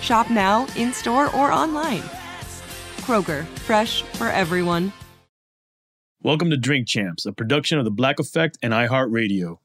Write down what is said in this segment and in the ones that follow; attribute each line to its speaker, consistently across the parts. Speaker 1: Shop now, in store, or online. Kroger, fresh for everyone.
Speaker 2: Welcome to Drink Champs, a production of the Black Effect and iHeartRadio.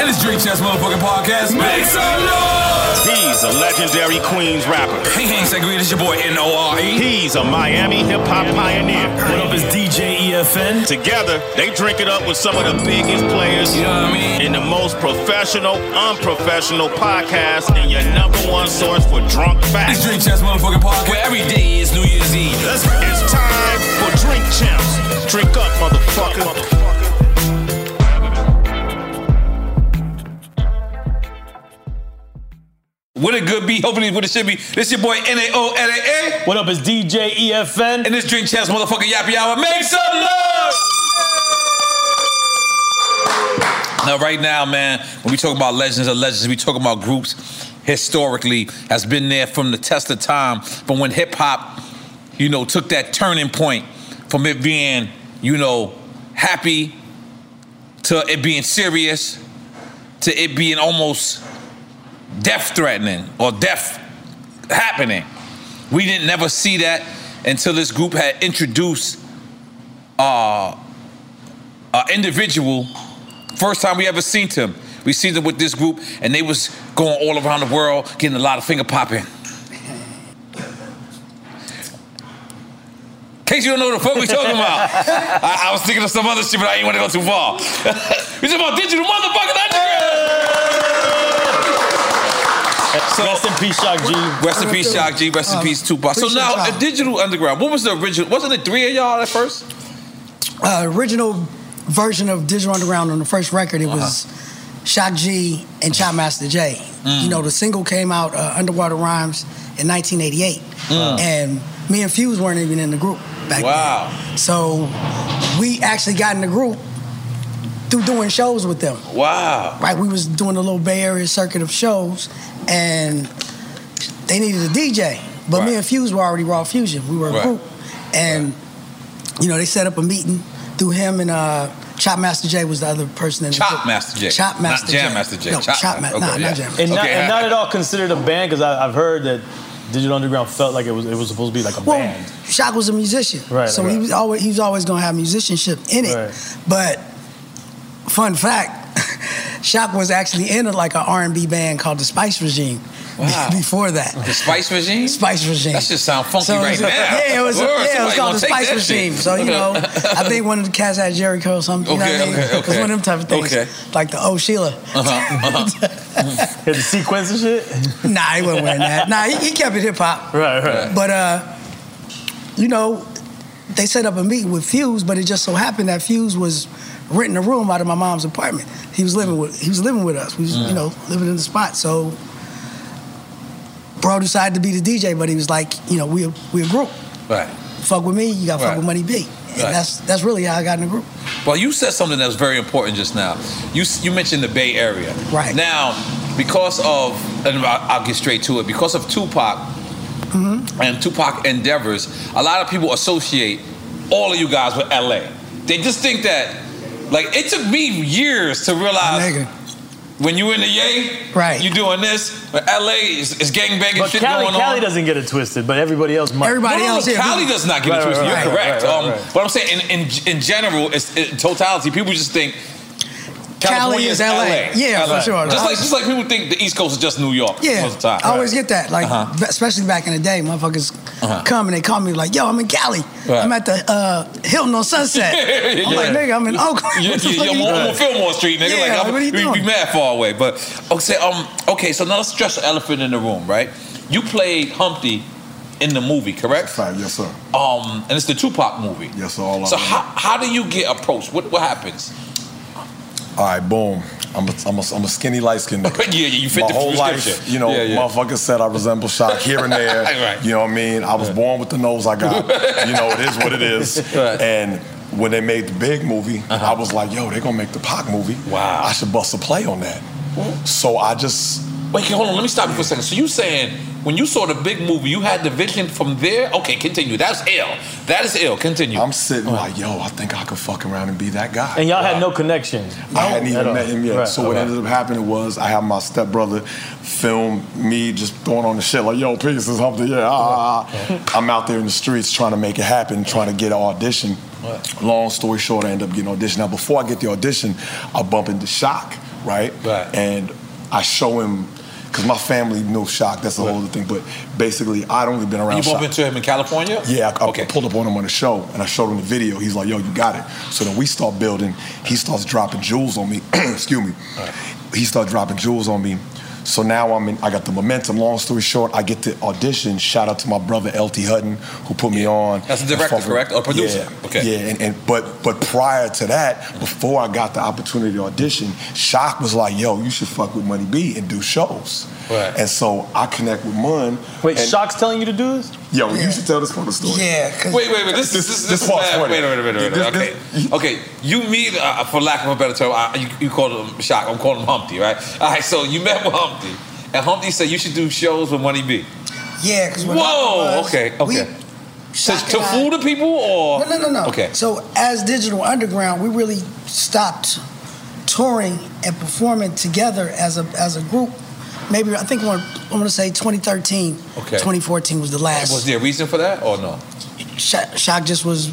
Speaker 3: And it's Drink Chess Motherfucking Podcast. Make some noise!
Speaker 4: He's a legendary Queens rapper.
Speaker 3: Hey, hey, Segreed, it's your boy N-O-R-E.
Speaker 4: He's a Miami hip hop pioneer.
Speaker 3: E. What up, is DJ EFN.
Speaker 4: Together, they drink it up with some of the biggest players
Speaker 3: You know what I mean?
Speaker 4: in the most professional, unprofessional podcast, and your number one source for drunk
Speaker 3: It's
Speaker 4: facts.
Speaker 3: Drink Chess Motherfucking Podcast, where every day is New Year's Eve. Let's go.
Speaker 4: It's time for Drink Champs. Drink up, motherfucker.
Speaker 3: What it good be? Hopefully, what it should be. This your boy N-A-O-N-A-A.
Speaker 2: What up, it's E DJ EFN.
Speaker 3: And this Drink Chess Motherfucking Yappy Hour. Make some noise! Now, right now, man, when we talk about legends of legends, we talk about groups historically has been there from the test of time, from when hip hop, you know, took that turning point from it being, you know, happy to it being serious to it being almost death threatening or death happening. We didn't never see that until this group had introduced uh, an individual. First time we ever seen him. We seen them with this group, and they was going all around the world, getting a lot of finger popping. In case you don't know what the fuck we talking about, I, I was thinking of some other shit, but I didn't want to go too far. we talking about digital motherfucking underground.
Speaker 2: Rest in peace, Shock G.
Speaker 3: Rest in peace, Shock G. Rest in
Speaker 5: Oh,
Speaker 2: Um,
Speaker 3: peace, Tupac. So
Speaker 2: appreciate
Speaker 3: now,
Speaker 2: y'all.
Speaker 3: uh, Digital Underground. What was the original? Wasn't it three of y'all at first?
Speaker 5: uh, original version of Digital Underground on the first record, it was Shock G and Chop Master J.
Speaker 3: Uh-huh. Mm.
Speaker 5: You know, the single came out, uh, Underwater Rhymes, in 1988.
Speaker 3: Mm.
Speaker 5: And me and Fuse weren't even in the group back
Speaker 3: wow.
Speaker 5: then. So we actually got in the group through doing shows with them.
Speaker 3: Wow.
Speaker 5: Right, we was doing a little Bay Area circuit of shows, and they needed a DJ. But me and Fuse were already Raw Fusion. We were a
Speaker 3: Right.
Speaker 5: group, and you know they set up a meeting through him and uh, Chop Master J was the other person in the
Speaker 3: Chop
Speaker 5: group.
Speaker 3: Master J.
Speaker 5: Chop Master
Speaker 3: Not
Speaker 5: J.
Speaker 3: Jam Master J.
Speaker 5: No, Chop,
Speaker 3: Master.
Speaker 5: Ma-
Speaker 3: Okay,
Speaker 5: nah, not
Speaker 3: yeah.
Speaker 5: Jam Master.
Speaker 2: And, not,
Speaker 3: Okay,
Speaker 2: and
Speaker 3: I-
Speaker 2: not at all considered a band because I've heard that Digital Underground felt like it was it was supposed to be like a band.
Speaker 5: Shock was a musician,
Speaker 2: Right,
Speaker 5: So
Speaker 2: right.
Speaker 5: he was always he was always gonna have musicianship in it. But fun fact, Shock was actually in like an R and B band called the Spice Regime.
Speaker 3: Wow.
Speaker 5: Before that,
Speaker 3: The Spice Regime.
Speaker 5: Spice Regime.
Speaker 3: That just sound funky
Speaker 5: So it
Speaker 3: right
Speaker 5: was
Speaker 3: now.
Speaker 5: a- Yeah, it was,
Speaker 3: Lord,
Speaker 5: yeah, it was
Speaker 3: somebody
Speaker 5: called
Speaker 3: gonna
Speaker 5: the
Speaker 3: take
Speaker 5: Spice
Speaker 3: that
Speaker 5: Regime.
Speaker 3: shit.
Speaker 5: So, you
Speaker 3: Okay.
Speaker 5: know, I think one of the cats had Jerry Curl or something. You
Speaker 3: Okay,
Speaker 5: know what I mean?
Speaker 3: okay,
Speaker 5: It was
Speaker 3: okay.
Speaker 5: one of them type of things.
Speaker 3: Okay.
Speaker 5: Like the Oh Sheila.
Speaker 3: Uh-huh,
Speaker 2: Hit the sequence and shit.
Speaker 5: Nah, he wasn't wearing that. Nah, he, he kept it hip hop.
Speaker 2: Right, right.
Speaker 5: But, uh, you know, they set up a meeting with Fuse, but it just so happened that Fuse was renting a room out of my mom's apartment. He was living with he was living with us. We was, you
Speaker 6: Mm.
Speaker 5: know, living in the spot. So Bro decided to be the DJ, but he was like, you know, we a, we a group.
Speaker 3: Right.
Speaker 5: Fuck with me, you got to
Speaker 3: Right.
Speaker 5: fuck with Money B. And
Speaker 3: Right.
Speaker 5: that's that's really how I got in the group.
Speaker 3: Well, you said something that was very important just now. You you mentioned the Bay Area. Right. Now, because of and I- I'll get straight to it. Because of Tupac and Tupac endeavors, a lot of people associate all of you guys with LA. They just think that like it took me years to realize. When you in the yay, right? You doing this? But LA is, is gangbanging
Speaker 2: But
Speaker 3: shit
Speaker 2: Cali,
Speaker 3: going
Speaker 2: Cali
Speaker 3: on.
Speaker 2: doesn't get it twisted, but everybody else might.
Speaker 3: No, no, no, Cali does not get
Speaker 2: Right,
Speaker 3: it twisted.
Speaker 2: right,
Speaker 3: You're
Speaker 2: right,
Speaker 3: correct.
Speaker 2: right, right,
Speaker 3: um,
Speaker 2: right.
Speaker 3: But I'm saying in, in in general, it's in totality. People just think
Speaker 5: Cali
Speaker 3: California
Speaker 5: is LA. Yeah, for sure.
Speaker 3: Just
Speaker 5: I-
Speaker 3: like just like people think the East Coast is just New York.
Speaker 5: Yeah,
Speaker 3: most of the time.
Speaker 5: I always get that. Like,
Speaker 3: Uh-huh.
Speaker 5: b- especially back in the day, motherfuckers
Speaker 3: Uh-huh.
Speaker 5: come and they call me like, "Yo, I'm in Cali.
Speaker 3: Right.
Speaker 5: I'm at the uh, Hilton on Sunset." I'm like,
Speaker 3: Yeah.
Speaker 5: "Nigga, I'm in Oakland."
Speaker 3: You,
Speaker 5: What the
Speaker 3: you,
Speaker 5: fuck
Speaker 3: you're
Speaker 5: you
Speaker 3: on,
Speaker 5: doing?
Speaker 3: I'm on Fillmore Street, nigga.
Speaker 5: Yeah,
Speaker 3: like, I'm,
Speaker 5: what are you
Speaker 3: we- we
Speaker 5: doing?
Speaker 3: mad far away. But okay, um, okay. So now let's address the elephant in the room, right? You played Humpty in the movie, correct? Right. Yes, sir. Um, and it's the Tupac movie. Yes, sir.
Speaker 7: all
Speaker 3: so
Speaker 7: I
Speaker 3: how, how do you get approached? What what happens?
Speaker 7: All right, boom. I'm a, I'm a, I'm a skinny light skinned nigga.
Speaker 3: Yeah, you fit
Speaker 7: my
Speaker 3: the
Speaker 7: whole life,
Speaker 3: description.
Speaker 7: you know,
Speaker 3: Yeah, yeah.
Speaker 7: motherfuckers said I resemble Shock here and there.
Speaker 3: Right.
Speaker 7: You know what I mean? I was born with the nose I got. you know, it is what it is. And when they made the big movie,
Speaker 3: Uh-huh.
Speaker 7: I was like, yo, they're gonna make the Pac movie. Wow. I should bust a play on that. So I just
Speaker 3: Wait, hold on. Let me stop you for a second. So you saying when you saw the big movie, you had the vision from there? Okay, continue. That's ill. That is ill. Continue.
Speaker 7: I'm sitting like, yo, I think I could fuck around and be that guy.
Speaker 2: And y'all had no connection.
Speaker 7: I hadn't
Speaker 2: At
Speaker 7: even
Speaker 2: all.
Speaker 7: met him yet.
Speaker 2: Right,
Speaker 7: So what
Speaker 2: okay.
Speaker 7: ended up happening was I had my stepbrother film me just going on the shit like, yo, peace, it's Humpty, yeah, ah, ah, ah. I'm out there in the streets trying to make it happen, trying to get an audition. Long story short, I end up getting an audition. Now, before I get the audition, I bump into Shock, right? Right. And I show him, because my family knew Shock, that's the whole other thing, but basically I'd only been around
Speaker 3: you
Speaker 7: Shock.
Speaker 3: bump into him in California?
Speaker 7: Yeah, I, I pulled up on him on the show and I showed him the video. He's like, yo, you got it. So then we start building. He starts dropping jewels on me. Excuse me. He starts dropping jewels on me. So now I'm in, I got the momentum. Long story short, I get the audition. Shout out to my brother LT Hutton who put me on.
Speaker 3: That's a director,
Speaker 7: Fuck with-
Speaker 3: correct? Or producer?
Speaker 7: Yeah.
Speaker 3: Okay.
Speaker 7: Yeah, and, and but but prior to that, before I got the opportunity to audition, Shock was like, yo, you should fuck with Money B and do shows.
Speaker 2: Right.
Speaker 7: And so I connect with Mun.
Speaker 2: Wait,
Speaker 7: and-
Speaker 2: Shock's telling you to do this?
Speaker 7: Yo, you should tell this part of the story.
Speaker 3: Wait, wait, wait. This, this, this, this, is bad. Wait, wait, wait, wait, wait. Okay. Okay. You meet, uh, for lack of a better term, I, you, you called him Shock. I'm calling him Humpty, right? All right. So you met with Humpty, and Humpty said you should do shows with Money B.
Speaker 5: Yeah, because
Speaker 3: Whoa. okay. Okay. So
Speaker 5: Shock
Speaker 3: to
Speaker 5: and I-
Speaker 3: fool the people, or
Speaker 5: No, no, no, no.
Speaker 3: Okay.
Speaker 5: So as Digital Underground, we really stopped touring and performing together as a as a group. Maybe I think I want I want to say 2013,
Speaker 3: Okay.
Speaker 5: 2014 was the last.
Speaker 3: was there a reason for that, or no?
Speaker 5: Shock, Shock just was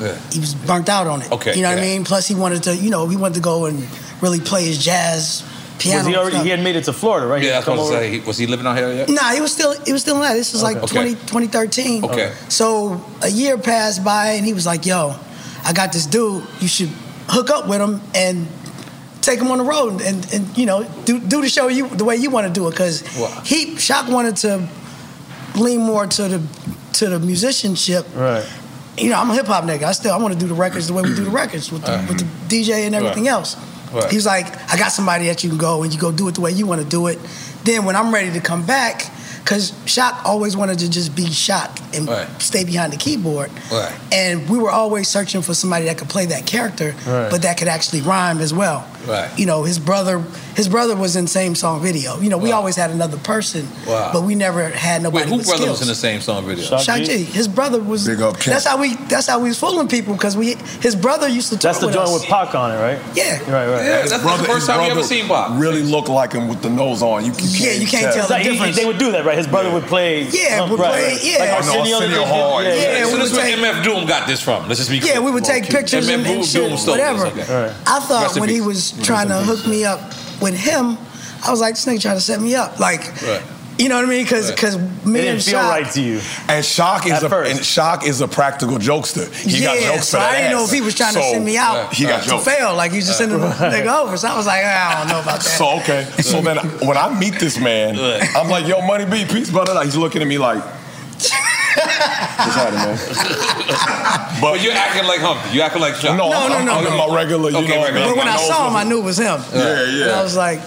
Speaker 3: Yeah.
Speaker 5: he was burnt out on it.
Speaker 3: Okay,
Speaker 5: you know what I
Speaker 3: yeah.
Speaker 5: mean. Plus he wanted to you know he wanted to go and really play his jazz piano.
Speaker 2: Was he
Speaker 5: and
Speaker 2: already?
Speaker 5: stuff.
Speaker 2: He had made it to Florida, right?
Speaker 3: Yeah,
Speaker 2: He
Speaker 3: I
Speaker 2: had
Speaker 3: was
Speaker 2: come
Speaker 3: going to
Speaker 2: over-
Speaker 3: say, he- was he living out here yet?
Speaker 5: Nah, he was still he was still in that. This was like
Speaker 3: Okay.
Speaker 5: 20, 2013.
Speaker 3: Okay.
Speaker 5: So a year passed by and he was like, "Yo, I got this dude. You should hook up with him and take him on the road and, and you know do, do the show you the way you want to do it because
Speaker 2: Wow.
Speaker 5: he Shock wanted to lean more to the to the musicianship.
Speaker 2: Right.
Speaker 5: You know, I'm a hip hop nigga. I still I want to do the records the way we do the records with the, with the DJ and everything
Speaker 2: Right.
Speaker 5: else.
Speaker 2: Right.
Speaker 5: He was like, I got somebody that you can go and you go do it the way you want to do it. Then when I'm ready to come back, because Shock always wanted to just be Shock and
Speaker 3: Right.
Speaker 5: stay behind the keyboard.
Speaker 3: Right.
Speaker 5: And we were always searching for somebody that could play that character,
Speaker 3: Right.
Speaker 5: but that could actually rhyme as well.
Speaker 3: Right.
Speaker 5: You know, his brother, his brother was in same song video. You know, we always had another person,
Speaker 3: Wow.
Speaker 5: but we never had
Speaker 3: Wait,
Speaker 5: nobody
Speaker 3: who
Speaker 5: with
Speaker 3: brother
Speaker 5: skills.
Speaker 3: was in the same song video?
Speaker 5: Shock G. His brother was.
Speaker 3: Big up Ken.
Speaker 5: that's how we. That's how we was fooling people because we. His brother used to.
Speaker 2: That's
Speaker 5: tour
Speaker 2: the joint with Pac on it, right?
Speaker 5: Yeah.
Speaker 2: Right, right.
Speaker 5: Yeah, that's the
Speaker 2: first time we ever seen
Speaker 7: Bob. Really look like him with the nose on. You, you can't
Speaker 5: Yeah, you can't tell the
Speaker 2: Like, he-
Speaker 5: difference.
Speaker 2: They would do that, right? His brother would play.
Speaker 5: Yeah, would
Speaker 2: right,
Speaker 5: play-
Speaker 2: right.
Speaker 5: yeah.
Speaker 2: Like
Speaker 5: I know
Speaker 2: Arsenio,
Speaker 5: Arsenio
Speaker 2: the-
Speaker 5: Hall,
Speaker 2: yeah,
Speaker 5: yeah.
Speaker 2: yeah.
Speaker 5: Yeah,
Speaker 3: so
Speaker 5: we
Speaker 3: this is
Speaker 5: would
Speaker 3: where
Speaker 5: take-
Speaker 3: MF Doom got this from. Let's just be
Speaker 5: Yeah,
Speaker 3: clear.
Speaker 5: we would take pictures
Speaker 3: MF
Speaker 5: and, and
Speaker 3: Doom
Speaker 5: shit,
Speaker 3: stole this,
Speaker 5: whatever.
Speaker 3: okay. All right.
Speaker 5: I thought
Speaker 3: Rest in
Speaker 5: when he
Speaker 3: peace.
Speaker 5: was trying to hook me up with him, I was like, this nigga trying to set me up. Like,
Speaker 7: Right.
Speaker 5: you know what I mean? Because
Speaker 7: Right.
Speaker 5: because me and Shock,
Speaker 2: to you.
Speaker 7: And Shock is a and Shock is a practical jokester. He got
Speaker 5: yeah,
Speaker 7: jokes
Speaker 5: so
Speaker 7: for that
Speaker 5: I didn't know
Speaker 7: ass.
Speaker 5: if he was trying to
Speaker 7: So,
Speaker 5: send me out
Speaker 7: He got
Speaker 5: to
Speaker 7: jokes.
Speaker 5: fail. Like you just sending the
Speaker 7: Right.
Speaker 5: nigga over. So I was like, ah, I don't know about that.
Speaker 7: So okay. So then when I meet this man, I'm like, yo, money B, peace, brother. Like, He's looking at me like, what's happening, man?
Speaker 3: But, you're acting like Humpty. You're acting like Shock.
Speaker 7: No, I'm- No, no, I'm- no, I'm no. my regular, you
Speaker 3: okay,
Speaker 7: know,
Speaker 3: regular.
Speaker 7: But
Speaker 5: when I saw him, I knew it was him.
Speaker 3: Yeah, yeah.
Speaker 5: And I was like,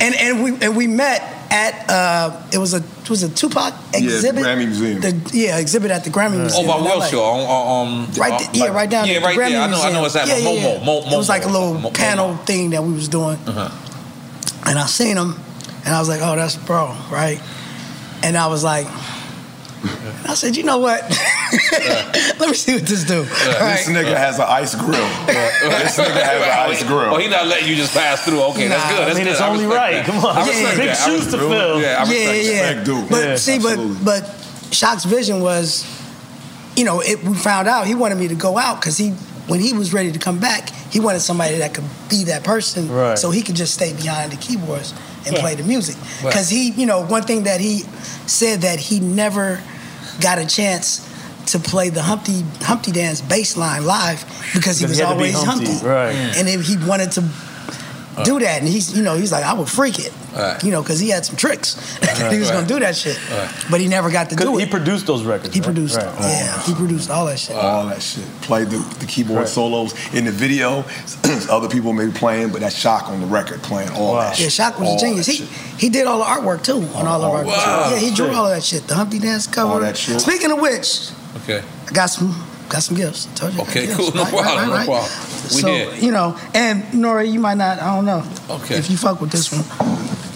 Speaker 5: and and we and we met at uh, it was a it was a Tupac
Speaker 7: Yeah,
Speaker 5: exhibit.
Speaker 7: Grammy Museum.
Speaker 5: The, yeah, exhibit at the Grammy
Speaker 3: Oh,
Speaker 5: Museum.
Speaker 3: by
Speaker 5: in LA.
Speaker 3: Wilshire. On, on, um,
Speaker 5: Right, th- yeah, right down
Speaker 3: Yeah,
Speaker 5: there.
Speaker 3: right
Speaker 5: the Grammy
Speaker 3: there. I know, I know what's
Speaker 5: Museum.
Speaker 3: happening.
Speaker 5: Yeah, yeah,
Speaker 3: Momo.
Speaker 5: yeah.
Speaker 3: Mo- Momo.
Speaker 5: it was like a little
Speaker 3: Mo- Momo.
Speaker 5: panel thing that we was doing,
Speaker 3: Uh-huh.
Speaker 5: and I seen him, and I was like, "Oh, that's bro, right?" And I was like, I said, "You know what? Let me see what this do." Right.
Speaker 7: This nigga has an ice grill. This nigga has an ice grill.
Speaker 3: Oh, he not letting you just pass through. Okay, that's
Speaker 5: Nah.
Speaker 3: good. That's
Speaker 5: I mean,
Speaker 3: good.
Speaker 5: it's only
Speaker 3: respect
Speaker 5: right.
Speaker 3: that.
Speaker 5: Come on.
Speaker 3: I
Speaker 5: Yeah.
Speaker 3: respect
Speaker 5: Big
Speaker 3: that. I
Speaker 5: shoes to
Speaker 3: respect-
Speaker 5: fill.
Speaker 3: Yeah, I
Speaker 5: yeah,
Speaker 3: respect
Speaker 5: yeah.
Speaker 3: that.
Speaker 5: But see, but but Shock's vision was, you know, it, we found out he wanted me to go out because he when he was ready to come back, he wanted somebody that could be that person,
Speaker 2: Right.
Speaker 5: so he could just stay behind the keyboards and
Speaker 2: Yeah.
Speaker 5: play the music.
Speaker 2: Right.
Speaker 5: Because he, you know, one thing that he said that he never got a chance. To play the Humpty Humpty Dance bass line live because he was
Speaker 2: had to be
Speaker 5: always Humpty,
Speaker 2: Right.
Speaker 5: and if he wanted to do that, and he's you know he's like I would freak it,
Speaker 2: Right.
Speaker 5: you know, because he had some tricks. he was
Speaker 2: Right.
Speaker 5: gonna do that shit, but he never got to do it.
Speaker 2: Uh-huh. He produced those records.
Speaker 5: He produced, it. yeah, he produced all that shit.
Speaker 7: All that shit. Played the, the keyboard
Speaker 5: Right.
Speaker 7: solos in the video. Other people may be playing, but that Shock on the record playing all that shit.
Speaker 5: Yeah, Shock was
Speaker 7: All
Speaker 5: a genius.
Speaker 7: that
Speaker 5: He he did all the artwork too on all of our.
Speaker 7: Wow.
Speaker 5: Yeah, he drew
Speaker 7: Shit.
Speaker 5: all of that shit. The Humpty Dance cover.
Speaker 7: All that shit.
Speaker 5: Speaking of which,
Speaker 3: Okay.
Speaker 5: I got some got some gifts. told you. I got
Speaker 3: Okay,
Speaker 5: gifts.
Speaker 3: cool. No
Speaker 5: Right, right,
Speaker 3: problem.
Speaker 5: right,
Speaker 3: No
Speaker 5: right.
Speaker 3: problem. We
Speaker 5: so
Speaker 3: here.
Speaker 5: you know, and Nora, you might not. I don't know.
Speaker 3: Okay.
Speaker 5: If you fuck with this one,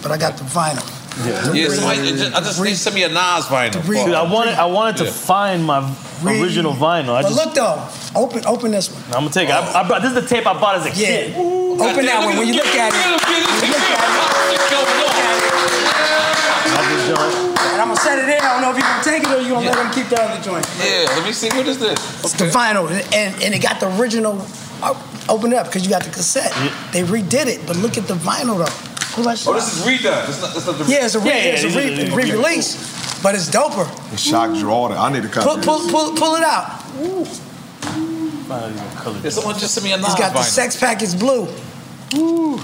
Speaker 5: but I got the vinyl.
Speaker 3: Yeah, somebody, I just- I just need some of your Nas vinyl.
Speaker 2: Dude, I wanted, I wanted to
Speaker 3: Yeah.
Speaker 2: find my
Speaker 5: Read.
Speaker 2: original vinyl. I
Speaker 5: but
Speaker 2: just,
Speaker 5: look though, open open this one.
Speaker 2: I'm gonna take it. I, I brought, this is the tape I bought as a kid.
Speaker 5: Open that one. When you look at it, when you look at it. And I'm gonna set it in. I don't know if you're gonna take it or you're gonna let him keep the other joint.
Speaker 3: Yeah, let me see. What is this?
Speaker 5: It's the vinyl, and and it got the original. o- Open it up because you got the cassette. They redid it, but look at the vinyl though. Who likes
Speaker 3: Oh, this is redone. It's not, it's not the
Speaker 5: Yeah, it's a, re-
Speaker 3: Yeah, yeah,
Speaker 5: it's a
Speaker 3: yeah,
Speaker 5: re-
Speaker 3: yeah, yeah.
Speaker 5: re-release, but it's doper.
Speaker 7: And Shock drew all that. I need a copy.
Speaker 5: Pull,
Speaker 7: of
Speaker 5: pull,
Speaker 7: this.
Speaker 5: pull, pull it out.
Speaker 3: Yeah, someone just sent me a Nas
Speaker 5: It's got the
Speaker 3: vinyl.
Speaker 5: Sex Package Blue. Ooh.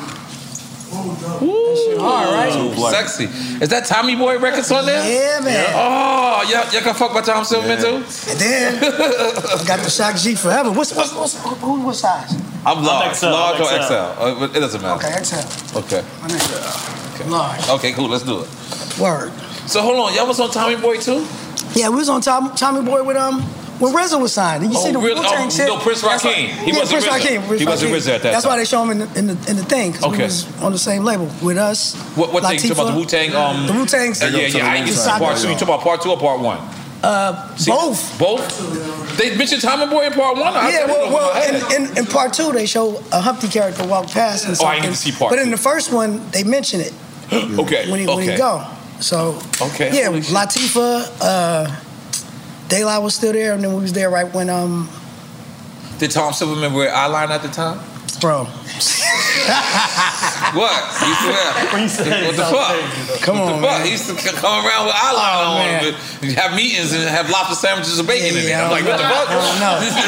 Speaker 3: Ooh,
Speaker 5: Hard, right?
Speaker 3: Sexy. Is that Tommy Boy Records on there?
Speaker 5: Yeah, man.
Speaker 3: Oh, y'all, y'all can fuck by Tom Silverman too?
Speaker 5: And then I got the Shock G Forever. What's what's what's who what size?
Speaker 3: I'm large.
Speaker 2: XL,
Speaker 3: large
Speaker 2: I'm
Speaker 3: or
Speaker 2: XL.
Speaker 3: XL. Uh, but It doesn't matter.
Speaker 5: Okay, exhale.
Speaker 3: Okay.
Speaker 5: My name. uh, Large.
Speaker 3: Okay, cool. Let's do it.
Speaker 5: Word.
Speaker 3: So hold on. Y'all was on Tommy Boy too?
Speaker 5: Yeah, we was on Tom, Tommy Boy with um when RZA was signed. You see the
Speaker 3: really?
Speaker 5: Wu-Tang
Speaker 3: Oh,
Speaker 5: shit?
Speaker 3: no, Prince
Speaker 5: That's
Speaker 3: Rakim. He wasn't
Speaker 5: Prince
Speaker 3: RZA.
Speaker 5: Rakim. Prince
Speaker 3: He wasn't
Speaker 5: Rakim.
Speaker 3: RZA at that
Speaker 5: That's why
Speaker 3: time.
Speaker 5: they show him in the in the, in the thing. 'cause We
Speaker 3: Okay.
Speaker 5: was on the same label with us.
Speaker 3: What, what thing? You talking about the Wu Tang? Um,
Speaker 5: The Wu-Tang.
Speaker 3: Yeah, yeah, yeah. I ain't get to see part two. You talking about part two or part one?
Speaker 5: Uh, both.
Speaker 3: Both? They mentioned Tommy Boy in part one? I
Speaker 5: yeah,
Speaker 3: that
Speaker 5: well,
Speaker 3: over my head.
Speaker 5: well in, in, in part two, they show a Humpty character walk past and
Speaker 3: Oh,
Speaker 5: something.
Speaker 3: I didn't see part
Speaker 5: But in the first one, they mention it
Speaker 3: okay.
Speaker 5: when
Speaker 3: okay.
Speaker 5: he, when he go. So,
Speaker 3: Okay.
Speaker 5: yeah, Latifah, uh, Daylight was still there, and then we was there right when, um,
Speaker 3: Did Tom Silverman wear eyeliner at the time?
Speaker 5: bro,
Speaker 3: What? He used to wear- what the fuck?
Speaker 5: Come
Speaker 3: what
Speaker 5: on,
Speaker 3: the fuck?
Speaker 5: man.
Speaker 3: He used to c- come around with eyeliner
Speaker 5: Oh,
Speaker 3: on
Speaker 5: man.
Speaker 3: and have meetings and have lobster sandwiches and bacon in it. I'm like, what the
Speaker 5: I don't know.
Speaker 3: fuck?
Speaker 5: I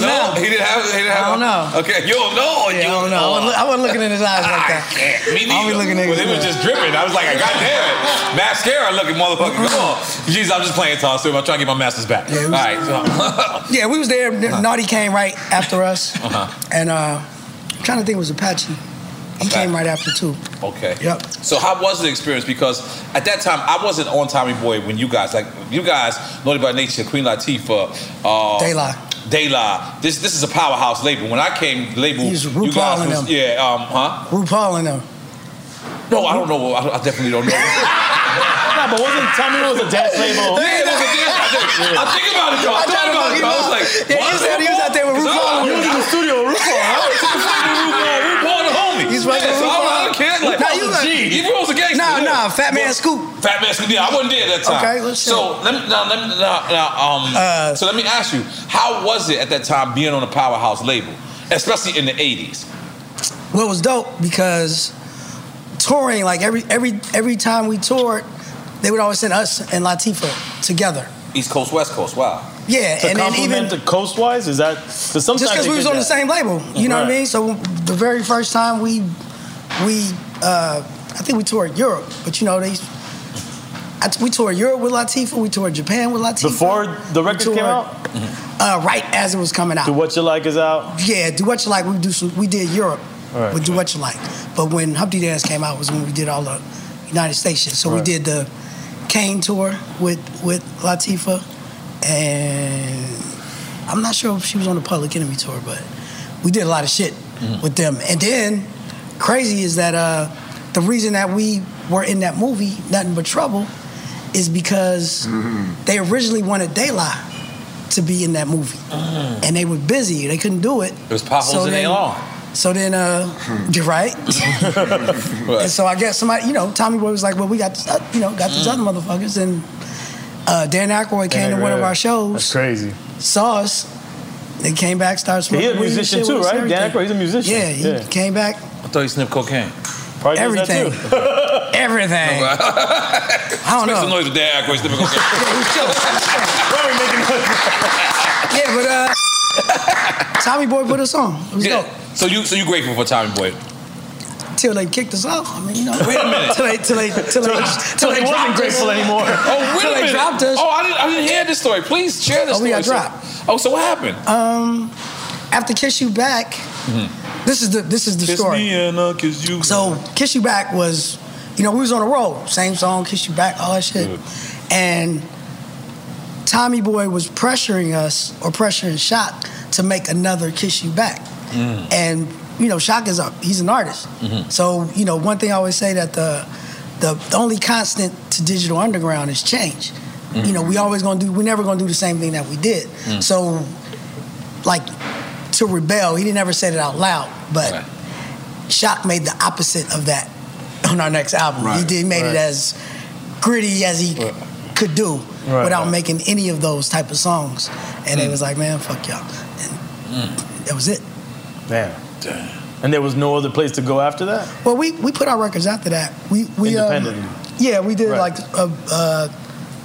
Speaker 3: no,
Speaker 5: know.
Speaker 3: he didn't have. He didn't have.
Speaker 5: I don't know.
Speaker 3: Okay, you don't know. or you
Speaker 5: I don't know. I wasn't, I wasn't looking in his eyes like
Speaker 3: I
Speaker 5: that.
Speaker 3: can't. Me
Speaker 5: I was
Speaker 3: neither.
Speaker 5: looking at
Speaker 3: Well, it was just dripping. I was like, God damn it, mascara looking motherfucker. Come on, jeez, I'm just playing toss too. I'm trying to get my masters back. All right. So.
Speaker 5: Yeah, we was there. Naughty came right after us,
Speaker 3: uh-huh.
Speaker 5: and uh, I'm trying to think it was Apache. He came right after too.
Speaker 3: Okay.
Speaker 5: Yep.
Speaker 3: So how was the experience? Because at that time I wasn't on Tommy Boy when you guys like you guys Naughty by Nature, Queen Latifah, uh,
Speaker 5: Dayla.
Speaker 3: Dayla. This this is a powerhouse label. When I came label,
Speaker 5: He's
Speaker 3: you guys
Speaker 5: RuPauling
Speaker 3: was-
Speaker 5: them.
Speaker 3: yeah, um, huh?
Speaker 5: RuPaul and them.
Speaker 3: No, I don't know. I, I definitely don't know.
Speaker 2: Nah, but wasn't Tommy was a dance label?
Speaker 3: Yeah, it was a dance- I think- I think about it, though. I
Speaker 2: I
Speaker 3: thought
Speaker 2: tried to
Speaker 3: about it,
Speaker 2: fuck him
Speaker 3: though. I was
Speaker 2: up.
Speaker 3: like,
Speaker 2: Yeah,
Speaker 3: what?
Speaker 2: he said he was out there with
Speaker 3: 'Cause I-
Speaker 2: RuPaul. He was in the studio with RuPaul, huh?
Speaker 3: I was in the studio with RuPaul. RuPaul the homie.
Speaker 2: He's right
Speaker 3: Yeah,
Speaker 2: with
Speaker 3: so I don't- I don't
Speaker 2: RuPaul.
Speaker 3: care. Like, oh,
Speaker 2: Nah, you like-
Speaker 3: He was a gangster.
Speaker 2: Nah,
Speaker 3: yeah.
Speaker 2: nah, Fat Man
Speaker 3: But-
Speaker 2: Scoop.
Speaker 3: Fat Man Scoop. Yeah, I wasn't there at that time.
Speaker 2: Okay, let's see.
Speaker 3: So let me now. Let me now. now um,
Speaker 5: Uh,
Speaker 3: so let me ask you, how was it at that time being on a powerhouse label, especially in the '80s?
Speaker 5: Well, it was dope because touring, like every every every time we toured, they would always send us and Latifah together.
Speaker 3: East Coast, West Coast. Wow.
Speaker 5: Yeah,
Speaker 2: to
Speaker 5: and then
Speaker 2: compliment
Speaker 5: even
Speaker 2: the coastwise is that because sometimes
Speaker 5: just because
Speaker 2: they
Speaker 5: we was
Speaker 2: did
Speaker 5: on the
Speaker 2: that.
Speaker 5: same label, you know what I
Speaker 2: Right.
Speaker 5: mean. So the very first time we we uh, I think we toured Europe, but you know they. I t- we toured Europe with Latifah. We toured Japan with Latifah.
Speaker 2: Before the records came out?
Speaker 5: uh, right as it was coming out.
Speaker 2: Do what you like is out.
Speaker 5: Yeah, do what you like. We do some, we did Europe,
Speaker 2: All right.
Speaker 5: but do what you like. But when Humpty Dance came out was when we did all the United States shit. So we
Speaker 2: Right.
Speaker 5: did the Kane tour with with Latifah, and I'm not sure if she was on the Public Enemy tour, but we did a lot of shit
Speaker 2: Mm-hmm.
Speaker 5: with them. And then crazy is that uh, the reason that we were in that movie, Nothing But Trouble, is because
Speaker 2: Mm-hmm.
Speaker 5: they originally wanted Daylight to be in that movie,
Speaker 2: Mm.
Speaker 5: and they were busy. They couldn't do it.
Speaker 3: There's potholes
Speaker 5: So
Speaker 3: in
Speaker 5: then-
Speaker 3: their lawn.
Speaker 5: So then, uh,
Speaker 2: Hmm.
Speaker 5: you're right. And so I guess somebody, you know, Tommy Boy was like, "Well, we got this, uh, you know, got these
Speaker 2: Hmm.
Speaker 5: other motherfuckers." And uh, Dan Aykroyd came to one of our shows,
Speaker 2: That's crazy.
Speaker 5: saw us. They came back, started
Speaker 2: Yeah,
Speaker 5: smoking.
Speaker 2: he's a
Speaker 5: weed and
Speaker 2: musician
Speaker 5: shit
Speaker 2: too,
Speaker 5: with us and
Speaker 2: right? Dan
Speaker 5: everything.
Speaker 2: Aykroyd, he's a musician.
Speaker 5: Yeah, he
Speaker 2: Yeah.
Speaker 5: came back.
Speaker 3: I thought you sniffed cocaine.
Speaker 2: Probably does that,
Speaker 5: Everything.
Speaker 2: too.
Speaker 5: Everything. I don't
Speaker 3: Make
Speaker 5: know.
Speaker 3: some noise with Dan Aykroyd sniffing cocaine.
Speaker 5: Yeah, but uh, Tommy Boy put us on. It was
Speaker 3: Yeah.
Speaker 5: dope.
Speaker 3: So you so you grateful for Tommy Boy?
Speaker 5: Till they kicked us off. I mean, you know.
Speaker 3: Wait a minute.
Speaker 5: Till they, till they, till they, till they
Speaker 2: wasn't
Speaker 5: dropped us.
Speaker 2: grateful anymore.
Speaker 3: Oh, wait
Speaker 5: Till
Speaker 3: a
Speaker 5: they
Speaker 3: minute.
Speaker 5: dropped us.
Speaker 3: Oh, I didn't, I didn't hear this story. Please share this
Speaker 5: Oh, we
Speaker 3: story.
Speaker 5: got
Speaker 3: So-
Speaker 5: dropped.
Speaker 3: Oh, so what happened?
Speaker 5: Um, after Kiss You Back, this is the this is the story. so Kiss You Back was, you know, we was on a roll. Same song, Kiss You Back, all that shit. And Tommy Boy was pressuring us or pressuring Shock to make another Kiss You Back.
Speaker 3: Mm.
Speaker 5: And you know, Shock is a he's an artist.
Speaker 6: Mhm.
Speaker 5: So you know, one thing I always say that the the, the only constant to digital underground is change. You know, we always gonna do. We're never gonna do the same thing that we did.
Speaker 6: Mm-hmm. Mm.
Speaker 5: So, like, to rebel, he didn't ever say it out loud, but Shock made the opposite of that on our next album. He
Speaker 6: Right,
Speaker 5: did made
Speaker 6: right.
Speaker 5: it as gritty as he could do
Speaker 6: Right,
Speaker 5: without
Speaker 6: right. Mm.
Speaker 5: making any of those type of songs. And they was like, man, fuck y'all.
Speaker 3: Mm.
Speaker 5: That was it.
Speaker 2: Man. And there was no other place to go after that?
Speaker 5: Well, we we put our records after that. We we um,
Speaker 2: Independently.
Speaker 5: yeah, we did like uh, uh,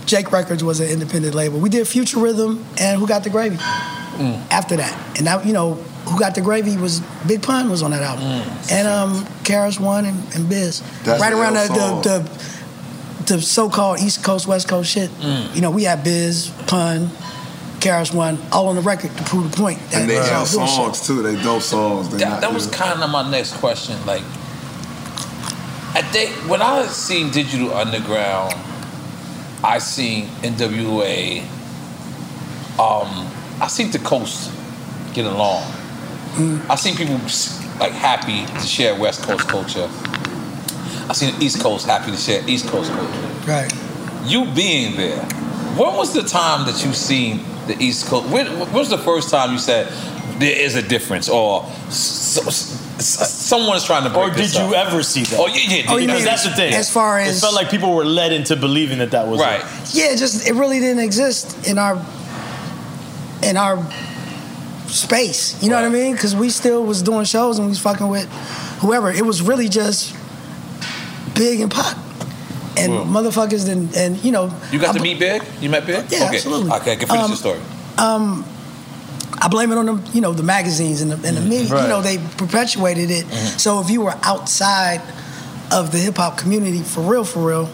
Speaker 5: Jake Records was an independent label. We did Future Rhythm and Who Got the Gravy after that, and that you know Who Got the Gravy was Big Pun was on that album, and um Karis One and, and Biz
Speaker 6: That's
Speaker 5: right
Speaker 6: the
Speaker 5: around
Speaker 6: hell song.
Speaker 5: the, the the so-called East Coast West Coast shit.
Speaker 6: Mm.
Speaker 5: You know, we had Biz Pun. Karis one all on the record to prove the point. that
Speaker 7: And they
Speaker 5: it's all
Speaker 7: have
Speaker 5: bullshit.
Speaker 7: songs too. They dope songs. They
Speaker 3: That,
Speaker 7: not-
Speaker 3: that was kind of my next question. Like, I think when I seen Digital Underground, I seen NWA. Um, I seen the coast get along.
Speaker 7: Mm.
Speaker 3: I seen people like happy to share West Coast culture. I seen the East Coast happy to share East Coast culture.
Speaker 5: Right.
Speaker 3: You being there, when was the time that you seen the East Coast? When, when was the first time you said there is a difference, or s- s- s- someone's trying to break
Speaker 2: Or did you ever see that?
Speaker 3: Oh yeah, yeah.
Speaker 5: Oh, you
Speaker 2: because
Speaker 5: mean
Speaker 2: that's the thing.
Speaker 5: as far as-
Speaker 2: it felt like people were led into believing that that was right.
Speaker 5: yeah, it just it really didn't exist in our in our space. You know what I mean? Because we still was doing shows and we was fucking with whoever. It was really just big and pop and
Speaker 3: Whoa.
Speaker 5: motherfuckers and and you know
Speaker 3: You got to meet Big. You met Big.
Speaker 5: Yeah,
Speaker 3: okay.
Speaker 5: absolutely.
Speaker 3: Okay, I can finish
Speaker 5: Um,
Speaker 3: the story.
Speaker 5: um, I blame it on the you know the magazines and the, and the media. You know they perpetuated it. So if you were outside of the hip hop community for real, for real,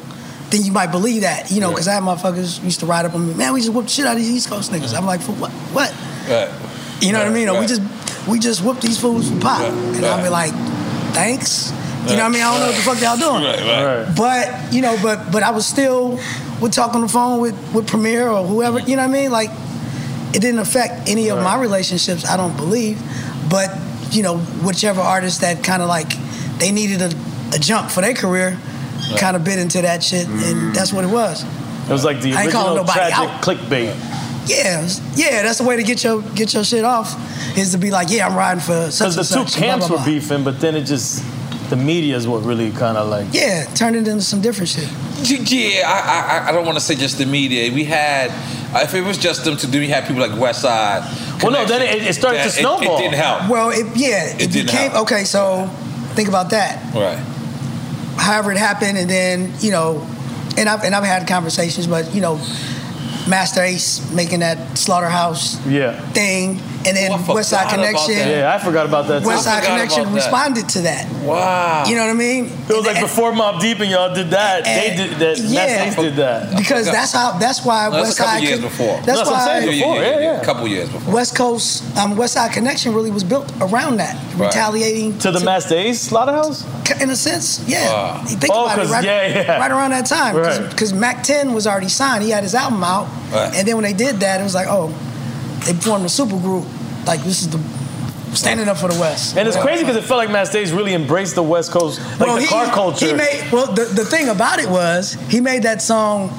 Speaker 5: then you might believe that. You know,
Speaker 6: Yeah.
Speaker 5: because I had motherfuckers used to ride up on me. Man, we just whooped shit out of these East Coast niggas. I'm like, for what? What? You know what I mean? Or we just we just whoop these fools for pop, and I'll be like, thanks. You know what I mean? I don't know what the fuck y'all doing. But you know, but but I was still would talk on the phone with with Premier or whoever. You know what I mean? Like it didn't affect any of my relationships. I don't believe, but you know, whichever artist that kind of like they needed a, a jump for their career,
Speaker 2: Right.
Speaker 5: kind of bit into that shit, and that's what it was.
Speaker 2: It was like the
Speaker 5: I ain't calling
Speaker 2: original
Speaker 5: nobody
Speaker 2: tragic
Speaker 5: out.
Speaker 2: clickbait.
Speaker 5: Yeah, yeah, that's the way to get your get your shit off is to be like, yeah, I'm riding for such
Speaker 2: Because the
Speaker 5: and
Speaker 2: two
Speaker 5: such. and blah,
Speaker 2: camps
Speaker 5: blah,
Speaker 2: were
Speaker 5: blah.
Speaker 2: beefing, but then it just the media is what really kind of like.
Speaker 5: Yeah, turned it into some different shit.
Speaker 3: Yeah, I, I, I don't want to say just the media. We had, uh, if it was just them to do, we had people like West Side. Well, no, then it,
Speaker 2: started to snowball.
Speaker 3: It, didn't help.
Speaker 5: Well, it, yeah,
Speaker 3: It didn't
Speaker 5: became okay. So think about that.
Speaker 3: Right.
Speaker 5: however it happened, and then you know, and I've and I've had conversations, but you know, Master Ace making that slaughterhouse
Speaker 2: Yeah.
Speaker 5: thing, and then
Speaker 3: Oh,
Speaker 2: I
Speaker 5: West Side
Speaker 2: forgot about
Speaker 5: Connection.
Speaker 2: that. Yeah, I forgot about that, too.
Speaker 5: West
Speaker 2: I
Speaker 5: Side
Speaker 2: forgot about
Speaker 5: Connection
Speaker 2: that.
Speaker 5: responded to that.
Speaker 3: Wow.
Speaker 5: You know what I mean?
Speaker 2: It was like before Mob Deep and y'all did that. They did
Speaker 5: And-
Speaker 2: that.
Speaker 5: yeah.
Speaker 2: Mass Ace did that.
Speaker 5: Because that's how that's why
Speaker 3: No, that's
Speaker 5: West
Speaker 3: a couple
Speaker 5: Side
Speaker 3: years
Speaker 5: Con-
Speaker 3: before.
Speaker 5: That's
Speaker 3: what
Speaker 5: why
Speaker 3: I'm saying. Yeah, yeah, yeah, yeah, A couple years before.
Speaker 5: West Coast um, West Side Connection really was built around that
Speaker 3: Right.
Speaker 5: retaliating
Speaker 2: To the Master Ace slaughterhouse.
Speaker 5: In a sense, yeah.
Speaker 2: Wow.
Speaker 5: You think
Speaker 2: Oh,
Speaker 5: about
Speaker 2: 'cause-
Speaker 5: it, right,
Speaker 2: yeah, yeah.
Speaker 5: right around that time,
Speaker 2: Right.
Speaker 5: because Mac Ten was already signed. He had his album out,
Speaker 2: Right.
Speaker 5: and then when they did that, it was like, oh, they formed a super group. Like this is the standing up for the West.
Speaker 2: And it's crazy because it felt like Master Ace really embraced the West Coast, like
Speaker 5: Well,
Speaker 2: the
Speaker 5: he-
Speaker 2: car culture.
Speaker 5: He made well. The, the thing about it was he made that song.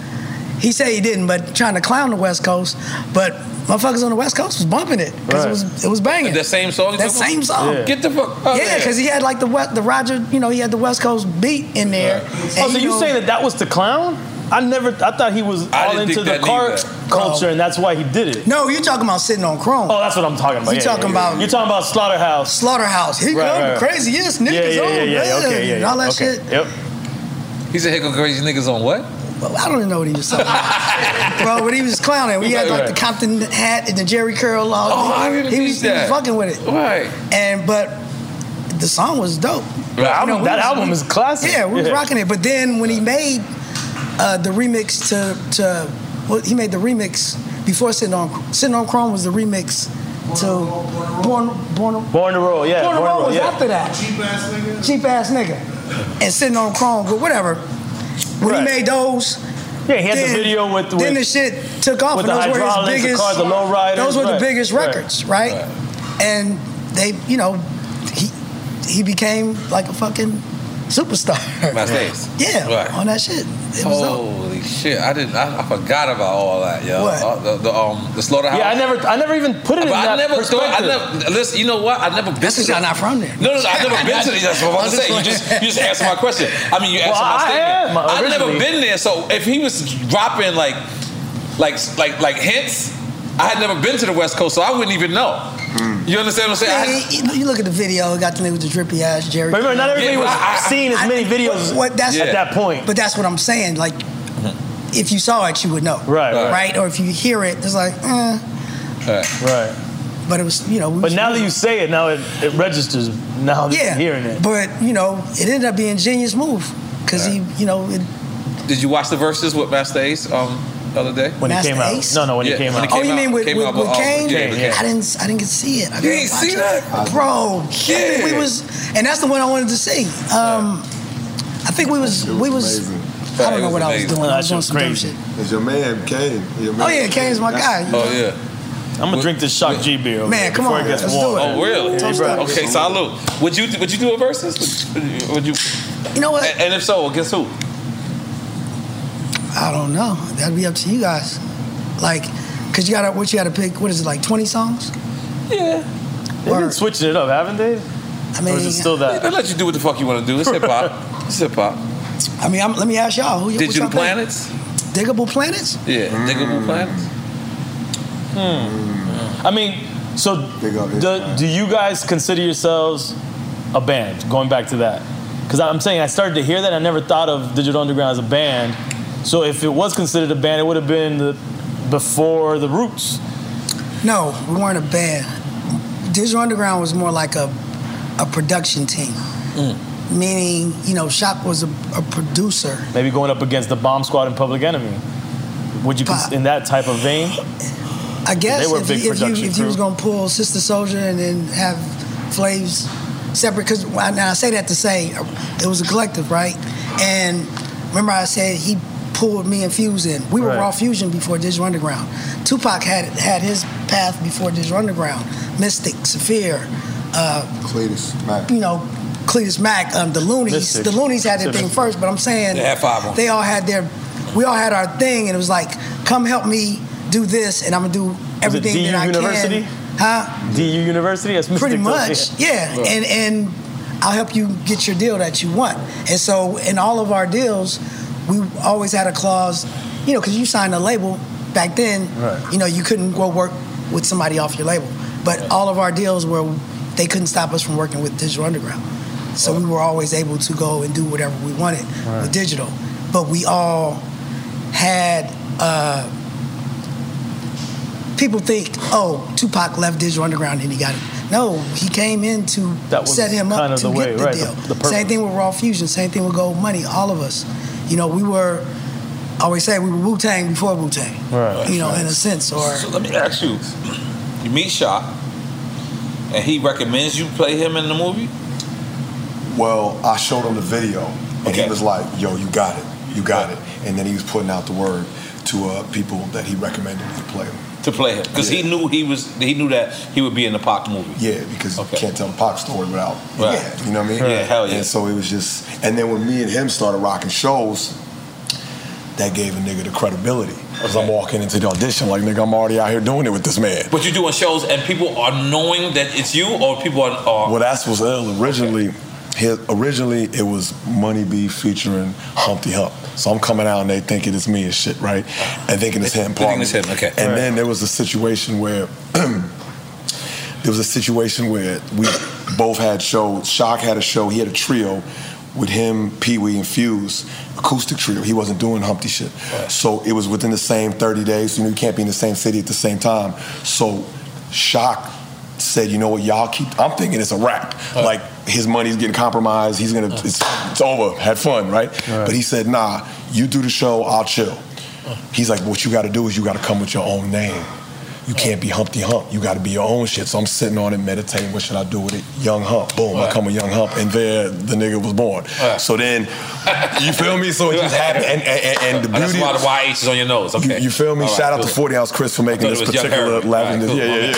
Speaker 5: He said he didn't, but trying to clown the West Coast, but motherfuckers on the West Coast was bumping it because it
Speaker 3: Right.
Speaker 5: was it was banging.
Speaker 3: That same song?
Speaker 5: That same song.
Speaker 3: Yeah. Get the fuck out of
Speaker 5: yeah,
Speaker 3: here.
Speaker 5: because he had like the West, the Roger, you know, he had the West Coast beat in there.
Speaker 2: oh, so you saying that that was the clown? I never. I thought he was all
Speaker 5: didn't
Speaker 2: into
Speaker 5: think
Speaker 2: the
Speaker 5: that
Speaker 2: car
Speaker 5: neither.
Speaker 2: culture,
Speaker 5: No.
Speaker 2: and that's why he did it.
Speaker 5: Oh. No, you're talking about sitting on Chrome.
Speaker 2: Oh, that's what I'm talking about.
Speaker 5: You
Speaker 2: Yeah, yeah,
Speaker 5: talking
Speaker 2: yeah.
Speaker 5: about-
Speaker 2: You're talking about slaughterhouse.
Speaker 5: Slaughterhouse. He come, crazy, yes, niggas
Speaker 2: Yeah, yeah,
Speaker 5: on,
Speaker 2: yeah, yeah,
Speaker 5: man,
Speaker 2: okay, yeah,
Speaker 5: and
Speaker 2: yeah,
Speaker 5: all that
Speaker 2: okay.
Speaker 5: shit.
Speaker 2: Yep.
Speaker 3: He said, "Here go crazy niggas on what?"
Speaker 5: Well, I don't even know what he was talking about. Bro, but he was clowning. We had like the Compton hat and the Jerry Curl. All
Speaker 3: Oh, I didn't
Speaker 5: he,
Speaker 3: think
Speaker 5: was, he was
Speaker 3: that.
Speaker 5: fucking with it.
Speaker 3: Right.
Speaker 5: And but the song was dope.
Speaker 3: The album-
Speaker 5: we
Speaker 3: that album is classic.
Speaker 5: Yeah, we was
Speaker 3: Yeah.
Speaker 5: rocking it. But then when he made uh, the remix to to well, he made the remix before sitting on sitting on Chrome was the remix to Born Born
Speaker 2: Born to Roll. Yeah.
Speaker 5: Born to Roll was
Speaker 2: yeah.
Speaker 5: after that. Cheap ass nigga. Cheap ass nigga. And sitting on Chrome, but whatever. When
Speaker 2: Right.
Speaker 5: he made those.
Speaker 2: Yeah, he had the video with-
Speaker 5: Then the
Speaker 2: with-
Speaker 5: shit took off,
Speaker 2: with
Speaker 5: and
Speaker 2: the
Speaker 5: those were his
Speaker 2: hydraulics, the
Speaker 5: biggest.
Speaker 2: car, the lowriders,
Speaker 5: those were the
Speaker 2: right,
Speaker 5: biggest
Speaker 2: right.
Speaker 5: records, right? And they, you know, he he became like a fucking superstar.
Speaker 3: Master Ace.
Speaker 5: Yeah,
Speaker 3: Right. Oh,
Speaker 5: on that shit. It was dope.
Speaker 3: Holy shit! I didn't. I, I forgot about all that, yo.
Speaker 5: What?
Speaker 3: Uh, the, the um the slaughterhouse.
Speaker 2: Yeah, I never, I never even put it in
Speaker 3: But
Speaker 2: that
Speaker 3: I never thought. I
Speaker 2: perspective.
Speaker 3: never listen. You know what? I never. Been
Speaker 2: That's 'cause
Speaker 3: to
Speaker 2: y'all
Speaker 3: the-
Speaker 2: not from there.
Speaker 3: No, no, no I've never been to the. That's what I'm about to say. You just, you just answered my question. I mean, you
Speaker 2: Well,
Speaker 3: answered my
Speaker 2: I am,
Speaker 3: statement. I've never
Speaker 2: originally.
Speaker 3: been there. So if he was dropping like, like, like, like hints, I had never been to the West Coast, so I wouldn't even know. You understand what I'm saying? I
Speaker 5: Mm. Yeah,
Speaker 3: had-
Speaker 5: you- you, you look at the video, it got the nigga with the drippy ass Jerry.
Speaker 3: But remember, not everybody Yeah, was but I- I- seeing as many videos at that
Speaker 2: point.
Speaker 5: But that's what I'm saying. Like,
Speaker 3: Mm-hmm.
Speaker 5: if you saw it, you would know.
Speaker 2: Right, right.
Speaker 5: Right? Or if you hear it, it's like, eh.
Speaker 3: Right.
Speaker 5: But it was, you know.
Speaker 2: But now that you say it, now it, it registers. Now that
Speaker 5: yeah.
Speaker 2: you're hearing it.
Speaker 5: But, you know, it ended up being genius move. Because he, you know, it,
Speaker 3: Did you watch the verses with Master Ace um, the other day?
Speaker 5: When it Master came out. Ace?
Speaker 2: No, no, when it came out.
Speaker 5: oh, you mean with,
Speaker 3: came
Speaker 5: with,
Speaker 3: out,
Speaker 5: with
Speaker 3: uh,
Speaker 5: Kane?
Speaker 3: yeah, with Kane.
Speaker 5: I didn't, I didn't get to see it. I
Speaker 3: You
Speaker 5: gotta
Speaker 3: ain't
Speaker 5: watch
Speaker 3: see
Speaker 5: it.
Speaker 3: that?
Speaker 5: bro? I think we
Speaker 3: Yeah.
Speaker 5: was, and that's the one I wanted to see. Um, I think we was, we was. I don't know what I was doing. I was doing some dumb shit.
Speaker 7: It's your man, Kane. Your man.
Speaker 5: Oh, yeah, Kane's my guy. you
Speaker 3: Oh,
Speaker 5: know?
Speaker 2: yeah. I'm gonna drink this shock G beer. over
Speaker 5: Man,
Speaker 2: here
Speaker 5: come
Speaker 2: before
Speaker 5: on,
Speaker 2: it gets
Speaker 5: let's
Speaker 2: warm.
Speaker 5: do it.
Speaker 3: Oh, really?
Speaker 5: Toast Hey, up.
Speaker 3: Okay, salute. Would you would you do a versus? Would you? Would you,
Speaker 5: you know what?
Speaker 3: And if so, guess who?
Speaker 5: I don't know. That'd be up to you guys. Like, cause you gotta what you gotta pick. What is it like? Twenty songs?
Speaker 3: Yeah.
Speaker 2: They've been switching it up, haven't they?
Speaker 5: I mean,
Speaker 3: or is it still that? They let you do what the fuck you want to do. It's hip hop. It's hip hop.
Speaker 5: I mean, I'm, let me ask y'all. Who,
Speaker 3: Digital
Speaker 5: what y'all think?
Speaker 3: planets.
Speaker 5: Diggable planets?
Speaker 3: Yeah.
Speaker 2: Mm.
Speaker 3: Diggable planets.
Speaker 2: Hmm. I mean, so do, do you guys consider yourselves a band? Going back to that, because I'm saying I started to hear that. I never thought of Digital Underground as a band. So if it was considered a band, it would have been the, before the Roots.
Speaker 5: No, we weren't a band. Digital Underground was more like a a production team,
Speaker 2: Mm.
Speaker 5: meaning you know Shock was a, a producer.
Speaker 2: Maybe going up against the bomb squad and Public Enemy. Would you cons- in that type of vein?
Speaker 5: I guess
Speaker 2: They were a
Speaker 5: if,
Speaker 2: big
Speaker 5: you, if, you,
Speaker 2: production
Speaker 5: if you was
Speaker 2: crew.
Speaker 5: gonna pull Sister Soldier and then have Flaves separate, because now I say that to say uh, it was a collective, right? And remember I said he pulled me and Fuse in. We were
Speaker 6: Right.
Speaker 5: Raw Fusion before Digital Underground. Tupac had had his path before Digital Underground. Mystic, Saphir, uh,
Speaker 7: Cletus, Mac.
Speaker 5: you know, Cletus Mack, um, the Loonies.
Speaker 7: Mystic.
Speaker 5: The Loonies had their thing first, but I'm saying
Speaker 7: They had five of 'em.
Speaker 5: they all had their, we all had our thing, and it was like, come help me do this, and I'm gonna do everything
Speaker 2: DU
Speaker 5: that I
Speaker 2: University?
Speaker 5: can. Huh?
Speaker 2: DU University? That's
Speaker 5: Pretty
Speaker 2: Mystic
Speaker 5: much,
Speaker 2: Dose,
Speaker 5: yeah. And and I'll help you get your deal that you want. And so in all of our deals, we always had a clause, you know, because you signed a label back then,
Speaker 6: Right.
Speaker 5: you know, you couldn't go work with somebody off your label. But all of our deals were they couldn't stop us from working with Digital Underground. So we were always able to go and do whatever we wanted
Speaker 6: Right.
Speaker 5: with digital. But we all had uh, people think, oh, Tupac left Digital Underground and he got it. No, he came in to
Speaker 2: That was
Speaker 5: set him up
Speaker 2: kind of
Speaker 5: to
Speaker 2: the
Speaker 5: get
Speaker 2: way,
Speaker 5: the
Speaker 2: right, the-
Speaker 5: deal.
Speaker 2: the purpose.
Speaker 5: same thing with Raw Fusion. Same thing with Gold Money. All of us, you know, we were. I always say we were Wu Tang before Wu Tang.
Speaker 2: Right.
Speaker 5: You know, in a sense, or
Speaker 3: So let me ask you: You meet Shaq, and he recommends you play him in the movie.
Speaker 7: Well, I showed him the video, and he was like, "Yo, you got it, you got it." And then he was putting out the word to uh, people that he recommended me to play him.
Speaker 3: to play him because he knew he was he knew that he would be in the Pac movie.
Speaker 7: Yeah, because you can't tell the Pac story without.
Speaker 3: Right.
Speaker 7: Yeah, you know what I mean?
Speaker 3: Yeah, hell yeah.
Speaker 7: And so it was just, and then when me and him started rocking shows, that gave a nigga the credibility. Because I'm walking into the audition like, nigga, I'm already out here doing it with this man.
Speaker 3: But you're doing shows and people are knowing that it's you, or people are. are
Speaker 7: Well, that's what's ill. Originally, his, originally it was Money B featuring Humpty Hump. So I'm coming out and they thinking it's me and shit, right? And thinking it's him.
Speaker 3: They think it's him, okay.
Speaker 7: And
Speaker 3: Right.
Speaker 7: then there was a situation where there was a situation where we both had shows. Shock had a show. He had a trio with him, Pee Wee, and Fuse, acoustic trio. He wasn't doing Humpty shit. So it was within the same 30 days. You know, you can't be in the same city at the same time. So Shock said, you know what, y'all keep. I'm thinking it's a wrap. Like his money's getting compromised. He's gonna. It's, it's over. Had fun, right? But he said, nah. You do the show. I'll chill. He's like, what you got to do is you got to come with your own name. You can't be Humpty Hump. You got to be your own shit. So I'm sitting on it, meditating. What should I do with it? Young Hump. Boom.
Speaker 4: Right.
Speaker 7: I come with Young Hump, and there the nigga was born. So then, you feel me? So it just happened. And, and, and, and the
Speaker 3: Oh, that's
Speaker 7: beauty.
Speaker 3: why the YH is on your nose. Okay,
Speaker 7: You feel me?
Speaker 3: All right,
Speaker 7: Shout out
Speaker 3: cool.
Speaker 7: to 40 Ounce Chris for making
Speaker 3: I thought
Speaker 7: this
Speaker 3: it was Young
Speaker 7: particular
Speaker 3: Herbert.
Speaker 7: lavender.
Speaker 3: All right, cool,
Speaker 7: yeah,
Speaker 3: my
Speaker 7: yeah,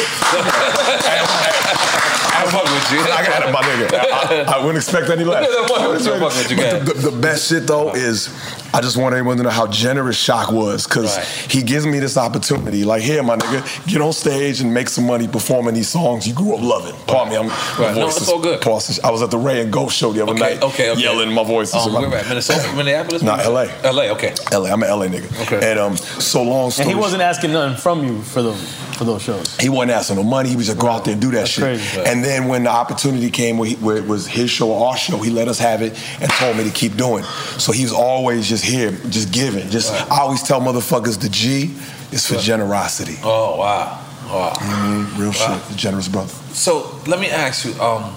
Speaker 3: bad.
Speaker 7: yeah. I
Speaker 3: fuck with you.
Speaker 7: I got it, my nigga. I, I wouldn't expect any less.
Speaker 3: No, no, fuck with you, fuck with you,
Speaker 7: But the, the- the best shit though is, I just want everyone to know how generous Shock was because he gives me this opportunity. Like, here, my nigga, get on stage and make some money performing these songs you grew up loving. Pardon me, I'm my
Speaker 3: Right. No,
Speaker 7: voice
Speaker 3: it's
Speaker 7: is-
Speaker 3: all good.
Speaker 7: pause and sh- I was at the Ray and Ghost show the other night,
Speaker 3: okay, okay.
Speaker 7: yelling my voice. is
Speaker 3: Um,
Speaker 7: around-
Speaker 3: where at? Minnesota, Minneapolis,
Speaker 7: Nah, LA.
Speaker 3: LA. Okay.
Speaker 7: LA. I'm an LA nigga. Okay. And um, so long story.
Speaker 2: And he wasn't
Speaker 7: short-
Speaker 2: asking nothing from you for those for those shows.
Speaker 7: He wasn't asking no money. He was just go out there and do that shit.
Speaker 2: crazy. Right.
Speaker 7: And then when the opportunity came, where, he, where it was his show, or our show, he let us have it and told me to keep doing. it. So he was always just here, just giving. Just I always tell motherfuckers the G is for generosity.
Speaker 3: Oh wow, wow.
Speaker 7: You know what I mean? Real
Speaker 3: Wow.
Speaker 7: shit, generous brother.
Speaker 3: So let me ask you. Um,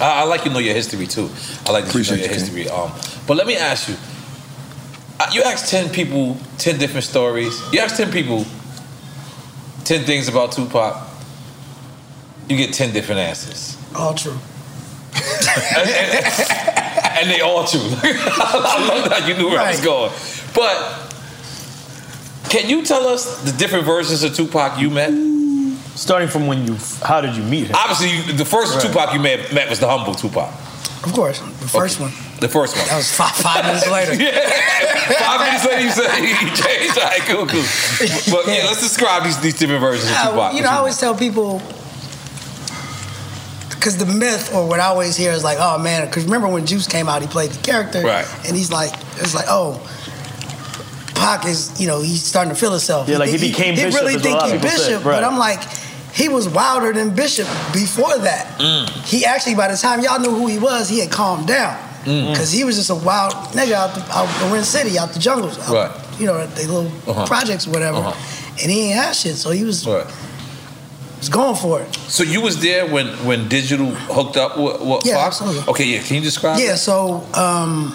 Speaker 3: I, I like you know your history too. I like that you know
Speaker 7: Appreciate
Speaker 3: your
Speaker 7: you,
Speaker 3: history. Um, but let me ask you. Uh, You asked ten people ten different stories. You asked ten people ten things about Tupac. You get ten different answers,
Speaker 5: all true.
Speaker 3: and they all true. I love that you knew where I was going. But can you tell us the different versions of Tupac you met?
Speaker 2: Starting from when you, how did you meet him?
Speaker 3: Obviously, you, the first
Speaker 2: Right.
Speaker 3: Tupac you met, met was the humble Tupac.
Speaker 5: Of course, the first one.
Speaker 3: The first one.
Speaker 5: That was five, five minutes later.
Speaker 3: Five minutes later, you said he changed. All right, cool, cool. But yeah, let's describe these, these different versions of
Speaker 5: I-
Speaker 3: Tupac.
Speaker 5: you know, I always tell people because the myth or what I always hear is like, oh man, because remember when Juice came out, he played the character,
Speaker 3: Right.
Speaker 5: And he's like, it's like, oh. Pac is, you know, he's starting to feel himself.
Speaker 2: Yeah, like, he
Speaker 5: think-
Speaker 2: became
Speaker 5: he
Speaker 2: Bishop,
Speaker 5: really
Speaker 2: is what a
Speaker 5: think
Speaker 2: lot
Speaker 5: he
Speaker 2: of people
Speaker 5: Bishop,
Speaker 2: said,
Speaker 5: but
Speaker 2: right.
Speaker 5: I'm like, he was wilder than Bishop before that. He actually, by the time y'all knew who he was, he had calmed down
Speaker 6: Mm.
Speaker 5: because he was just a wild nigga out the, out the Ren City, out the jungles, out,
Speaker 6: Right.
Speaker 5: you know, the little
Speaker 6: Uh-huh.
Speaker 5: projects, or uh, whatever.
Speaker 6: Uh-huh.
Speaker 5: And he ain't had shit, so he was was going for it.
Speaker 3: So you was there when when digital hooked up with, with
Speaker 5: Yeah,
Speaker 3: Fox?
Speaker 5: absolutely.
Speaker 3: Okay, yeah. Can you describe?
Speaker 5: Yeah,
Speaker 3: it?
Speaker 5: so um,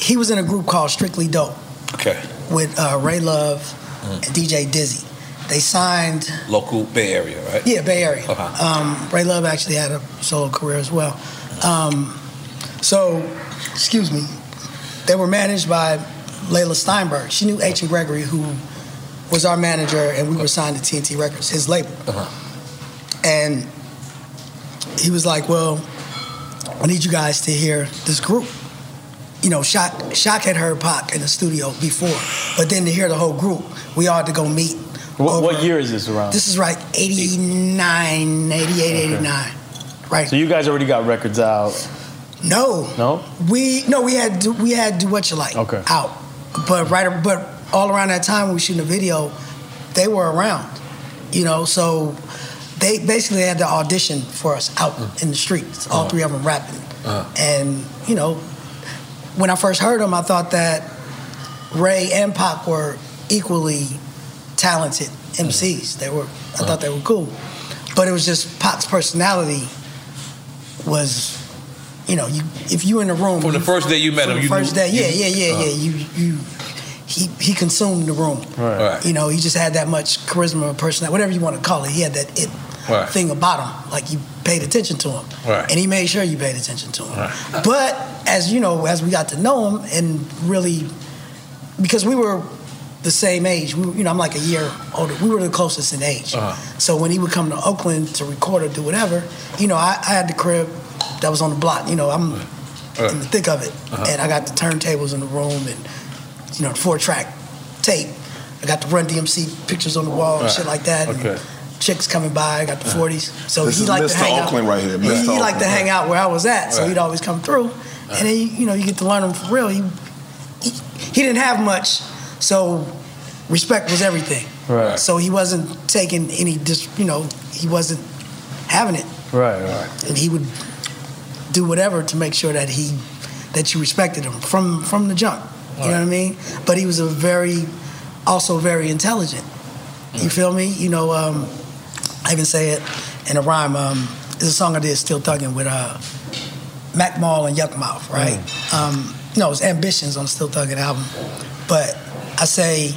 Speaker 5: he was in a group called Strictly Dope
Speaker 3: Okay.
Speaker 5: with uh, Ray Love and DJ Dizzy. They signed
Speaker 3: Local Bay Area, right?
Speaker 5: Yeah, Bay Area.
Speaker 3: Uh-huh.
Speaker 5: Um, Ray Love actually had a solo career as well. Um, so, excuse me, they were managed by Layla Steinberg. She knew H. and Gregory, who was our manager, and we were signed to TNT Records, his label.
Speaker 3: Uh-huh.
Speaker 5: And he was like, "Well, I need you guys to hear this group." You know, Shock, Shock had heard Pac in the studio before, but then to hear the whole group, we all had to go meet
Speaker 2: What, what year is this around?
Speaker 5: this is right, 89, 88, 89. right.
Speaker 2: So you guys already got records out.
Speaker 5: No,
Speaker 2: No.
Speaker 5: we no, we had do, we had do what you like
Speaker 2: Okay.
Speaker 5: out, but right, but all around that time when we shooting the video, they were around, you know. So they basically had to audition for us out in the streets, all three of them rapping, and you know, when I first heard them, I thought that Ray and Pac were equally talented MCs. They were, I thought they were cool, but it was just Pac's personality was, you know, you if you in the room
Speaker 3: From the
Speaker 5: you-
Speaker 3: first day you met
Speaker 5: from
Speaker 3: him,
Speaker 5: the
Speaker 3: you
Speaker 5: first
Speaker 3: knew-
Speaker 5: day, yeah,
Speaker 3: you-
Speaker 5: yeah, yeah,
Speaker 3: uh-huh.
Speaker 5: yeah, you you he he consumed the room.
Speaker 3: Right. Right.
Speaker 5: You know, he just had that much charisma or personality, whatever you want to call it. He had that it
Speaker 3: Right.
Speaker 5: thing about him, like you paid attention to him,
Speaker 3: Right.
Speaker 5: and he made sure you paid attention to him. But as you know, as we got to know him, and really, because we were the same age, we, were- you know, I'm like a year older. We were the closest in age.
Speaker 3: Uh-huh.
Speaker 5: So when he would come to Oakland to record or do whatever, you know, I, I had the crib that was on the block. You know, I'm in
Speaker 2: Uh,
Speaker 5: the thick of it,
Speaker 3: Uh-huh.
Speaker 5: and I got the turntables in the room, and you know, the four track tape. I got the Run DMC pictures on the wall and
Speaker 7: Right.
Speaker 5: Oh, shit like that. and
Speaker 7: Okay.
Speaker 5: Chicks coming by. I got the 40s. So
Speaker 7: This
Speaker 5: he
Speaker 7: is
Speaker 5: liked to
Speaker 7: Mr.
Speaker 5: hang
Speaker 7: Oakland
Speaker 5: out.
Speaker 7: right here, Mr.
Speaker 5: He, he liked
Speaker 7: Oakland.
Speaker 5: to hang out where I was at, so
Speaker 7: Right.
Speaker 5: he'd always come through. And then you know you get to learn him for real. He, he he didn't have much, so respect was everything.
Speaker 2: Right.
Speaker 5: So he wasn't taking any dis. You know he wasn't having it
Speaker 2: Right. Right.
Speaker 5: and he would do whatever to make sure that he that you respected him from from the jump. You know what I mean? But he was a very also very intelligent. You
Speaker 2: Mm.
Speaker 5: feel me? You know, um, I can say it in a rhyme. Um, it's a song I did, Still Thuggin' with uh, Mac Mall and Yuck Mouth, right?
Speaker 2: Mm.
Speaker 5: Um, no, it's Ambitions on the Still Thuggin' album. But I say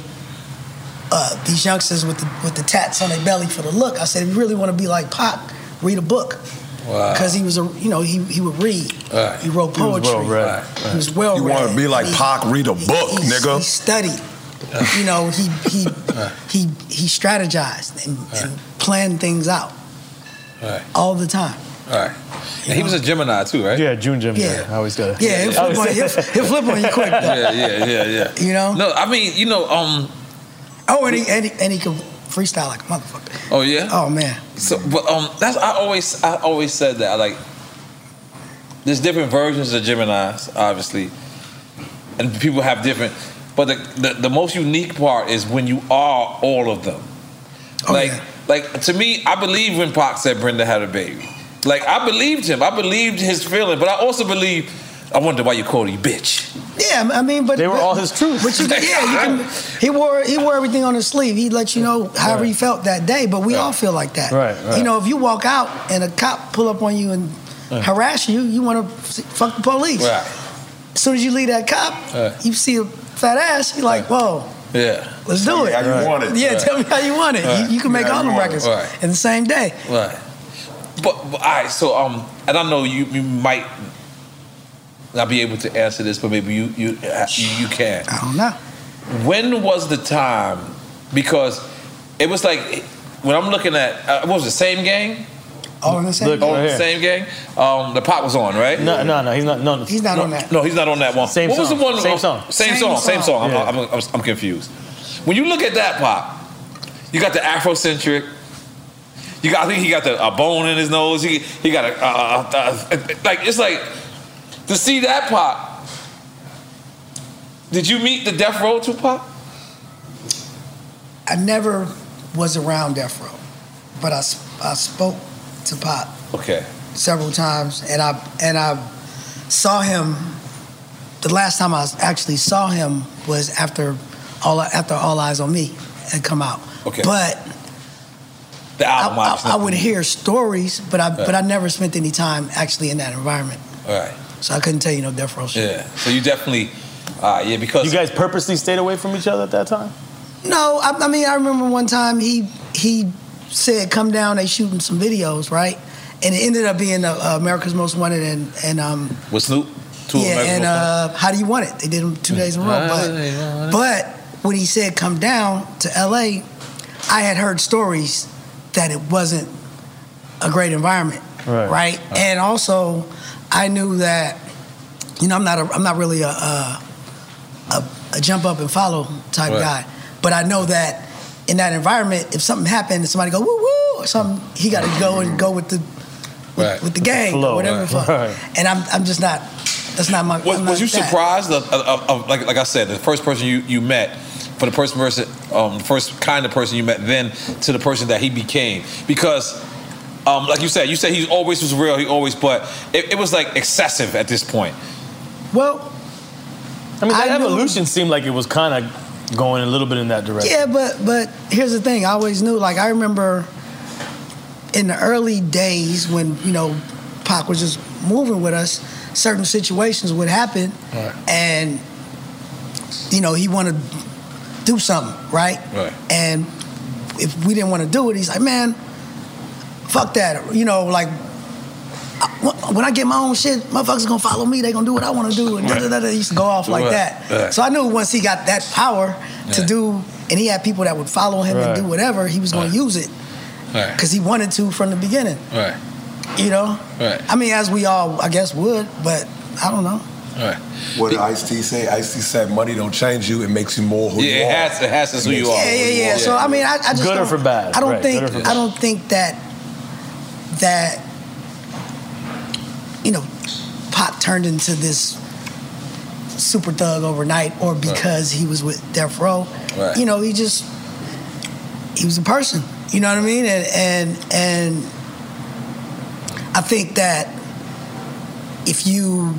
Speaker 5: uh, these youngsters with the, with the tats on their belly for the look. I said, if you really want to be like Pac, read a book
Speaker 3: Wow.
Speaker 5: because he was a you know he he would read.
Speaker 7: Right.
Speaker 5: He wrote poetry. He was well
Speaker 7: You
Speaker 5: read.
Speaker 7: want to be like
Speaker 5: He-
Speaker 7: Pac, read a book,
Speaker 5: he,
Speaker 7: nigga.
Speaker 5: He studied. You know he he he he strategized and, and planned things out
Speaker 3: All right.
Speaker 5: all the time.
Speaker 3: All right. And he was a Gemini too, right? Yeah,
Speaker 2: June Gemini.
Speaker 3: Yeah.
Speaker 2: I always got
Speaker 5: Yeah, he'll flip, on, he'll, he'll flip on you quick. Though.
Speaker 3: yeah, yeah, yeah, yeah.
Speaker 5: You know.
Speaker 3: No, I mean, you know, um,
Speaker 5: Oh, and he and he, and he could freestyle like a motherfucker.
Speaker 3: oh yeah.
Speaker 5: Oh man.
Speaker 3: So, but um, that's I always I always said that like, there's different versions of Gemini's, obviously, and people have different. But the the, the most unique part is when you are all of them.
Speaker 5: Oh,
Speaker 3: like like to me, I believe when Pac said Brenda had a baby. Like I believed him. I believed his feeling, but I also believe. I wonder why you called you bitch.
Speaker 5: Yeah, I mean, but
Speaker 3: They were
Speaker 5: but-
Speaker 3: all his truth.
Speaker 5: But you can, yeah, you can, he wore he wore everything on his sleeve. He let you know however he felt that day. But we all feel like that,
Speaker 2: Right, right.
Speaker 5: You know, if you walk out and a cop pull up on you and
Speaker 3: Uh.
Speaker 2: Yeah.
Speaker 5: harass you, you want to fuck the police. As soon as you leave that cop,
Speaker 3: Right.
Speaker 5: you see a fat ass. You're
Speaker 3: Uh.
Speaker 5: like, whoa,
Speaker 3: Yeah.
Speaker 5: let's do it. Yeah, tell me how you want it. You, you can make all them records
Speaker 3: Right.
Speaker 5: in the same day.
Speaker 3: Right. But, but all right, so um, and I know you you might not be able to answer this, but maybe you you you, you can. I
Speaker 5: don't know.
Speaker 3: When was the time? Because it was like when I'm looking at uh, what was the same gang?
Speaker 5: All in the same.
Speaker 3: oh, the same gang. Um, the pop was on, right?
Speaker 2: No, no, no. He's not. No,
Speaker 5: he's not
Speaker 3: no,
Speaker 5: on that.
Speaker 3: No, he's not on that one.
Speaker 2: Same
Speaker 3: what was the
Speaker 2: song.
Speaker 3: one?
Speaker 2: Same
Speaker 3: oh,
Speaker 2: song.
Speaker 3: Same,
Speaker 2: Same
Speaker 3: song. Same
Speaker 2: song.
Speaker 3: song.
Speaker 2: Yeah.
Speaker 3: I'm, I'm, I'm, I'm confused. When you look at that pop, you got the Afrocentric. You got. I think he got the, a bone in his nose. He he got a, a, a, a- like. It's like to see that pop. Did you meet the Death Row Tupac?
Speaker 5: I never was around Death Row, but I sp- I spoke to Pop
Speaker 3: Okay.
Speaker 5: several times, and I and I saw him. The last time I actually saw him was after all after All Eyes on Me had come out.
Speaker 3: Okay.
Speaker 5: But
Speaker 3: The album,
Speaker 5: I,
Speaker 3: obviously.
Speaker 5: I would hear stories, but I
Speaker 3: Right.
Speaker 5: but I never spent any time actually in that environment,
Speaker 3: All right.
Speaker 5: so I couldn't tell you no Death Row shit.
Speaker 3: Yeah. So you definitely, uh, yeah, because
Speaker 2: you guys purposely stayed away from each other at that time.
Speaker 5: No, I, I mean I remember one time he he said come down, they shooting some videos, right? And it ended up being uh, uh, America's Most Wanted and and um
Speaker 3: with Snoop, two
Speaker 5: yeah
Speaker 3: American
Speaker 5: and uh, How Do You Want It? They did them two days in a row, but But when he said come down to LA, I had heard stories that it wasn't a great environment,
Speaker 6: Right.
Speaker 5: right? And also, I knew that you know I'm not a, I'm not really a a, a, a jump up and follow type
Speaker 6: Right.
Speaker 5: guy, but I know that in that environment, if something happened and somebody go woo woo or something, he got to go and go with the
Speaker 3: Right.
Speaker 5: with the gang or whatever. the fuck. And I'm I'm just not. That's not my.
Speaker 3: Was,
Speaker 5: I'm
Speaker 3: was
Speaker 5: not
Speaker 3: you
Speaker 5: that.
Speaker 3: surprised of, of, of, of- like like I said, the first person you, you met, for the person versus um, the first kind of person you met, then to the person that he became, because. Um, like you said, you said he always was real. He always, but it, it was like excessive at this point.
Speaker 5: Well,
Speaker 2: I mean, that evolution seemed like it was kind of going a little bit in that direction.
Speaker 5: Yeah, but but here's the thing. I always knew. Like I remember in the early days when you know Pac was just moving with us, certain situations would happen, and you know he wanted to do something, right?
Speaker 3: Right.
Speaker 5: And if we didn't want to do it, he's like, man, fuck that. You know, like. I- When I get my own shit, motherfuckers gonna follow me. They gonna do what I want to do, and
Speaker 3: Right.
Speaker 5: da, da, da, da. He used to go off like
Speaker 3: Right.
Speaker 5: that.
Speaker 3: Right.
Speaker 5: So I knew once he got that power to
Speaker 3: Yeah.
Speaker 5: do, and he had people that would follow him
Speaker 3: Right.
Speaker 5: and do whatever, he was gonna use it
Speaker 3: Right,
Speaker 5: because he wanted to from the beginning.
Speaker 3: right,
Speaker 5: You know,
Speaker 3: right,
Speaker 5: I mean, as we all, I guess, would, but I don't know.
Speaker 3: right.
Speaker 7: What did Ice T say? Ice T said, "Money don't change you; it makes you more who
Speaker 3: Yeah,
Speaker 7: you
Speaker 3: it
Speaker 7: are."
Speaker 3: has- it has to who you
Speaker 5: Yeah, yeah, yeah. So I mean, I, I just
Speaker 7: Good or
Speaker 5: don't,
Speaker 7: for bad,
Speaker 5: I don't
Speaker 7: right,
Speaker 5: think
Speaker 7: good or for
Speaker 5: I don't think that that you know, Pop turned into this super thug overnight, or because he was with Death Row.
Speaker 6: Right.
Speaker 5: You know, he just he was a person. You know what I mean? And and and I think that if you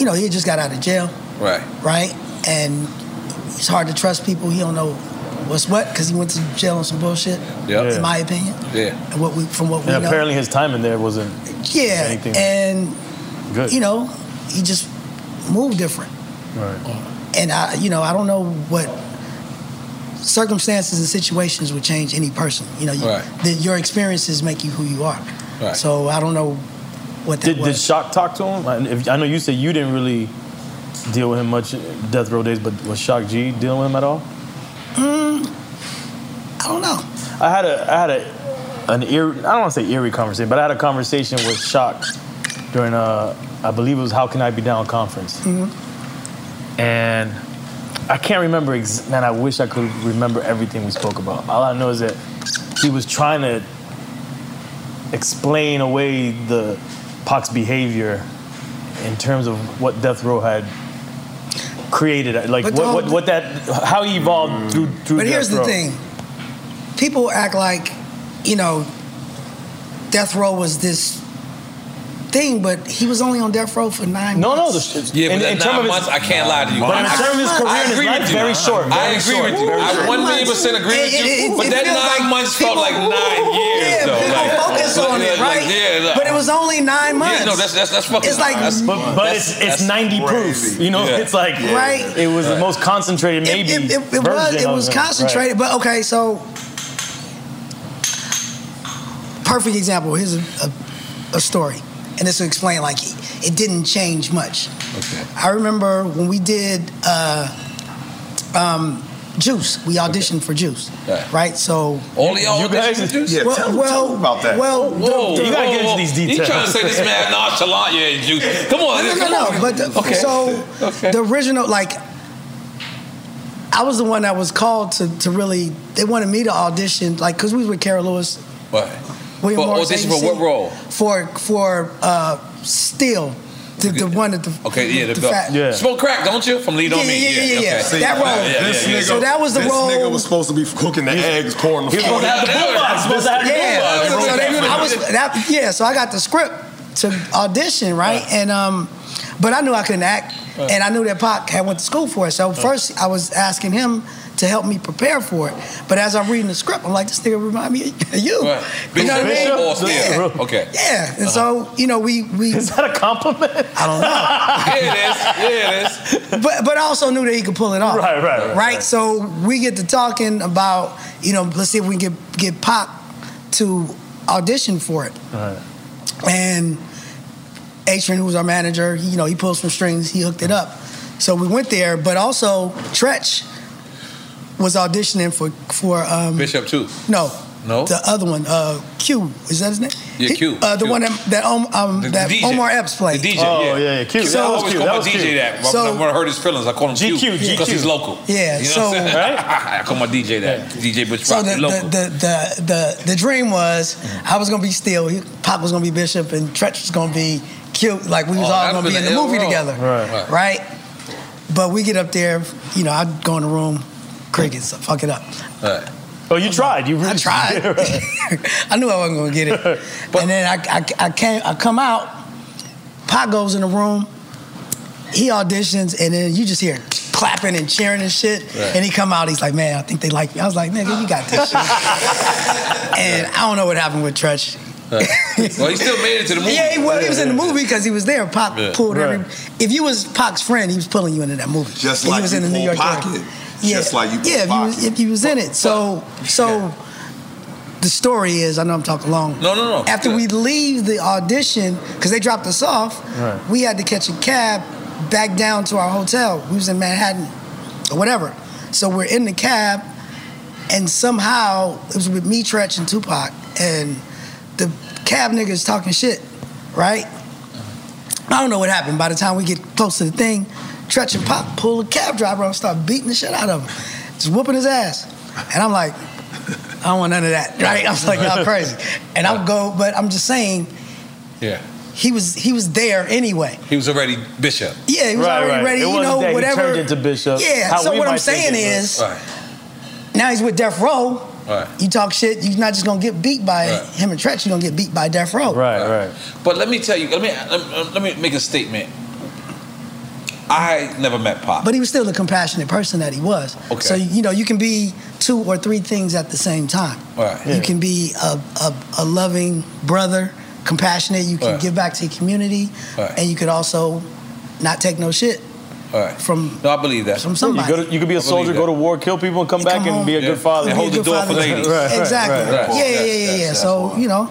Speaker 5: you know, he just got out of jail
Speaker 3: right.
Speaker 5: right? And it's hard to trust people. He don't know what's what because he went to jail on some bullshit.
Speaker 2: Yeah.
Speaker 5: In my opinion,
Speaker 3: Yeah.
Speaker 5: and what we from what we
Speaker 2: And
Speaker 5: know.
Speaker 2: apparently his time in there wasn't
Speaker 5: yeah,
Speaker 2: anything
Speaker 5: and
Speaker 2: good.
Speaker 5: you know, he just moved different.
Speaker 2: Right.
Speaker 5: And I, you know, I don't know what circumstances and situations would change any person. You know, you,
Speaker 2: Right.
Speaker 5: that your experiences make you who you are. So I don't know what that
Speaker 2: Did,
Speaker 5: was.
Speaker 2: did Shock talk to him? I, if, I know you said you didn't really deal with him much Death Row days, but was Shock G dealing with him at all?
Speaker 5: Mm, I don't know.
Speaker 2: I had a I had a an eerie I don't want to say eerie conversation, but I had a conversation with Shock during a I believe it was How Can I Be Down conference,
Speaker 5: Mm-hmm.
Speaker 2: and I can't remember. Ex- man, I wish I could remember everything we spoke about. All I know is that he was trying to explain away the Pac's behavior in terms of what Death Row had created, like
Speaker 5: But
Speaker 2: what,
Speaker 5: the whole-
Speaker 2: what, what that how he evolved through through.
Speaker 5: But
Speaker 2: Death
Speaker 5: here's the
Speaker 2: Row.
Speaker 5: thing: people act like, you know, death row was this thing, but he was only on death row for nine.
Speaker 2: No, no.
Speaker 3: Yeah, but
Speaker 2: in-
Speaker 3: that
Speaker 2: in term of
Speaker 3: nine
Speaker 2: his-
Speaker 3: months, I can't lie to you.
Speaker 2: But in term of his
Speaker 3: I-
Speaker 2: career
Speaker 3: I
Speaker 2: and his
Speaker 3: agree
Speaker 2: life,
Speaker 3: with you.
Speaker 2: very short,
Speaker 3: I
Speaker 2: very
Speaker 3: agree
Speaker 2: short,
Speaker 3: with you.
Speaker 2: very
Speaker 3: I
Speaker 2: short.
Speaker 3: one million percent agree with
Speaker 5: It-
Speaker 3: you.
Speaker 5: it- it-
Speaker 3: but
Speaker 5: it
Speaker 3: that
Speaker 5: feels
Speaker 3: nine
Speaker 5: like
Speaker 3: months felt like nine years,
Speaker 5: Yeah,
Speaker 3: though.
Speaker 5: people
Speaker 3: Like,
Speaker 5: focus
Speaker 3: like,
Speaker 5: on it,
Speaker 3: like,
Speaker 5: right?
Speaker 3: yeah, like-
Speaker 5: but it was only nine months.
Speaker 3: Yeah, no, that's that's that's fucking.
Speaker 5: It's like-
Speaker 3: that's-
Speaker 2: But, but
Speaker 3: that's-
Speaker 2: it's, it's 90 proof. You know,
Speaker 3: Yeah.
Speaker 2: it's like
Speaker 5: Right.
Speaker 2: it was the most concentrated maybe.
Speaker 5: It, it- it was. It was concentrated. But okay, so perfect example. Here's a, a, a story, and this will explain like it, it didn't change much.
Speaker 3: Okay.
Speaker 5: I remember when we did uh, um, Juice. We auditioned for Juice,
Speaker 3: Right.
Speaker 5: So
Speaker 3: Only y'all You guys- auditioned for Juice? Yeah,
Speaker 5: well,
Speaker 3: tell-
Speaker 5: well,
Speaker 3: tell about that.
Speaker 5: Well, the-
Speaker 3: Whoa,
Speaker 5: the-
Speaker 3: whoa, whoa. You trying to say this man nonchalant? Yeah, you. Come on.
Speaker 5: No, no,
Speaker 3: come
Speaker 5: no,
Speaker 3: on.
Speaker 5: no. But the,
Speaker 3: okay.
Speaker 5: so the original, like, I was the one that was called to to really. They wanted me to audition, like, cause we was with Carol Lewis,
Speaker 3: What?
Speaker 5: William
Speaker 3: For
Speaker 5: Morris
Speaker 3: audition for what
Speaker 5: Agency.
Speaker 3: role?
Speaker 5: for for uh, Steel, the, the one that the
Speaker 3: Okay, yeah, the,
Speaker 5: The
Speaker 3: belt.
Speaker 5: fat- Yeah.
Speaker 3: Smoke crack, don't you? From Lead
Speaker 5: Yeah,
Speaker 3: on Me.
Speaker 5: yeah, yeah, yeah, yeah.
Speaker 3: okay.
Speaker 5: That role.
Speaker 7: Oh, This nigga,
Speaker 5: So that was the
Speaker 7: this
Speaker 5: role-
Speaker 7: nigga was supposed to be cooking the eggs, pouring the.
Speaker 3: He was supposed to have the
Speaker 7: fucking-
Speaker 3: boombox,
Speaker 7: This-
Speaker 3: supposed to have the
Speaker 5: yeah,
Speaker 3: boombox.
Speaker 5: so- so
Speaker 3: Bro,
Speaker 5: they- I was that, yeah. So I got the script to audition, right? And um, but I knew I couldn't act,
Speaker 6: Right.
Speaker 5: and I knew that Pac had went to school for it. So first, I was asking him to help me prepare for it. But as I'm reading the script, I'm like, this nigga remind me of you.
Speaker 3: Right.
Speaker 5: You know what I mean?
Speaker 3: Baseball scale.
Speaker 5: Yeah.
Speaker 3: Okay.
Speaker 5: Yeah. And so, you know, we, we Is
Speaker 2: that a compliment?
Speaker 5: I don't
Speaker 3: Yeah,
Speaker 5: know.
Speaker 3: it is. Yeah, it is.
Speaker 5: but but I also knew that he could pull it off.
Speaker 2: Right, right, right,
Speaker 5: right.
Speaker 2: right.
Speaker 5: So we get to talking about, you know, let's see if we can get get Pop to audition for it.
Speaker 2: Right.
Speaker 5: And Adrian, who was our manager, he, you know, he pulled some strings, he hooked it up. So we went there, but also Tretch was auditioning for for um,
Speaker 3: Bishop too.
Speaker 5: no.
Speaker 3: No?
Speaker 5: The other one, uh, Q, is that his name?
Speaker 3: Yeah, Q,
Speaker 5: Uh, the
Speaker 3: Q.
Speaker 5: one that that, um, um,
Speaker 3: The- the
Speaker 5: that
Speaker 3: DJ.
Speaker 5: Omar Epps played.
Speaker 3: The DJ, Oh, yeah.
Speaker 5: So-
Speaker 3: I always call my DJ that.
Speaker 5: So-
Speaker 3: I'm gonna hurt his feelings. I call him
Speaker 5: GQ,
Speaker 3: Q because
Speaker 5: GQ.
Speaker 3: he's local.
Speaker 5: Yeah,
Speaker 3: you know
Speaker 5: so-
Speaker 3: what I'm saying? I call my DJ that. DJ Butch
Speaker 5: So
Speaker 3: Rock,
Speaker 5: the,
Speaker 3: local. Mm-hmm.
Speaker 5: the, the, the, the, the dream was I was gonna be Steel, he- Pop was gonna be Bishop, and Tretch was gonna be cute. Like we was
Speaker 3: Oh,
Speaker 5: all
Speaker 3: that'd
Speaker 5: gonna be
Speaker 3: been
Speaker 5: in
Speaker 3: the
Speaker 5: the
Speaker 3: hell
Speaker 5: movie
Speaker 3: world.
Speaker 5: together,
Speaker 3: Right.
Speaker 5: right? But we get up there, you know, I go in the room, crickets, I fuck it up.
Speaker 2: Oh, you tried. You really I
Speaker 5: tried. I knew I wasn't gonna get it. and then I, I, I came, I come out. Pop goes in the room. He auditions, and then you just hear clapping and cheering and shit.
Speaker 6: Right.
Speaker 5: And he come out. He's like, "Man, I think they like me." I was like, "Nigga, you got this." shit." and I don't know what happened with Tretch.
Speaker 3: well, he still made it to the movie.
Speaker 5: Yeah, he was, he was in the movie because he was there. Pop
Speaker 3: Yeah.
Speaker 5: pulled
Speaker 3: Right.
Speaker 5: every. If you was Pac's friend, he was pulling you into that movie.
Speaker 7: Just
Speaker 5: If
Speaker 7: like
Speaker 5: he was
Speaker 7: you
Speaker 5: in the New
Speaker 7: pull
Speaker 5: York
Speaker 7: Pac
Speaker 5: area.
Speaker 7: in. Just like you pull
Speaker 5: Yeah, if you was,
Speaker 7: Pac
Speaker 5: if you was in it. So so the story is. I know I'm talking long.
Speaker 3: No, no, no.
Speaker 5: After we leave the audition, because they dropped us off,
Speaker 3: Right.
Speaker 5: we had to catch a cab back down to our hotel. We was in Manhattan or whatever. So we're in the cab, and somehow it was with me, Tretch, and Tupac, and the cab niggas talking shit, right? I don't know what happened. By the time we get close to the thing, Tretch and Pop pull the cab driver and start beating the shit out of him, just whooping his ass. And I'm like, I don't want none of that, right? I was like, y'all crazy. And I'll go, but I'm just saying,
Speaker 3: yeah,
Speaker 5: he was he was there anyway.
Speaker 3: he was already Bishop.
Speaker 5: Yeah, he was already ready.
Speaker 2: It
Speaker 5: you
Speaker 2: wasn't
Speaker 5: know,
Speaker 2: that he
Speaker 5: whatever.
Speaker 2: turned into Bishop.
Speaker 5: Yeah.
Speaker 2: How
Speaker 5: so
Speaker 2: we
Speaker 5: what I'm
Speaker 2: might think
Speaker 5: saying
Speaker 2: it was.
Speaker 5: is, now he's with Death Row.
Speaker 3: Right.
Speaker 5: You talk shit, you're not just gonna get beat by
Speaker 3: Right.
Speaker 5: him and Tretch. You're gonna get beat by Death Row.
Speaker 2: Right, right.
Speaker 3: But let me tell you. Let me let me, let me make a statement. I never met Pop.
Speaker 5: But he was still the compassionate person that he was.
Speaker 3: Okay.
Speaker 5: So you know, you can be two or three things at the same time.
Speaker 3: All right.
Speaker 5: You can be a, a, a loving brother, compassionate. You can
Speaker 3: Right.
Speaker 5: give back to your community,
Speaker 3: Right.
Speaker 5: and you could also not take no shit.
Speaker 3: All right.
Speaker 5: From
Speaker 3: no, I believe that.
Speaker 5: from somebody.
Speaker 2: You, go to, you could be
Speaker 3: I
Speaker 2: a
Speaker 3: believe
Speaker 2: soldier,
Speaker 3: that.
Speaker 2: go to war, kill people, and come back
Speaker 5: Come
Speaker 2: and be a
Speaker 5: home.
Speaker 2: good father.
Speaker 3: And hold the door for ladies.
Speaker 2: Right, right,
Speaker 5: exactly.
Speaker 2: right, right.
Speaker 5: Yeah, yeah, yeah, yeah, yeah. So you know,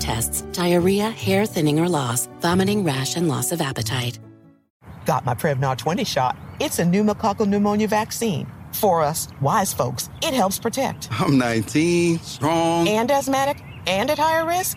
Speaker 8: tests, diarrhea, hair thinning or loss, vomiting, rash, and loss of appetite.
Speaker 9: Got my Prevnar 20 shot. It's a pneumococcal pneumonia vaccine. For us, wise folks, it helps protect.
Speaker 10: I'm 19, strong.
Speaker 9: And asthmatic and at higher risk?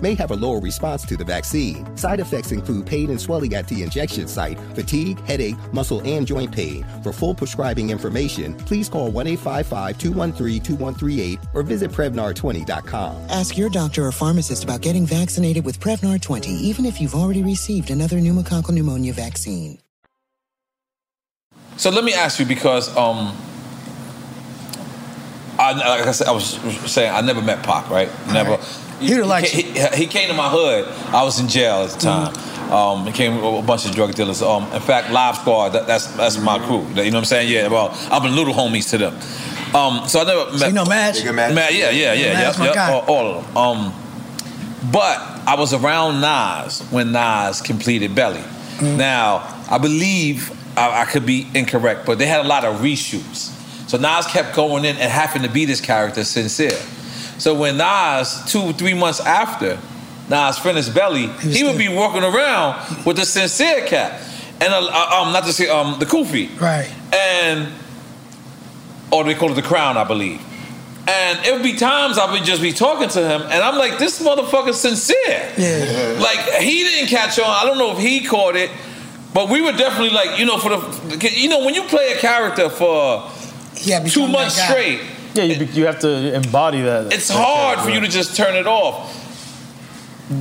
Speaker 11: may have a lower response to the vaccine. Side effects include pain and swelling at the injection site, fatigue, headache, muscle, and joint pain. For full prescribing information, please call 1 855 213 2138 or visit Prevnar20.com.
Speaker 12: Ask your doctor or pharmacist about getting vaccinated with Prevnar 20, even if you've already received another pneumococcal pneumonia vaccine.
Speaker 3: So let me ask you because, um, I, like I said, I was saying I never met Pac, right? Never. He, he, he came to my hood. I was in jail at the time. Um, he came with a bunch of drug dealers. Um, in fact, Live Squad, that, that's that's my crew. You know what I'm saying? Yeah. Well, I've been little homies to them. Um, so I never met.
Speaker 5: you know Madge?
Speaker 3: Ma- yeah, yeah, yeah,
Speaker 5: Madge,
Speaker 3: yeah.
Speaker 5: my
Speaker 3: yeah,
Speaker 5: guy.
Speaker 3: all, all of them. Um, but I was around Nas when Nas completed Belly. Now I believe I, I could be incorrect, but they had a lot of reshoots. So Nas kept going in and having to be this character sincere. So when Nas two three months after Nas finished Belly, he, would be walking around with the sincere cap and uh, uh, um not to say um the Kofi
Speaker 5: Right.
Speaker 3: and or they call it the crown, I believe. And it would be times I would just be talking to him, and I'm like, this motherfucker's sincere.
Speaker 5: Yeah.
Speaker 3: Like he didn't catch on. I don't know if he caught it, but we were definitely like, you know, for the, you know, when you play a character for two months
Speaker 2: guy.
Speaker 3: straight,
Speaker 2: Yeah, you, be- you have to embody that.
Speaker 3: it's hard for you to just turn it off.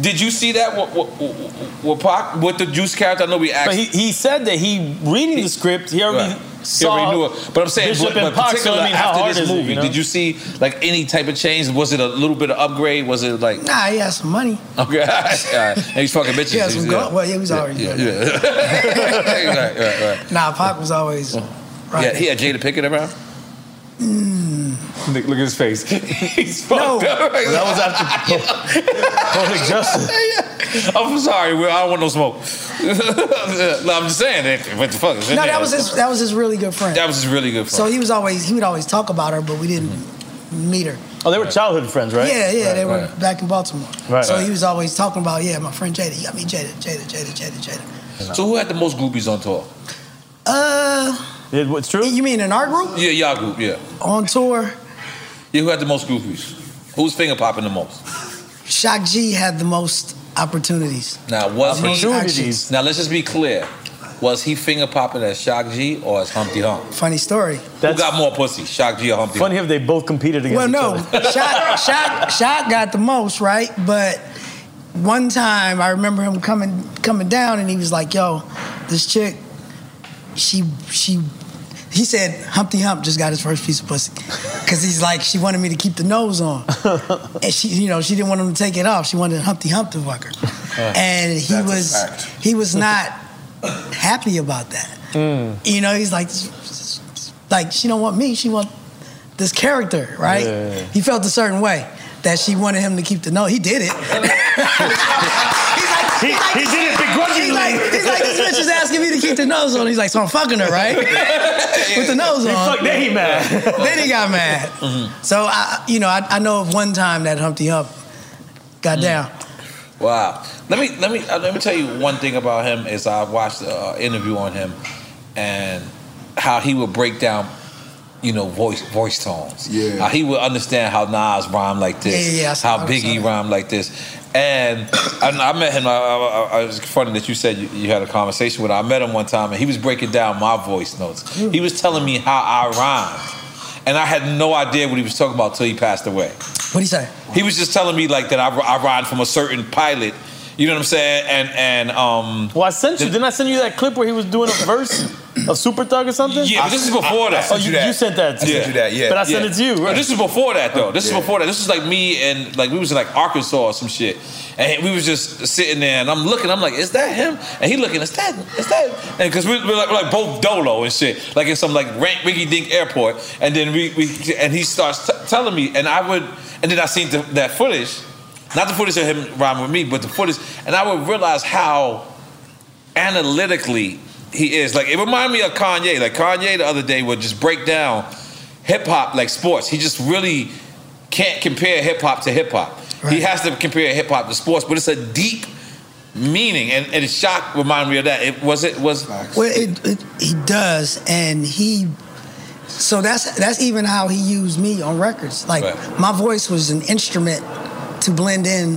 Speaker 3: Did you see that? What, what, what, what Pac, with the Juice character? I know we asked.
Speaker 2: But he, he said that he reading the script. He already saw.
Speaker 3: already knew it. But I'm saying,
Speaker 2: Bishop
Speaker 3: but, but
Speaker 2: and Pac, so
Speaker 3: particularly
Speaker 2: I mean, how
Speaker 3: after
Speaker 2: hard
Speaker 3: this
Speaker 2: is it,
Speaker 3: movie,
Speaker 2: you know?
Speaker 3: did you see like any type of change? Was it a little bit of upgrade? Was it like
Speaker 5: Nah, he had some money.
Speaker 3: okay, all right. and he's fucking bitches?
Speaker 5: Yeah, some
Speaker 3: He's-
Speaker 5: gold. Well, yeah, he was already
Speaker 3: yeah, yeah. right, right, right.
Speaker 5: Nah, Pac was always. Right.
Speaker 3: Yeah, he had Jada Pickett around.
Speaker 5: Mm.
Speaker 3: Look, look at his face. He's
Speaker 5: No.
Speaker 3: fucked up. Right?
Speaker 5: That was
Speaker 3: after public justice. I'm sorry, Will. I don't want no smoke. no, I'm just saying. that- What the fuck? is in
Speaker 5: No,
Speaker 3: there?
Speaker 5: that was his. That was his really good friend.
Speaker 3: That was his really good.
Speaker 5: So
Speaker 3: friend.
Speaker 5: he was always. He would always talk about her, but we didn't meet her.
Speaker 2: Oh, they were childhood friends, right?
Speaker 5: Yeah, yeah,
Speaker 2: Right,
Speaker 5: they were
Speaker 2: right.
Speaker 5: back in Baltimore.
Speaker 2: Right.
Speaker 5: So
Speaker 2: Right.
Speaker 5: he was always talking about, yeah, my friend Jada. You got me Jada, Jada, Jada, Jada, Jada.
Speaker 3: So who had the most groupies on tour?
Speaker 5: Uh,
Speaker 2: it's true.
Speaker 5: You mean in our group
Speaker 3: Yeah, y'all group. Yeah.
Speaker 5: on tour?
Speaker 3: Yeah, who had the most groupies? Who's finger popping the most?
Speaker 5: Shock G had the most opportunities.
Speaker 3: Now was he?
Speaker 5: Opportunities.
Speaker 3: Now let's just be clear. Was he finger popping as Shock G or as Humpty Hump?
Speaker 5: Funny story.
Speaker 3: who got more pussy, Shock G or Humpty? Funny
Speaker 2: if they both competed
Speaker 5: Well, no, Shot, Shot, Shot got the most, right? But one time I remember him coming coming down, and he was like, "Yo, this chick, she she." He said Humpty Hump just got his first piece of pussy, cause he's like she wanted me to keep the nose on, and she you know she didn't want him to take it off. She wanted Humpty Hump to fuck her, and he
Speaker 7: That's a fact.
Speaker 5: was he was not happy about that. You know, he's like like she don't want me. She want this character, right?
Speaker 2: Yeah.
Speaker 5: He felt a certain way that she wanted him to keep the no. He did it.
Speaker 2: He, he did it begrudgingly.
Speaker 5: He's like, he's like, this bitch is asking me to keep the nose on. He's like, so I'm fucking her, right? With the nose
Speaker 2: He
Speaker 5: on.
Speaker 2: fucked- then he mad.
Speaker 5: then he got mad. So I, you know, I, I know of one time that Humpty Hump
Speaker 2: Mm.
Speaker 5: got down.
Speaker 3: Wow. Let me let me uh, let me tell you one thing about him is I watched an uh, interview on him and how he would break down, you know, voice voice tones.
Speaker 7: Yeah.
Speaker 3: How he would understand how Nas rhymed like this.
Speaker 7: Yeah, yeah, yeah, I saw-
Speaker 3: How
Speaker 7: I saw
Speaker 3: Biggie rhymed like this. And I, I met him. I, I, I, it's funny that you said you, you had a conversation with him. I met him one time, and he was breaking down my voice notes. He was telling me how I rhymed, and I had no idea what he was talking about till he passed away.
Speaker 5: What do you say?
Speaker 3: He was just telling me like that I, I rhymed from a certain pilot. You know what I'm saying? And and um.
Speaker 2: Well, I sent you. Didn't I send you that clip where he was doing a verse of Super Thug or something?
Speaker 3: Yeah, but this is before that.
Speaker 2: oh, you, you sent that.
Speaker 3: Yeah.
Speaker 2: But I sent
Speaker 3: Yeah.
Speaker 2: it to you. Right?
Speaker 3: No, This is before that though. This
Speaker 2: Yeah.
Speaker 3: is before that. This is like me and like we was in like Arkansas or some shit, and we was just sitting there, and I'm looking. I'm like, is that him? And he looking, is that is that? And because we, we're, like, we're like both dolo and shit, like in some like rank Ricky Dink airport, and then we, we and he starts t- telling me, and I would, and then I seen the, that footage, not the footage of him rhyming with me, but the footage, and I would realize how analytically he is. Like it reminded me of Kanye. Like Kanye the other day would just break down hip hop like sports. He just really can't compare hip hop to hip hop. He has to compare hip hop to sports, but it's a deep meaning, and, and shock reminded me of that. It was it was
Speaker 5: Well, it, it, he does, and he. So that's that's even how he used me on records. Like my voice was an instrument to blend in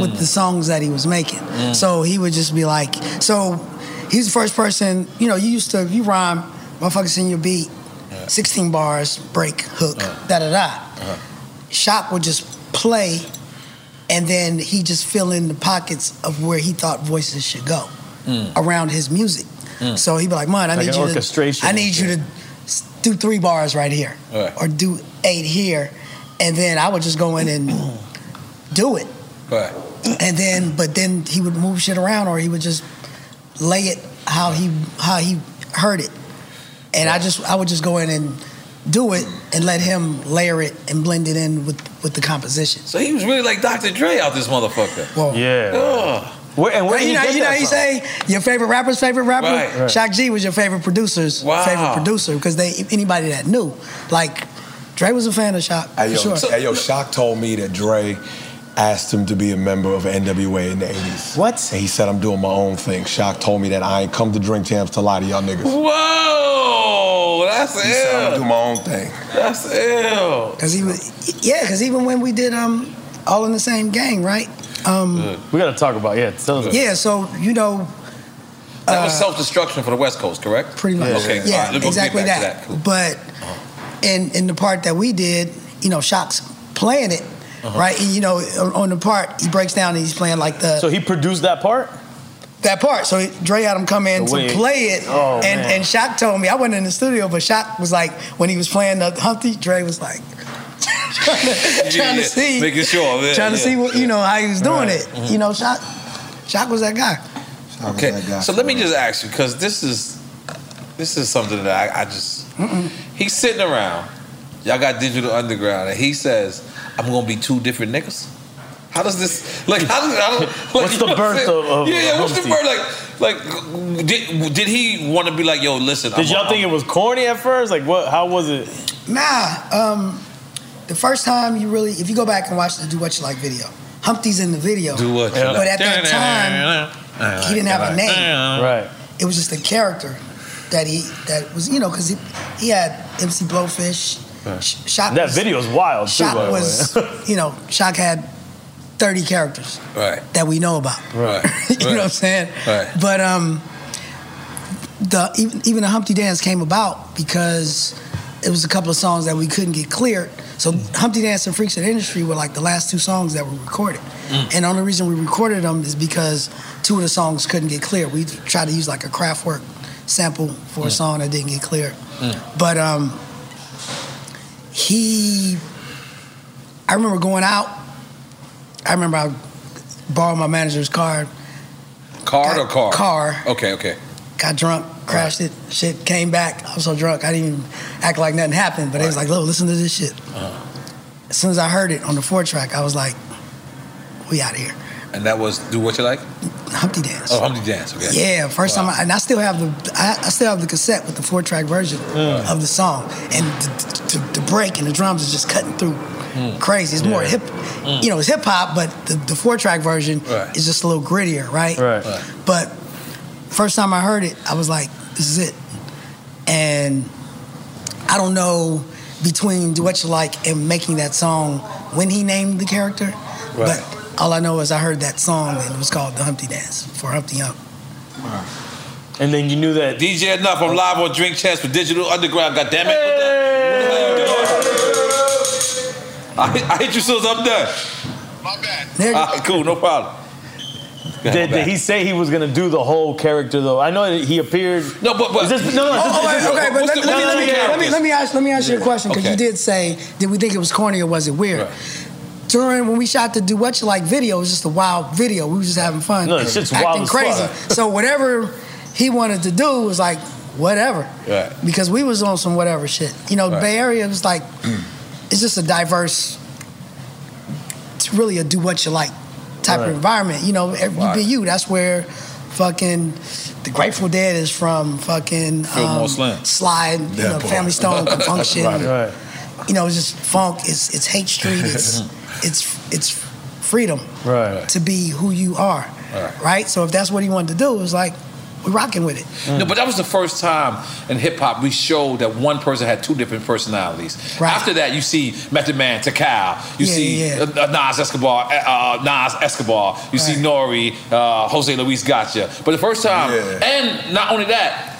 Speaker 5: with the songs that he was making.
Speaker 6: Mm.
Speaker 5: So he would just be like, so he's the first person. You know, you used to you rhyme, motherfuckers in your beat, sixteen bars, break, hook, da da da. Shock would just play, and then he just fill in the pockets of where he thought voices should go around his music.
Speaker 2: Mm.
Speaker 5: So he'd be like, "Mun, I
Speaker 2: Like
Speaker 5: need
Speaker 2: an
Speaker 5: you
Speaker 2: orchestration
Speaker 5: to, I need you to s- do three bars right here,
Speaker 2: Right.
Speaker 5: or do eight here," and then I would just go in and do it.
Speaker 3: Right.
Speaker 5: And then, but then he would move shit around, or he would just lay it how he how he heard it, and I just I would just go in and do it and let him layer it and blend it in with with the composition.
Speaker 3: so he was really like Dr. Dre out this motherfucker.
Speaker 2: yeah. Where, and
Speaker 5: Well, you know, you know, you say your favorite rapper's favorite rapper.
Speaker 3: Right. Right.
Speaker 5: Shock G was your favorite producer's
Speaker 3: Wow.
Speaker 5: favorite producer because they anybody that knew, like Dre was a fan of Shock
Speaker 7: Hey,
Speaker 5: for
Speaker 7: yo,
Speaker 5: sure.
Speaker 7: hey, yo, Shock told me that Dre asked him to be a member of NWA in the 80s. What? And he said, I'm doing my own thing. Shock told me that I ain't come to drink champs to lie to y'all niggas.
Speaker 3: Whoa, that's
Speaker 7: He said, I'm gonna do my own thing.
Speaker 3: Oh, That's ill.
Speaker 5: Cause he was, yeah, because even when we did um, all in the same gang, right? Um,
Speaker 2: we got to talk about yeah. Tell us.
Speaker 5: yeah, so uh, you know,
Speaker 3: That was self destruction for the West Coast, correct?
Speaker 5: Pretty much.
Speaker 3: Okay, all
Speaker 5: yeah,
Speaker 3: right, we'll get
Speaker 5: exactly
Speaker 3: back to
Speaker 5: that. But in in the part that we did, you know, Shock's playing it,
Speaker 2: Uh-huh.
Speaker 5: right? And, you know, on- on the part he breaks down and he's playing like the
Speaker 2: So he produced that part.
Speaker 5: that part. So Dre had him come in
Speaker 2: The way-
Speaker 5: to play it,
Speaker 2: Oh,
Speaker 5: and
Speaker 2: man.
Speaker 5: and Shock told me I wasn't in the studio, but Shock was like when he was playing the Humpty, Dre was like trying to, trying to
Speaker 3: yeah.
Speaker 5: see,
Speaker 3: Making sure, yeah,
Speaker 5: trying to
Speaker 3: yeah.
Speaker 5: see what you know how he was doing
Speaker 3: Right.
Speaker 5: it.
Speaker 3: Mhm.
Speaker 5: You know, Shock, Shock was that guy.
Speaker 3: Okay, so let me just ask you because this is this is something that I, I just he's sitting around. Y'all got digital underground, and he says, "I'm gonna be two different niggas." How does this like? How does I don't, like,
Speaker 2: What's the
Speaker 3: you know what I'm
Speaker 2: birth
Speaker 3: saying?
Speaker 2: of- of-
Speaker 3: yeah, yeah? What's the
Speaker 2: of
Speaker 3: birth like? Like, did, did he want to be like, "Yo, listen"?
Speaker 2: Did y'all think it was corny at first? Like what? How was it?
Speaker 5: Nah, um, the first time you really, if you go back and watch the Do What You Like video, Humpty's in the video.
Speaker 3: Do what? you
Speaker 5: But
Speaker 3: like.
Speaker 5: at that time, he didn't have a name.
Speaker 2: Right.
Speaker 5: it was just a character that he that was you know because he, he had MC Blowfish. Sh- Shock
Speaker 2: that
Speaker 5: was-
Speaker 2: video is wild.
Speaker 5: Shock
Speaker 2: too, by the way.
Speaker 5: was you know Shock had thirty characters
Speaker 3: Right.
Speaker 5: that we know about.
Speaker 3: Right.
Speaker 5: you know what I'm saying?
Speaker 3: Right.
Speaker 5: But um, the even, even the Humpty Dance came about because it was a couple of songs that we couldn't get cleared. So Humpty Dance and Freaks of the Industry were like the last two songs that were recorded.
Speaker 6: Mm.
Speaker 5: And the only reason we recorded them is because two of the songs couldn't get cleared. We tried to use like a Kraftwerk sample for a
Speaker 6: Mm.
Speaker 5: song that didn't get cleared. But um, he, I remember going out. I remember I borrowed my manager's car,
Speaker 3: Card or car?
Speaker 5: Car.
Speaker 3: Okay, okay.
Speaker 5: got drunk, crashed it, shit, came back. I was so drunk, I didn't even act like nothing happened. But it was like, look, listen to this shit. As soon as I heard it on the four track, I was like, we out of here.
Speaker 3: And that was do what you like.
Speaker 5: Humpty dance.
Speaker 3: Oh, Humpty dance. Okay.
Speaker 5: Yeah, first time, I, and I still have the I, I still have the cassette with the four track version
Speaker 3: Mm.
Speaker 5: of the song, and the, the, the break and the drums are just cutting through crazy. It's more
Speaker 6: Yeah.
Speaker 5: hip,
Speaker 6: Mm.
Speaker 5: you know, it's hip hop, but the, the four track version
Speaker 6: Right.
Speaker 5: is just a little grittier, right?
Speaker 6: Right. Right.
Speaker 5: But first time I heard it, I was like, this is it. And I don't know between Do What You Like and making that song when he named the character,
Speaker 3: Right.
Speaker 5: but All I know is I heard that song and it was called The Humpty Dance for Humpty Hump.
Speaker 2: And then you knew that
Speaker 3: DJ Enough, I'm live on Drink Chance for Digital Underground. God damn it! What the- what the hell you doing? I, I hit you soon as I'm done. My bad. cool, no problem.
Speaker 2: Did, did he say he was gonna do the whole character though? I know that he appeared.
Speaker 3: No, but,
Speaker 2: but this, no, no,
Speaker 5: Oh,
Speaker 2: this-
Speaker 5: oh,
Speaker 2: this-
Speaker 5: wait, okay, but
Speaker 2: what's
Speaker 5: let,
Speaker 2: the-
Speaker 5: let me,
Speaker 2: no,
Speaker 5: let,
Speaker 2: no,
Speaker 5: me,
Speaker 2: yeah.
Speaker 5: let, me, let me ask let me ask you a question because
Speaker 2: Okay.
Speaker 5: you did say did we think it was corny or was it weird? During when we shot the Do What You Like video, it was just a wild video. We were just having fun,
Speaker 2: No, it's just
Speaker 5: acting
Speaker 2: wild as
Speaker 5: crazy.
Speaker 2: fuck.
Speaker 5: so whatever he wanted to do was like whatever
Speaker 2: Right.
Speaker 5: because we was on some whatever shit. You know,
Speaker 2: Right.
Speaker 5: Bay Area was like it's just a diverse. It's really a do what you like type
Speaker 2: Right.
Speaker 5: of environment. You know, every- you
Speaker 2: Right.
Speaker 5: be you. That's where fucking the Grateful Dead is from. Fucking
Speaker 3: Fillmore
Speaker 5: um,
Speaker 3: Slim.
Speaker 5: Slide, you
Speaker 3: That
Speaker 5: know,
Speaker 3: part.
Speaker 5: Family Stone, Confunction.
Speaker 3: Right, right.
Speaker 5: You know, it's just funk. It's it's Hate Street. It's it's it's freedom
Speaker 2: Right.
Speaker 5: to be who you are.
Speaker 3: Right.
Speaker 5: Right. So if that's what he wanted to do, it was like we're rocking with it.
Speaker 2: Mm.
Speaker 3: No, but that was the first time in hip hop we showed that one person had two different personalities. After that, you see Method Man, Takal, you
Speaker 5: Yeah,
Speaker 3: see
Speaker 5: yeah,
Speaker 3: uh, Nas Escobar, uh, uh, Nas Escobar, you see Nori, uh, Jose Luis Gotcha. But the first time, and not only that.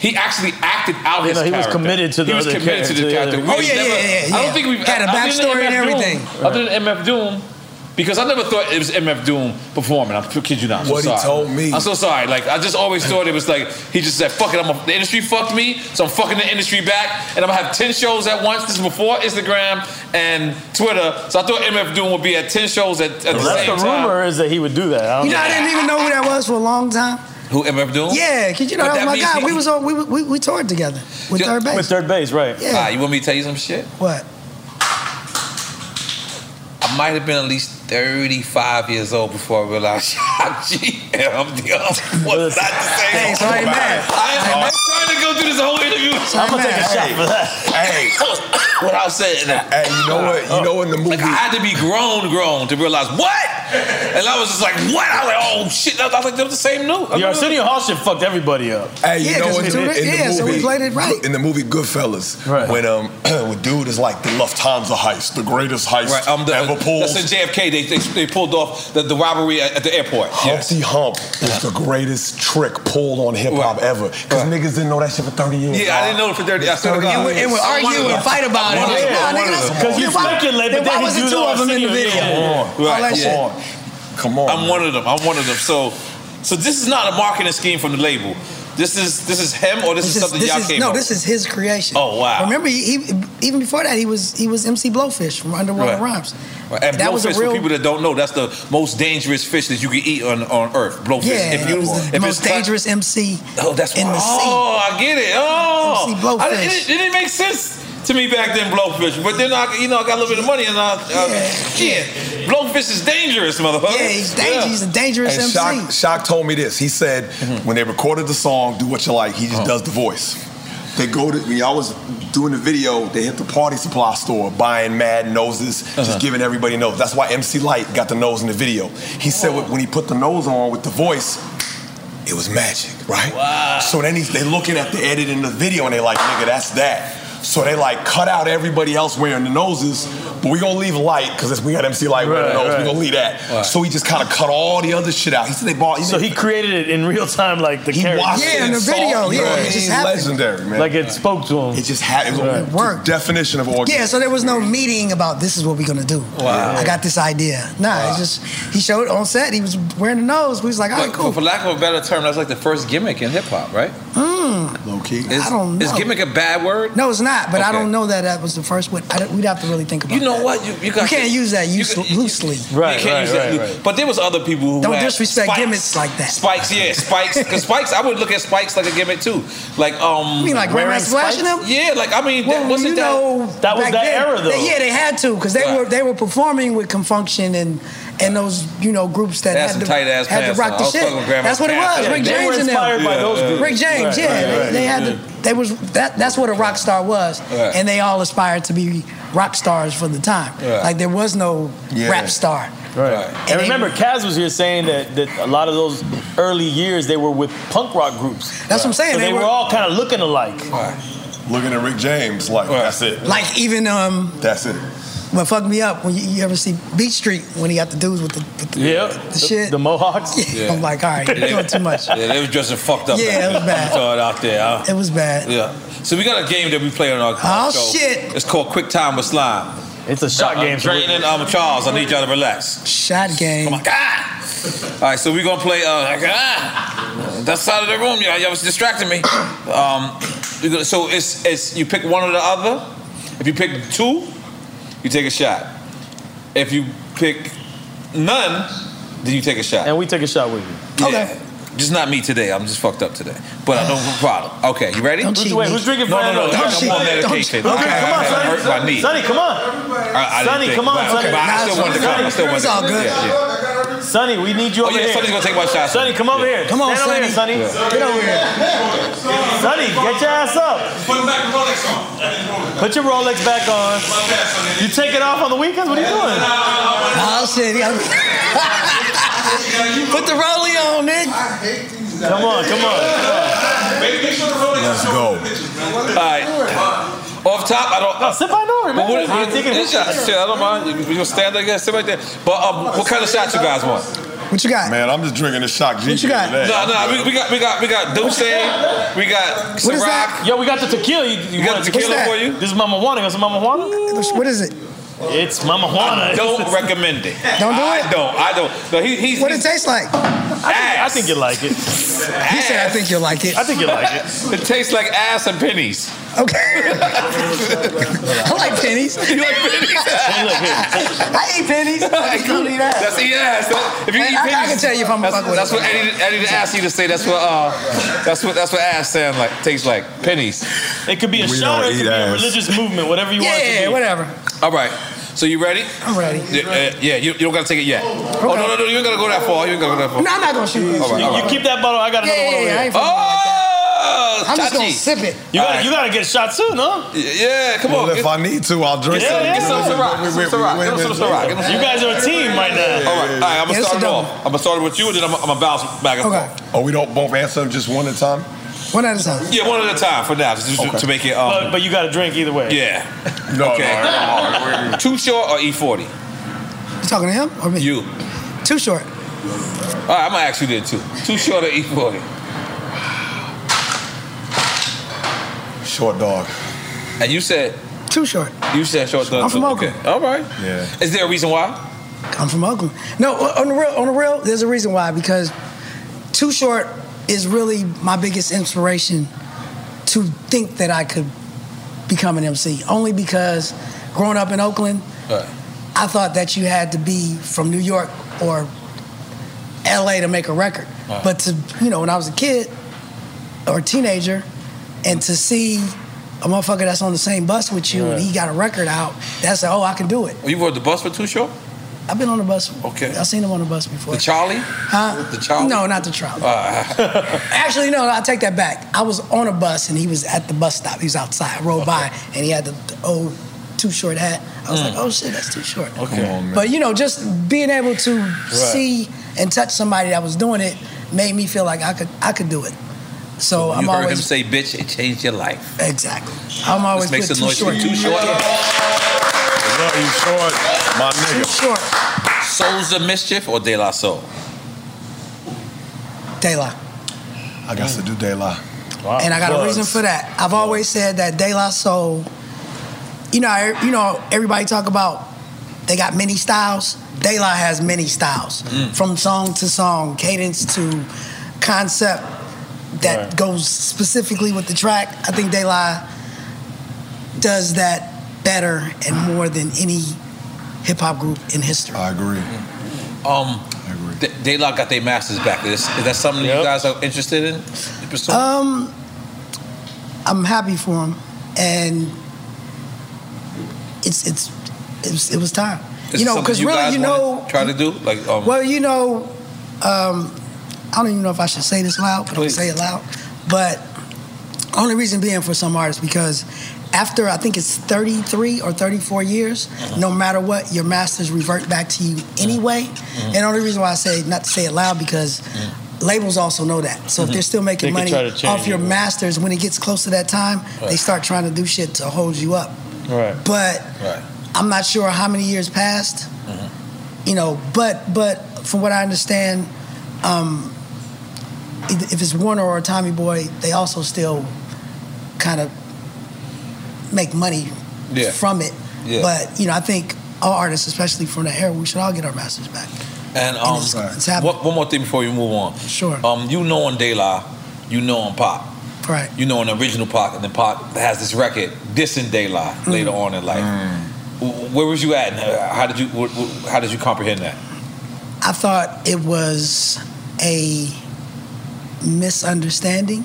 Speaker 3: He actually acted out
Speaker 2: You
Speaker 3: his
Speaker 2: know, he was
Speaker 3: character.
Speaker 2: committed to the
Speaker 3: He was
Speaker 2: other
Speaker 3: committed to the
Speaker 2: character,
Speaker 3: character.
Speaker 2: yeah.
Speaker 3: We
Speaker 2: Oh, yeah,
Speaker 3: never-
Speaker 2: yeah, yeah,
Speaker 3: I
Speaker 2: yeah.
Speaker 3: don't think we've
Speaker 2: Had a
Speaker 3: other than
Speaker 2: backstory and
Speaker 3: MF
Speaker 2: everything.
Speaker 3: Doom, Other than MF Doom, because I never thought it was MF Doom performing. I'm kid you not. I'm so
Speaker 7: What he
Speaker 3: sorry.
Speaker 7: told me.
Speaker 3: I'm so sorry. Like I just always thought it was like he just said, "Fuck it." I'm a, the industry fucked me, so I'm fucking the industry back, and I'm gonna have ten shows at once. This is before Instagram and Twitter, so I thought MF Doom would be at ten shows at, at the
Speaker 2: That's
Speaker 3: same
Speaker 2: the
Speaker 3: time.
Speaker 2: rumor is that he would do that. I don't
Speaker 5: You know, I
Speaker 2: know.
Speaker 5: didn't even know who that was for a long time.
Speaker 3: Who MF Doom?
Speaker 5: Yeah, cause you know
Speaker 3: But
Speaker 5: that was my
Speaker 3: means
Speaker 5: guy.
Speaker 3: he-
Speaker 5: We was on. We we, we toured together with third base.
Speaker 2: With third base, right?
Speaker 5: Yeah.
Speaker 3: Ah, you want me to tell you some shit?
Speaker 5: What?
Speaker 3: I might have been at least 35 years old before I realized I'm GM. What's not the same?
Speaker 5: Hey, it's already mad.
Speaker 3: I, I'm trying to go through this whole interview.
Speaker 7: I'm gonna take a shot for that.
Speaker 3: Hey, without saying that.
Speaker 7: Hey, you know what? You know in the movie,
Speaker 3: Like I had to be grown, grown to realize what, and I was just like, what? I was like, oh shit! I was like, they're the same new.
Speaker 2: The Arsenio Hall shit fucked everybody up.
Speaker 7: Hey, you know in, in the movie,
Speaker 5: it right.
Speaker 7: In the movie Goodfellas, when um, when dude is like the Lufthansa heist, the greatest heist
Speaker 3: Right, um, the,
Speaker 7: ever pulled.
Speaker 3: that's in JFK. They, they, they pulled off the, the robbery at, at the airport.
Speaker 7: Humpty Hump is the greatest trick pulled on hip hop ever. Because niggas didn't know that shit for 30 years.
Speaker 3: Yeah, I didn't know it for 30. I swear to
Speaker 7: Thirty
Speaker 3: God.
Speaker 7: years. And would
Speaker 5: argue and fight about it. Like, nah, nigga, that's- Because you then why- speculate, but then then why he was it do two the of them in the video? video? All
Speaker 3: Right,
Speaker 5: that
Speaker 3: come
Speaker 5: shit.
Speaker 3: on.
Speaker 7: Come on.
Speaker 3: I'm one of them. I'm one of them. So, so this is not a marketing scheme from the label. This is this is him, or this, is something
Speaker 5: This
Speaker 3: y'all
Speaker 5: is
Speaker 3: came
Speaker 5: no.
Speaker 3: up
Speaker 5: This is his creation.
Speaker 3: Oh, wow.
Speaker 5: Remember, he, he- even before that, he was he was MC Blowfish from Underwater
Speaker 3: Right.
Speaker 5: Rhymes.
Speaker 3: Right, And
Speaker 5: That was a
Speaker 3: blowfish,
Speaker 5: real-
Speaker 3: for people that don't know, that's the most dangerous fish that you can eat on, on Earth. Blowfish.
Speaker 5: Yeah,
Speaker 3: if
Speaker 5: it
Speaker 3: you,
Speaker 5: was the
Speaker 3: if
Speaker 5: most
Speaker 3: it's cut-
Speaker 5: dangerous MC.
Speaker 3: Oh, that's
Speaker 5: in the
Speaker 3: Oh, I get it. Oh,
Speaker 5: MC Blowfish.
Speaker 3: I didn't- it, didn't- it didn't make sense to me back then, blowfish. But then I, you know, I got a little bit of money, and I, I yeah, blowfish is dangerous, motherfucker.
Speaker 5: Yeah, he's dangerous. He's a dangerous
Speaker 7: And
Speaker 5: MC.
Speaker 7: Shock, Shock told me this. He said when they recorded the song, "Do What You Like," he just does the voice. They go to when y'all was doing the video. They hit the party supply store, buying mad noses,
Speaker 3: Uh-huh.
Speaker 7: just giving everybody nose. That's why MC Light got the nose in the video. He said when he put the nose on with the voice, it was magic, right? Wow. So then he's, they looking at the edit in the video and they like, nigga, that's that. So they like cut out everybody else wearing the noses, but we gonna leave light because we got MC Light wearing the
Speaker 2: Right,
Speaker 7: nose.
Speaker 2: right.
Speaker 7: We gonna leave that.
Speaker 2: Right.
Speaker 7: So he just kind of cut all the other shit out. He said they bought. He
Speaker 2: So he
Speaker 7: didn't-
Speaker 2: created it in real time, like the
Speaker 7: he
Speaker 2: character.
Speaker 7: watched it and saw it, you know what I mean? legendary, man.
Speaker 2: Like it spoke to him.
Speaker 7: It just had it was
Speaker 2: Right.
Speaker 7: a definition of organ.
Speaker 5: Yeah, so there was no meeting about this is what we're gonna do.
Speaker 7: Wow.
Speaker 5: I got this idea. Nah, it's just he showed on set. He was wearing the nose. We was like, all right,
Speaker 3: But-
Speaker 5: cool.
Speaker 3: For lack of a better term, that's like the first gimmick in hip hop, right?
Speaker 5: Mm.
Speaker 7: Low key.
Speaker 3: Is,
Speaker 5: I don't know.
Speaker 3: Is gimmick a bad word?
Speaker 5: No, it's not. But I
Speaker 3: Okay.
Speaker 5: don't know that that was the first one. I don't- we'd have to really think about.
Speaker 3: You know
Speaker 5: that.
Speaker 3: what? You, you got
Speaker 5: can't
Speaker 3: to-
Speaker 5: use that use, loosely.
Speaker 3: You can't use that. But there was other people who
Speaker 5: Don't
Speaker 3: had
Speaker 5: disrespect
Speaker 3: spikes.
Speaker 5: gimmicks like that.
Speaker 3: Spikes, yeah, spikes. Because spikes, I would look at spikes like a gimmick too. Like, um,
Speaker 5: You mean like Wearing Grandmaster Flash and spikes? them?
Speaker 3: Yeah, like I mean, that, wasn't
Speaker 5: you
Speaker 3: that?
Speaker 5: know, back then, they- yeah, they had to because they
Speaker 3: Right.
Speaker 5: were they were performing with Confunction and and those you know groups that
Speaker 3: They had
Speaker 5: had,
Speaker 3: some
Speaker 5: to,
Speaker 3: tight-ass
Speaker 5: had
Speaker 3: pants
Speaker 5: to rock
Speaker 3: on. I
Speaker 5: the
Speaker 3: was
Speaker 5: shit.
Speaker 3: fucking with Grandma's
Speaker 5: That's what it
Speaker 3: pants.
Speaker 5: was.
Speaker 3: Yeah,
Speaker 5: Rick
Speaker 3: they
Speaker 5: James
Speaker 3: were
Speaker 5: and them.
Speaker 3: inspired by those Yeah. groups.
Speaker 5: Rick James,
Speaker 3: Right,
Speaker 5: yeah,
Speaker 3: right,
Speaker 5: they,
Speaker 3: right.
Speaker 5: they had to. They was that. That's what a rock star was,
Speaker 3: Right.
Speaker 5: and they all aspired to be rock stars for the time.
Speaker 2: Right.
Speaker 5: Like there was no
Speaker 2: Yeah.
Speaker 5: rap star.
Speaker 2: Right. And, remember, Kaz was here saying that, that a lot of those early years they were with punk rock groups.
Speaker 5: That's what I'm saying.
Speaker 2: So they,
Speaker 5: They
Speaker 2: were,
Speaker 5: were-
Speaker 2: all kind of looking alike.
Speaker 7: Looking at Rick James, like that's it.
Speaker 5: Like even um,
Speaker 7: That's it.
Speaker 5: What fucked me up when you, you ever see Beach Street when he got the dudes with the, with the,
Speaker 3: Yeah.
Speaker 5: the shit.
Speaker 2: The Mohawks?
Speaker 3: Yeah.
Speaker 5: I'm like, all right, you're doing too much.
Speaker 3: Yeah, they was dressing fucked up.
Speaker 5: Yeah,
Speaker 3: back
Speaker 5: it was
Speaker 3: then.
Speaker 5: bad.
Speaker 3: You saw it out there. huh?
Speaker 5: It was bad.
Speaker 3: Yeah. So we got a game that we play on our
Speaker 5: Oh,
Speaker 3: show.
Speaker 5: shit.
Speaker 3: It's called Quick Time with Slime.
Speaker 2: It's a shot game.
Speaker 3: Dre and um, Charles, I need y'all to relax.
Speaker 5: Shot game. Come
Speaker 3: on, Oh God. All right, so we're gonna play. Uh, like, ah, that side of the room, y'all, y'all was distracting me. Um, we're gonna- so it's it's you pick one or the other. If you pick two, you take a shot. If you pick none, then you take a shot.
Speaker 2: And we take a shot with you.
Speaker 3: Okay. Just not me today. I'm just fucked up today. But I don't have a problem. Okay, you ready?
Speaker 2: Don't Who's- cheat wait, me. who's drinking
Speaker 3: No,
Speaker 2: Fernando?
Speaker 3: no, no.
Speaker 2: Don't
Speaker 3: I'm
Speaker 2: cheat.
Speaker 3: on that
Speaker 2: Don't
Speaker 3: occasion.
Speaker 2: cheat. Okay,
Speaker 3: I-
Speaker 2: come on,
Speaker 3: I- I
Speaker 2: Sonny.
Speaker 3: hurt my knee.
Speaker 2: Sonny, come on.
Speaker 3: I- I didn't
Speaker 2: Sonny,
Speaker 3: think-
Speaker 2: come on,
Speaker 3: but-
Speaker 2: Sonny.
Speaker 3: okay, but I still wanted to come. I still wanted to come.
Speaker 2: Sonny,
Speaker 3: Yeah, yeah.
Speaker 2: Sonny, we need you
Speaker 3: Oh,
Speaker 2: over
Speaker 3: yeah,
Speaker 2: here.
Speaker 3: Sonny's gonna take my shot.
Speaker 2: Sonny, come over
Speaker 3: Yeah.
Speaker 2: here.
Speaker 3: Come on,
Speaker 2: Stand over here, Sonny.
Speaker 3: Sonny. Yeah.
Speaker 2: Get over here. Sonny, get your ass up.
Speaker 3: Put back the Rolex on.
Speaker 2: Put your Rolex back on. You take it off on the weekends? What are you doing?
Speaker 5: Oh, shit. he got- Put the rollie on, nigga.
Speaker 2: Come on, come on.
Speaker 3: Let's
Speaker 7: go.
Speaker 3: All right. Off top, I don't. No,
Speaker 2: sit by door,
Speaker 3: But what,
Speaker 2: man. I'm
Speaker 3: what,
Speaker 2: taking
Speaker 3: this shot,
Speaker 2: pictures.
Speaker 3: shit, I don't mind. You, you gonna stand there, sit right there. But um, what kind of shots you guys want?
Speaker 5: What you got?
Speaker 7: Man, I'm just drinking this shock G. What you got?
Speaker 3: No, no, we, we got, we got, we got Dulce. We got
Speaker 5: What is that?
Speaker 3: Ciroc.
Speaker 2: Yo, we got the tequila. You, you,
Speaker 3: You got
Speaker 2: want
Speaker 3: the tequila for you?
Speaker 2: This is Mama Juana. It's Mama Juana?
Speaker 5: What is it?
Speaker 2: It's Mama Juana.
Speaker 3: I don't recommend it.
Speaker 5: Don't do
Speaker 3: it. I don't. I don't. No, he, he's.
Speaker 5: What it tastes like?
Speaker 3: I
Speaker 2: think you like it.
Speaker 5: He said, I think you'll like it.
Speaker 2: I think you'll like it.
Speaker 3: it tastes like ass and pennies.
Speaker 5: Okay. I like pennies.
Speaker 3: You like pennies?
Speaker 5: I eat pennies. I just don't eat ass.
Speaker 3: That's eat ass. That- If you
Speaker 5: Hey,
Speaker 3: eat
Speaker 5: I- I
Speaker 3: pennies,
Speaker 5: can tell you if I'm
Speaker 3: that's,
Speaker 5: fucking with
Speaker 3: That's
Speaker 5: it.
Speaker 3: what Eddie, Eddie the ass used to say. That's what. Uh, that's what. That's what ass sound like. Tastes like pennies.
Speaker 2: It could be a
Speaker 3: We
Speaker 2: shout
Speaker 3: don't
Speaker 2: or it
Speaker 3: eat
Speaker 2: could be a
Speaker 3: ass.
Speaker 2: religious movement, whatever you want it to be.
Speaker 3: All right. So you ready?
Speaker 5: I'm ready.
Speaker 3: Yeah, uh, yeah you, you don't gotta take it yet. Oh no no no! You ain't gotta go that far. You ain't gotta go that far.
Speaker 5: No, I'm not gonna shoot that
Speaker 3: All right,
Speaker 5: shit.
Speaker 3: all right.
Speaker 2: You keep that bottle. I got
Speaker 5: Yeah,
Speaker 2: another one
Speaker 5: yeah,
Speaker 2: over
Speaker 5: yeah, I
Speaker 2: here.
Speaker 5: ain't fucking
Speaker 3: Oh,
Speaker 5: I'm just gonna
Speaker 3: Chachi.
Speaker 5: sip it.
Speaker 2: You gotta, you gotta get shot soon, huh?
Speaker 3: Yeah, come
Speaker 7: Well, if I need to, I'll drink
Speaker 2: Yeah,
Speaker 7: some.
Speaker 2: yeah. Get some Ciroc.
Speaker 7: Wait, wait,
Speaker 3: Get some
Speaker 7: wait,
Speaker 3: Ciroc.
Speaker 7: wait,
Speaker 3: Get some
Speaker 7: wait,
Speaker 3: Ciroc.
Speaker 7: wait.
Speaker 3: Get some
Speaker 2: You guys are a team right now.
Speaker 3: All right, all right.
Speaker 7: Yeah,
Speaker 3: I'm gonna
Speaker 7: it's
Speaker 3: start
Speaker 7: a
Speaker 3: it
Speaker 7: double.
Speaker 3: off. I'm gonna start it with you, and then I'm, I'm gonna bounce back and forth.
Speaker 7: Oh, we don't both answer them just one at a time?
Speaker 5: One at a time.
Speaker 3: Yeah, one at a time for now, just to- to make it. Um,
Speaker 2: But, but you gotta drink either way.
Speaker 3: yeah.
Speaker 7: No,
Speaker 3: okay. Too short or E40?
Speaker 5: You talking to him or me?
Speaker 3: You.
Speaker 5: Too short.
Speaker 3: All right, I'm gonna ask you then too. Too short or E E40?
Speaker 7: Short dog.
Speaker 3: And you said
Speaker 5: too short.
Speaker 3: You said short. dog,
Speaker 5: I'm from
Speaker 3: too.
Speaker 5: Oakland.
Speaker 3: Okay. All right.
Speaker 7: Yeah.
Speaker 3: Is there a reason why?
Speaker 5: I'm from Oakland. No, on the real, on the real, there's a reason why because Too Short is really my biggest inspiration to think that I could become an MC. Only because growing up in Oakland, I thought that you had to be from New York or LA to make a record.
Speaker 6: Right.
Speaker 5: But to you know, when I was a kid or a teenager, and to see a motherfucker that's on the same bus with you and
Speaker 3: Right.
Speaker 5: he got a record out, that's like, oh, I can do it.
Speaker 3: Oh, You rode the bus for too short?
Speaker 5: I've been on the bus. Okay. I've seen him on the bus before.
Speaker 3: The Charlie?
Speaker 5: Huh?
Speaker 3: The Charlie?
Speaker 5: No, not the Charlie.
Speaker 3: Uh,
Speaker 5: Actually, no, I take that back. I was on a bus and he was at the bus stop. He was outside. I rode by and he had the, the old too short hat. I was
Speaker 6: Mm.
Speaker 5: like, oh shit, that's too short.
Speaker 6: Okay. Come on, man.
Speaker 5: But you know, just being able to see and touch somebody that was doing it made me feel like I could I could do it. So
Speaker 3: you
Speaker 5: I'm
Speaker 3: heard him
Speaker 5: always
Speaker 3: say, "Bitch, it changed your life."
Speaker 5: exactly. I'm
Speaker 3: Let's
Speaker 5: always
Speaker 3: make
Speaker 5: put
Speaker 3: some
Speaker 5: too
Speaker 3: noise for too
Speaker 5: short.
Speaker 3: short.
Speaker 7: Love you, short, my nigga.
Speaker 5: Short.
Speaker 3: Souls of Mischief or De La Soul?
Speaker 5: Daylight.
Speaker 7: I got to do De La.
Speaker 5: and I got a reason for that. I've always said that De La Soul. You know, I- you know, everybody talk about they got many styles. De La has many styles,
Speaker 6: Mm.
Speaker 5: from song to song, cadence to concept that goes specifically with the track. I think De La does that better and more than any hip hop group in history.
Speaker 7: I agree.
Speaker 3: Um, De, De La got their masters back. Is, is that something you guys are interested in? Pursuing?
Speaker 5: Um, I'm happy for him, and it's it's it was, it was time.
Speaker 3: Is it
Speaker 5: you know,
Speaker 3: something
Speaker 5: because really,
Speaker 3: guys
Speaker 5: you know,
Speaker 3: wanna try to do like um,
Speaker 5: well, you know, um, I don't even know if I should say this loud, but I'm gonna
Speaker 3: Please.
Speaker 5: say it loud. But only reason being for some artists because after I think it's 33 or 34 years,
Speaker 3: Uh-huh.
Speaker 5: no matter what, your masters revert back to you anyway.
Speaker 3: Uh-huh.
Speaker 5: And only reason why I say not to say it loud because labels also know that. So if
Speaker 6: Mhm.
Speaker 5: they're still making
Speaker 6: They could
Speaker 5: money
Speaker 6: try to change
Speaker 5: off your
Speaker 6: it.
Speaker 5: masters, when it gets close to that time, they
Speaker 6: Right.
Speaker 5: start trying to do shit to hold you up.
Speaker 2: Right.
Speaker 5: But
Speaker 3: Right.
Speaker 5: I'm not sure how many years passed. You know, but but from what I understand, um, if if it's Warner or Tommy Boy, they also still kind of make money
Speaker 3: Yeah.
Speaker 5: from it.
Speaker 3: Yeah.
Speaker 5: But you know, I think all artists, especially from the era, we should all get our masters back.
Speaker 3: And um, one, one more thing before you move on.
Speaker 5: Sure.
Speaker 3: Um, you know on De La, you know on Pop,
Speaker 5: Right.
Speaker 3: you know on original Pop, and then Pop has this record dissing De La
Speaker 5: Mm.
Speaker 3: later on in life. W- Where was you at? And uh, how did you wh- wh- how did you comprehend that?
Speaker 5: I thought it was a misunderstanding,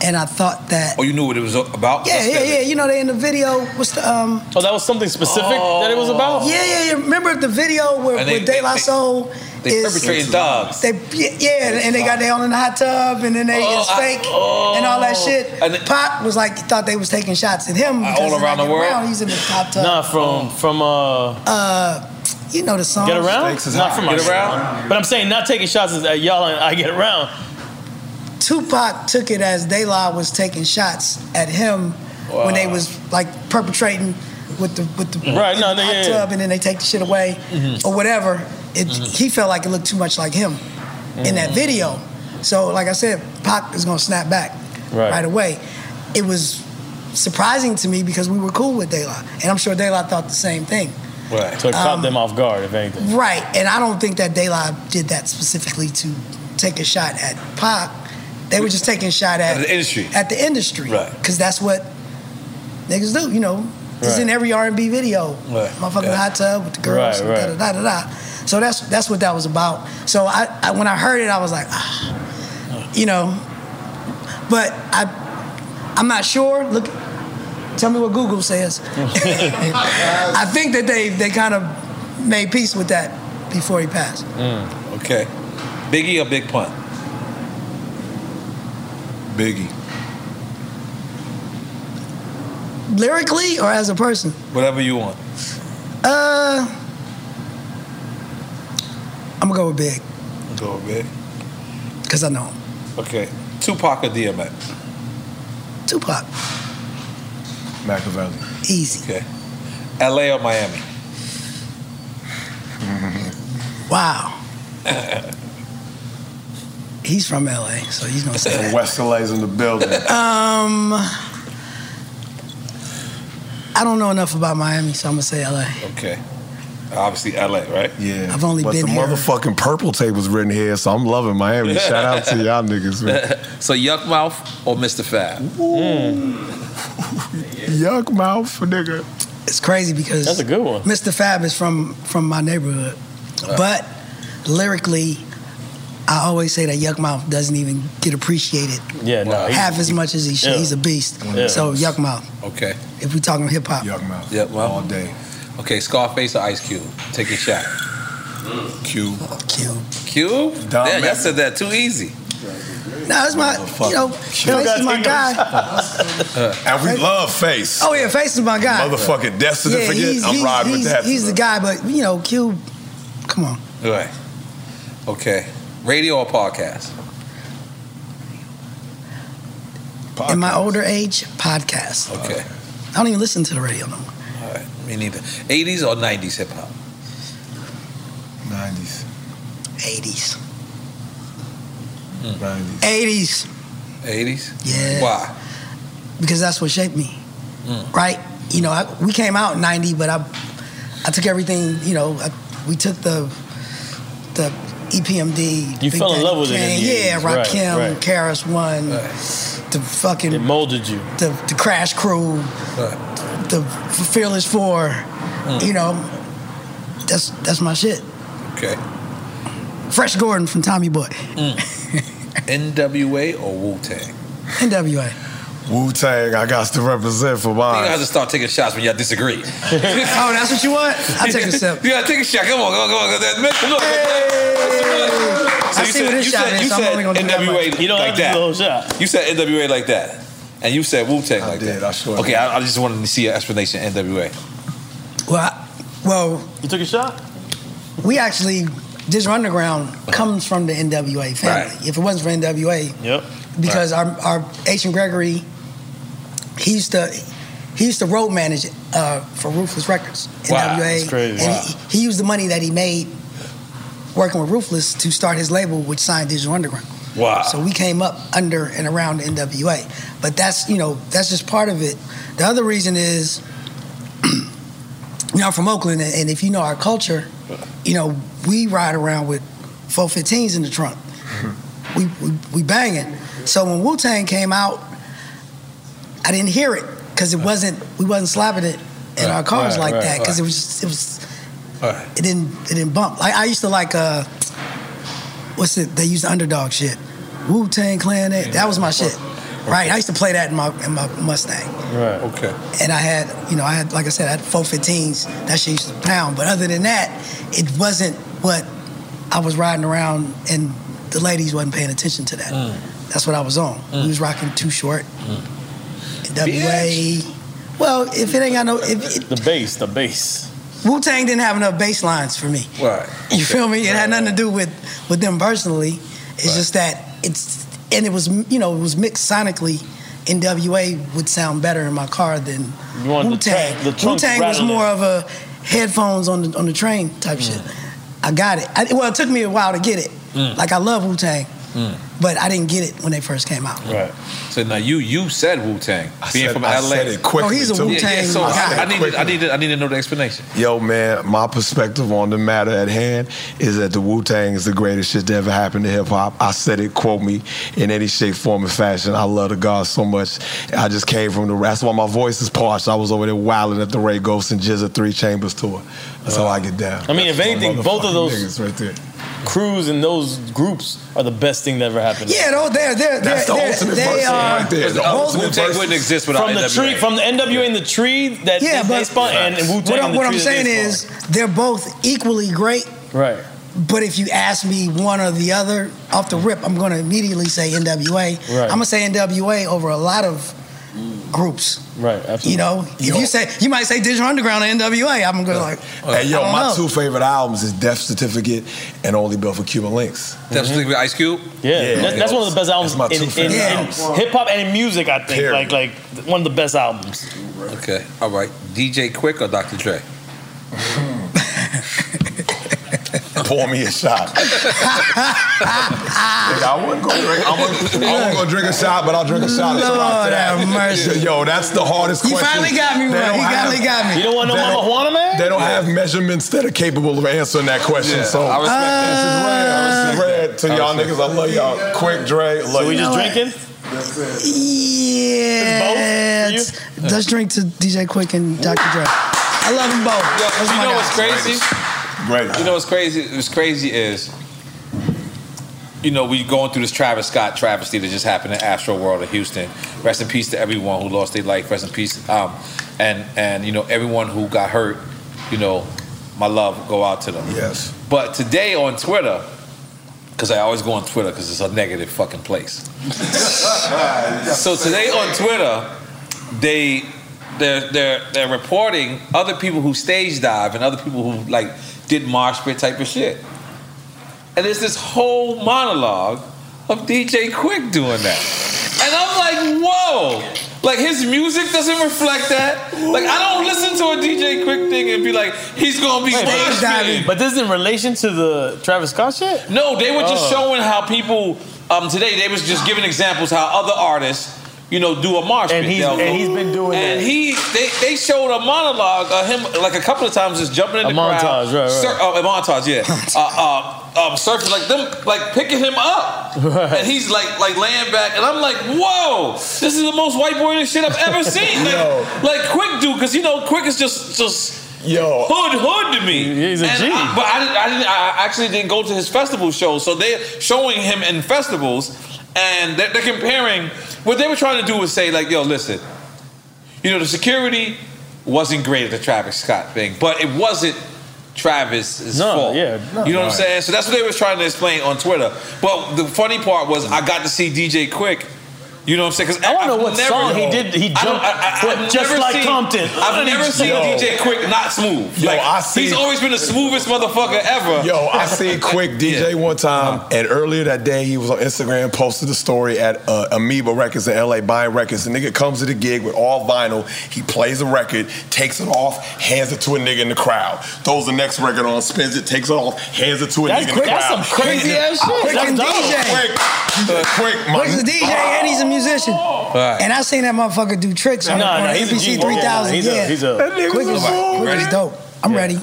Speaker 5: and I thought that
Speaker 3: Or you knew what it was about?
Speaker 5: yeah, yeah, yeah. You know, they in the video. What's the um?
Speaker 2: Oh, that was something specific that it was about.
Speaker 5: Oh. Yeah, yeah, yeah. Remember the video where,
Speaker 2: Oh. And they-
Speaker 5: with De La
Speaker 2: they-
Speaker 5: Soul?
Speaker 2: they
Speaker 5: is-
Speaker 2: perpetrating thugs.
Speaker 5: They, yeah, yeah, and, and they got their own in the hot tub, and then they
Speaker 2: Oh,
Speaker 5: it's fake and all that shit. Pop was like thought they was taking shots at him. because
Speaker 2: All
Speaker 5: they're
Speaker 2: Around
Speaker 5: not
Speaker 2: the
Speaker 5: getting
Speaker 2: World?
Speaker 5: around. He's in the hot tub.
Speaker 2: Nah, from from uh.
Speaker 5: Uh, you know the song.
Speaker 2: Get around? Not from
Speaker 5: Get
Speaker 2: us. But I'm saying not taking shots at y'all and I get around.
Speaker 5: Tupac took it as De La was taking shots at him
Speaker 2: Wow.
Speaker 5: when they was like perpetrating with the with the
Speaker 2: Right,
Speaker 5: in
Speaker 2: no,
Speaker 5: the
Speaker 2: no,
Speaker 5: hot
Speaker 2: yeah, yeah.
Speaker 5: tub, and then they take the shit away
Speaker 2: Mhm.
Speaker 5: or whatever. It,
Speaker 2: Mm-hmm.
Speaker 5: He felt like it looked too much like him in that
Speaker 2: Mhm.
Speaker 5: video. So, like I said, Pac is gonna snap back
Speaker 2: Right.
Speaker 5: away. It was surprising to me because we were cool with De La, and I'm sure De La thought the same thing.
Speaker 2: Right. So it caught
Speaker 5: Um,
Speaker 2: them off guard, if anything.
Speaker 5: Right, and I don't think that De La did that specifically to take a shot at Pac. They were just taking a shot
Speaker 3: At
Speaker 5: at,
Speaker 3: the industry.
Speaker 5: At the industry,
Speaker 3: Right.
Speaker 5: Because that's what niggas do. You know, it's
Speaker 3: Right.
Speaker 5: in every R and B video.
Speaker 3: Right.
Speaker 5: Motherfucking
Speaker 3: Yeah.
Speaker 5: hot tub with the girls.
Speaker 3: Right, right.
Speaker 5: and Da, da, da, da. So that's that's what that was about. So I, I when I heard it, I was like, ah, you know, but I I'm not sure. Look, tell me what Google says. I think that they they kind of made peace with that before he passed.
Speaker 2: Mm.
Speaker 3: Okay, Biggie or Big Pun?
Speaker 13: Biggie.
Speaker 5: Lyrically or as a person?
Speaker 3: Whatever you want.
Speaker 5: Uh, I'm gonna go with Big
Speaker 3: Go with Big.
Speaker 5: because I know him.
Speaker 3: Okay, Tupac or DMX?
Speaker 5: Tupac,
Speaker 7: Machiavelli.
Speaker 5: easy.
Speaker 3: Okay, LA or Miami?
Speaker 5: Wow, he's from LA, so he's gonna say that.
Speaker 7: West LA's in the building.
Speaker 5: Um, I don't know enough about Miami, so I'm gonna say LA.
Speaker 3: Okay, obviously LA, right?
Speaker 7: Yeah,
Speaker 5: I've only
Speaker 7: but
Speaker 5: been
Speaker 7: the
Speaker 5: here.
Speaker 7: motherfucking purple tape was written here, so I'm loving Miami. Shout out to y'all niggas, man.
Speaker 3: so Yuck Mouth or Mr. Fab?
Speaker 7: Mm. Yuck mouth, nigga.
Speaker 5: It's crazy because
Speaker 7: That's a good one.
Speaker 5: Mr. Fab is from from my neighborhood, but lyrically, I always say that Yuck Mouth doesn't even get appreciated.
Speaker 2: Yeah, no, he-
Speaker 5: half as much as he should.
Speaker 3: Yeah.
Speaker 5: He's a beast.
Speaker 3: Yeah.
Speaker 5: So Yuck Mouth.
Speaker 3: Okay.
Speaker 5: If we talking hip hop,
Speaker 7: Yuck Mouth.
Speaker 3: Yep. Well, all day. Okay, Scarface or Ice Cube? Take your shot. Cube.
Speaker 5: Cube.
Speaker 3: Cube? Yeah, y'all said that too easy.
Speaker 5: No, it's my you know,
Speaker 3: Sure.
Speaker 5: Face is my guy.
Speaker 7: and we love Face.
Speaker 5: Oh yeah, Face is my guy.
Speaker 7: Motherfucking Destiny,
Speaker 5: Yeah,
Speaker 7: forget-
Speaker 5: he's-
Speaker 7: I'm
Speaker 5: he's-
Speaker 7: riding with
Speaker 5: he's-
Speaker 7: Destiny.
Speaker 5: He's the guy, but you know, Cube. Come on,
Speaker 3: Right. Okay. Radio or podcast?
Speaker 5: in my older age, podcast.
Speaker 3: Okay.
Speaker 5: I don't even listen to the radio no more.
Speaker 3: All right. Me neither. 80s or 90s hip hop?
Speaker 7: 90s.
Speaker 5: 80s.
Speaker 3: Hmm.
Speaker 7: 90s.
Speaker 5: 80s.
Speaker 3: 80s?
Speaker 5: Yeah.
Speaker 3: Why?
Speaker 5: because that's what shaped me,
Speaker 3: Mm.
Speaker 5: right? You know, I, we came out in '90, but I, I took everything. You know, I, we took the, the E EPMD.
Speaker 2: You
Speaker 5: Big
Speaker 2: fell in
Speaker 5: Daddy
Speaker 2: love with it in
Speaker 5: Kane,
Speaker 2: the
Speaker 5: Yeah,
Speaker 2: 80s, right,
Speaker 5: Rakim,
Speaker 2: right.
Speaker 5: Karis One, the fucking. It
Speaker 2: molded you.
Speaker 5: The the Crash Crew, the Fearless Four.
Speaker 2: Mm.
Speaker 3: Mm.
Speaker 5: You know, that's that's my shit.
Speaker 3: Okay.
Speaker 5: Fresh Gordon from Tommy Boy,
Speaker 3: Hmm. NWA or Wu Tang?
Speaker 5: NWA.
Speaker 7: Wu Tang, I got to represent for
Speaker 3: You
Speaker 7: mine.
Speaker 3: gotta start taking shots when y'all disagree.
Speaker 5: oh, that's what you want? I take a sip.
Speaker 3: you gotta take a shot. Come on, come on, come on. Look, look, look. So
Speaker 5: I
Speaker 3: you
Speaker 5: see what
Speaker 3: said,
Speaker 5: his
Speaker 3: you
Speaker 5: shot
Speaker 3: said,
Speaker 5: is,
Speaker 3: you
Speaker 5: so I'm
Speaker 3: said
Speaker 5: only gonna do that
Speaker 3: NWA
Speaker 5: much. You don't
Speaker 3: like
Speaker 5: have to do
Speaker 3: that.
Speaker 5: the whole
Speaker 3: You said NWA like that, and you said Wu Tang like that. I okay, I, I just wanted to see your explanation. NWA.
Speaker 5: Well, I- well.
Speaker 2: You took a shot. Uh-huh.
Speaker 5: We actually, Digital Underground comes from the NWA family. If it wasn't for NWA,
Speaker 2: Yep.
Speaker 5: because our our H and Gregory, he used to, He used to road manage uh, for Ruthless Records,
Speaker 2: Wow,
Speaker 5: NWA.
Speaker 2: that's crazy.
Speaker 5: And
Speaker 2: Wow.
Speaker 5: he, he used the money that he made working with Ruthless to start his label, which signed Digital Underground.
Speaker 2: Ah.
Speaker 3: Wow.
Speaker 5: So we came up under and around NWA. But that's, you know, that's just part of it. The other reason is, you know, I'm from Oakland, and- and if you know our culture, you know, we ride around with 415s in the trunk. We, we, we banging. So when Wu Tang came out, I didn't hear it because it wasn't, we wasn't slapping it in
Speaker 2: Right,
Speaker 5: our cars
Speaker 2: right,
Speaker 5: like
Speaker 2: right,
Speaker 5: that because
Speaker 2: right.
Speaker 5: it was, just, it was,
Speaker 3: Right.
Speaker 5: it didn't, it didn't bump. Like I used to like, uh, what's it? They used the underdog shit. Wu Tang Clan. That, that was my shit, right? I used to play that in my in my Mustang,
Speaker 2: Right.
Speaker 3: Okay.
Speaker 5: and I had you know I had like I said I had four fifteens. That shit used to pound. But other than that, it wasn't what I was riding around, and the ladies wasn't paying attention to that. That's what I was on. We was rocking Too Short,
Speaker 2: Mm.
Speaker 5: NWA. Well, if it ain't got no if,
Speaker 2: The bass, the bass.
Speaker 5: Wu Tang didn't have enough bass lines for me.
Speaker 3: Right.
Speaker 5: You feel me? It had nothing to do with with them personally. It's just that it's and it was you know it was mixed sonically. NWA would sound better in my car than
Speaker 2: You want
Speaker 5: Wu Tang.
Speaker 2: the
Speaker 5: Wu
Speaker 2: trunk
Speaker 5: Tang was more of a headphones on the on the train
Speaker 2: Mm.
Speaker 5: type shit. I got it. I, well, it took me a while to get it.
Speaker 3: Mm.
Speaker 5: Like I love Wu Tang,
Speaker 3: Mm.
Speaker 5: but I didn't get it when they first came out.
Speaker 3: Right. So now you you said Wu Tang being
Speaker 7: said-
Speaker 3: from
Speaker 7: I
Speaker 3: LA.
Speaker 7: said it quickly,
Speaker 5: Oh, he's a too. Wu-Tang
Speaker 3: Yeah, yeah, so
Speaker 5: guy.
Speaker 3: I, I need to, I need to, I need to know the explanation.
Speaker 7: Yo, man, my perspective on the matter at hand is that the Wu Tang is the greatest shit that ever happened to hip hop. I said it, quote me, in any shape, form, and fashion. I love the God so much. I just came from the. That's why my voice is parched. I was over there wilding at the Ray Ghost and Jizza Three Chambers tour. That's how I get down.
Speaker 2: I mean, if
Speaker 7: That's my
Speaker 2: anything, both of
Speaker 7: motherfucking
Speaker 2: those
Speaker 7: niggas right there.
Speaker 2: crews and those groups are the best thing that ever happened.
Speaker 5: Yeah, no, they're they're
Speaker 2: That's the
Speaker 5: they're, they're,
Speaker 2: ultimate
Speaker 5: they
Speaker 2: version
Speaker 5: are
Speaker 2: right there. The
Speaker 5: both-
Speaker 2: ultimate
Speaker 3: Wu-Tang wouldn't exist without
Speaker 2: from the
Speaker 3: NWA.
Speaker 2: tree, from the NWA and the tree that
Speaker 5: Yeah,
Speaker 2: they,
Speaker 5: but
Speaker 2: they spun, and Wu
Speaker 5: what
Speaker 2: Tang.
Speaker 5: I'm, what I'm saying is they're both equally great.
Speaker 2: right.
Speaker 5: But if you ask me one or the other off the rip, I'm going to immediately say NWA. I'm going to say NWA over a lot of groups.
Speaker 2: Right, absolutely.
Speaker 5: You know, if you say you might say Digital Underground or NWA, I'm going to go like,
Speaker 7: Hey, yo,
Speaker 5: I don't
Speaker 7: my
Speaker 5: know.
Speaker 7: two favorite albums is Death Certificate and Only Built for Cuban Links.
Speaker 3: That's with Ice Cube.
Speaker 2: Yeah, That- that's one of the best albums
Speaker 7: That's my
Speaker 2: in,
Speaker 7: two favorite albums.
Speaker 2: hip hop and in music. I think like like one of the best albums.
Speaker 3: Okay. All right. DJ Quick or Dr. Dre?
Speaker 7: Pour me a shot. Nigga, I wouldn't go drink. I wouldn't, I wouldn't go drink a shot, but I'll drink a shot.
Speaker 5: Lord have mercy.
Speaker 7: Yo, that's the hardest
Speaker 5: You
Speaker 7: question.
Speaker 5: finally got me
Speaker 7: They
Speaker 5: right.
Speaker 7: don't
Speaker 5: He
Speaker 7: have-
Speaker 5: finally got me. You don't want no
Speaker 7: they
Speaker 5: Mama
Speaker 7: don't-
Speaker 5: Juana, man?
Speaker 7: They don't have measurements that are capable of answering that question.
Speaker 3: Yeah,
Speaker 7: so
Speaker 3: I respect that.
Speaker 7: This is rare. This is rare to
Speaker 3: I
Speaker 7: y'all
Speaker 3: respect
Speaker 7: niggas. I love y'all. Quick Dre. Love
Speaker 2: So we just
Speaker 7: y'all.
Speaker 2: drinking.
Speaker 5: yeah, it's- let's drink to DJ Quick and Dr. Dre. I love them both.
Speaker 3: Yo,
Speaker 5: That's
Speaker 3: you
Speaker 5: my
Speaker 3: know
Speaker 5: guys.
Speaker 3: what's crazy?
Speaker 7: Great.
Speaker 3: You know what's crazy? What's crazy is, you know, we going through this Travis Scott travesty that just happened in Astro World in Houston. Rest in peace to everyone who lost their life. Rest in peace, um, and and you know everyone who got hurt. You know, my love go out to them.
Speaker 7: Yes.
Speaker 3: But today on Twitter, because I always go on Twitter because it's a negative fucking place. so today on Twitter, they they're they're they're reporting other people who stage dive and other people who like did marsh pit type of shit. And there's this whole monologue of DJ Quick doing that. And I'm like, whoa! Like his music doesn't reflect that. Like I don't listen to a DJ Quick thing and be like, he's gonna be
Speaker 2: Wait,
Speaker 3: mosh pitting.
Speaker 2: but, but this is in relation to the Travis Scott shit.
Speaker 3: No, they were just
Speaker 2: Oh.
Speaker 3: showing how people um, today. They was just giving examples how other artists, you know, do a march
Speaker 2: And
Speaker 3: pit.
Speaker 2: he's- and
Speaker 3: They'll go-
Speaker 2: he's been doing
Speaker 3: And
Speaker 2: that.
Speaker 3: he they, they showed a monologue of him like a couple of times just jumping in
Speaker 2: A
Speaker 3: the crowd.
Speaker 2: montage, right, right.
Speaker 3: Cir- uh, a montage, yeah. uh, uh, um, surfing like them, like picking him up, and he's like like laying back, and I'm like, whoa, this is the most white boy shit I've ever seen. Like,
Speaker 7: Yo.
Speaker 3: like quick dude, because you know, quick is just just.
Speaker 7: Yo.
Speaker 3: hood hood to me.
Speaker 2: He's a
Speaker 3: And
Speaker 2: G.
Speaker 3: I- but I, didn't- I, didn't, I actually didn't go to his festival show, so they're showing him in festivals, and they're, they're comparing. What they were trying to do was say like, "Yo, listen, you know the security wasn't great at the Travis Scott thing, but it wasn't Travis's
Speaker 2: No,
Speaker 3: fault."
Speaker 2: yeah, no.
Speaker 3: you know what I'm
Speaker 2: Right.
Speaker 3: saying? So that's what they were trying to explain on Twitter. But the funny part was, I got to see DJ Quick You know what I'm saying? Because I don't know what
Speaker 2: song he did- he jumped, but just like Compton.
Speaker 3: I've never seen
Speaker 2: Yo.
Speaker 3: DJ Quick not smooth.
Speaker 7: Yo,
Speaker 3: like,
Speaker 7: I seen-
Speaker 3: he's always been the smoothest motherfucker ever.
Speaker 7: Yo, I seen Quick DJ one time, and earlier that day he was on Instagram, posted a story at uh, Amoeba Records in LA buying records. A nigga comes to the gig with all vinyl. He plays a record, takes it off, hands it to a nigga in the crowd. Throws the next record on, spins it, takes it off, hands it to a
Speaker 5: That's
Speaker 7: nigga in
Speaker 5: Quick.
Speaker 7: the crowd.
Speaker 5: That's some crazy ass shit.
Speaker 7: Quick
Speaker 5: That's
Speaker 7: and
Speaker 5: dope.
Speaker 7: DJ. Quick, quick, my-
Speaker 5: Quick's a DJ and he's a musician.
Speaker 7: right.
Speaker 5: And I seen that motherfucker do tricks on,
Speaker 7: Nah,
Speaker 5: on
Speaker 7: nah, he's a
Speaker 5: NBC
Speaker 7: G-boy.
Speaker 5: 3000.
Speaker 7: He's a-
Speaker 5: yeah.
Speaker 7: he's a- That nigga's
Speaker 5: Quick is,
Speaker 3: a-
Speaker 5: Quick is
Speaker 3: Ready?
Speaker 5: dope. I'm ready.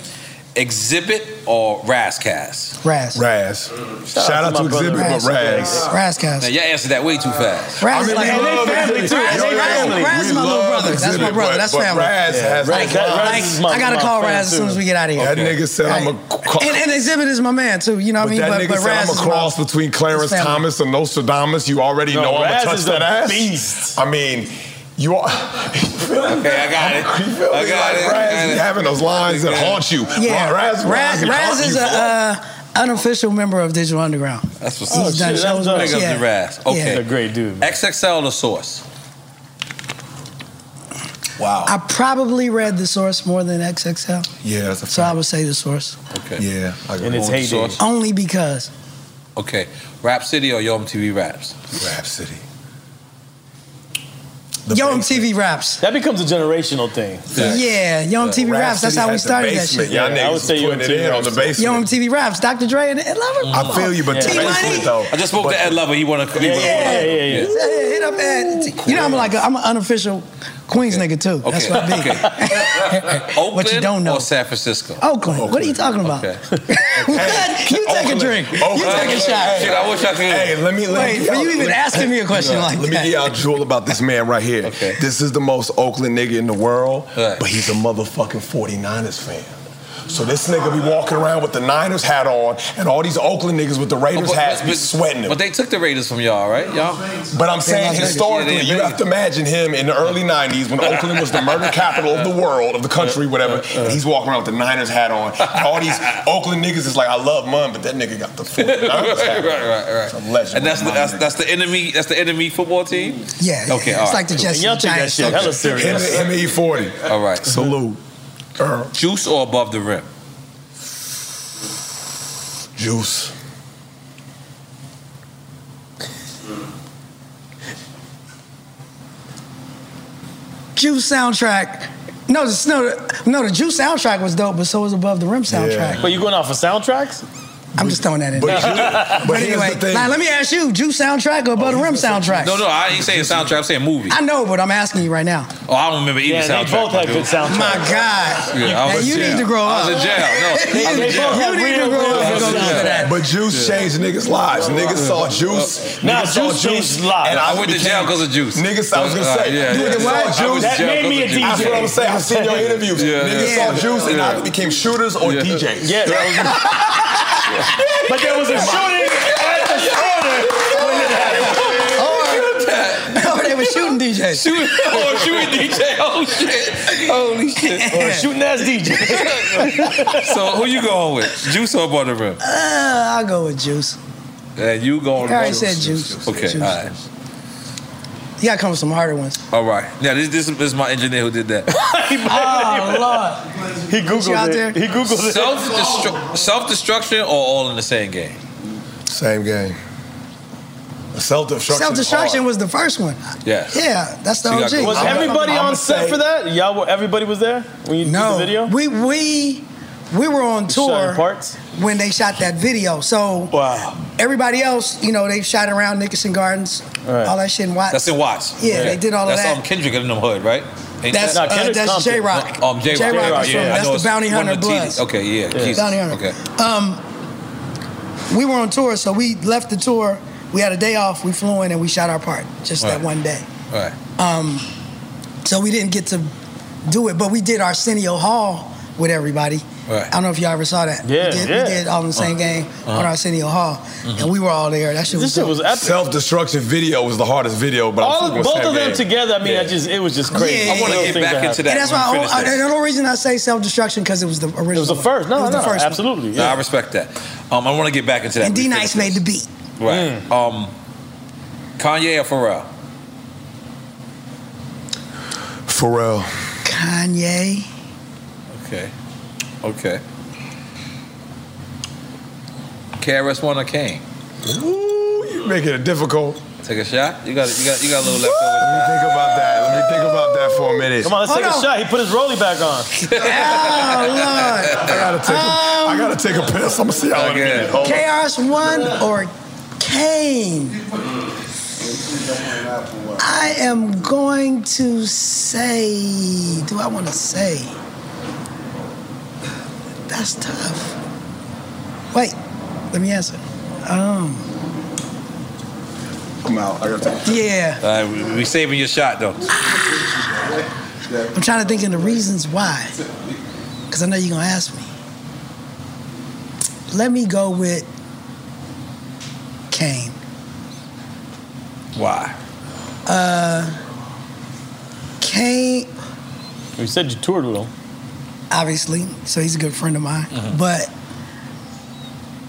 Speaker 3: Exhibit or Razzcast?
Speaker 5: Raz.
Speaker 7: Raz. Shout out to Exhibit, but Raz.
Speaker 5: Razzcast.
Speaker 3: Now, Mm. y'all answered that way too fast.
Speaker 5: Raz is like, and they family too. Raz, Raz is my little brother. That's my brother. That's family.
Speaker 7: Raz has
Speaker 5: Like, like, I gotta call Raz as soon as we get out of here.
Speaker 7: That nigga said I'm a
Speaker 5: And, and Exhibit is my man too. You know what I
Speaker 7: But
Speaker 5: mean?
Speaker 7: that nigga said
Speaker 5: Raz
Speaker 7: I'm a
Speaker 5: is my-
Speaker 7: cross between Clarence
Speaker 5: his family.
Speaker 7: Thomas and Nostradamus. You already
Speaker 5: No,
Speaker 7: know
Speaker 5: Raz
Speaker 7: I'm gonna
Speaker 5: is
Speaker 7: touch that
Speaker 5: a
Speaker 7: ass. I mean, you are. okay,
Speaker 3: I got it. I got it.
Speaker 7: Raz be having those lines that haunt you.
Speaker 5: Yeah,
Speaker 7: Raz,
Speaker 5: Raz, Raz, is a uh, unofficial member of Digital Underground.
Speaker 3: That's what's
Speaker 5: He's
Speaker 3: up.
Speaker 5: done Oh, shows with
Speaker 3: Big
Speaker 5: us,
Speaker 3: up
Speaker 5: yeah.
Speaker 3: to Raz. Okay.
Speaker 5: Yeah.
Speaker 3: a great dude. XXL the source. Wow.
Speaker 5: I probably read The Source more than XXL,
Speaker 7: Yeah, that's a
Speaker 5: so I would say The Source
Speaker 3: Okay. Um,
Speaker 7: Yeah. I
Speaker 3: And it's heyday.
Speaker 5: only because
Speaker 3: Okay. Rap City or Yo MTV Raps?
Speaker 7: Rap City.
Speaker 5: Yo MTV Raps.
Speaker 2: That becomes a generational thing.
Speaker 5: Yeah, Yo MTV Raps. That's how we started that shit.
Speaker 2: Yeah, I would say Yo MTV Raps.
Speaker 5: Yo MTV Raps. Dr. Dre and Ed Lover.
Speaker 7: I feel you, but
Speaker 5: T
Speaker 7: the
Speaker 5: Money.
Speaker 7: basement though.
Speaker 3: I just spoke to Ed Lover. He want to.
Speaker 5: Yeah, Hey, Hit up Ed. You know I'm like a, I'm an unofficial Queens nigga too. That's what I be.
Speaker 3: Oakland what you don't know. or San Francisco?
Speaker 5: Oakland. What are you talking about?
Speaker 3: Okay.
Speaker 5: What? Oh, you take a drink. You take a shot.
Speaker 3: Shit, I wish I could.
Speaker 7: Hey, let me. Let
Speaker 5: Wait,
Speaker 7: me
Speaker 5: for you even asking me a question like
Speaker 7: let
Speaker 5: that.
Speaker 7: me get y'all jewel about this man right here. This is the most Oakland nigga in the world, but he's a motherfucking 49ers fan. So this nigga be walking around with the Niners hat on, and all these Oakland niggas with the Raiders hats be sweating him.
Speaker 3: But they took the Raiders from y'all, right? Y'all.
Speaker 7: But I'm saying historically,
Speaker 3: Yeah, they-
Speaker 7: you have to imagine him in the early 90s when Oakland was the murder capital of the world, of the country, whatever. And he's walking around with the Niners hat on. And all these Oakland niggas is like, I love mum, but that nigga got the 49ers
Speaker 3: right,
Speaker 7: hat.
Speaker 3: right, right, right. And that's the, that's, that's the enemy. That's the enemy football team.
Speaker 5: Yeah.
Speaker 3: Okay. all right, cool.
Speaker 7: M- ME 40.
Speaker 3: All right.
Speaker 7: Salute.
Speaker 3: Juice or above the rim?
Speaker 7: Juice.
Speaker 5: Juice soundtrack. No, the, no, no, the Juice soundtrack was dope, but so was Above the Rim soundtrack.
Speaker 2: But you going off of soundtracks?
Speaker 5: I'm just throwing that in there.
Speaker 2: but
Speaker 5: But
Speaker 2: here's
Speaker 5: anyway,
Speaker 2: the thing.
Speaker 5: now let me ask you: Juice soundtrack or Above the Rim soundtrack?
Speaker 3: No, no. I ain't saying soundtrack. I'm saying movie.
Speaker 5: I know, but I'm asking you right now.
Speaker 3: Oh, I don't remember either
Speaker 5: Yeah, they
Speaker 3: soundtrack.
Speaker 5: both had
Speaker 3: dude.
Speaker 5: good soundtracks. My God.
Speaker 3: Yeah,
Speaker 5: Now
Speaker 3: I was
Speaker 5: you
Speaker 3: in
Speaker 5: need
Speaker 3: jail.
Speaker 5: to grow
Speaker 3: I was in
Speaker 5: up.
Speaker 3: jail. No, I was
Speaker 5: They-
Speaker 3: in
Speaker 5: they
Speaker 3: jail.
Speaker 5: both had You need to real- grow real up and go
Speaker 3: Yeah.
Speaker 5: do that.
Speaker 7: But Juice changed niggas' lives. Niggas saw Juice.
Speaker 2: Nah,
Speaker 7: niggas saw
Speaker 2: Juice changed lives.
Speaker 7: And
Speaker 2: I
Speaker 7: I,
Speaker 2: went to
Speaker 7: became-
Speaker 2: jail 'cause of Juice.
Speaker 7: Niggas, I was gonna
Speaker 2: Uh,
Speaker 7: say.
Speaker 2: yeah,
Speaker 7: niggas
Speaker 2: yeah. I was
Speaker 7: saw Juice.
Speaker 2: in That jail made 'cause me of a Juice. DJ.
Speaker 7: That's what I'm saying. I've seen your interviews.
Speaker 2: Yeah,
Speaker 7: niggas
Speaker 2: yeah.
Speaker 7: saw Juice and
Speaker 2: Yeah.
Speaker 7: either became shooters or DJs.
Speaker 2: Yeah, that But there was a shooting at the
Speaker 5: Or, or they were shooting DJs.
Speaker 3: Shooting, or shooting DJ. Oh shit! Holy shit!
Speaker 2: Or shooting ass DJ.
Speaker 3: so who you going with? Juice or above the rim?
Speaker 5: Uh, I'll go with Juice.
Speaker 3: Yeah, you going?
Speaker 5: I already
Speaker 3: with
Speaker 5: said Juice.
Speaker 3: Okay.
Speaker 5: Juice.
Speaker 3: All right.
Speaker 5: You gotta come with some harder ones.
Speaker 3: All right. Now this, this this is my engineer who did that.
Speaker 5: oh Lord.
Speaker 2: He
Speaker 5: Googled it. He
Speaker 2: Googled
Speaker 3: self it. Self destruction or all in the same game?
Speaker 7: Same game. Self destruction.
Speaker 5: Self destruction was the first one.
Speaker 3: Yeah.
Speaker 5: Yeah, that's the OG.
Speaker 2: Was everybody on set for that? Y'all were, everybody was there when you
Speaker 5: No,
Speaker 2: did the video?
Speaker 5: we we we were on
Speaker 2: shot in
Speaker 5: tour
Speaker 2: parts?
Speaker 5: when they shot that video. So everybody else, you know, they shot around Nickerson Gardens,
Speaker 3: Right.
Speaker 5: all that shit in Watts.
Speaker 3: That's in Watts.
Speaker 5: Yeah, they did all of
Speaker 3: that's
Speaker 5: that.
Speaker 3: That's um, Kendrick in the hood, right? Ain't
Speaker 5: That's,
Speaker 3: that-
Speaker 5: uh, No, Kendrick's that's Compton. J-Rock.
Speaker 3: Um, J Rock.
Speaker 5: J-Rock is from- that's the Bounty Hunter Bloods.
Speaker 3: Okay, yeah.
Speaker 5: Yeah.
Speaker 3: Jesus.
Speaker 5: Bounty Hunter.
Speaker 3: Okay.
Speaker 5: Um, we were on tour, so we left the tour. We had a day off. We flew in and we shot our part just
Speaker 3: Right.
Speaker 5: that one day.
Speaker 3: All right.
Speaker 5: Um, so we didn't get to do it, but we did Arsenio Hall with everybody.
Speaker 3: Right.
Speaker 5: I don't know if y'all ever saw that.
Speaker 3: Yeah,
Speaker 5: we did,
Speaker 3: yeah.
Speaker 5: We did all in the same
Speaker 3: Uh-huh.
Speaker 5: game on
Speaker 7: Uh-huh.
Speaker 5: Arsenio Hall, and we were all there. That shit was dope.
Speaker 7: Self destruction video was the hardest video, but
Speaker 5: All-
Speaker 7: I'm fucking with
Speaker 5: both
Speaker 7: Sam
Speaker 5: of them
Speaker 7: Gay.
Speaker 2: together, I mean, I just it was just crazy.
Speaker 7: Yeah, I wanna
Speaker 2: Those
Speaker 7: get
Speaker 2: things
Speaker 7: back
Speaker 2: happen.
Speaker 7: into that
Speaker 5: And that's why
Speaker 3: Finish
Speaker 5: I, I,
Speaker 3: this.
Speaker 5: the only reason I say self destruction because it was the original. It was the
Speaker 2: first. No,
Speaker 5: it was
Speaker 2: no,
Speaker 5: the first one.
Speaker 2: absolutely.
Speaker 3: No, I respect that. Um, I want to get back into that.
Speaker 5: And
Speaker 3: We
Speaker 2: Mm.
Speaker 5: D Nice made the beat.
Speaker 3: finish- Right. Um, Kanye or Pharrell?
Speaker 7: Pharrell.
Speaker 5: Kanye.
Speaker 3: Okay. Okay. KRS One or Kane?
Speaker 7: Ooh, you making it difficult.
Speaker 3: Take a shot. You got you got you got a little left over.
Speaker 7: Let me think about that. Let me think about that for a minute.
Speaker 2: Come on, let's take a shot. He put his rolly back on.
Speaker 5: oh, Lord. Um,
Speaker 7: I gotta take. a, I gotta take a piss. I'm gonna see how it is. Hold on.
Speaker 5: KRS1 or Kane? I am going to say, do I want to say? That's tough. Wait, let me answer. Um,
Speaker 7: I'm out. I gotta take.
Speaker 5: yeah,
Speaker 3: Uh, we, we saving your shot though.
Speaker 5: I'm trying to think of the reasons why, because I know you're gonna ask me. Let me go with Kane.
Speaker 3: Why?
Speaker 5: Uh, Kane,
Speaker 2: You said you toured with him.
Speaker 5: obviously, so he's a good friend of mine.
Speaker 2: Mhm.
Speaker 5: But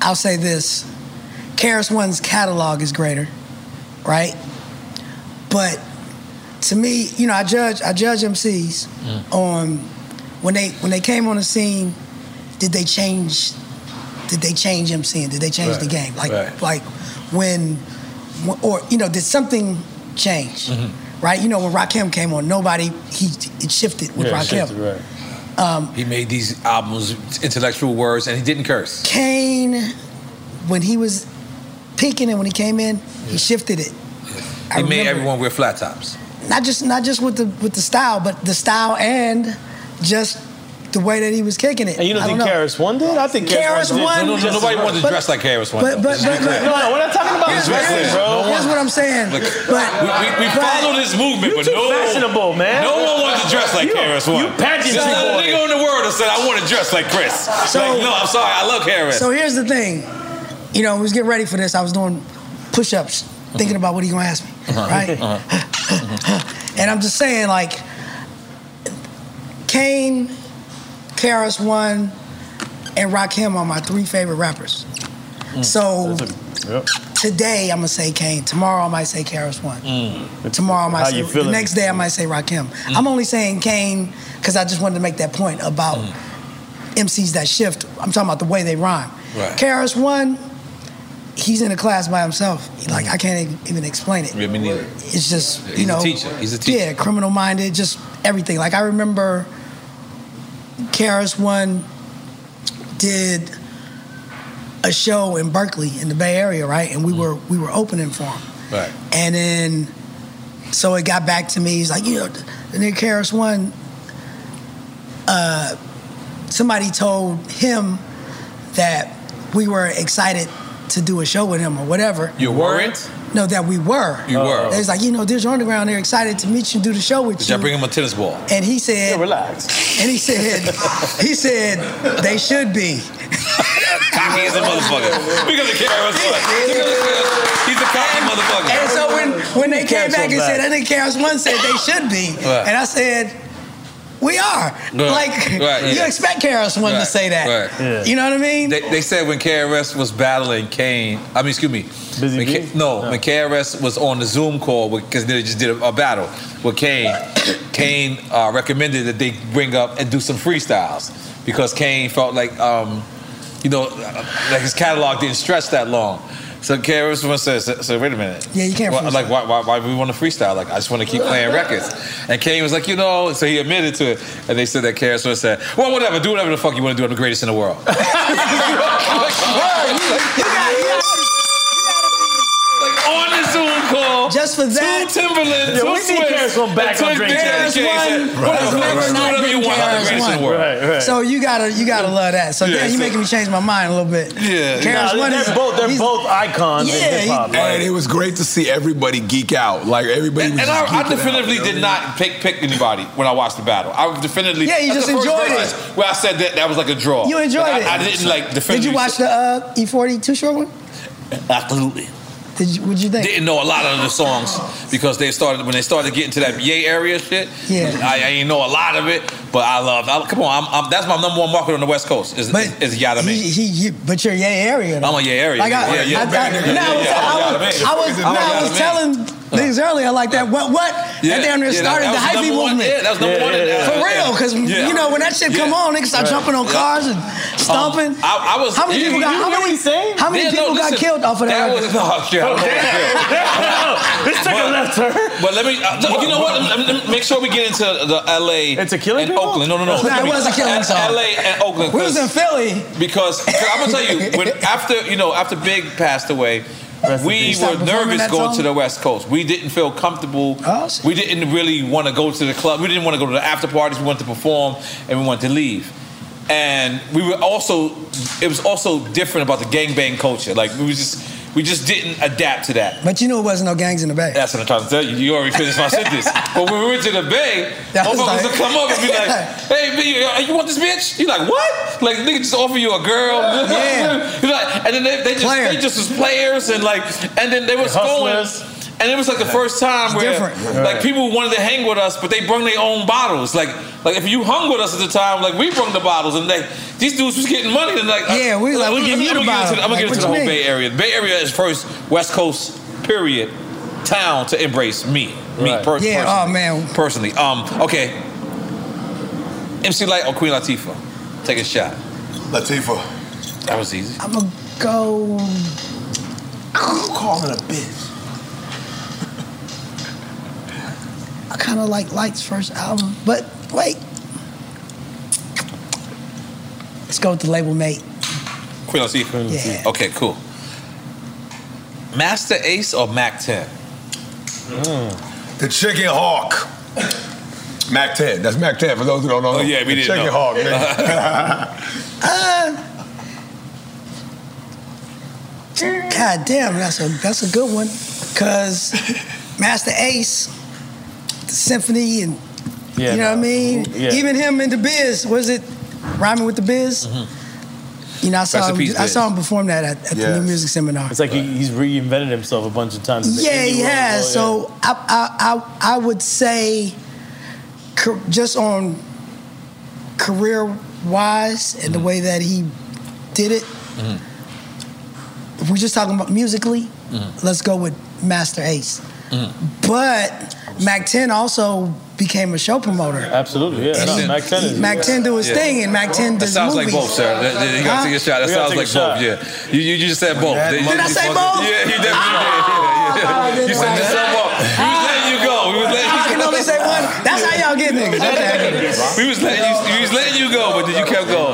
Speaker 5: I'll say this: Karis One's catalog is greater, right? But to me, you know, I judge I judge MCs on when they when they came on the scene. Did they change? Did they change MCing? Did they change the
Speaker 6: Right,
Speaker 5: game? Like
Speaker 6: right.
Speaker 5: like when, or you know, did something change?
Speaker 3: Mm-hmm.
Speaker 5: Right? You know, when Rakim came on, nobody he it shifted with Rakim. Um,
Speaker 3: he made these albums intellectual words, and he didn't curse.
Speaker 5: Kane, when he was peaking and when he came in, he shifted it.
Speaker 3: He made everyone wear flat tops.
Speaker 5: Not just not just with the with the style, but the style and just the way that he was kicking it.
Speaker 2: And you don't
Speaker 5: I
Speaker 2: think Karis One did? I think Karis
Speaker 5: KRS One-
Speaker 2: One.
Speaker 5: No, no, no, nobody wanted
Speaker 3: to dress like KRS One,
Speaker 5: But, but, but, but
Speaker 2: no, no, we're not talking about
Speaker 5: here's,
Speaker 2: dressing,
Speaker 5: here's-
Speaker 2: bro.
Speaker 5: here's what I'm saying.
Speaker 3: Look,
Speaker 5: but
Speaker 3: we, we, we
Speaker 5: but-
Speaker 3: follow this movement,
Speaker 2: You
Speaker 3: but
Speaker 2: too
Speaker 3: no
Speaker 2: fashionable, man.
Speaker 3: No one wants to dress like
Speaker 2: You-
Speaker 3: KRS One.
Speaker 2: you pageantry
Speaker 3: There's not a
Speaker 2: boy.
Speaker 3: nigga in the world that said I want to dress like Chris.
Speaker 5: So-
Speaker 3: like, no, I'm sorry, I love KRS.
Speaker 5: So here's the thing. You know, I was getting ready for this. I was doing push-ups, thinking about what he gonna ask me, right? And I'm just saying, like, Kane, Karis One, and Rakim are my three favorite rappers.
Speaker 2: Mm.
Speaker 5: So today I'm gonna say Kane. Tomorrow I might say Karis One.
Speaker 13: Mm.
Speaker 5: Tomorrow I might
Speaker 2: How
Speaker 5: say
Speaker 2: you feeling? Mm.
Speaker 5: the next day I might say Rakim. I'm only saying Kane because I just wanted to make that point about
Speaker 2: Mm.
Speaker 5: MCs that shift. I'm talking about the way they rhyme.
Speaker 3: Right.
Speaker 5: Karis One, he's in a class by himself.
Speaker 2: Mm.
Speaker 5: Like I can't e- even explain it.
Speaker 3: Yeah, me neither.
Speaker 5: It's just
Speaker 3: Yeah,
Speaker 5: you
Speaker 3: he's a
Speaker 5: know,
Speaker 3: teacher. He's a teacher.
Speaker 5: Yeah, criminal minded, just everything. Like I remember, Karis One did a show in Berkeley in the Bay Area, right? And we
Speaker 3: Mm-hmm.
Speaker 5: were we were opening for him.
Speaker 3: Right.
Speaker 5: And then, so it got back to me. He's like, you know, the nigga Karis One, uh, somebody told him that we were excited to do a show with him or whatever.
Speaker 3: You weren't?
Speaker 5: No, that we were.
Speaker 3: You were.
Speaker 5: They was like, you know, Digital Underground, they're excited to meet you, do the show with
Speaker 3: Did
Speaker 5: you.
Speaker 3: y'all bring him a tennis ball?
Speaker 5: And he said,
Speaker 2: relax.
Speaker 5: And he said, he said, they should be.
Speaker 3: Cocky as a motherfucker. Because of KRS One. Because of KRS. He's a cocky motherfucker.
Speaker 5: And so when, when they came
Speaker 3: Cancel
Speaker 5: back and said,
Speaker 3: back.
Speaker 5: I think Karis One said they should be.
Speaker 3: Right.
Speaker 5: And I said, we are.
Speaker 3: Right.
Speaker 5: Like,
Speaker 3: Right,
Speaker 5: you
Speaker 3: yeah.
Speaker 5: expect Karis One to
Speaker 3: Right,
Speaker 5: say that.
Speaker 3: right.
Speaker 5: You know what I mean?
Speaker 3: They, they said when KRS was battling Kane, I mean, excuse me, when K- no, when KRS was on the Zoom call because they just did a, a battle with Kane. Kane uh, recommended that they bring up and do some freestyles because Kane felt like, um, you know, uh, like his catalog didn't stretch that long. So KRS One says, so, so wait a minute.
Speaker 5: Yeah, you can't
Speaker 3: Why, like, why, why, why we want to freestyle? Like, I just want to keep playing records. And Kane was like, you know, so he admitted to it. And they said that KRS One said, well, whatever, do whatever the fuck you want to do. I'm the greatest in the world.
Speaker 5: Word, you- you got- you got-
Speaker 3: on the Zoom call.
Speaker 5: Just for that.
Speaker 3: Two Timberland,
Speaker 5: Yeah,
Speaker 3: two
Speaker 5: we need
Speaker 3: Swiss,
Speaker 5: Karis One back
Speaker 3: and
Speaker 5: on
Speaker 3: two
Speaker 5: Drink Champs.
Speaker 3: Karis One
Speaker 5: Karis One
Speaker 3: was
Speaker 5: has never
Speaker 3: never
Speaker 5: not
Speaker 3: whatever you
Speaker 5: been
Speaker 3: want. I'm the
Speaker 5: Karis
Speaker 3: greatest in the
Speaker 5: One.
Speaker 3: world.
Speaker 5: So you gotta you gotta love that. So
Speaker 3: Yeah,
Speaker 5: yeah, you
Speaker 3: so-
Speaker 5: making me change my mind a little bit.
Speaker 7: Yeah.
Speaker 5: Karis
Speaker 7: Nah,
Speaker 5: One
Speaker 7: they're
Speaker 5: is
Speaker 7: both-
Speaker 2: they're both icons
Speaker 5: Yeah, he-
Speaker 7: And it was great to see everybody geek out. Like everybody was
Speaker 3: And
Speaker 7: just
Speaker 3: I, I
Speaker 7: geeking out.
Speaker 3: definitively did not pick pick anybody when I watched the battle. I definitively
Speaker 5: Yeah, you
Speaker 3: that's
Speaker 5: just
Speaker 3: the first
Speaker 5: enjoyed it.
Speaker 3: verse Where I said that that was like a draw.
Speaker 5: you enjoyed
Speaker 3: Like,
Speaker 5: it.
Speaker 3: Oh, I, I didn't like definitively.
Speaker 5: Did you watch the uh, E40 Too Short one?
Speaker 3: Absolutely.
Speaker 5: Did you? What'd you think?
Speaker 3: Didn't know a lot of the songs because they started when they started getting to that yay area shit.
Speaker 5: Yeah.
Speaker 3: I, I ain't know a lot of it, But I love. I, come on, I'm, I'm, that's my number one market on the West Coast. Is is Yada
Speaker 5: He,
Speaker 3: Man.
Speaker 5: he, he, but you're your area. though.
Speaker 3: I'm on your area.
Speaker 5: Like I,
Speaker 3: Yeah, yeah,
Speaker 5: I, I,
Speaker 3: yeah, yeah,
Speaker 5: now I was,
Speaker 3: yeah,
Speaker 5: I
Speaker 3: yeah,
Speaker 5: was,
Speaker 3: yeah,
Speaker 5: I was,
Speaker 3: yeah,
Speaker 5: now I
Speaker 3: yeah,
Speaker 5: was
Speaker 3: yeah,
Speaker 5: telling things earlier like that. What? What?
Speaker 3: Yeah,
Speaker 5: that damn near
Speaker 3: yeah, that-
Speaker 5: started
Speaker 3: that was
Speaker 5: the hype
Speaker 3: number one.
Speaker 5: movement.
Speaker 3: Yeah, that was number one in the-
Speaker 5: for real. Because
Speaker 3: Yeah.
Speaker 5: you know when that shit come
Speaker 3: Yeah.
Speaker 5: on, niggas start
Speaker 3: Right.
Speaker 5: jumping on
Speaker 3: Yeah. Um,
Speaker 5: cars and stomping.
Speaker 3: I, I was.
Speaker 5: How many people got? How many? How many
Speaker 3: Yeah, no,
Speaker 5: people got
Speaker 3: listen,
Speaker 5: killed off of that?
Speaker 3: That was oh shit. I don't know what
Speaker 5: record?
Speaker 3: This took a left turn. But let me. Uh, look, you know what? Let me- let me make sure we get into the L.A. It's a killing and Oakland. No, no, no.
Speaker 5: Nah, it was a killing song.
Speaker 3: L.A. and Oakland.
Speaker 5: We was in
Speaker 3: 'cause-
Speaker 5: Philly.
Speaker 3: because 'cause I'm gonna tell you when after you know after Big passed away. We
Speaker 5: peace.
Speaker 3: were
Speaker 5: Stop performing
Speaker 3: nervous
Speaker 5: that
Speaker 3: going
Speaker 5: song?
Speaker 3: to the West Coast. We didn't feel comfortable. we didn't really want to go to the club. We didn't want to go to the after parties. We wanted to perform and we wanted to leave. And we were also, it was also different about the gangbang culture. Like we was just, we just didn't adapt to that.
Speaker 5: But you know it wasn't no gangs in the back.
Speaker 3: That's what I'm trying to tell you. You already finished my sentence. But when we went to the bay,
Speaker 5: That was
Speaker 3: motherfuckers
Speaker 5: like-
Speaker 3: would come up and be like, "Hey, B, uh, you, you want this bitch?" You like what? Like nigga just offer you a girl.
Speaker 5: Yeah.
Speaker 3: You like- and then they, they just
Speaker 5: Player.
Speaker 3: they just was players and like and then they was going.
Speaker 5: Hustlers.
Speaker 3: And it was like the first time where
Speaker 5: different.
Speaker 3: like people wanted to hang with us, but they brung their own bottles. Like like if you hung with us at the time, like we brung the bottles, and like these dudes was getting money. And like
Speaker 5: Yeah, we was like, we
Speaker 3: I'm-
Speaker 5: give
Speaker 3: I'm- I'm gonna
Speaker 5: you the
Speaker 3: get into
Speaker 5: bottle.
Speaker 3: I'm gonna get
Speaker 5: Like,
Speaker 3: into the
Speaker 5: what
Speaker 3: whole
Speaker 5: you
Speaker 3: Bay
Speaker 5: mean?
Speaker 3: Area. The Bay Area is first West Coast period town to embrace me, me
Speaker 5: Right.
Speaker 3: per-
Speaker 5: Yeah,
Speaker 3: personally.
Speaker 5: oh, man.
Speaker 3: personally. Um, okay, MC Light or Queen Latifah, take a shot.
Speaker 7: Latifah.
Speaker 3: That was easy.
Speaker 5: I'm gonna go. Call it a bitch. I kind of like Light's first album, but wait. Let's go with the label mate.
Speaker 3: Queen Latifah.
Speaker 5: Yeah.
Speaker 3: Okay, cool. Master Ace or Mac Ten?
Speaker 7: The Chicken Hawk. Mac 10. That's Mac 10 for those who don't know.
Speaker 3: Oh, yeah, we
Speaker 7: the
Speaker 3: didn't
Speaker 7: Chicken
Speaker 3: know.
Speaker 7: Hawk, nigga.
Speaker 5: Uh, God damn, that's a that's a good one. Cause Master Ace, the symphony and
Speaker 2: Yeah,
Speaker 5: you know what I
Speaker 2: no.
Speaker 5: mean?
Speaker 2: Yeah.
Speaker 5: Even him in the biz, was it rhyming with the biz? You know, I saw
Speaker 2: Mm-hmm. Rest in
Speaker 5: him,
Speaker 2: peace,
Speaker 5: I
Speaker 2: Biz.
Speaker 5: saw him perform that at, at the New Music Seminar.
Speaker 2: It's like he, he's reinvented himself a bunch of times. It's the
Speaker 5: Yeah,
Speaker 2: indie world,
Speaker 5: yeah.
Speaker 2: oh,
Speaker 5: So I, I, I, I would say, ca- just on career wise and the way that he did it, if we're just talking about musically, let's go with Master Ace. But Mac 10 also became a show promoter.
Speaker 2: Absolutely, yeah.
Speaker 5: And
Speaker 2: No,
Speaker 5: he-
Speaker 2: Mac 10 is-
Speaker 5: Mac 10 do his thing, and Mac 10
Speaker 3: That
Speaker 5: does
Speaker 3: sounds
Speaker 5: movies.
Speaker 3: like both, sir. That- that- you gotta
Speaker 5: Huh?
Speaker 3: take a shot. That
Speaker 5: We
Speaker 3: sounds
Speaker 5: gotta
Speaker 3: like
Speaker 5: take
Speaker 3: both. Yeah, you, you just said both. They-
Speaker 5: Did I say Ah, oh, both?
Speaker 3: Yeah, you definitely did. Yeah, yeah. You said yourself both. We was letting you go. We was letting you
Speaker 5: Ah, I can only say one. That's how y'all get niggas. Okay.
Speaker 3: We was letting you. We was letting you go, but then you kept going.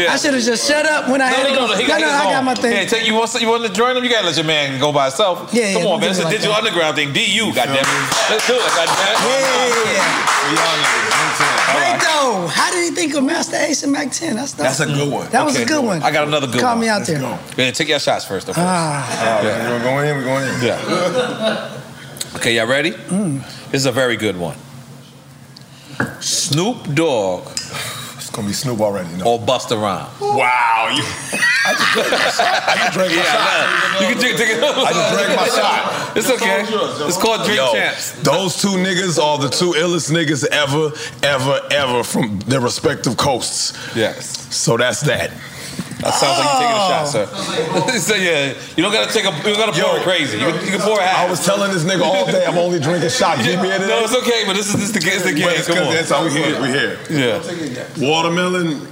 Speaker 3: Yeah.
Speaker 5: I should have just shut up when I
Speaker 3: no,
Speaker 5: had
Speaker 3: no,
Speaker 5: to
Speaker 3: no,
Speaker 5: go.
Speaker 3: no, he got his
Speaker 5: I got
Speaker 3: own.
Speaker 5: my thing.
Speaker 3: Yeah, take, you want you want to join him? You gotta let your man go by himself.
Speaker 5: Yeah,
Speaker 3: Come
Speaker 5: yeah,
Speaker 3: on,
Speaker 5: don't
Speaker 3: man.
Speaker 5: do
Speaker 3: It's a
Speaker 5: it like
Speaker 3: digital
Speaker 5: that.
Speaker 3: underground thing. DU, goddamn. Let's do it, goddamn.
Speaker 5: Wait
Speaker 3: Yeah,
Speaker 5: though, how did he think of Master Ace and Mac 10? That's,
Speaker 3: That's a good
Speaker 5: one. That was a good one.
Speaker 3: I got another good
Speaker 5: Call
Speaker 3: one.
Speaker 5: me out there.
Speaker 3: Yeah, take your shots first. Of course.
Speaker 5: Ah.
Speaker 3: yeah.
Speaker 7: We're going in, we're going in.
Speaker 3: Yeah. Okay, y'all ready?
Speaker 7: Mm.
Speaker 3: This is a very good one. Snoop Dogg. It's
Speaker 7: gonna be Snoop already.
Speaker 3: Or Busta Rhymes.
Speaker 7: Wow. You, I just drank my shot.
Speaker 3: You can drink, take it. I
Speaker 7: just drank my shot.
Speaker 3: It's okay. It's called drink champs.
Speaker 7: Those two niggas are the two illest niggas ever, ever, ever from their respective coasts.
Speaker 3: Yes.
Speaker 7: So that's that.
Speaker 3: That sounds like you're taking a shot, sir. so yeah, you don't gotta take a, you don't gotta pour it crazy. You, can- you can pour it half.
Speaker 7: I was telling this nigga all day, I'm only drinking shots. Give me it.
Speaker 3: No, it's okay, but this is this is the, it's the game.
Speaker 7: But it's
Speaker 3: Come
Speaker 7: 'cause
Speaker 3: on,
Speaker 7: that's how we here. We here.
Speaker 3: Yeah.
Speaker 7: Watermelon.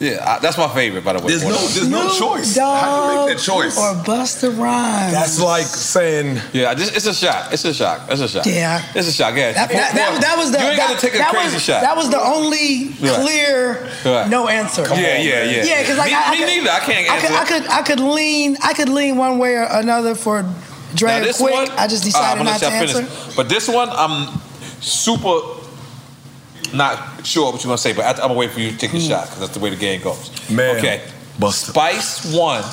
Speaker 3: Yeah, I, that's my favorite, by the way.
Speaker 7: There's no,
Speaker 3: watermelon.
Speaker 7: there's no choice. How do you make that choice?
Speaker 5: Or Busta Rhymes.
Speaker 7: That's like saying.
Speaker 3: Yeah, this, it's a shot. It's a shot. It's a shot.
Speaker 5: Yeah.
Speaker 3: It's a shot. Yeah.
Speaker 5: That, that- that- that was the
Speaker 3: You ain't
Speaker 5: that,
Speaker 3: gotta take a
Speaker 5: that
Speaker 3: crazy
Speaker 5: was,
Speaker 3: shot.
Speaker 5: That was the only
Speaker 3: Right.
Speaker 5: clear
Speaker 3: Right.
Speaker 5: no answer.
Speaker 3: Come Yeah, on, yeah, Oh, man. yeah.
Speaker 5: Yeah, because like
Speaker 3: Me-
Speaker 5: I, I
Speaker 3: me
Speaker 5: could,
Speaker 3: neither. I can't
Speaker 5: I could, I
Speaker 3: answer.
Speaker 5: could I could lean I could lean one way or another for
Speaker 3: Now,
Speaker 5: Dre or
Speaker 3: this
Speaker 5: Quick.
Speaker 3: one-
Speaker 5: I just
Speaker 3: Alright,
Speaker 5: decided
Speaker 3: I'ma
Speaker 5: not
Speaker 3: let
Speaker 5: to
Speaker 3: y'all
Speaker 5: answer.
Speaker 3: finish. But this one, I'm super not sure what you're gonna say, but I, I'm gonna wait for you to take
Speaker 5: Hmm.
Speaker 3: your shot because that's the way the game goes.
Speaker 7: Man.
Speaker 3: Okay. Spice one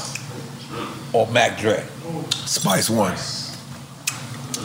Speaker 3: or Mac Dre?
Speaker 7: Spice one.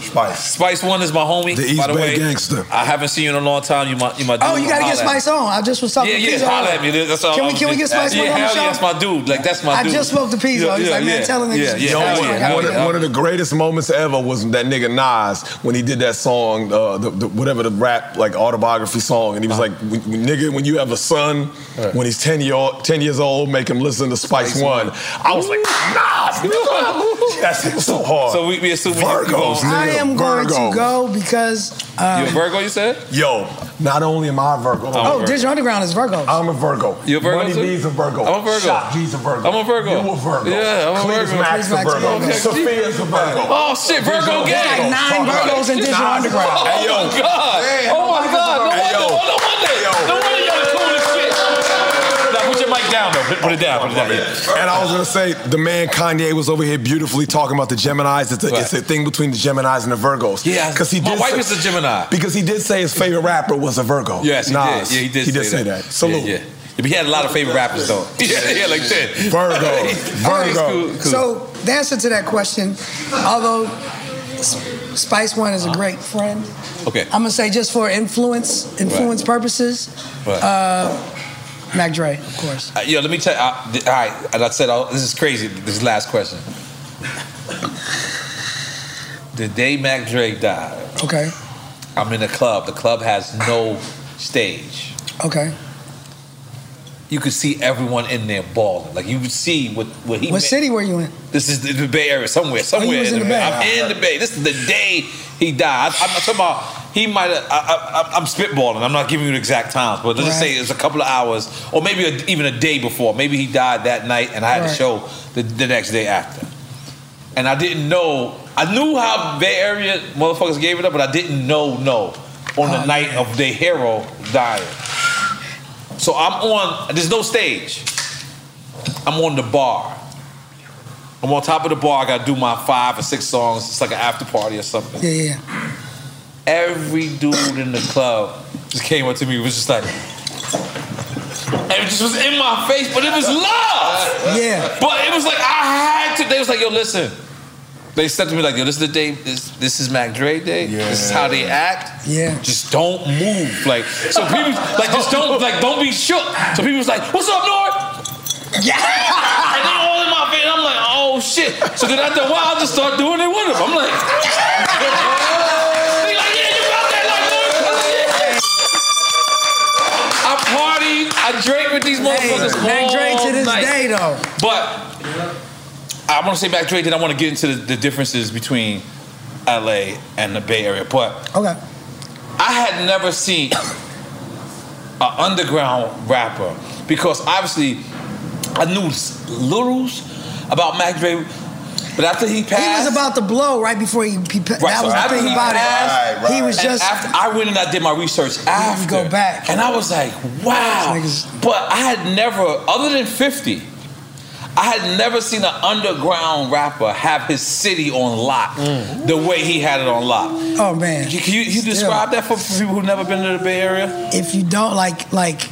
Speaker 7: Spice.
Speaker 3: Spice One is my homie.
Speaker 7: The East
Speaker 3: by the
Speaker 7: Bay
Speaker 3: way,
Speaker 7: gangster.
Speaker 3: I haven't seen you in a long time. You my, you my dude.
Speaker 5: Oh, you gotta get
Speaker 3: Holla at me.
Speaker 5: Spice on. I just was talking
Speaker 3: Yeah,
Speaker 5: to
Speaker 3: yeah,
Speaker 5: Pizzo.
Speaker 3: holla at me. That's all
Speaker 5: Can
Speaker 3: I
Speaker 5: we
Speaker 3: was
Speaker 5: can we get
Speaker 3: just-
Speaker 5: Spice
Speaker 3: yeah,
Speaker 5: on the
Speaker 3: hell
Speaker 5: show?
Speaker 3: yeah, that's my dude. Like that's my
Speaker 5: I
Speaker 3: dude.
Speaker 5: just spoke to Pizzo. He's like, man, tell him that
Speaker 3: Yeah,
Speaker 5: you-
Speaker 3: yeah,
Speaker 7: Yo,
Speaker 3: hell yeah, hell
Speaker 7: one,
Speaker 3: yeah.
Speaker 7: of, one of the greatest moments ever was that nigga Nas when he did that song, uh, the, the, whatever the rap like autobiography song, and he was
Speaker 3: Uh-huh.
Speaker 7: like, "When- when- "Nigga, when you have a son, when he's ten year old, ten years old, make him listen to Spice, One." I was like, Nas, nigga, that's it was so hard.
Speaker 3: So we, we assuming you- you
Speaker 7: Virgos,
Speaker 3: gonna-
Speaker 5: I
Speaker 7: nigga,
Speaker 5: am going
Speaker 7: Virgos.
Speaker 5: to go because um,
Speaker 3: You a Virgo? You said?
Speaker 7: Yo, not only am I a Virgo,
Speaker 3: I'm a
Speaker 5: Oh,
Speaker 3: Virgo.
Speaker 5: Digital Underground is Virgo.
Speaker 7: I'm a Virgo.
Speaker 3: You a Virgo
Speaker 7: Money
Speaker 3: too?
Speaker 7: B's a Virgo.
Speaker 3: I'm a Virgo.
Speaker 7: Shock G's a Virgo.
Speaker 3: I'm a Virgo.
Speaker 7: You a Virgo.
Speaker 3: Yeah, I'm a
Speaker 7: Cletus
Speaker 3: Virgo.
Speaker 7: Max a
Speaker 3: Cletus Max
Speaker 7: Virgo.
Speaker 3: is a Virgo.
Speaker 7: Sophia's a Virgo.
Speaker 3: Oh shit, Virgo gang.
Speaker 7: There's like nine Virgos in Digital Underground.
Speaker 3: Oh
Speaker 7: Hey, yo.
Speaker 3: my god.
Speaker 7: Damn.
Speaker 3: Oh my god. No
Speaker 7: Hey,
Speaker 3: wonder.
Speaker 7: yo.
Speaker 3: Oh, no wonder. No wonder you're the coolest shit. Now put your mic down though. Put, put it down. Put it down. Yeah.
Speaker 7: And I was gonna say, the man Kanye was over here beautifully talking about the Gemini's. It's a, it's a thing between the Gemini's and the Virgos.
Speaker 3: Yeah,
Speaker 7: because he
Speaker 3: my
Speaker 7: did.
Speaker 3: wife
Speaker 7: say,
Speaker 3: is a Gemini.
Speaker 7: Because he did say his favorite rapper was a Virgo.
Speaker 3: Yes, he
Speaker 7: Nas.
Speaker 3: did. Yeah, he did.
Speaker 7: He did say that. Salute.
Speaker 3: Yeah, yeah. But he had a lot of favorite rappers though. Yeah, yeah, like ten.
Speaker 7: Virgo. Virgo.
Speaker 5: So the answer to that question, although S- Spice One is a great friend,
Speaker 3: Okay.
Speaker 5: I'm gonna say just for influence influence purposes,
Speaker 3: Right.
Speaker 5: uh, Mac Dre, of course.
Speaker 3: Uh, yo, let me tell you. I, th- all right, and I said I'll- this is crazy. This is the last question. The day Mac Dre died,
Speaker 5: Okay,
Speaker 3: I'm in a club. The club has no stage.
Speaker 5: okay.
Speaker 3: you could see everyone in there balling. Like you could see what what he.
Speaker 5: What
Speaker 3: meant.
Speaker 5: city were you in? Oh,
Speaker 3: This is the, the Bay Area, somewhere, somewhere.
Speaker 5: was in the Bay.
Speaker 3: I'm in the Bay. This is the day he died. I, am not talking about. He might. have- I, I, I'm spitballing. I'm not giving you the exact times, but let's just say it's a couple of hours, or maybe a, even a day before. Maybe he died that night, and I had
Speaker 5: Right.
Speaker 3: a show the, the next day after. And I didn't know. I knew how Bay Area motherfuckers gave it up, but I didn't know no on
Speaker 5: Oh,
Speaker 3: the night of the hero dying. So I'm on. There's no stage. I'm on the bar. I'm on top of the bar. I got to do my five or six songs. It's like an after party or something.
Speaker 5: Yeah, yeah.
Speaker 3: Every dude in the club just came up to me. Was just like, and it just was in my face, but it was love.
Speaker 5: Yeah.
Speaker 3: But it was like I had to. They was like, yo, listen. They said to me like, yo, this is the day. This, this is Mac Dre day. This is how they act.
Speaker 5: Yeah.
Speaker 3: Just don't move. Like so, people like just don't like don't be shook. So people was like, what's up, Nord? Yeah. And they all in my face. and I'm like, oh shit. So then after a while, I just start doing it with them. I'm like, They like, yeah, you got that, like, Lord. I was like, yeah. I partied, I drank with these motherfuckers.
Speaker 5: Mac Dre
Speaker 3: all
Speaker 5: to this
Speaker 3: night.
Speaker 5: day, though.
Speaker 3: But I want to say back Dre, then I want to get into the, the differences between LA and the Bay Area. But
Speaker 5: Okay.
Speaker 3: I had never seen an underground rapper because obviously I knew s- littles about Mac Dre, but after he passed,
Speaker 5: He was about to blow right before he. he that
Speaker 3: Right, so
Speaker 5: was
Speaker 3: after
Speaker 5: the thing
Speaker 3: he
Speaker 5: about
Speaker 3: passed,
Speaker 5: it. He was
Speaker 3: and
Speaker 5: just.
Speaker 3: After, I went and I did my research after.
Speaker 5: go back.
Speaker 3: And I was like, wow. But I had never, other than 50, I had never seen an underground rapper have his city on lock the way he had it on lock.
Speaker 5: Oh man.
Speaker 3: Can you, you describe that for, for people who've never been to the Bay Area?
Speaker 5: If you don't like like,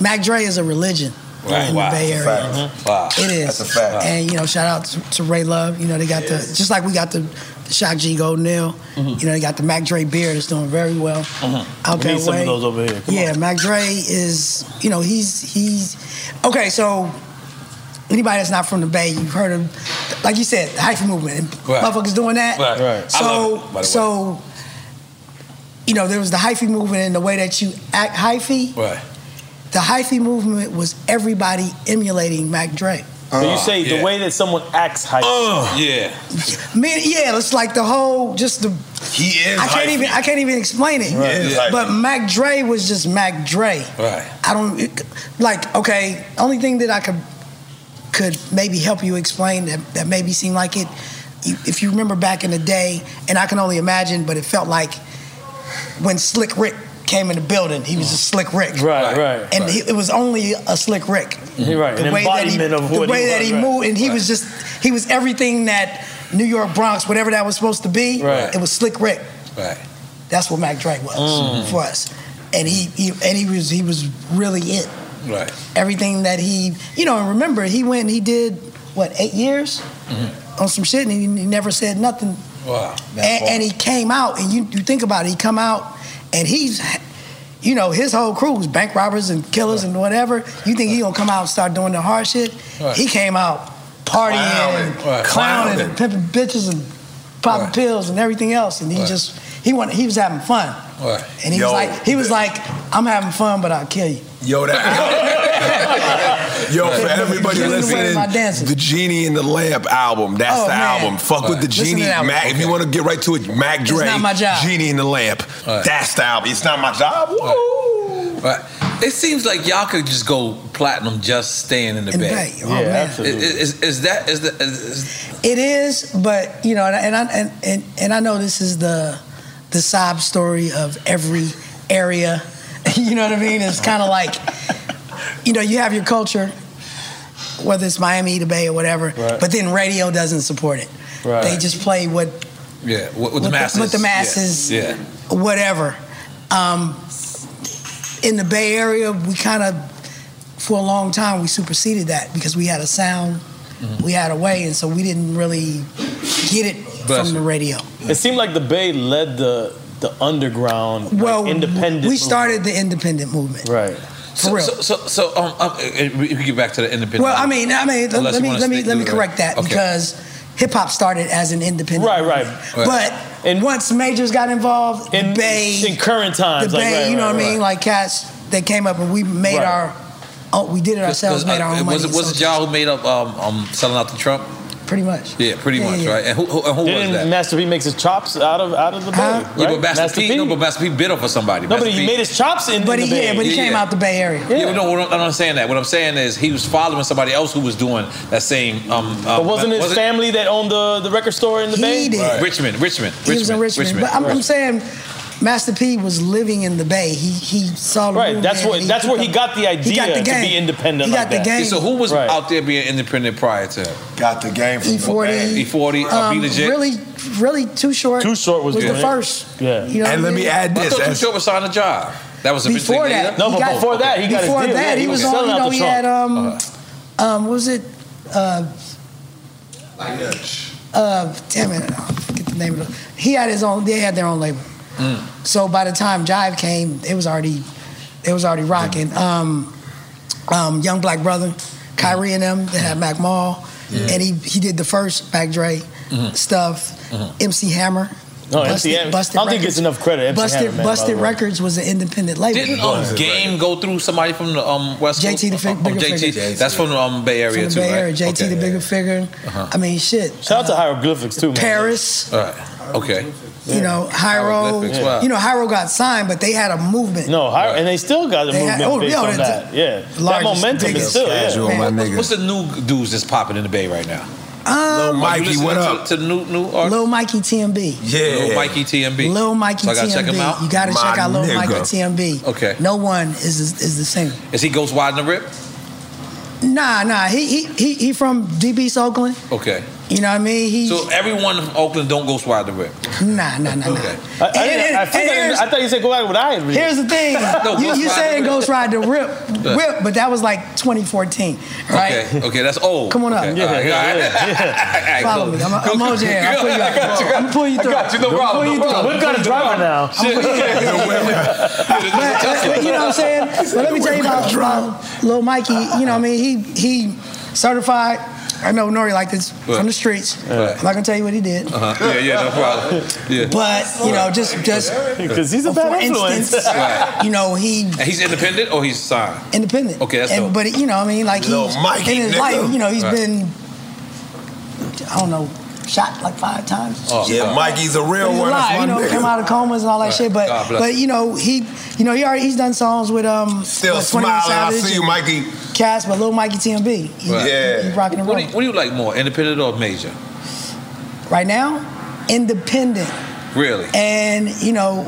Speaker 5: Mac Dre is a religion in the Bay Area.
Speaker 3: Wow.
Speaker 5: It is. And you know, shout out to, to Ray Love. You know, they got the just like we got the, the Shock G Gold Nail. You know, they got the Mac Dre beer that's doing very well out
Speaker 2: Mm-hmm. we
Speaker 5: that
Speaker 2: need some
Speaker 5: way.
Speaker 2: of those over here. Come
Speaker 5: yeah, Mac Dre is. You know, he's he's okay. So anybody that's not from the Bay, you've heard of, like you said, the hyphen movement. And
Speaker 3: Right.
Speaker 5: Motherfuckers doing that.
Speaker 3: Right, right. I
Speaker 5: So
Speaker 3: love it, by the way.
Speaker 5: so. You know, there was the hyphy movement and the way that you act hyphy.
Speaker 3: Right.
Speaker 5: The hyphy movement was everybody emulating Mac Dre.
Speaker 2: So you say the way that someone acts hype.
Speaker 3: yeah.
Speaker 5: Man, yeah, it's like the whole just the.
Speaker 7: He is.
Speaker 5: I can't
Speaker 2: hyphy.
Speaker 5: even. I can't even explain it.
Speaker 2: Right. He is hyphy.
Speaker 5: But Mac Dre was just Mac Dre.
Speaker 3: Right.
Speaker 5: I don't it- like. Okay, only thing that I could could maybe help you explain that that maybe seem like it. You, if you remember back in the day, and I can only imagine, but it felt like when Slick Rick came in the building, he was a Slick Rick.
Speaker 2: Right, right,
Speaker 5: And
Speaker 2: right.
Speaker 5: he- it was only a Slick Rick.
Speaker 2: You're right, an embodiment
Speaker 5: that he,
Speaker 2: of
Speaker 5: the
Speaker 2: what he
Speaker 5: way that
Speaker 2: was,
Speaker 5: he
Speaker 2: right.
Speaker 5: moved, and he was just he was everything that New York Bronx, whatever that was supposed to be.
Speaker 3: Right.
Speaker 5: It was Slick Rick.
Speaker 3: Right.
Speaker 5: That's what Mac Dre was
Speaker 3: Mm.
Speaker 5: for us, and he, he and he was he was really it.
Speaker 3: Right.
Speaker 5: Everything that he you know and remember he went and he did what eight years on some shit and he, he never said nothing
Speaker 3: Mm-hmm. Wow.
Speaker 5: and, and he came out, and you, you think about it, he come out, and he's, you know, his whole crew was bank robbers and killers and whatever. You think he gonna come out and start doing the hard shit?
Speaker 3: Right.
Speaker 5: He came out partying,
Speaker 3: Clowning.
Speaker 5: and
Speaker 3: Right.
Speaker 5: clowning,
Speaker 3: Clowning.
Speaker 5: and pimping bitches and popping pills and everything else, and he
Speaker 3: Right.
Speaker 5: just he wanted, he was having fun, and he
Speaker 6: Yo.
Speaker 5: was like he was like I'm having fun, but I'll kill you.
Speaker 6: Yo, that. yo, for everybody
Speaker 5: Giving away
Speaker 6: listening,
Speaker 5: my dances.
Speaker 6: the Genie in the Lamp album. That's
Speaker 5: Oh,
Speaker 6: the
Speaker 5: man.
Speaker 6: album. Fuck with the
Speaker 5: Listen to
Speaker 6: Genie.
Speaker 5: that one.
Speaker 6: Mac, If you want to get right to it, Mac
Speaker 5: It's
Speaker 6: Dre.
Speaker 5: not my job.
Speaker 6: Genie in the Lamp. That's the album. It's not my job. Woo!
Speaker 3: Right. It seems like y'all could just go platinum just staying in the
Speaker 5: In the
Speaker 3: bag.
Speaker 5: bag. Oh, Yeah, man. absolutely.
Speaker 3: Is, is, is that is the is, is-
Speaker 5: It is, but you know, and and I, and, and and I know this is the the sob story of every area. you know what I mean? It's kind of like, you know, you have your culture, whether it's Miami, the Bay, or whatever,
Speaker 3: Right.
Speaker 5: but then radio doesn't support it.
Speaker 3: Right.
Speaker 5: They just play what
Speaker 3: yeah with, with,
Speaker 5: With
Speaker 3: the
Speaker 5: the-
Speaker 3: masses?
Speaker 5: with the masses.
Speaker 3: Yeah. yeah.
Speaker 5: whatever. Um, in the Bay Area, we kind of, for a long time, we superseded that because we had a sound,
Speaker 2: Mm-hmm.
Speaker 5: we had a way, and so we didn't really get it
Speaker 2: Bless
Speaker 5: from the
Speaker 2: you.
Speaker 5: radio.
Speaker 2: It seemed like the Bay led the the underground, like,
Speaker 5: Well,
Speaker 2: independent.
Speaker 5: we started the independent movement.
Speaker 2: right.
Speaker 3: So,
Speaker 5: real.
Speaker 3: So, so, so um, um, uh, uh, we we get back to the independent.
Speaker 5: Well, I mean, I mean, let,
Speaker 3: Unless
Speaker 5: let
Speaker 3: you
Speaker 5: me
Speaker 3: wanna
Speaker 5: let me
Speaker 3: stick
Speaker 5: let
Speaker 3: to
Speaker 5: me
Speaker 3: the-
Speaker 5: correct that
Speaker 3: Okay.
Speaker 5: because hip hop started as an independent. Right, right.
Speaker 3: Right.
Speaker 5: But once majors got involved,
Speaker 2: In-
Speaker 5: the Bay,
Speaker 2: in current times,
Speaker 5: the
Speaker 2: like,
Speaker 5: Bay,
Speaker 2: right,
Speaker 5: you know
Speaker 2: right,
Speaker 5: what I mean?
Speaker 2: right.
Speaker 5: Like cats that came up and we made
Speaker 3: Right.
Speaker 5: our, oh, we did it ourselves, made our
Speaker 3: uh,
Speaker 5: own money.
Speaker 3: was it was it y'all who made up um, um selling out to Trump?
Speaker 5: Pretty much.
Speaker 3: Yeah, pretty
Speaker 5: Yeah,
Speaker 3: much,
Speaker 5: yeah.
Speaker 3: right? And who, who, and who was
Speaker 2: Didn't
Speaker 3: that?
Speaker 2: Master P makes his chops out of out of the Bay?
Speaker 3: Yeah,
Speaker 2: right?
Speaker 3: but Master, P, no, but Master P bid off for somebody.
Speaker 2: No, but
Speaker 3: Master
Speaker 2: he
Speaker 3: P-
Speaker 2: made his chops in,
Speaker 5: But
Speaker 2: in
Speaker 5: he,
Speaker 2: the Bay.
Speaker 5: yeah, but he
Speaker 3: Yeah,
Speaker 5: came
Speaker 3: yeah.
Speaker 5: out the Bay Area.
Speaker 3: Yeah, no, what I'm, I'm not saying that. What I'm saying is he was following somebody else who was doing that same. Um, um,
Speaker 2: But wasn't his
Speaker 3: was it-
Speaker 2: family that owned the, the record store in the Bay?
Speaker 5: did. Right.
Speaker 3: Richmond, Richmond, Richmond,
Speaker 5: He was in Richmond, but I'm, I'm saying, Master P was living in the Bay. He he saw the
Speaker 2: Right,
Speaker 5: room
Speaker 2: that's
Speaker 5: there,
Speaker 2: what
Speaker 5: and
Speaker 2: that's
Speaker 5: Mm-hmm. took
Speaker 2: where he
Speaker 5: up-
Speaker 2: got the idea
Speaker 5: got the
Speaker 2: to
Speaker 5: game.
Speaker 2: be independent.
Speaker 5: He
Speaker 2: like
Speaker 5: got the
Speaker 2: that.
Speaker 5: game.
Speaker 3: Yeah, so who was
Speaker 2: Right.
Speaker 3: out there being independent prior to him?
Speaker 6: Got the game from
Speaker 5: E40.
Speaker 3: E40, uh,
Speaker 5: E Um,
Speaker 3: Be Legit.
Speaker 5: really, really too short.
Speaker 3: Too Short was
Speaker 5: the
Speaker 3: good.
Speaker 5: first.
Speaker 3: Yeah.
Speaker 5: You know what I mean?
Speaker 3: I thought Too Short was signed a job. That was eventually
Speaker 5: Before
Speaker 3: later?
Speaker 5: that, he got- before that, he was on. You know, he had um, um, what was it? Uh, uh, damn it, I forget the name of it. He had his own. They had their own label.
Speaker 2: Mm.
Speaker 5: So by the time Jive came, it was already, it was already rocking. Um, um, Young Black Brother,
Speaker 2: Mm.
Speaker 5: Kyrie and them, they had Mac Mall,
Speaker 2: Mhm.
Speaker 5: and he he did the first Mac Dre
Speaker 2: Mhm.
Speaker 5: stuff.
Speaker 2: Mhm.
Speaker 5: MC Hammer.
Speaker 2: No, MCM. I don't think it's enough credit. MC
Speaker 5: Busted,
Speaker 2: Hammer, man, by
Speaker 5: Busted
Speaker 2: the way.
Speaker 5: Records was an independent label.
Speaker 3: Didn't um, Game go through somebody from the um, West Coast?
Speaker 5: JT the Fig-
Speaker 3: Oh,
Speaker 5: Bigger
Speaker 3: JT.
Speaker 5: Figure.
Speaker 3: That's from the um, Bay Area
Speaker 5: from the
Speaker 3: too,
Speaker 5: Bay
Speaker 3: right?
Speaker 5: Area, JT
Speaker 3: Okay.
Speaker 5: the bigger figure.
Speaker 3: Uh-huh.
Speaker 5: I mean, shit.
Speaker 2: Shout out to Hieroglyphics too, man.
Speaker 5: Paris.
Speaker 3: All right. Okay.
Speaker 5: You know, Hyro.
Speaker 2: Hieroglyphics, wow.
Speaker 5: You know, Hyro got signed, but they had a movement.
Speaker 2: No, Hy- and they still got the
Speaker 5: They had-
Speaker 2: movement
Speaker 5: oh,
Speaker 2: based
Speaker 5: yeah,
Speaker 2: on
Speaker 5: that's
Speaker 2: that. Yeah, that
Speaker 5: largest,
Speaker 2: momentum is
Speaker 5: biggest
Speaker 2: still.
Speaker 5: casual,
Speaker 2: Yeah.
Speaker 5: my
Speaker 3: What's-
Speaker 5: nigga.
Speaker 3: What's the new dudes that's popping in the Bay right now?
Speaker 5: Um,
Speaker 3: Are you listening to- To, the new new artists?
Speaker 5: Lil Mikey TMB.
Speaker 3: Lil Mikey TMB.
Speaker 5: Lil Mikey
Speaker 3: so I gotta
Speaker 5: TMB.
Speaker 3: check him out.
Speaker 5: You gotta check out Lil Mikey TMB.
Speaker 3: Okay.
Speaker 5: No one is is the same.
Speaker 3: Is he Ghost Wide in the Rip?
Speaker 5: Nah, nah. He he he, he from DB East Oakland.
Speaker 3: Okay.
Speaker 5: You know what I mean? He
Speaker 3: So everyone from Oakland don't Ghost Wide in the Rip.
Speaker 5: nah nah nah. nah.
Speaker 3: Okay.
Speaker 2: I, I, didn't- I, feel like- I thought you said go out with I.
Speaker 5: Here's the thing.
Speaker 3: No,
Speaker 5: you
Speaker 3: Ghost
Speaker 5: you
Speaker 3: Rider
Speaker 5: saying
Speaker 3: Rip.
Speaker 5: Ghost Rider Rip,
Speaker 3: Yeah.
Speaker 5: Rip, but that was like 2014, right?
Speaker 3: Okay. Okay. That's old.
Speaker 5: Come on up.
Speaker 3: Okay.
Speaker 5: Yeah,
Speaker 3: All right.
Speaker 5: yeah,
Speaker 3: All right. All right,
Speaker 5: Follow
Speaker 3: cool.
Speaker 5: me. I'm,
Speaker 3: Cool,
Speaker 5: I'm
Speaker 3: cool,
Speaker 5: on jam.
Speaker 3: cool.
Speaker 5: I'll pull you
Speaker 3: I got you.
Speaker 5: out. I'm gonna pull you
Speaker 3: I
Speaker 5: through.
Speaker 3: got you. No
Speaker 5: I'm
Speaker 3: problem,
Speaker 5: Pull you
Speaker 3: no
Speaker 5: through.
Speaker 3: problem. We've got a driver
Speaker 2: now.
Speaker 5: I'm gonna pull you through. But- but You know what I'm saying? But let me tell you about about Lil Mikey. You know, what I mean, he he certified. I know Nori like this
Speaker 3: Right.
Speaker 5: from the streets.
Speaker 3: Right.
Speaker 5: I'm not gonna tell you what he did.
Speaker 3: Uh-huh. Yeah. Yeah. No problem. Yeah.
Speaker 5: But you know, just just
Speaker 3: 'Cause he's a
Speaker 5: for
Speaker 3: bad influence.
Speaker 5: instance,
Speaker 3: Right.
Speaker 5: you know, he
Speaker 3: And he's independent or he's signed.
Speaker 5: independent.
Speaker 3: Okay, that's
Speaker 5: and,
Speaker 3: dope.
Speaker 5: But you know, I mean, like he
Speaker 3: Little Mikey,
Speaker 5: in his
Speaker 3: nigga.
Speaker 5: life, you know, he's
Speaker 3: Right.
Speaker 5: been I don't know, shot like five times.
Speaker 6: Oh, yeah, Mikey's a
Speaker 5: But
Speaker 6: real
Speaker 5: he's
Speaker 6: one. That's
Speaker 5: alive,
Speaker 6: my
Speaker 5: you know,
Speaker 6: nigga.
Speaker 5: came out of comas and all that
Speaker 6: Right.
Speaker 5: shit.
Speaker 6: God
Speaker 5: But
Speaker 6: bless
Speaker 5: but
Speaker 6: him.
Speaker 5: you know, he you know he already he's done songs with um
Speaker 6: Still
Speaker 5: with 21
Speaker 6: smiling. I
Speaker 5: Savage
Speaker 6: see you,
Speaker 5: and
Speaker 6: Mikey.
Speaker 5: Cass, but Lil Mikey TMB. He,
Speaker 3: Right.
Speaker 5: yeah, he, rocking and
Speaker 3: What do,
Speaker 5: rolling
Speaker 3: you, what do you like more, independent or major?
Speaker 5: right now. Independent,
Speaker 3: Really?
Speaker 5: and you know,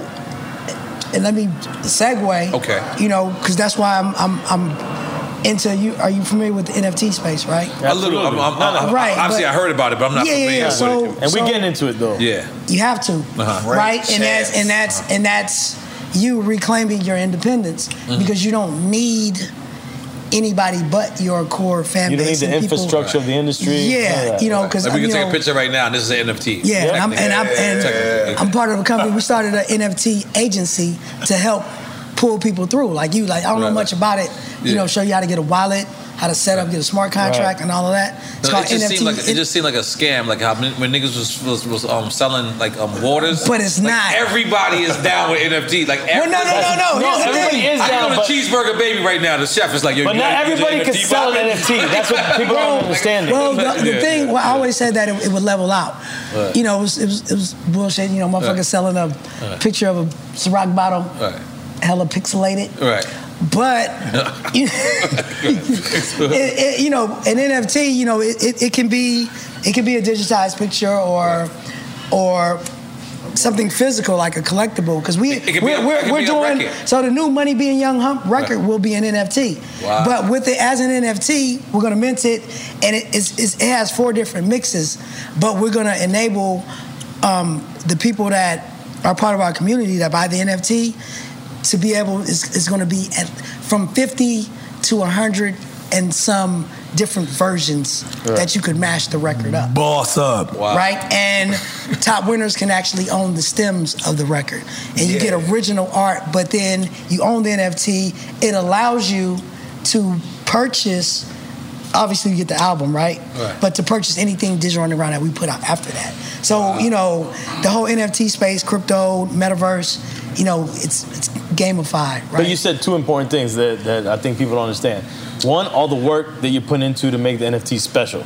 Speaker 5: and let me segue.
Speaker 3: Okay.
Speaker 5: You know, because that's why I'm I'm I'm into you. Are you familiar with the NFT space, right?
Speaker 3: A little. I'm, I'm,
Speaker 2: No, no.
Speaker 3: I'm,
Speaker 5: Right,
Speaker 3: Obviously,
Speaker 5: but-
Speaker 3: I heard about it, but I'm not
Speaker 5: Yeah, yeah,
Speaker 3: familiar
Speaker 5: yeah,
Speaker 3: with
Speaker 5: so-
Speaker 3: it.
Speaker 5: And we so-
Speaker 2: getting into it though.
Speaker 3: Yeah.
Speaker 5: You have to,
Speaker 3: Uh-huh.
Speaker 5: right? And that's and that's and that's you reclaiming your independence
Speaker 3: Mhm.
Speaker 5: because you don't need anybody but your core fan
Speaker 2: You don't need
Speaker 5: base.
Speaker 2: the
Speaker 5: and people-
Speaker 2: infrastructure of the industry.
Speaker 5: Yeah, you know, 'cause,
Speaker 3: Like we
Speaker 5: you
Speaker 3: can take
Speaker 5: know-
Speaker 3: a picture right now. This is an NFT.
Speaker 5: Yeah, and I'm- and I'm- and
Speaker 3: Technically.
Speaker 5: I'm part of a company. We started an NFT agency to help pull people through. Like you, like I don't know
Speaker 3: Right.
Speaker 5: much about it. You
Speaker 3: Yeah.
Speaker 5: know, show you how to get a wallet, how to set up, get a smart
Speaker 3: Right.
Speaker 5: contract, and all of that. It's
Speaker 3: No,
Speaker 5: called
Speaker 3: it just
Speaker 5: NFT.
Speaker 3: seemed like it just seemed like a scam, like how when when niggas was was, was um, selling like um, waters.
Speaker 5: But it's
Speaker 3: Like,
Speaker 5: not.
Speaker 3: Everybody is down with NFT. Like every,
Speaker 5: no, no, no, no. Here's the
Speaker 2: everybody thing. is
Speaker 3: I
Speaker 2: down,
Speaker 3: can go
Speaker 2: but-
Speaker 3: to Cheeseburger Baby right now. The chef is like, yo,
Speaker 2: But
Speaker 3: you
Speaker 2: not
Speaker 3: gotta use the
Speaker 2: everybody can sell an
Speaker 3: button.
Speaker 2: NFT. That's what people don't understand.
Speaker 5: Well, the, the
Speaker 3: Yeah.
Speaker 5: thing, well, I always said that it, it would level out.
Speaker 2: Right.
Speaker 5: You know, it was, it was it was bullshit. You know, motherfuckers
Speaker 2: Right.
Speaker 5: selling a
Speaker 2: Right.
Speaker 5: picture of a Ciroc bottle,
Speaker 3: Right.
Speaker 5: hella pixelated.
Speaker 3: Right.
Speaker 5: But you- it, it, you know, an NFT, you know, it, it, it can be it can be a digitized picture or or something physical like a collectible because we
Speaker 3: can be
Speaker 5: we're,
Speaker 3: a- it
Speaker 5: we're,
Speaker 3: can
Speaker 5: we're
Speaker 3: be a
Speaker 5: doing
Speaker 3: record.
Speaker 5: so the new money being young hump record will be an nft
Speaker 3: Wow.
Speaker 5: but with it as an nft we're going to mint it and it, it's, it's, it has four different mixes but we're going to enable um, the people that are part of our community that buy the nft to be able is, is going to be at, from 50 to 100 and some different versions
Speaker 6: Right.
Speaker 5: that you could mash the record up
Speaker 6: Boss up.
Speaker 5: right? And top winners can actually own the stems of the record, and you get original art. But then you own the NFT. It allows you to purchase. Obviously, you get the album, right?
Speaker 14: Right.
Speaker 5: But to purchase anything digital underground that we put out after that. So you know, the whole NFT space, crypto, metaverse, you know, it's it's gamified, right?
Speaker 2: But you said two important things that, that I think people don't understand. One, all the work that you put into to make the NFT special.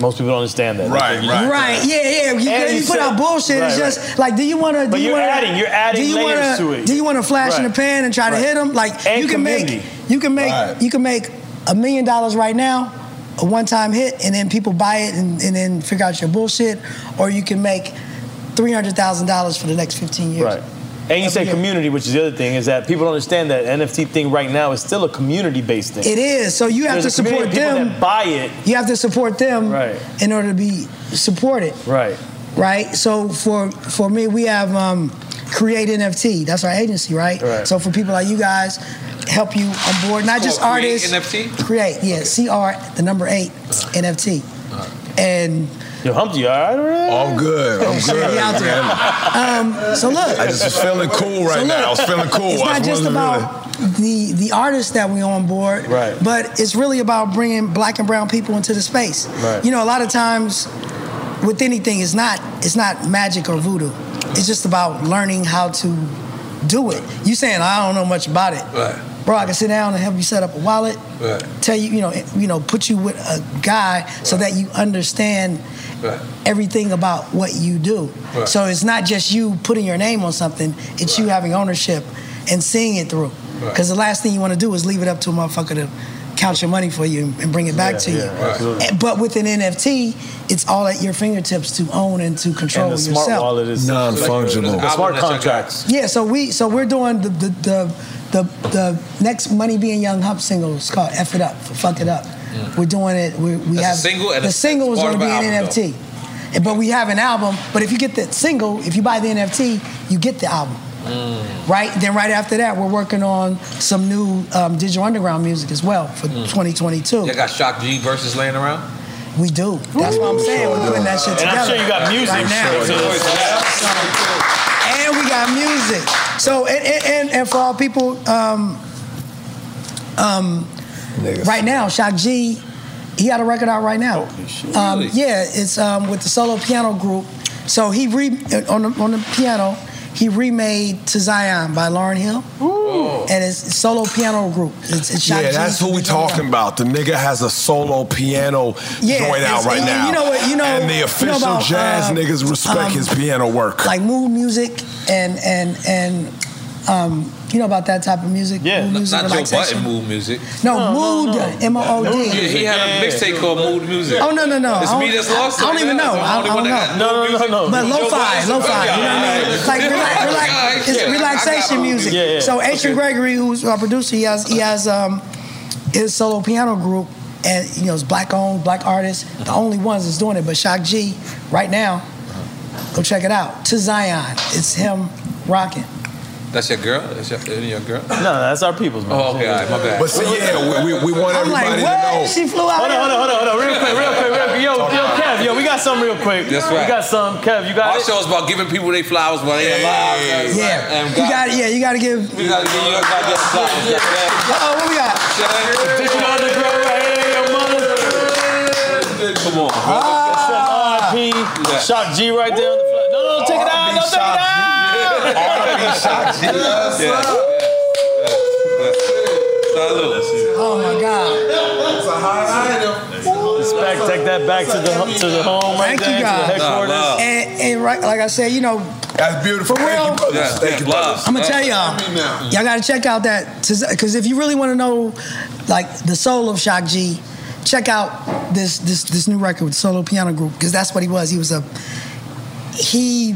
Speaker 2: Most people don't understand that. They think you-
Speaker 5: Right, yeah, yeah. You,
Speaker 2: And
Speaker 5: you
Speaker 2: you
Speaker 5: put
Speaker 2: said-
Speaker 5: out bullshit. it's
Speaker 2: Right,
Speaker 5: just like, do you want to?
Speaker 2: But
Speaker 5: you
Speaker 2: you're
Speaker 5: wanna,
Speaker 2: adding- you're adding
Speaker 5: do you
Speaker 2: layers
Speaker 5: wanna,
Speaker 2: to it.
Speaker 5: Do you want to flash in the
Speaker 2: Right.
Speaker 5: pan and try to
Speaker 2: Right.
Speaker 5: hit them? Like
Speaker 2: And
Speaker 5: you can
Speaker 2: community.
Speaker 5: make, you can make, you can make a million dollars right now, a one-time hit, and then people buy it and, and then figure out your bullshit, or you can make three hundred thousand dollars for the next fifteen years.
Speaker 2: Right. And you said community, which is the other thing, is that people don't understand that NFT thing right now is still a community based thing.
Speaker 5: It is. So you have
Speaker 2: There's
Speaker 5: to
Speaker 2: a community
Speaker 5: support
Speaker 2: of people That
Speaker 5: them.
Speaker 2: buy it.
Speaker 5: You have to support them in order to be supported.
Speaker 2: Right.
Speaker 5: right? So for for me, we have um, Create NFT. That's our agency, right?
Speaker 3: Right.
Speaker 5: So for people like you guys, help you on board, not just
Speaker 3: Called Create
Speaker 5: artists.
Speaker 3: NFT?
Speaker 5: Create, yeah, CR, the number eight, NFT. And
Speaker 2: Yo, Humpty, you all right?
Speaker 6: I'm good. I'm good.
Speaker 5: Yeah, out there.
Speaker 6: man.
Speaker 5: um, so look,
Speaker 6: I just was feeling cool right
Speaker 5: So
Speaker 6: now. I was feeling cool.
Speaker 5: It's
Speaker 6: I
Speaker 5: not
Speaker 6: was
Speaker 5: just
Speaker 6: really-
Speaker 5: about the the artists that we on board,
Speaker 6: Right.
Speaker 5: But it's really about bringing black and brown people into the space.
Speaker 6: Right.
Speaker 5: You know, a lot of times with anything, it's not it's not magic or voodoo. It's just about learning how to do it. You saying I don't know much about it,
Speaker 3: Right.
Speaker 5: bro? I can sit down and help you set up a wallet
Speaker 3: Right.
Speaker 5: tell you, you know, you know, put you with a guy so that you understand
Speaker 3: Right.
Speaker 5: everything about what you do.
Speaker 3: Right.
Speaker 5: So it's not just you putting your name on something; it's you having ownership and seeing it through.
Speaker 3: Right.
Speaker 5: Because the last thing you want to do is leave it up to a motherfucker to count your money for you and bring it back
Speaker 2: Yeah,
Speaker 5: to
Speaker 2: yeah,
Speaker 5: you.
Speaker 2: Right. absolutely.
Speaker 5: And- But with an NFT, it's all at your fingertips to own and to control
Speaker 2: And the smart
Speaker 5: yourself.
Speaker 2: wallet is
Speaker 6: Non-fungible.
Speaker 2: The smart contracts.
Speaker 5: Yeah, so we so we're doing the the the, the, the next Money Being Young Hump single is called "F It Up" for "Fuck It Up." We're doing it. We, we
Speaker 3: Mm. That's a
Speaker 5: have
Speaker 3: single and
Speaker 5: the
Speaker 3: a-
Speaker 5: single is
Speaker 3: part
Speaker 5: going to
Speaker 3: of
Speaker 5: be an
Speaker 3: an album,
Speaker 5: NFT, but we have an album. But if you get the single, if you buy the NFT, you get the album.
Speaker 3: Mm.
Speaker 5: Right then, right after that, we're working on some new um, digital underground music as well for
Speaker 3: Mm.
Speaker 5: 2022.
Speaker 3: Y'all got Shock G versus laying around.
Speaker 5: We do. That's what I'm saying. We're putting that shit
Speaker 3: And
Speaker 5: together.
Speaker 3: I'm sure you got music,
Speaker 5: right now.
Speaker 3: so it's-
Speaker 5: And we got music. So and and, and, and for all people, um, um, right now, Shock G, he got a record out right now. Um, yeah, it's um, with the solo piano group. So he re uh, on the, on the piano. He remade "To Zion" by Lauren Hill, and it's solo piano group. It's, it's Shock
Speaker 6: Oh. Yeah,
Speaker 5: G.
Speaker 6: that's who we talking about. The nigga has a solo piano
Speaker 5: Yeah,
Speaker 6: joint out
Speaker 5: it's-
Speaker 6: right
Speaker 5: and
Speaker 6: now.
Speaker 5: you know what- you know-
Speaker 6: and
Speaker 5: you
Speaker 6: the
Speaker 5: know
Speaker 6: official
Speaker 5: about,
Speaker 6: jazz
Speaker 5: uh,
Speaker 6: niggas respect
Speaker 5: um,
Speaker 6: his piano work.
Speaker 5: like mood music and and and um, you know about that type of music. Yeah, mood music,
Speaker 3: Not Joe
Speaker 5: relaxation.
Speaker 3: Button mood music.
Speaker 5: No, mood, M O O
Speaker 3: Yeah,
Speaker 5: D.
Speaker 3: he had a mixtape called Mood Music.
Speaker 5: Oh no no no!
Speaker 3: It's
Speaker 5: I don't-
Speaker 3: me that's lost.
Speaker 5: I don't
Speaker 3: like
Speaker 5: even
Speaker 3: that.
Speaker 5: know.
Speaker 3: I'm the
Speaker 5: I, I
Speaker 3: only
Speaker 5: don't
Speaker 3: one that
Speaker 5: know.
Speaker 3: got mood music.
Speaker 5: But lo-fi, lo-fi. You know what I mean? Like relax, relax. It's relaxation music.
Speaker 3: Yeah, yeah.
Speaker 5: So Adrian Gregory, who's our producer, he has he has um his solo piano group, and you know it's black owned, black artists. The only ones that's doing it, but Shock G right now. Go check it out. To Zion, it's him rocking.
Speaker 3: That's your girl? That's your, any of your girl?
Speaker 2: No, no, that's our people's man.
Speaker 3: Oh, okay, all right, my bad.
Speaker 2: But see, yeah, we- we- we want I'm like, everybody to what? know. She flew out
Speaker 3: Hold on,
Speaker 2: here?
Speaker 3: hold on, hold on, hold on, real quick, real quick, real quick. Yo,
Speaker 2: Talk
Speaker 3: yo,
Speaker 2: about it.
Speaker 3: Kev, yo, we got some real quick.
Speaker 2: That's
Speaker 3: We
Speaker 2: right.
Speaker 3: got some, Kev. You got
Speaker 2: Our
Speaker 3: it. show's about giving people their flowers while they're alive.
Speaker 5: Yeah.
Speaker 3: and
Speaker 5: You got it. Yeah, you got to give.
Speaker 3: You got to give your goddamn flowers.
Speaker 5: Uh-oh, what we got?
Speaker 3: Digital underground right here, your mother. Come on.
Speaker 5: Ah.
Speaker 2: R.I.P. Shock G right there on the floor. No, no, take it out. No, take it out.
Speaker 5: Oh my
Speaker 2: God. Respect. Take that back to the to the home right
Speaker 5: Thank
Speaker 2: there,
Speaker 5: you,
Speaker 2: to the
Speaker 5: guys.
Speaker 2: headquarters.
Speaker 5: And, and right, like I said, you know,
Speaker 6: That's beautiful.
Speaker 5: For real,
Speaker 6: Thank you, brothers. Thank you, brothers.
Speaker 5: I'm gonna tell y'all, y'all gotta check out that because if you really want to know, like the soul of Shock G, check out this this this new record with Solo Piano Group because that's what he was. He was a he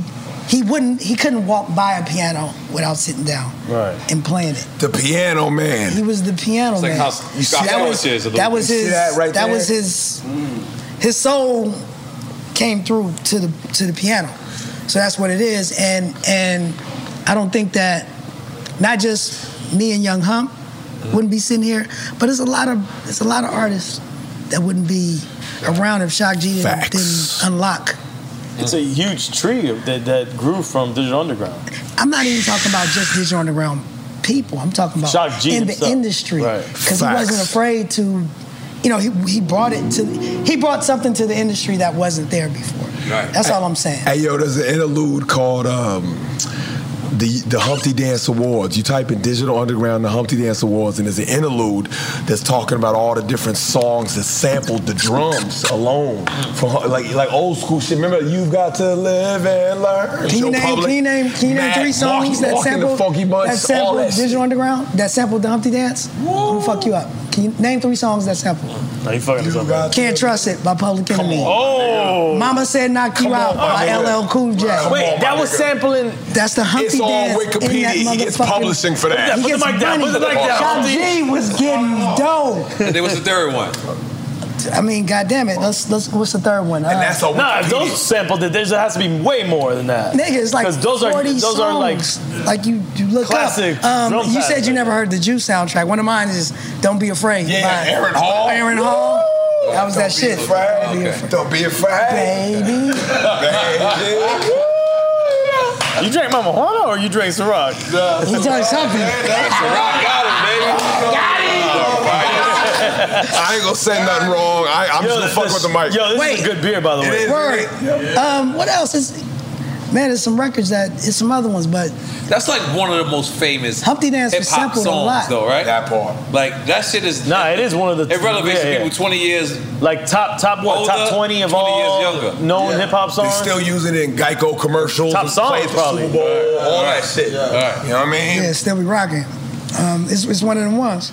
Speaker 5: he wouldn't he couldn't walk by a piano without sitting down
Speaker 6: Right.
Speaker 5: and playing it.
Speaker 6: The piano man.
Speaker 5: He was the piano
Speaker 6: It's like
Speaker 5: man.
Speaker 6: how Scott
Speaker 5: that
Speaker 6: Storch
Speaker 5: was,
Speaker 6: is a little
Speaker 5: that was
Speaker 6: bit.
Speaker 5: his
Speaker 6: See that right
Speaker 5: that
Speaker 6: there?
Speaker 5: was his his soul came through to the to the piano. So that's what it is. And and I don't think that not just me and Young Hump
Speaker 6: Mm-hmm.
Speaker 5: wouldn't be sitting here, but it's a lot of it's a lot of artists that wouldn't be around if Shock G didn't, didn't unlock.
Speaker 2: It's a huge tree of- that, that grew from Digital Underground.
Speaker 5: I'm not even talking about just digital underground people. I'm talking about
Speaker 2: Shock G
Speaker 5: in
Speaker 2: himself.
Speaker 5: the industry
Speaker 2: Right.
Speaker 5: because he wasn't
Speaker 2: Facts.
Speaker 5: afraid to. You know, he, he brought it to he brought something to the industry that wasn't there before. That's all I'm saying.
Speaker 6: Hey yo, there's an interlude called um, the the Humpty Dance Awards. You type in Digital Underground the Humpty Dance Awards, and there's an interlude that's talking about all the different songs that sampled the drums alone from like like old school shit. Remember, you've got to live and learn.
Speaker 5: Can you
Speaker 6: Joe
Speaker 5: name
Speaker 6: Public,
Speaker 5: can you name can you name
Speaker 6: Mac,
Speaker 5: three songs
Speaker 6: Marky
Speaker 5: that
Speaker 6: Mark and the
Speaker 5: sampled
Speaker 6: Funky Bunch,
Speaker 5: that
Speaker 6: all
Speaker 5: sampled
Speaker 6: that
Speaker 5: digital underground that sampled the Humpty Dance? I'm gonna fuck you up. Can you name three songs that sampled?
Speaker 2: Now you fucking this up. man.
Speaker 5: Can't trust it by Public Enemy.
Speaker 2: Oh.
Speaker 5: Mama said knock you
Speaker 2: Come
Speaker 5: out
Speaker 2: on, my
Speaker 5: by
Speaker 2: nigga.
Speaker 5: LL Cool J.
Speaker 2: Come Wait, on, that my was nigga. sampling.
Speaker 5: That's the Humpty
Speaker 6: It's on
Speaker 5: Dance. In
Speaker 6: Wikipedia.
Speaker 5: that
Speaker 6: He gets
Speaker 5: motherfucking-
Speaker 6: publishing for that.
Speaker 5: He
Speaker 6: Put the
Speaker 5: gets
Speaker 6: mic down,
Speaker 5: money.
Speaker 6: put the mic down.
Speaker 5: Shock G was getting dope.
Speaker 3: And there was the third one.
Speaker 5: I mean, goddamn it. Let's let's. What's the third one? Uh,
Speaker 2: Nah, if those sampled it, there has to be way more than that.
Speaker 5: Nigga, it's like
Speaker 2: 'Cause those
Speaker 5: 40
Speaker 2: are, those
Speaker 5: songs.
Speaker 2: are like.
Speaker 5: like you, you look
Speaker 2: Classic
Speaker 5: up. Um,
Speaker 2: drum
Speaker 5: you
Speaker 2: pattern.
Speaker 5: said you never heard the Juice soundtrack. One of mine is "Don't Be Afraid."
Speaker 6: Yeah,
Speaker 5: by
Speaker 6: Aaron Hall.
Speaker 5: Aaron Hall. That was that shit.
Speaker 6: Don't be afraid,
Speaker 5: baby.
Speaker 2: You drank Mama Juana or you drank Ciroc?
Speaker 5: He drank something.
Speaker 6: I ain't gonna say nothing wrong. I, I'm
Speaker 2: Yo,
Speaker 6: just gonna fuck
Speaker 2: this-
Speaker 6: with the mic.
Speaker 2: yo, this is a Wait. good beer, by the
Speaker 6: It
Speaker 2: way.
Speaker 6: is, it
Speaker 5: Word.
Speaker 6: is.
Speaker 5: Um, what else is? Man, there's some records that it's some other ones, but
Speaker 3: That's like one of the most famous
Speaker 5: Humpty Dance was
Speaker 3: hip-hop
Speaker 5: sampled a
Speaker 3: songs,
Speaker 5: lot.
Speaker 3: though, right?
Speaker 6: That part.
Speaker 3: Like, that shit is.
Speaker 2: Nah, it is one of the.
Speaker 3: It relevates
Speaker 2: yeah, yeah.
Speaker 3: people 20 years.
Speaker 2: Like top top what? top
Speaker 3: Older,
Speaker 2: twenty of
Speaker 3: 20
Speaker 2: all
Speaker 3: years younger.
Speaker 2: known hip hop songs.
Speaker 6: They still using it in Geico commercials.
Speaker 2: Top
Speaker 6: and
Speaker 2: songs,
Speaker 6: play at the
Speaker 2: probably.
Speaker 6: Super Bowl, all that shit. You know what I mean?
Speaker 5: yeah, still be rocking. Um, it's, it's one of them ones.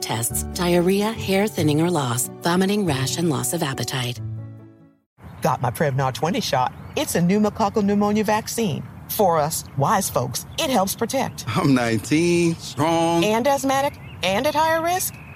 Speaker 8: tests, diarrhea, hair thinning or loss, vomiting, rash, and loss of appetite.
Speaker 9: Got my Prevnar 20 shot. It's a pneumococcal pneumonia vaccine. For us, wise folks, it helps protect.
Speaker 10: I'm 19, strong.
Speaker 9: And asthmatic and at higher risk?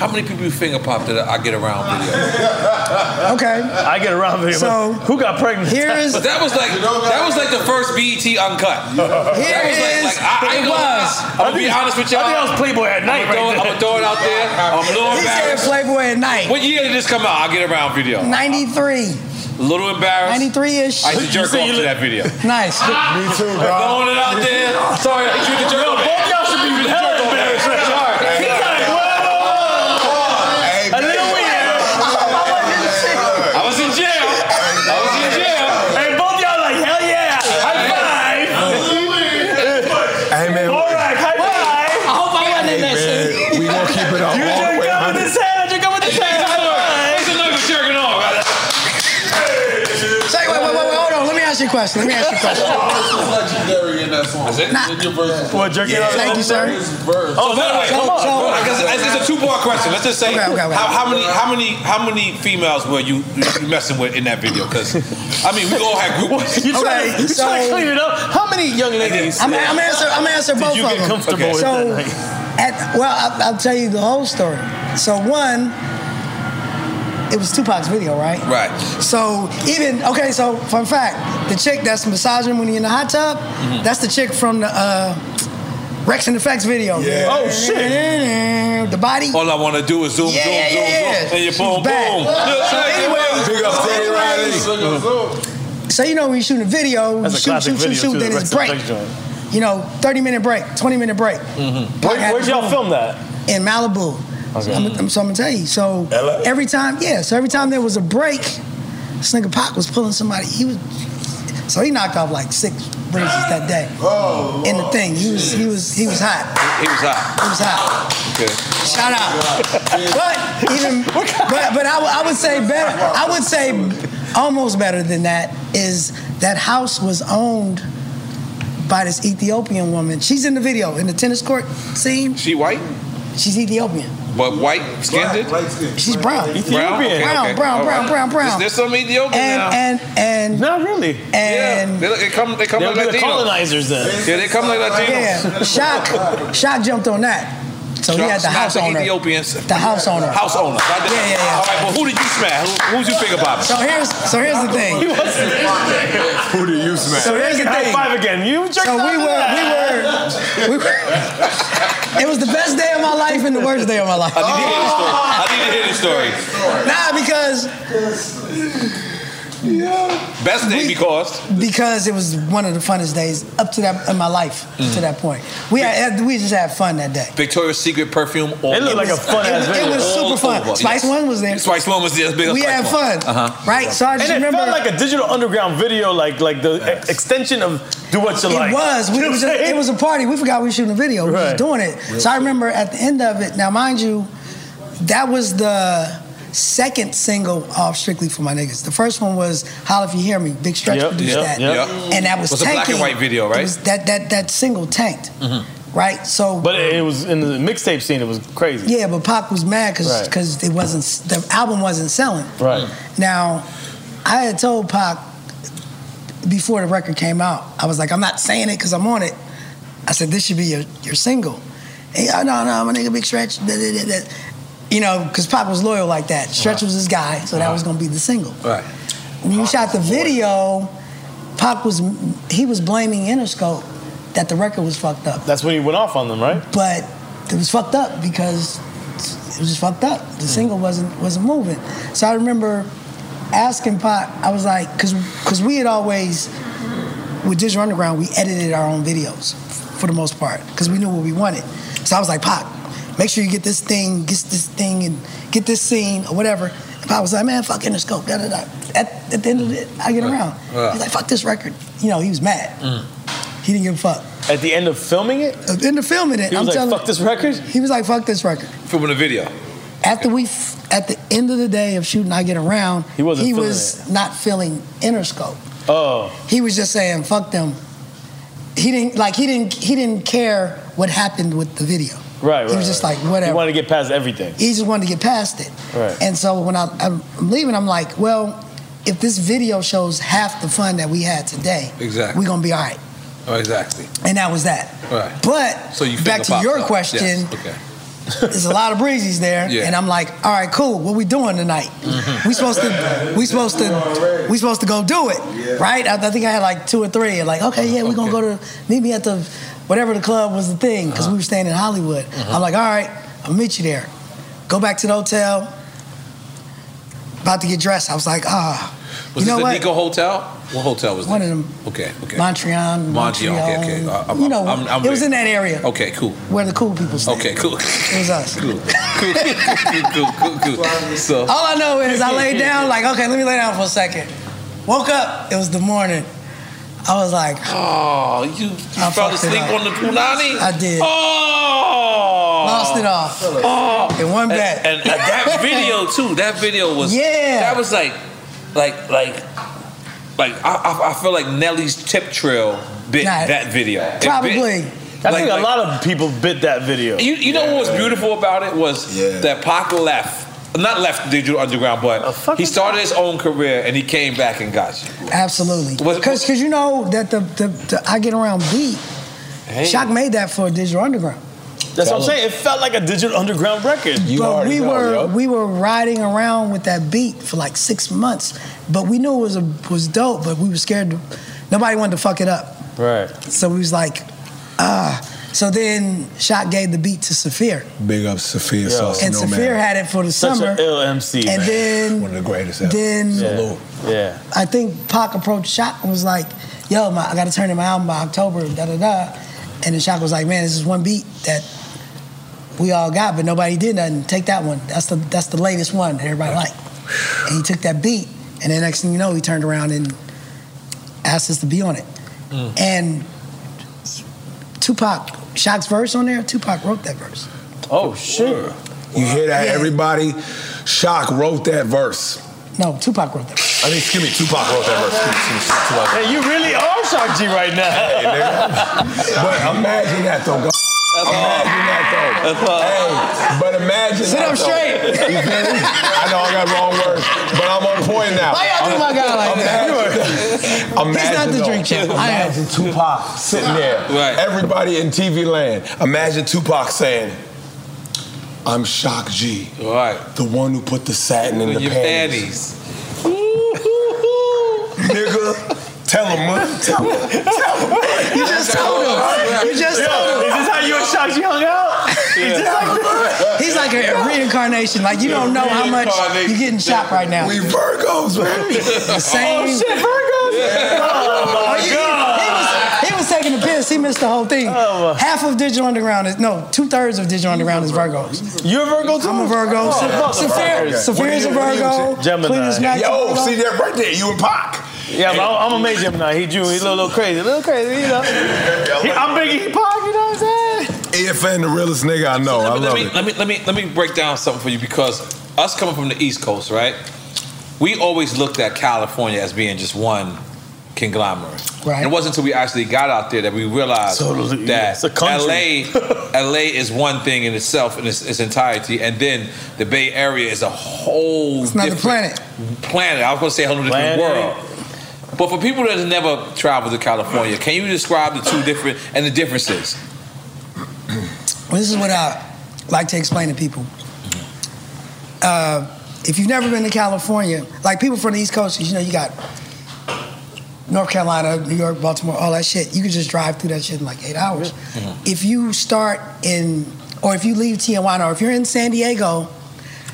Speaker 3: how many people you finger pop that I get around video?
Speaker 5: Okay.
Speaker 2: I get around video. So who got pregnant?
Speaker 5: Here is
Speaker 3: But that was like that was like the first BET uncut. that was like, like I, I ain't gonna lie. I'm gonna be honest with y'all. I think that was Playboy at night. I'm gonna, throw it out there. I'm a little
Speaker 5: He said
Speaker 3: embarrassed.
Speaker 5: Playboy at night.
Speaker 3: What year did this come out? I get around video.
Speaker 5: 93.
Speaker 3: A little embarrassed.
Speaker 5: 93 ish.
Speaker 3: I used to jerk off to that video.
Speaker 5: Nice. Me too, bro.
Speaker 3: Throwing it out there. Sorry, I hit you with the jerk off. Both y'all should be hell embarrassed. Sorry. I was in jail. I was in jail.
Speaker 2: And both y'all like, hell yeah. High five.
Speaker 6: Hey, man.
Speaker 2: Borak, high five. I
Speaker 5: hope I got in that
Speaker 6: shit. We won't keep it up.
Speaker 2: You
Speaker 6: all the
Speaker 2: jerk
Speaker 6: way,
Speaker 2: off
Speaker 6: honey.
Speaker 2: with this hand. Jerk off with this hand. High five.
Speaker 3: It's another jerking off.
Speaker 5: Say, wait, wait, wait, wait, hold on. Let me ask you a question. Let me ask you a question.
Speaker 3: legendary in that song. Is it? Nah. Your verse.
Speaker 2: What, jerking
Speaker 5: Yeah.
Speaker 2: off?
Speaker 5: Thank you, sir.
Speaker 3: Oh, by the way,
Speaker 5: So- so-
Speaker 3: hold on. I guess it's, it's a two-part question. Let's just say
Speaker 5: Okay, okay, okay.
Speaker 3: How, how many, how many, how many females were you, you messing with in that video? Because I mean, we all had group.
Speaker 2: You try,
Speaker 5: Okay,
Speaker 2: you try
Speaker 5: so-
Speaker 2: to clean it up. How many young ladies?
Speaker 5: I'm, I'm answer. I'm answer
Speaker 2: Did
Speaker 5: both
Speaker 2: you
Speaker 5: of
Speaker 2: get
Speaker 5: them.
Speaker 2: comfortable with
Speaker 5: so,
Speaker 2: that
Speaker 5: At, well, I, I'll tell you the whole story. So one, it was Tupac's video, right?
Speaker 3: Right.
Speaker 5: So even okay. So fun fact: the chick that's massaging when he in the hot tub,
Speaker 3: Mhm.
Speaker 5: that's the chick from the uh, Rex and Effects video.
Speaker 3: Yeah. Oh,
Speaker 5: shit. The body.
Speaker 3: All I want to do is zoom,
Speaker 5: Yeah,
Speaker 3: zoom,
Speaker 5: yeah,
Speaker 3: zoom,
Speaker 5: yeah.
Speaker 3: zoom, and you boom,
Speaker 5: back.
Speaker 3: boom.
Speaker 5: So anyway- Big up, Teddy So you know when you shoot a video, you
Speaker 2: That's a
Speaker 5: shoot,
Speaker 2: classic
Speaker 5: shoot, shoot,
Speaker 2: video,
Speaker 5: shoot,
Speaker 2: too.
Speaker 5: then
Speaker 2: the
Speaker 5: it's
Speaker 2: Rex
Speaker 5: break.
Speaker 2: Effect joint.
Speaker 5: You know, 30 minute break, 20 minute break.
Speaker 3: Mm-hmm.
Speaker 2: Where, where'd y'all film that?
Speaker 5: in Malibu.
Speaker 2: Okay.
Speaker 5: I'm, I'm- so I'm gonna tell you. So every time, yeah. So every time there was a break, this nigga Pac was pulling somebody. He was so he knocked off like six braces that day. Oh, in the thing, he was he was he was hot.
Speaker 3: He was hot.
Speaker 5: He was hot.
Speaker 3: Okay.
Speaker 5: Shout out. but even but but I, would- I would say better. I would say almost better than that is that house was owned by this Ethiopian woman. She's in the video in the tennis court scene.
Speaker 3: She white?
Speaker 5: She's Ethiopian.
Speaker 3: But white skinned?
Speaker 5: She's brown.
Speaker 3: Brown, okay,
Speaker 5: brown,
Speaker 3: okay.
Speaker 5: brown,
Speaker 3: All
Speaker 5: brown,
Speaker 3: right.
Speaker 5: brown, brown.
Speaker 3: There's, there's some Ethiopian now.
Speaker 5: and and and
Speaker 2: not really.
Speaker 5: And
Speaker 3: yeah, they, look- they come, they come
Speaker 2: They'll
Speaker 3: like
Speaker 2: be the
Speaker 3: Latinos.
Speaker 2: colonizers then.
Speaker 3: Yeah, they come like Latinos.
Speaker 5: yeah, shock, shock jumped on that. So he
Speaker 3: Shout-
Speaker 5: had the
Speaker 3: shout
Speaker 5: house
Speaker 3: to
Speaker 5: owner.
Speaker 3: Ethiopians.
Speaker 5: The house owner.
Speaker 3: House owner. Yeah, yeah, yeah. All right, but who did you smash? Who, who's you finger popping?
Speaker 5: So here's so here's the thing.
Speaker 6: Who do you smash?
Speaker 5: So here's the
Speaker 2: High
Speaker 5: thing.
Speaker 2: five again. You jerk
Speaker 5: So we were, we were, we were. It was the best day of my life and the worst day of my life.
Speaker 3: I need to hear the story.
Speaker 5: Nah, because
Speaker 3: Best day because.
Speaker 5: because it was one of the funnest days up to that in my life
Speaker 3: Mhm.
Speaker 5: to that point. We had, we just had fun that day.
Speaker 3: Victoria's Secret perfume. All
Speaker 5: It looked like a fun-ass
Speaker 3: All
Speaker 5: video. It was super fun. Spice One was there.
Speaker 3: Spice One was there.
Speaker 5: We had fun,
Speaker 3: Uh-huh.
Speaker 5: right? So I just
Speaker 2: and it
Speaker 5: remember-
Speaker 2: felt like a digital underground video, like like the e- extension of do what you
Speaker 5: it
Speaker 2: like.
Speaker 5: was. We
Speaker 2: You know
Speaker 5: was
Speaker 2: what I'm
Speaker 5: just- it
Speaker 2: saying?
Speaker 5: was a party. We forgot we were shooting a video. We were
Speaker 2: Right.
Speaker 5: just doing it.
Speaker 2: Real
Speaker 5: so I remember at the end of it. Now, mind you, that was the second single off Strictly for My Niggas. The first one was "Holla If You Hear Me." Big Stretch
Speaker 3: Yep,
Speaker 5: produced
Speaker 3: yep,
Speaker 5: that,
Speaker 3: yep.
Speaker 5: and that was
Speaker 3: Was a black and
Speaker 5: tanking.
Speaker 3: white video,
Speaker 5: It
Speaker 3: right?
Speaker 5: was- that that that single tanked,
Speaker 3: Mm-hmm.
Speaker 2: Mhm.
Speaker 5: right? So,
Speaker 2: but it, it was in the mixtape scene. It was crazy.
Speaker 5: yeah, but Pac was mad because
Speaker 2: Right.
Speaker 5: it wasn't the album wasn't selling.
Speaker 2: Right.
Speaker 5: Now, I had told Pac before the record came out, I was like, I'm not saying it because I'm on it. I said, this should be your, your single. Hey, oh, no, no, I'm a nigga, Big Stretch. da, da, da, da." You know, because Pac was loyal like that. Stretch was his guy, so that was going to be the single.
Speaker 3: Right.
Speaker 5: When you shot the video, Pac was, he was blaming Interscope that the record was fucked up.
Speaker 2: That's when he went off on them, right?
Speaker 5: But it was fucked up because it was just fucked up. The single wasn't wasn't moving. So I remember asking Pop. I was like, because because we had always with Digital Underground, we edited our own videos for the most part because we knew what we wanted. So I was like, Pop, make sure you get this thing, get this thing, and get this scene or whatever. And Pop was like, man, fuck Interscope, da da da. At, at the end of it, I get around.
Speaker 2: Yeah.
Speaker 5: He's like, fuck this record. You know, he was mad.
Speaker 3: Mm.
Speaker 5: He didn't give a fuck.
Speaker 2: At the end of filming it,
Speaker 5: At the end of filming it,
Speaker 2: He
Speaker 5: I'm
Speaker 2: was like,
Speaker 5: telling
Speaker 2: "Fuck this record."
Speaker 5: He was like, fuck this record.
Speaker 3: Filming the video.
Speaker 5: After we, f- at the end of the day of shooting, I get around.
Speaker 2: He wasn't feeling
Speaker 5: was not feeling Interscope.
Speaker 2: oh,
Speaker 5: He was just saying, fuck them. He didn't like. He didn't. He didn't care what happened with the video.
Speaker 2: right, right.
Speaker 5: He was just
Speaker 2: right.
Speaker 5: like, whatever.
Speaker 2: He wanted to get past everything.
Speaker 5: He just wanted to get past it.
Speaker 2: Right.
Speaker 5: And so when I, I'm I'm leaving, I'm like, well, if this video shows half the fun that we had today,
Speaker 3: Exactly.
Speaker 5: we're gonna be all right.
Speaker 3: Oh, exactly.
Speaker 5: And that was that.
Speaker 3: Right.
Speaker 5: But
Speaker 3: So you finger
Speaker 5: back to
Speaker 3: popped
Speaker 5: your
Speaker 3: up.
Speaker 5: question.
Speaker 3: Yes. Okay.
Speaker 5: there's a lot of breezies there,
Speaker 3: Yeah.
Speaker 5: and I'm like, all right, cool. What we doing tonight?
Speaker 3: Mhm.
Speaker 5: We supposed to, we supposed to, we supposed to go do it, right? I, I think I had like two or three. and Like, okay, yeah, we're gonna go to meet me at the whatever the club was the thing
Speaker 3: Uh-huh.
Speaker 5: because we were staying in Hollywood.
Speaker 3: Mhm.
Speaker 5: I'm like, all right, I'll meet you there. Go back to the hotel. About to get dressed. I was like, ah,
Speaker 3: Was
Speaker 5: you know
Speaker 3: this
Speaker 5: what?
Speaker 3: the Nico Hotel? What hotel was
Speaker 5: One
Speaker 3: this?
Speaker 5: of them,
Speaker 3: Okay. Okay.
Speaker 5: Montreal,
Speaker 3: Montreal. Okay. Okay. I- I'm-
Speaker 5: you know,
Speaker 3: I'm- I'm
Speaker 5: it was
Speaker 3: ready.
Speaker 5: in that area
Speaker 3: Okay. Cool.
Speaker 5: where the cool people stay.
Speaker 3: Okay. Cool.
Speaker 5: It was us.
Speaker 3: Cool. Cool. Cool. Cool. Cool. cool. So.
Speaker 5: All I know is I laid down, like, okay, let me lay down for a second. Woke up, it was the morning. I was like,
Speaker 3: Oh, you, you fell
Speaker 5: I fucked it
Speaker 3: asleep
Speaker 5: up.
Speaker 3: on the punani?
Speaker 5: I did.
Speaker 3: Oh,
Speaker 5: Lost it all.
Speaker 3: Oh,
Speaker 5: in one bet.
Speaker 3: and, and that video too. That video was
Speaker 5: Yeah.
Speaker 3: That was like, like, like, like I, I, I feel like Nelly's tip trail bit
Speaker 2: Nah,
Speaker 3: that video. It bit.
Speaker 2: I
Speaker 3: Like-
Speaker 2: think a
Speaker 3: like-
Speaker 2: lot of people bit that video.
Speaker 3: You, you know what was beautiful about it was that Pac left, not left Digital Underground, but he started his own career and he came back and got you.
Speaker 5: absolutely. Because you know that the, the, the I Get Around beat,
Speaker 2: Hey.
Speaker 5: Shock made that for Digital Underground.
Speaker 2: That's what I'm saying. It felt like a digital underground record. You
Speaker 5: but we were we were riding around with that beat for like six months, but we knew it was a, was dope. But we were scared. To, nobody wanted to fuck it up.
Speaker 2: Right.
Speaker 5: So we was like, ah. So then Shock gave the beat to Saphir.
Speaker 6: Big up Sophia Sauce.
Speaker 5: And
Speaker 6: no
Speaker 5: Saphir
Speaker 6: man.
Speaker 5: had it for the
Speaker 6: Such
Speaker 5: summer.
Speaker 6: an ill MC,
Speaker 5: And
Speaker 6: man.
Speaker 5: then
Speaker 6: One of the greatest ever.
Speaker 5: Then
Speaker 6: Salute.
Speaker 2: Yeah.
Speaker 5: I think Pac approached Shock and was like, "Yo, my, I got to turn in my album by October." Da da da. And then Shock was like, "Man, this is one beat that we all got, but nobody did nothing. Take that one. That's the that's the latest one that everybody liked." And he took that beat, and the next thing you know, he turned around and asked us to be on it. And Tupac, Shock's verse on there, Tupac wrote that verse.
Speaker 2: Oh shit.
Speaker 6: You hear that, everybody? Shock wrote that verse.
Speaker 5: No, Tupac wrote that.
Speaker 6: I mean, excuse me, Tupac wrote that verse. Excuse me, Tupac wrote that
Speaker 2: Hey, you really are Shock G right now.
Speaker 6: Hey, nigga. But imagine that though. God. Imagine that though. Hey, but imagine
Speaker 5: Sit
Speaker 6: that
Speaker 5: up
Speaker 6: though.
Speaker 5: straight.
Speaker 6: You feel me? I know I got wrong words, but I'm on point now.
Speaker 5: Why y'all do my guy like that?
Speaker 6: Imagine, imagine
Speaker 5: He's not the
Speaker 6: though.
Speaker 5: drink champ. I am.
Speaker 6: Imagine Tupac sitting there. Everybody in TV land. Imagine Tupac saying, "I'm Shock G, the one who put the satin in the
Speaker 3: Your
Speaker 6: panties."
Speaker 3: panties.
Speaker 6: nigga.
Speaker 7: Tell him, man. Tell him.
Speaker 5: You just told him. You just
Speaker 7: Yo,
Speaker 5: told him.
Speaker 7: is this how you and Shashi hung out?
Speaker 5: He's like- He's like a reincarnation. Like you don't know how much you're getting chopped right now.
Speaker 7: We Virgos, man.
Speaker 5: The same.
Speaker 7: Oh, shit, Virgos. Oh, my
Speaker 5: he- he-
Speaker 7: God. Oh,
Speaker 5: He, was, he was taking the piss. He missed the whole thing. Half of Digital Underground is no, two thirds of Digital Underground is Virgos.
Speaker 2: You're a Virgo too.
Speaker 5: I'm a Virgo.
Speaker 7: Oh,
Speaker 5: Oh, Saphir,
Speaker 7: motherfucker.
Speaker 5: Saphir is a
Speaker 7: What do you- what do
Speaker 5: Virgo.
Speaker 7: you- Gemini.
Speaker 5: Cletus Mack is a
Speaker 7: Yo,
Speaker 5: Virgo.
Speaker 7: see that right there, you and Pac.
Speaker 2: Yeah, but I'm, I'm a major Gemini. He Jew. He a little, little crazy. A little crazy, you know. He- I'm big. He pop. You know what I'm saying?
Speaker 6: EFN, the realest nigga I know. I
Speaker 3: let
Speaker 6: love
Speaker 3: me,
Speaker 6: it.
Speaker 3: let me let me let me break down something for you because us coming from the East Coast, right? We always looked at California as being just one conglomerate.
Speaker 5: Right.
Speaker 3: And it wasn't until we actually got out there that we realized
Speaker 2: Totally, yeah.
Speaker 3: that
Speaker 2: It's a country.
Speaker 3: LA LA is one thing in itself in its, its entirety, and then the Bay Area is a whole
Speaker 5: It's another
Speaker 3: different
Speaker 5: planet.
Speaker 3: planet. I was going to say a whole different
Speaker 5: Planet.
Speaker 3: world. But for people that have never traveled to California, can you describe the two different and the differences?
Speaker 5: Well, this is what I like to explain to people. Uh, if you've never been to California, like people from the East Coast, you know, you got North Carolina, New York, Baltimore, all that shit. You can just drive through that shit in like eight hours. If you start in, or if you leave Tijuana, or if you're in San Diego,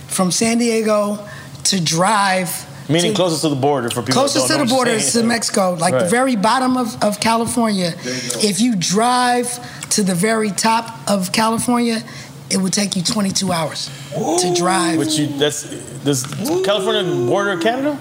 Speaker 5: from San Diego to drive
Speaker 2: Meaning
Speaker 5: to-
Speaker 2: closest to the border for people. that
Speaker 5: closest to
Speaker 2: don't
Speaker 5: the
Speaker 2: know what
Speaker 5: border
Speaker 2: you're
Speaker 5: is to
Speaker 2: saying.
Speaker 5: Mexico, like the
Speaker 2: Right.
Speaker 5: very bottom of, of California. If you drive to the very top of California, it would take you 22 hours to drive.
Speaker 2: Which you that's does California border Canada?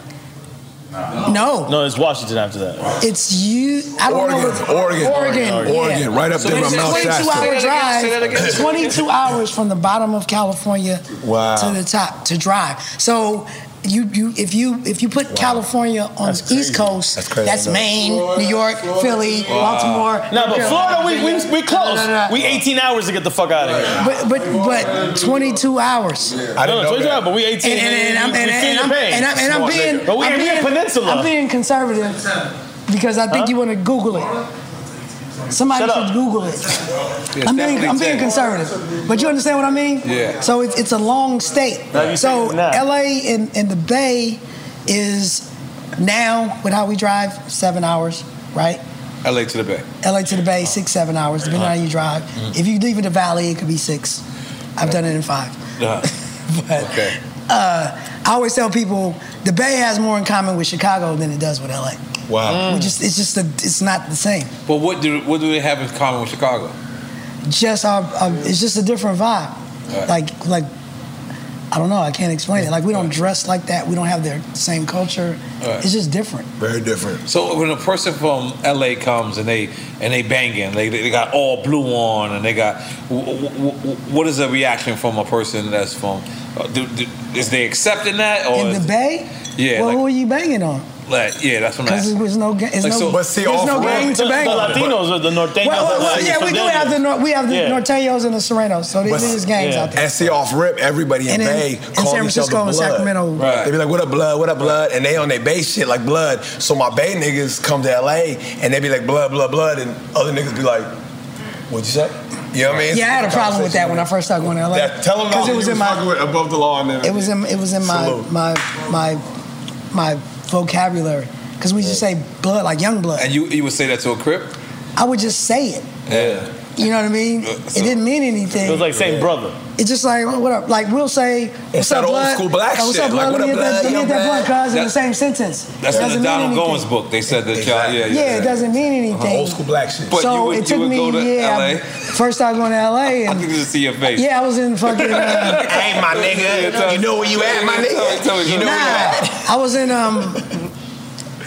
Speaker 5: No.
Speaker 2: No, it's Washington after that.
Speaker 5: It's you. I don't know. what-
Speaker 2: Oregon,
Speaker 5: Oregon,
Speaker 2: Oregon,
Speaker 5: yeah.
Speaker 2: Oregon, right up there by
Speaker 5: It's a
Speaker 2: Mount Shasta.
Speaker 5: Twenty-two
Speaker 2: Say that again,
Speaker 5: hour
Speaker 2: say that
Speaker 5: drive.
Speaker 2: again.
Speaker 5: Twenty-two hours from the bottom of California
Speaker 2: Wow.
Speaker 5: to the top to drive. So. You, you if you if you put California on the East Coast, that's,
Speaker 2: crazy, though.
Speaker 5: Maine, New York, Philly,
Speaker 2: Wow.
Speaker 5: Baltimore.
Speaker 2: No, but Florida, we we we close.
Speaker 5: No, no, no.
Speaker 2: We 18 hours to get the fuck out of here.
Speaker 5: But but but 22 hours.
Speaker 2: I didn't know 22 that. hours, but we 18.
Speaker 5: And, and, and I'm
Speaker 2: We
Speaker 5: and,
Speaker 2: feel
Speaker 5: and,
Speaker 2: your
Speaker 5: I'm-
Speaker 2: pain.
Speaker 5: and I'm, and I'm
Speaker 2: Smart
Speaker 5: being
Speaker 2: nigga. But we-
Speaker 5: I'm
Speaker 2: we a
Speaker 5: being-
Speaker 2: peninsula.
Speaker 5: I'm being conservative because I think you want to Google it. Somebody should Google it. I'm being, I'm being conservative, but you understand what I mean.
Speaker 3: Yeah.
Speaker 5: So it's it's a long state.
Speaker 2: No, you
Speaker 5: so
Speaker 2: saying that.
Speaker 5: L.A. and, and the Bay is now with how we drive seven hours, right?
Speaker 3: LA to the Bay.
Speaker 5: LA to the Bay, six, seven hours, depending on how you drive.
Speaker 2: Uh-huh.
Speaker 3: Mhm.
Speaker 5: If you leave in the valley, it could be six. I've done it in five. But
Speaker 3: okay.
Speaker 5: uh, I always tell people the Bay has more in common with Chicago than it does with LA.
Speaker 3: Wow.
Speaker 5: We just it's just a, it's not the same.
Speaker 3: But what do what do they have in common with Chicago?
Speaker 5: Just our, our- it's just a different vibe.
Speaker 3: Right.
Speaker 5: Like like I don't know. I can't explain it. Like we don't dress like that. We don't have the same culture.
Speaker 3: Right.
Speaker 5: It's just different.
Speaker 3: Very different. So when a person from LA comes and they and they banging, they they got all blue on, and they got w- w- w- what is the reaction from a person that's from? Uh, do, do, is they accepting that or
Speaker 5: In
Speaker 3: is-
Speaker 5: the Bay,
Speaker 3: Oh, yeah,
Speaker 5: well, who are you banging on?
Speaker 3: like, like, yeah, that's what I'm
Speaker 5: Because
Speaker 3: asking.
Speaker 5: there's no, ga- it's
Speaker 3: Like,
Speaker 5: no,
Speaker 3: so- But see,
Speaker 5: there's
Speaker 3: all
Speaker 5: no
Speaker 3: for
Speaker 5: gang
Speaker 3: real.
Speaker 5: to
Speaker 3: The-
Speaker 5: bang
Speaker 3: the
Speaker 5: on.
Speaker 2: Latinos or the Norteños.
Speaker 5: Well,
Speaker 2: that's
Speaker 5: well, well,
Speaker 2: like
Speaker 5: yeah,
Speaker 2: from
Speaker 5: we do
Speaker 2: down
Speaker 5: have the
Speaker 2: there.
Speaker 5: Nor- we have the
Speaker 2: Yeah.
Speaker 5: Norteños and the Serenos, so there's these gangs out there.
Speaker 6: And see, off rip, everybody in
Speaker 5: And in-
Speaker 6: Bay call
Speaker 5: in San
Speaker 6: each other
Speaker 5: Francisco and
Speaker 6: blood.
Speaker 5: Sacramento.
Speaker 6: They be like, "What up, blood? What up, blood?" And they on their Bay shit like blood. So my Bay niggas come to LA and they be like, "Blood, blood, blood," and other niggas be like, "What'd you say?" You know what I mean?
Speaker 5: Yeah, I had a problem with that when I first started going to LA.
Speaker 6: Yeah, tell them
Speaker 5: because it was in my
Speaker 6: above the law and
Speaker 5: it was in it was in my
Speaker 6: Salute.
Speaker 5: my my my vocabulary because we just say blood like young blood.
Speaker 3: And you you would say that to a crip?
Speaker 5: I would just say it.
Speaker 3: Yeah.
Speaker 5: You know what I mean? it didn't mean anything.
Speaker 2: It was like saying brother.
Speaker 5: It's just like what up? Like we'll say what's
Speaker 2: It's that
Speaker 5: up,
Speaker 2: old
Speaker 5: blood?
Speaker 2: school black
Speaker 5: Oh, what's
Speaker 2: shit,
Speaker 5: up,
Speaker 2: like,
Speaker 5: blood?
Speaker 2: what
Speaker 5: Let me
Speaker 2: up,
Speaker 5: hit that-
Speaker 2: blood?
Speaker 5: let me hit
Speaker 2: Yo,
Speaker 5: that blunt,
Speaker 2: blood.
Speaker 5: cuz in the
Speaker 3: That-
Speaker 5: same sentence.
Speaker 3: That's in
Speaker 5: Doesn't
Speaker 3: the
Speaker 5: mean
Speaker 3: Donald
Speaker 5: anything.
Speaker 3: Goins book. They said that y'all, yeah,
Speaker 5: Yeah, it doesn't mean anything.
Speaker 6: black shit.
Speaker 3: But
Speaker 5: so
Speaker 3: you would,
Speaker 5: it took
Speaker 3: you would
Speaker 5: me
Speaker 3: go to
Speaker 5: yeah,
Speaker 3: LA.
Speaker 5: First I was going to LA
Speaker 3: I
Speaker 5: and
Speaker 3: can just see your face.
Speaker 5: yeah, I was in fucking uh,
Speaker 6: hey, my nigga, you know where you at, my nigga. You know where you at.
Speaker 5: I was in um.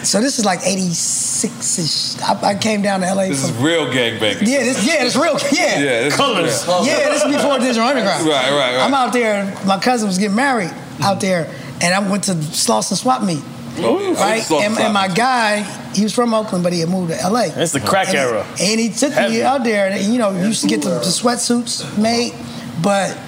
Speaker 5: So this is like '86 ish. I, I came down to LA.
Speaker 3: This is
Speaker 5: from,
Speaker 3: real gangbanging.
Speaker 5: yeah, this yeah, it's real. Yeah,
Speaker 3: Yeah, this is Colours. real.
Speaker 5: Yeah, this is before Digital Underground.
Speaker 3: Right, right, right.
Speaker 5: I'm out there. My cousin was getting married out there, and I went to Slauson Swap Meet.
Speaker 2: Oh, yeah.
Speaker 5: Right,
Speaker 2: Slauson
Speaker 5: and,
Speaker 2: Swap
Speaker 5: and my guy, he was from Oakland, but he had moved to LA.
Speaker 2: That's the crack
Speaker 5: And-
Speaker 2: era.
Speaker 5: And he took
Speaker 2: Heavy.
Speaker 5: me out there, and you know, you used to get the, the sweatsuits made, but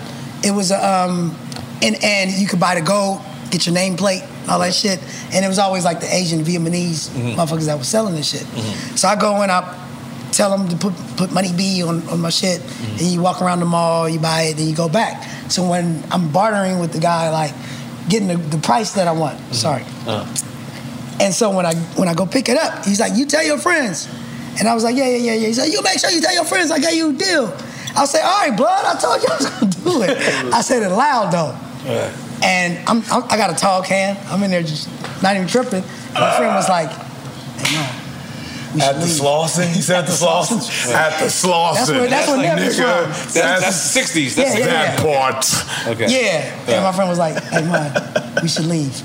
Speaker 5: it was um, and and you could buy the gold, get your nameplate, all that shit, and it was always like the Asian Vietnamese
Speaker 3: Mhm.
Speaker 5: motherfuckers that was selling this shit. So I go and I tell them to put put money B on, on my shit, and you walk around the mall, you buy it, then you go back. So when I'm bartering with the guy, like getting the, the price that I want, sorry. And so when I when I go pick it up, he's like, "You tell your friends." And I was like, "Yeah, yeah, yeah, yeah." He's like, "You make sure you tell your friends I gave you a deal." I said, "All right, blood. I told you I was gonna do it." I said it loud though. And I'm, I'm I got a tall can. I'm in there just not even tripping. My friend was like,
Speaker 6: At the Slauson? He said at the Slauson? At the Slauson.
Speaker 5: That's where- that's where
Speaker 6: Like,
Speaker 5: Nev is
Speaker 6: nigga,
Speaker 5: from.
Speaker 6: That's,
Speaker 5: That's-
Speaker 3: that's 60s.
Speaker 5: That's Yeah, yeah,
Speaker 6: that part.
Speaker 3: Okay.
Speaker 5: Yeah. And my friend was like, hey, man, we should leave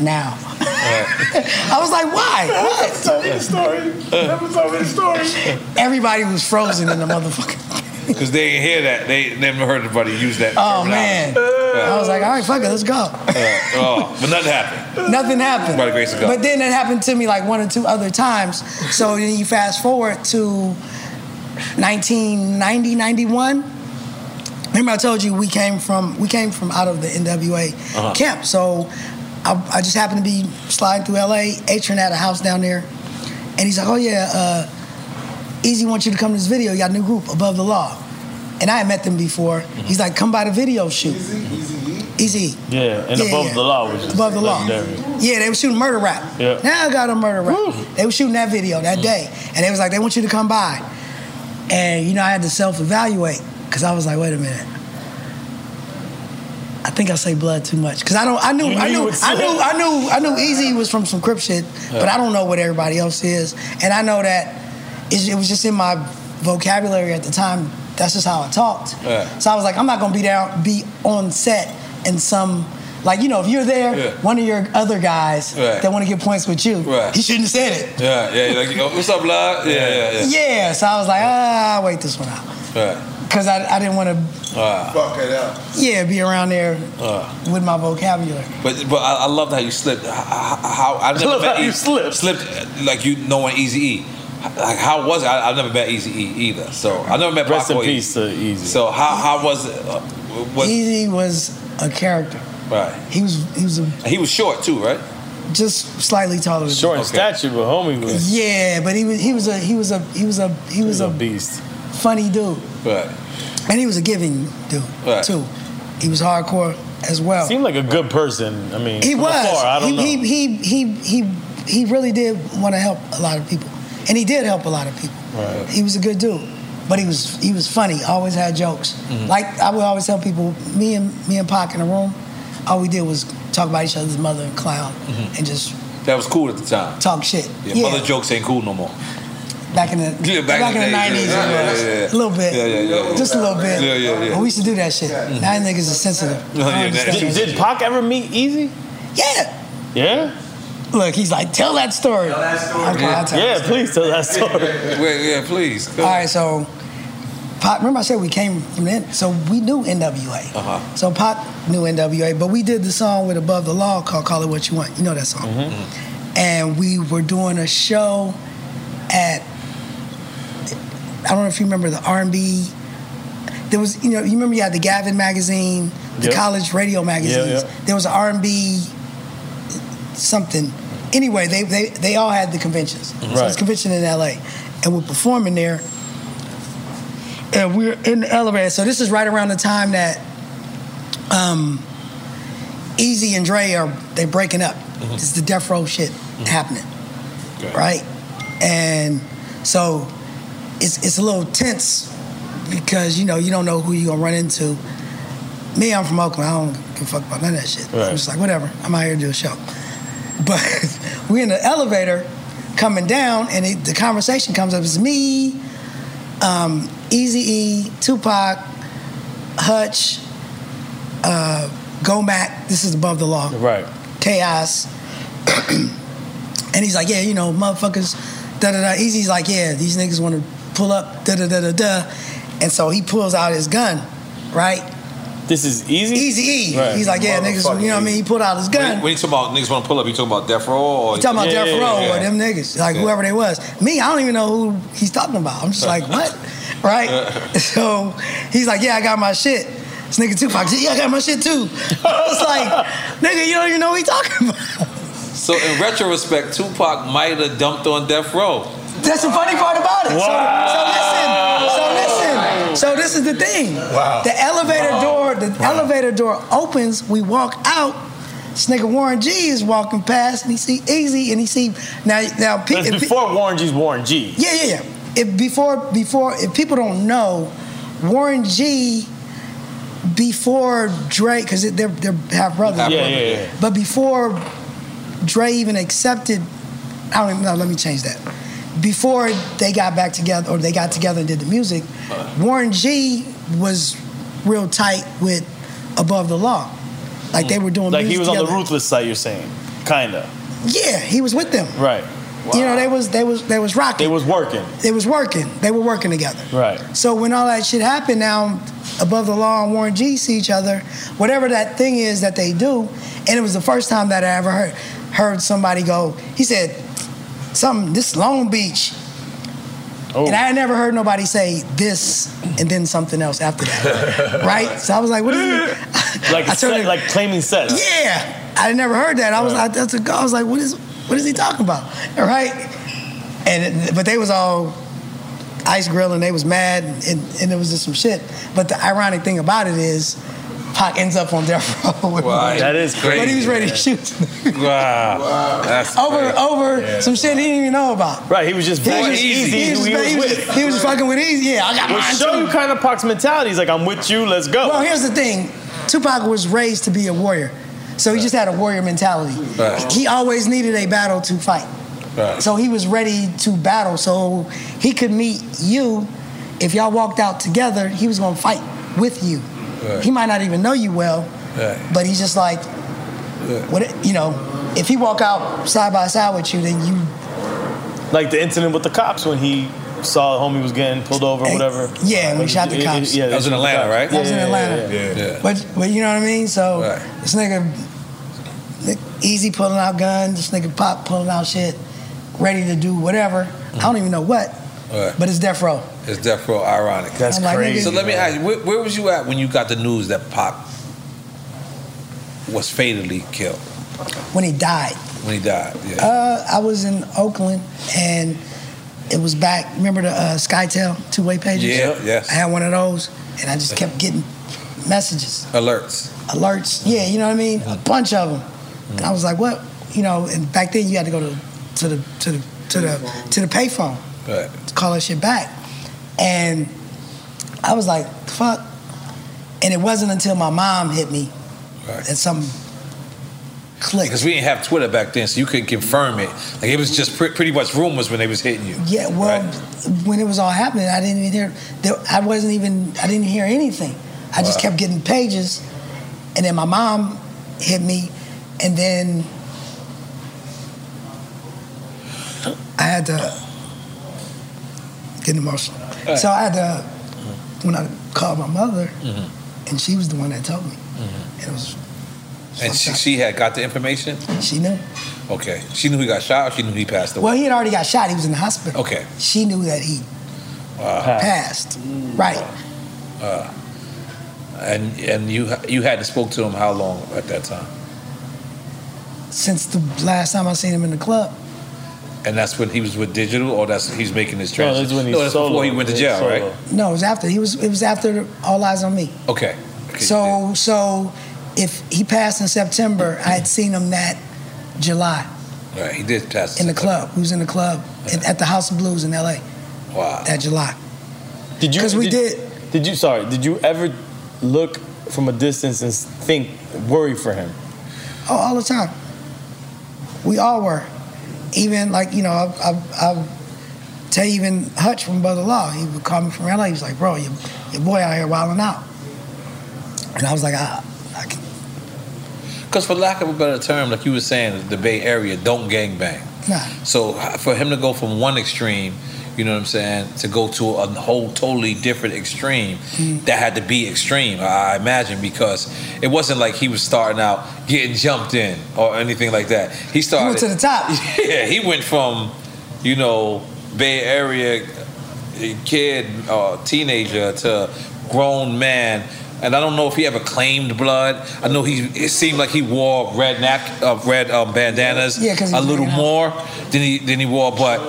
Speaker 5: now. I was like, why? What?
Speaker 6: Tell me the story. Never tell me the story.
Speaker 5: Everybody was frozen in the motherfucker.
Speaker 3: Because they didn't hear that. They they never heard anybody use that.
Speaker 5: Oh, man.
Speaker 3: terminology. Yeah.
Speaker 5: I was like, all right, fuck it, let's go.
Speaker 3: Uh, oh, but nothing happened.
Speaker 5: Nothing happened.
Speaker 3: By the grace of God.
Speaker 5: But then it happened to me like one or two other times. So then you fast forward to 1990, 91. Remember I told you we came from we came from out of the NWA
Speaker 15: Uh-huh.
Speaker 5: camp. So I, I just happened to be sliding through LA. Atron had a house down there, and he's like, "Oh yeah, uh, Easy wants you to come to this video. You got a new group, Above the Law." And I had met them before. He's like, "Come by the video shoot." Easy, easy.
Speaker 2: Yeah, and
Speaker 5: Yeah,
Speaker 2: above
Speaker 5: yeah.
Speaker 2: the law was just
Speaker 5: Above the Law.
Speaker 2: legendary.
Speaker 5: Yeah, they were shooting murder rap.
Speaker 2: Yeah.
Speaker 5: Now I got a murder rap. They were shooting that video that day, and they was like, they want you to come by. And you know, I had to self evaluate because I was like, wait a minute. I think I say blood too much because I don't. I knew,
Speaker 15: You knew
Speaker 5: I
Speaker 15: you
Speaker 5: knew,
Speaker 15: would say
Speaker 5: I knew, I knew, I knew. Easy was from some crip shit, but
Speaker 15: Yeah.
Speaker 5: I don't know what everybody else is, and I know that it's- it was just in my vocabulary at the time. That's just how I talked. So I was like, I'm not gonna be down, be on set in some, like you know, if you're there,
Speaker 3: Yeah.
Speaker 5: one of your other guys
Speaker 3: Right.
Speaker 5: that want to get points with you,
Speaker 3: Right.
Speaker 5: he shouldn't have said it.
Speaker 3: Yeah, yeah. Like, oh, what's up, love? Yeah, yeah,
Speaker 5: Yeah.
Speaker 3: yeah.
Speaker 5: so I was like, ah, I'll wait this one out
Speaker 3: Right.
Speaker 5: because I, I didn't want to,
Speaker 3: Wow.
Speaker 6: Fuck it up.
Speaker 5: yeah, be around there
Speaker 3: Uh,
Speaker 5: with my vocabulary.
Speaker 3: but but I, I loved how you slipped. H- h- How, I never
Speaker 5: Love
Speaker 3: met
Speaker 5: how you
Speaker 3: E- slipped. uh, like you knowing Easy E. Like how was it? I, I've never met Easy E either. So I never met
Speaker 2: Rest
Speaker 3: Pac
Speaker 2: in
Speaker 3: or Eazy.
Speaker 2: peace to E. Easy.
Speaker 3: So how how was it? Uh, what,
Speaker 5: Easy was a character.
Speaker 3: right.
Speaker 5: He was he was a,
Speaker 3: He was short too, right?
Speaker 5: just slightly taller than
Speaker 2: Short
Speaker 5: me.
Speaker 2: in stature, but homie was
Speaker 5: Yeah, but he was he was a he was a he was a he was
Speaker 2: a
Speaker 5: a
Speaker 2: beast.
Speaker 5: funny dude,
Speaker 3: Right.
Speaker 5: and he was a giving dude
Speaker 2: Right.
Speaker 5: too. He was hardcore as well.
Speaker 2: Seemed like a good person. I mean,
Speaker 5: he
Speaker 2: from
Speaker 5: was.
Speaker 2: afar, I don't
Speaker 5: he,
Speaker 2: know.
Speaker 5: he he he he he really did want to help a lot of people, and he did help a lot of people.
Speaker 2: right.
Speaker 5: He was a good dude, but he was he was funny. Always had jokes.
Speaker 2: Mhm.
Speaker 5: Like I would always tell people, me and me and Pac in a room, all we did was talk about each other's mother and clown,
Speaker 3: Mhm.
Speaker 5: and just
Speaker 3: That was cool at the time.
Speaker 5: talk shit.
Speaker 3: Yeah,
Speaker 5: Yeah.
Speaker 3: mother jokes ain't cool no more.
Speaker 5: back in the
Speaker 3: Yeah,
Speaker 5: back, in the nineties,
Speaker 3: days, yeah, yeah, yeah, yeah.
Speaker 5: a little bit,
Speaker 3: Yeah, yeah, yeah, yeah.
Speaker 5: just a little bit.
Speaker 3: Yeah, yeah, yeah.
Speaker 5: But we used to do that shit. Now niggas are sensitive.
Speaker 3: Yeah,
Speaker 5: I
Speaker 3: that-
Speaker 5: understand.
Speaker 3: Did- did
Speaker 2: Pac ever meet Easy?
Speaker 5: Yeah.
Speaker 2: Yeah.
Speaker 5: Look, he's like, tell that story. Tell that story. Okay, I'll tell
Speaker 2: yeah,
Speaker 5: that story.
Speaker 2: please tell that story.
Speaker 3: Wait, yeah, please.
Speaker 5: All right, so Pop, remember I said we came from then, so we knew NWA.
Speaker 3: Uh-huh.
Speaker 5: So Pop knew NWA, but we did the song with Above the Law called "Call It What You Want." You know that song.
Speaker 7: Mm-hmm.
Speaker 2: Mm-hmm.
Speaker 5: And we were doing a show at I don't know if you remember the R&B. There was you know you remember you had the Gavin magazine, the
Speaker 15: Yep.
Speaker 5: college radio magazines.
Speaker 15: yeah.
Speaker 5: There was an R&B something. Anyway, they they they all had the conventions. So it's
Speaker 15: Right.
Speaker 5: convention in LA, and we're performing there. And we're in the elevator. So this is right around the time that um, Easy and Dre are they breaking up.
Speaker 15: Mm-hmm.
Speaker 5: It's the Death Row shit happening, right? And so it's it's a little tense because you know you don't know who you're gonna run into. Me, I'm from Oakland. I don't give a fuck about none of that shit.
Speaker 15: Right.
Speaker 5: I'm just like whatever. I'm out here to do a show. But we're in the elevator coming down, and it, the conversation comes up. It's me, um, Easy E, Tupac, Hutch, uh, Gomac. This is above the law.
Speaker 2: Right.
Speaker 5: Chaos. and he's like, yeah, you know, motherfuckers, da da da. Easy's like, yeah, these niggas want to pull up, da da da da da. And so he pulls out his gun, right?
Speaker 2: This is easy.
Speaker 5: Easy E.
Speaker 3: Right.
Speaker 5: He's like, yeah, niggas, you know what I mean? He pulled out his gun.
Speaker 3: When you talk about niggas want to pull up, you talking about death row? Or,
Speaker 5: You talking about Death Row
Speaker 3: yeah,
Speaker 5: or them niggas, like
Speaker 3: Yeah.
Speaker 5: whoever they was. Me, I don't even know who he's talking about. I'm just like, what? Right? So he's like, yeah, I got my shit. This nigga Tupac, said, yeah, I got my shit too. I was like, nigga, you don't even know what he talking about.
Speaker 3: So in retrospect, Tupac might have dumped on death row.
Speaker 5: That's the funny part about it. So, so listen, so listen. So this is the thing.
Speaker 3: Wow.
Speaker 5: The elevator door, the elevator door opens. We walk out. This nigga Warren G is walking past, and he see Easy, and he see now now. pe-
Speaker 2: That's
Speaker 5: if pe-
Speaker 2: before Warren G's Warren G.
Speaker 5: Yeah, yeah, yeah. If before before if people don't know, Warren G before Dre because they're they're half brothers.
Speaker 2: Yeah, yeah, yeah.
Speaker 5: But before Dre even accepted, I don't even know. Let me change that. Before they got back together or they got together and did the music, Warren G was real tight with Above the Law. Like they were doing
Speaker 2: Mm. Like he
Speaker 5: music
Speaker 2: was on
Speaker 5: together.
Speaker 2: the ruthless side. You're saying, kinda.
Speaker 5: Yeah, he was with them.
Speaker 2: Right.
Speaker 5: You know, they was they was they was rocking.
Speaker 2: They was working.
Speaker 5: It was working. They were working together.
Speaker 2: Right.
Speaker 5: So when all that shit happened, now above the law and Warren G see each other, whatever that thing is that they do, and it was the first time that I ever heard heard somebody go. He said, "Something this Long Beach," and I had never heard nobody say this and then something else after that. right. So I was like, "What is it?"
Speaker 2: Like set, like claiming sets.
Speaker 5: Yeah, I never heard that. I was I, that's a, I was like, what is what is he talking about? All right, and it- but they was all ice grill and they was mad and, and it was just some shit. But the ironic thing about it is, Pac ends up on death row. With
Speaker 3: Wow.
Speaker 5: Warren.
Speaker 3: That is
Speaker 5: But he was
Speaker 3: crazy,
Speaker 5: ready to
Speaker 3: man.
Speaker 5: shoot
Speaker 3: Wow. That's
Speaker 5: over
Speaker 3: crazy.
Speaker 5: over some shit he didn't even know about.
Speaker 2: Right, he was just
Speaker 5: He was
Speaker 2: banging
Speaker 5: just-
Speaker 2: easy.
Speaker 5: he was
Speaker 2: who
Speaker 5: just- he was just- he was just fucking with easy. Yeah, I got
Speaker 2: Which
Speaker 5: mine
Speaker 2: show
Speaker 5: too.
Speaker 2: you kind of Pac's mentality. He's like, I'm with you. Let's go.
Speaker 5: Well, Oh, here's the thing: Tupac was raised to be a warrior, so he just had a warrior mentality.
Speaker 2: Right.
Speaker 5: He always needed a battle to fight, so he was ready to battle. So he could meet you if y'all walked out together. He was gonna fight with you. He might not even know you well, but he's just like, what you know. If he walk out side by side with you, then you
Speaker 2: Like the incident with the cops when he saw homie was getting pulled over, or whatever.
Speaker 5: yeah, and we shot the
Speaker 2: It- it-
Speaker 5: cops.
Speaker 2: yeah, they
Speaker 3: That was in
Speaker 2: shot the
Speaker 3: Atlanta,
Speaker 2: cops.
Speaker 3: right?
Speaker 2: Yeah,
Speaker 3: That was in
Speaker 2: yeah, yeah,
Speaker 5: Atlanta.
Speaker 2: yeah, yeah.
Speaker 5: But, but you know what I mean? So this nigga Nick- easy pulling out guns, this nigga pop pulling out shit, ready to do whatever. I don't even know what,
Speaker 3: Right.
Speaker 5: but it's death row.
Speaker 3: It's death row ironic.
Speaker 5: That's I'm like, crazy, nigga.
Speaker 3: So let me ask you, where, where was you at when you got the news that Pac was fatally killed
Speaker 5: When he died,
Speaker 3: when he died? Yeah.
Speaker 5: uh, I was in Oakland and it was back. Remember the uh, SkyTel two way pages?
Speaker 3: Yeah, yes.
Speaker 5: I had one of those and I just kept getting messages.
Speaker 3: Alerts.
Speaker 5: alerts. Yeah, you know what I mean. A bunch of them. And
Speaker 3: Mm-hmm.
Speaker 5: I was like, what? You know, and back then you had to go to to the to the to the to the payphone
Speaker 3: Right.
Speaker 5: to call that shit back. And I was like, fuck. And it wasn't until my mom hit me that something clicked.
Speaker 3: Because we didn't have Twitter back then, so you couldn't confirm it. Like it was just pre- pretty much rumors when they was hitting you.
Speaker 5: Yeah, well, when it was all happening, I didn't even hear. There, I wasn't even. I didn't hear anything. I just
Speaker 3: Wow.
Speaker 5: kept getting pages, and then my mom hit me, and then I had to get emotional. So I had to when I called my mother, and she was the one that told me. And it was
Speaker 3: And she, she had got the information.
Speaker 5: She knew.
Speaker 3: Okay, she knew he got shot. or She knew he passed away.
Speaker 5: well, he had already got shot. He was in the hospital.
Speaker 3: okay.
Speaker 5: She knew that he
Speaker 3: Wow.
Speaker 5: passed. Right.
Speaker 3: Uh, and and you you hadn't spoke to him how long at that time?
Speaker 5: since the last time I seen him in the club.
Speaker 3: And that's when he was with Digital, or that's he's making his
Speaker 2: No, that's
Speaker 3: transition.
Speaker 2: when he's
Speaker 3: that's before
Speaker 2: solo.
Speaker 3: he went to
Speaker 2: He's
Speaker 3: jail,
Speaker 2: solo.
Speaker 3: right?
Speaker 5: No, it was after. He was. It was after All Eyes on Me.
Speaker 3: Okay.
Speaker 5: So so, if he passed in September, I had seen him that July
Speaker 3: Right, he did pass
Speaker 5: in the club. He was in the club in- at the House of Blues in L.A.
Speaker 3: Wow.
Speaker 5: that July.
Speaker 2: Did you?
Speaker 5: 'Cause we
Speaker 2: did. Did you? Sorry. Did you ever look from a distance and think, worry for him?
Speaker 5: Oh, all the time. We all were. Even like you know, I, I, I tell you, even Hutch from Brother Law, he would call me from LA. He was like, "Bro, your, your boy out here wilding out," and I was like, "Ah, "I,
Speaker 3: Because for lack of a better term, like you were saying, the Bay Area don't gang bang.
Speaker 5: nah."
Speaker 3: So for him to go from one extreme, you know what I'm saying, to go to a whole totally different extreme,
Speaker 2: Mm-hmm.
Speaker 3: that had to be extreme, I I imagine, because it wasn't like he was starting out getting jumped in or anything like that. He started
Speaker 5: to the top.
Speaker 3: Yeah, he went from, you know, Bay Area kid, uh, teenager to grown man. And I don't know if he ever claimed blood. I know he. It seemed like he wore red neck, uh, red um, bandanas
Speaker 5: Yeah, 'cause he
Speaker 3: a
Speaker 5: was
Speaker 3: little
Speaker 5: hanging out.
Speaker 3: more than he than he wore, but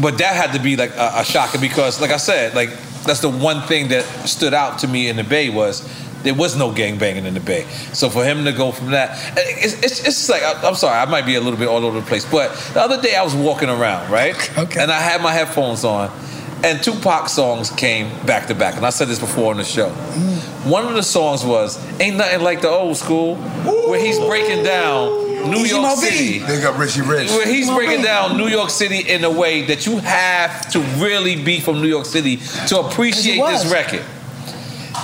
Speaker 3: but that had to be like a, a shocker because, like I said, like that's the one thing that stood out to me in the Bay was There was no gang banging in the Bay. So for him to go from that, it's, it's, it's just like, I- I'm sorry, I might be a little bit all over the place, but the other day I was walking around, right? Okay. And I had my headphones on, and Tupac songs came back to back. And I said this before on the show. One of the songs was Ain't Nothing Like the Old School, where he's breaking down New
Speaker 6: Easy
Speaker 3: York
Speaker 6: Mo B.
Speaker 3: City.
Speaker 6: They got Richie Rich.
Speaker 3: Well, he's breaking down New York City in a way that you have to really be from New York City to appreciate this record.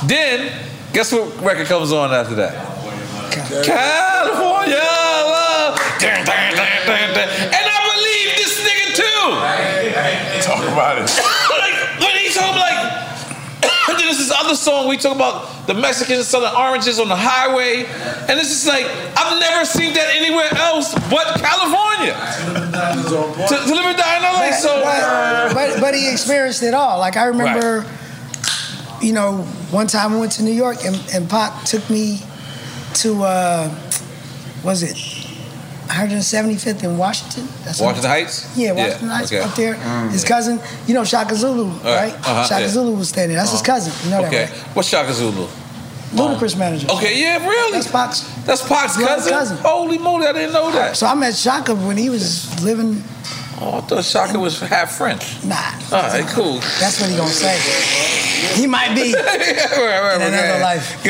Speaker 3: Then, guess what record comes on after that? California love. Dun, dun, dun, dun, dun. And I believe this nigga too.
Speaker 6: Talk about it.
Speaker 3: like, when he told me, like, and then there's this other song we talk about the Mexicans selling oranges on the highway. And it's just like, I've never seen that anywhere else but California. To, to live and die in LA.
Speaker 5: But-
Speaker 3: so
Speaker 5: but, but, but he experienced it all. Like I remember, you know, one time I went to New York and, and Pop took me to uh, was it 175th in Washington? That's
Speaker 3: Washington Heights?
Speaker 5: Yeah, Washington Heights
Speaker 3: okay.
Speaker 5: up there.
Speaker 3: Mm.
Speaker 5: his cousin, you know, Shaka Zulu, right?
Speaker 3: uh-huh,
Speaker 5: Shaka
Speaker 3: yeah.
Speaker 5: Zulu was standing. there. That's his
Speaker 3: Uh-huh.
Speaker 5: cousin. You know
Speaker 3: okay.
Speaker 5: that,
Speaker 3: What's Shaka Zulu?
Speaker 5: right? Ludacris manager.
Speaker 3: Okay, yeah, really? That's
Speaker 5: Pac's.
Speaker 3: That's Pac's
Speaker 5: Yeah,
Speaker 3: cousin? Holy moly, I didn't know that.
Speaker 5: So I met Shaka when he was living.
Speaker 3: Oh, I thought Shaka was half French.
Speaker 5: Nah.
Speaker 3: All right, cool.
Speaker 5: That's what he gonna say. He might be in another life.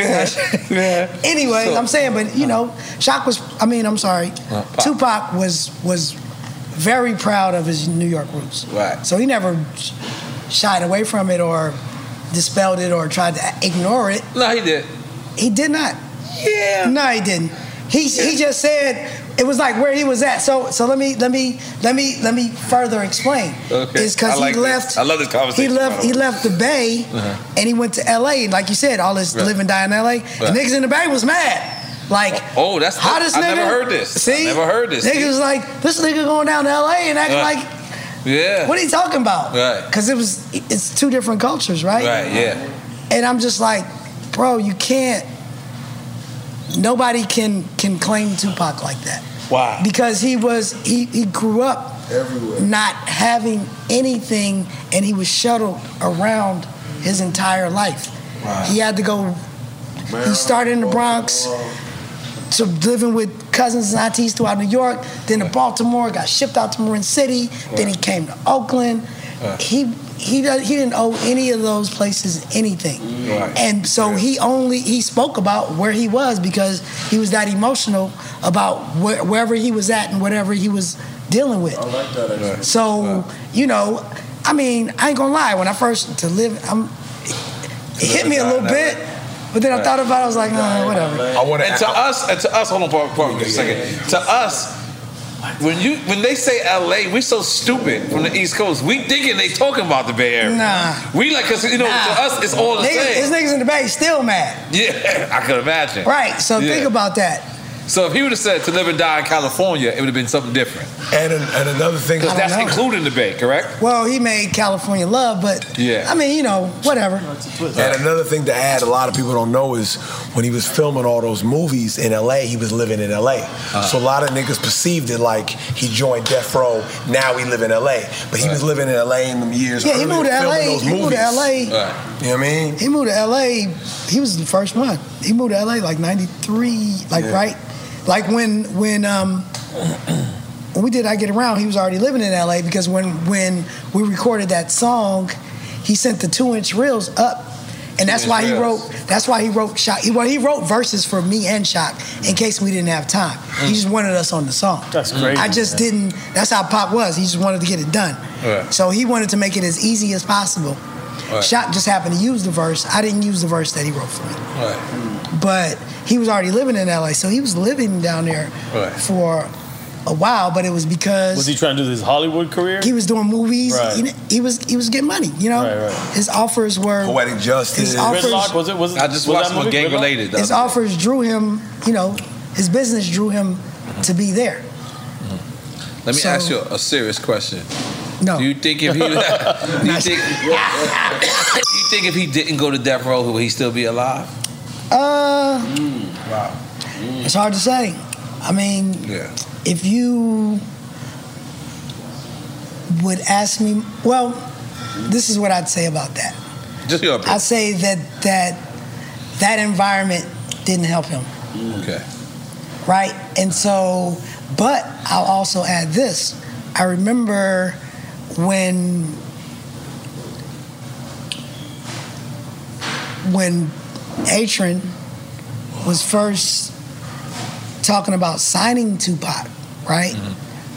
Speaker 5: Anyway, I'm saying, but you know, Shock was. I mean, I'm sorry.
Speaker 3: Uh,
Speaker 7: Mm-hmm.
Speaker 3: Pac.
Speaker 5: Tupac was was very proud of his New York roots.
Speaker 3: Right.
Speaker 5: So he never sh- shied away from it or dispelled it or tried to ignore it.
Speaker 3: No, he did.
Speaker 5: He did not.
Speaker 3: Yeah.
Speaker 5: No, he didn't. He he just said it was like where he was at. So so let me let me let me let me further explain.
Speaker 3: Okay.
Speaker 5: It's because
Speaker 3: I
Speaker 5: he
Speaker 3: like this.
Speaker 5: left.
Speaker 3: I love this conversation,
Speaker 5: He
Speaker 3: by
Speaker 5: left.
Speaker 3: the
Speaker 5: He
Speaker 3: way.
Speaker 5: left the Bay
Speaker 3: Uh-huh.
Speaker 5: and he went to LA. Like you said, all this
Speaker 3: Right.
Speaker 5: live and die in LA.
Speaker 3: Right.
Speaker 5: And niggas in the Bay was mad. Like,
Speaker 3: Oh, that's
Speaker 5: how this
Speaker 3: I
Speaker 5: nigga?
Speaker 3: never heard this. I
Speaker 5: See,
Speaker 3: never heard this.
Speaker 5: Niggas was like, this nigga going down to LA and acting
Speaker 3: Yeah.
Speaker 5: like,
Speaker 3: Yeah.
Speaker 5: what are you talking about?
Speaker 3: Right.
Speaker 5: Because it was, it's two different cultures, right?
Speaker 3: Right, yeah.
Speaker 5: And I'm just like, bro, you can't. Nobody can can claim Tupac like that.
Speaker 3: Wow.
Speaker 5: Because he was he he grew up everywhere not having anything, and he was shuttled around his entire life.
Speaker 7: Wow.
Speaker 5: He had to go. He started in the Bronx. To living with cousins and aunties throughout New York, then to Baltimore, got shipped out to Marin City, then he came to Oakland. He he does, he didn't owe any of those places anything.
Speaker 3: Right.
Speaker 5: And so he only he spoke about where he was because he was that emotional about where, wherever he was at and whatever he was dealing with. So you know, I mean, I ain't gonna lie. When I first to live, I'm, it hit me a little bit, but then I
Speaker 3: Right.
Speaker 5: thought about it. I was like, nah, Oh, whatever.
Speaker 3: I want to. And to us, and to us, hold on, pardon, pardon just a second. To us, when you when they say L.A., we so stupid from the East Coast. We thinking they talking about the Bay Area.
Speaker 5: Nah.
Speaker 3: We like, cause you know, to us, it's all the
Speaker 5: niggas, This
Speaker 3: same.
Speaker 5: niggas in the Bay still mad,
Speaker 3: Yeah, I could imagine.
Speaker 5: right? So
Speaker 3: Yeah.
Speaker 5: think about that.
Speaker 3: So if he would have said to live and die in California, it would have been something different.
Speaker 6: And, and another thing,
Speaker 3: because that's including the Bay, correct?
Speaker 5: Well, he made California love, but
Speaker 6: Yeah.
Speaker 5: I mean, you know, whatever.
Speaker 6: And another thing to add, a lot of people don't know is when he was filming all those movies in LA, he was living in LA. So a lot of niggas perceived it like he joined Death Row, now he live in LA. But he was living in LA in them years
Speaker 5: Yeah, he
Speaker 6: earlier,
Speaker 5: moved to
Speaker 6: filming
Speaker 5: LA.
Speaker 6: those
Speaker 5: He moved to
Speaker 6: movies.
Speaker 5: LA.
Speaker 6: You know what I mean?
Speaker 5: He moved to LA. He was the first one. He moved to LA like '93, like
Speaker 6: Yeah.
Speaker 5: right, like when when um when we did I Get Around, he was already living in LA because when when we recorded that song, he sent the two inch reels up. And that's
Speaker 14: Two-inch
Speaker 5: why he wrote.
Speaker 14: reels.
Speaker 5: That's why he wrote shock. He, well, he wrote verses for me and shock in case we didn't have time. He
Speaker 14: Mm.
Speaker 5: just wanted us on the song. That's
Speaker 14: crazy,
Speaker 5: I just
Speaker 14: man.
Speaker 5: didn't. That's how pop was. He just wanted to get it done. So he wanted to make it as easy as possible.
Speaker 3: Right.
Speaker 5: Shot just happened to use the verse. I didn't use the verse that he wrote for me. But he was already living in LA, so he was living down there
Speaker 2: Right.
Speaker 5: for a while, but it was because
Speaker 2: Was he trying to do his Hollywood career?
Speaker 5: he was doing movies.
Speaker 2: Right.
Speaker 5: He, he was he was getting money, you know?
Speaker 2: Right,
Speaker 5: His offers were
Speaker 6: Poetic Justice.
Speaker 5: His offers,
Speaker 2: Gridlock, was it? Was it?
Speaker 3: I just
Speaker 2: was
Speaker 3: watched
Speaker 2: that
Speaker 3: one
Speaker 2: movie
Speaker 3: gang
Speaker 2: Gridlock?
Speaker 3: related.
Speaker 5: his offers drew him, you know, his business drew him to be there.
Speaker 3: Let me
Speaker 5: So-
Speaker 3: ask you a serious question.
Speaker 5: No.
Speaker 3: Do you think if he you think, you think if he didn't go to death row, would he still be alive?
Speaker 5: Uh
Speaker 3: Mm, Wow.
Speaker 5: it's hard to say. I mean,
Speaker 3: Yeah.
Speaker 5: if you would ask me, well, this is what I'd say about that.
Speaker 3: Just your
Speaker 5: I say that that that environment didn't help him,
Speaker 13: Okay.
Speaker 5: right? And so, but I'll also add this. I remember when when Atron was first talking about signing Tupac, right?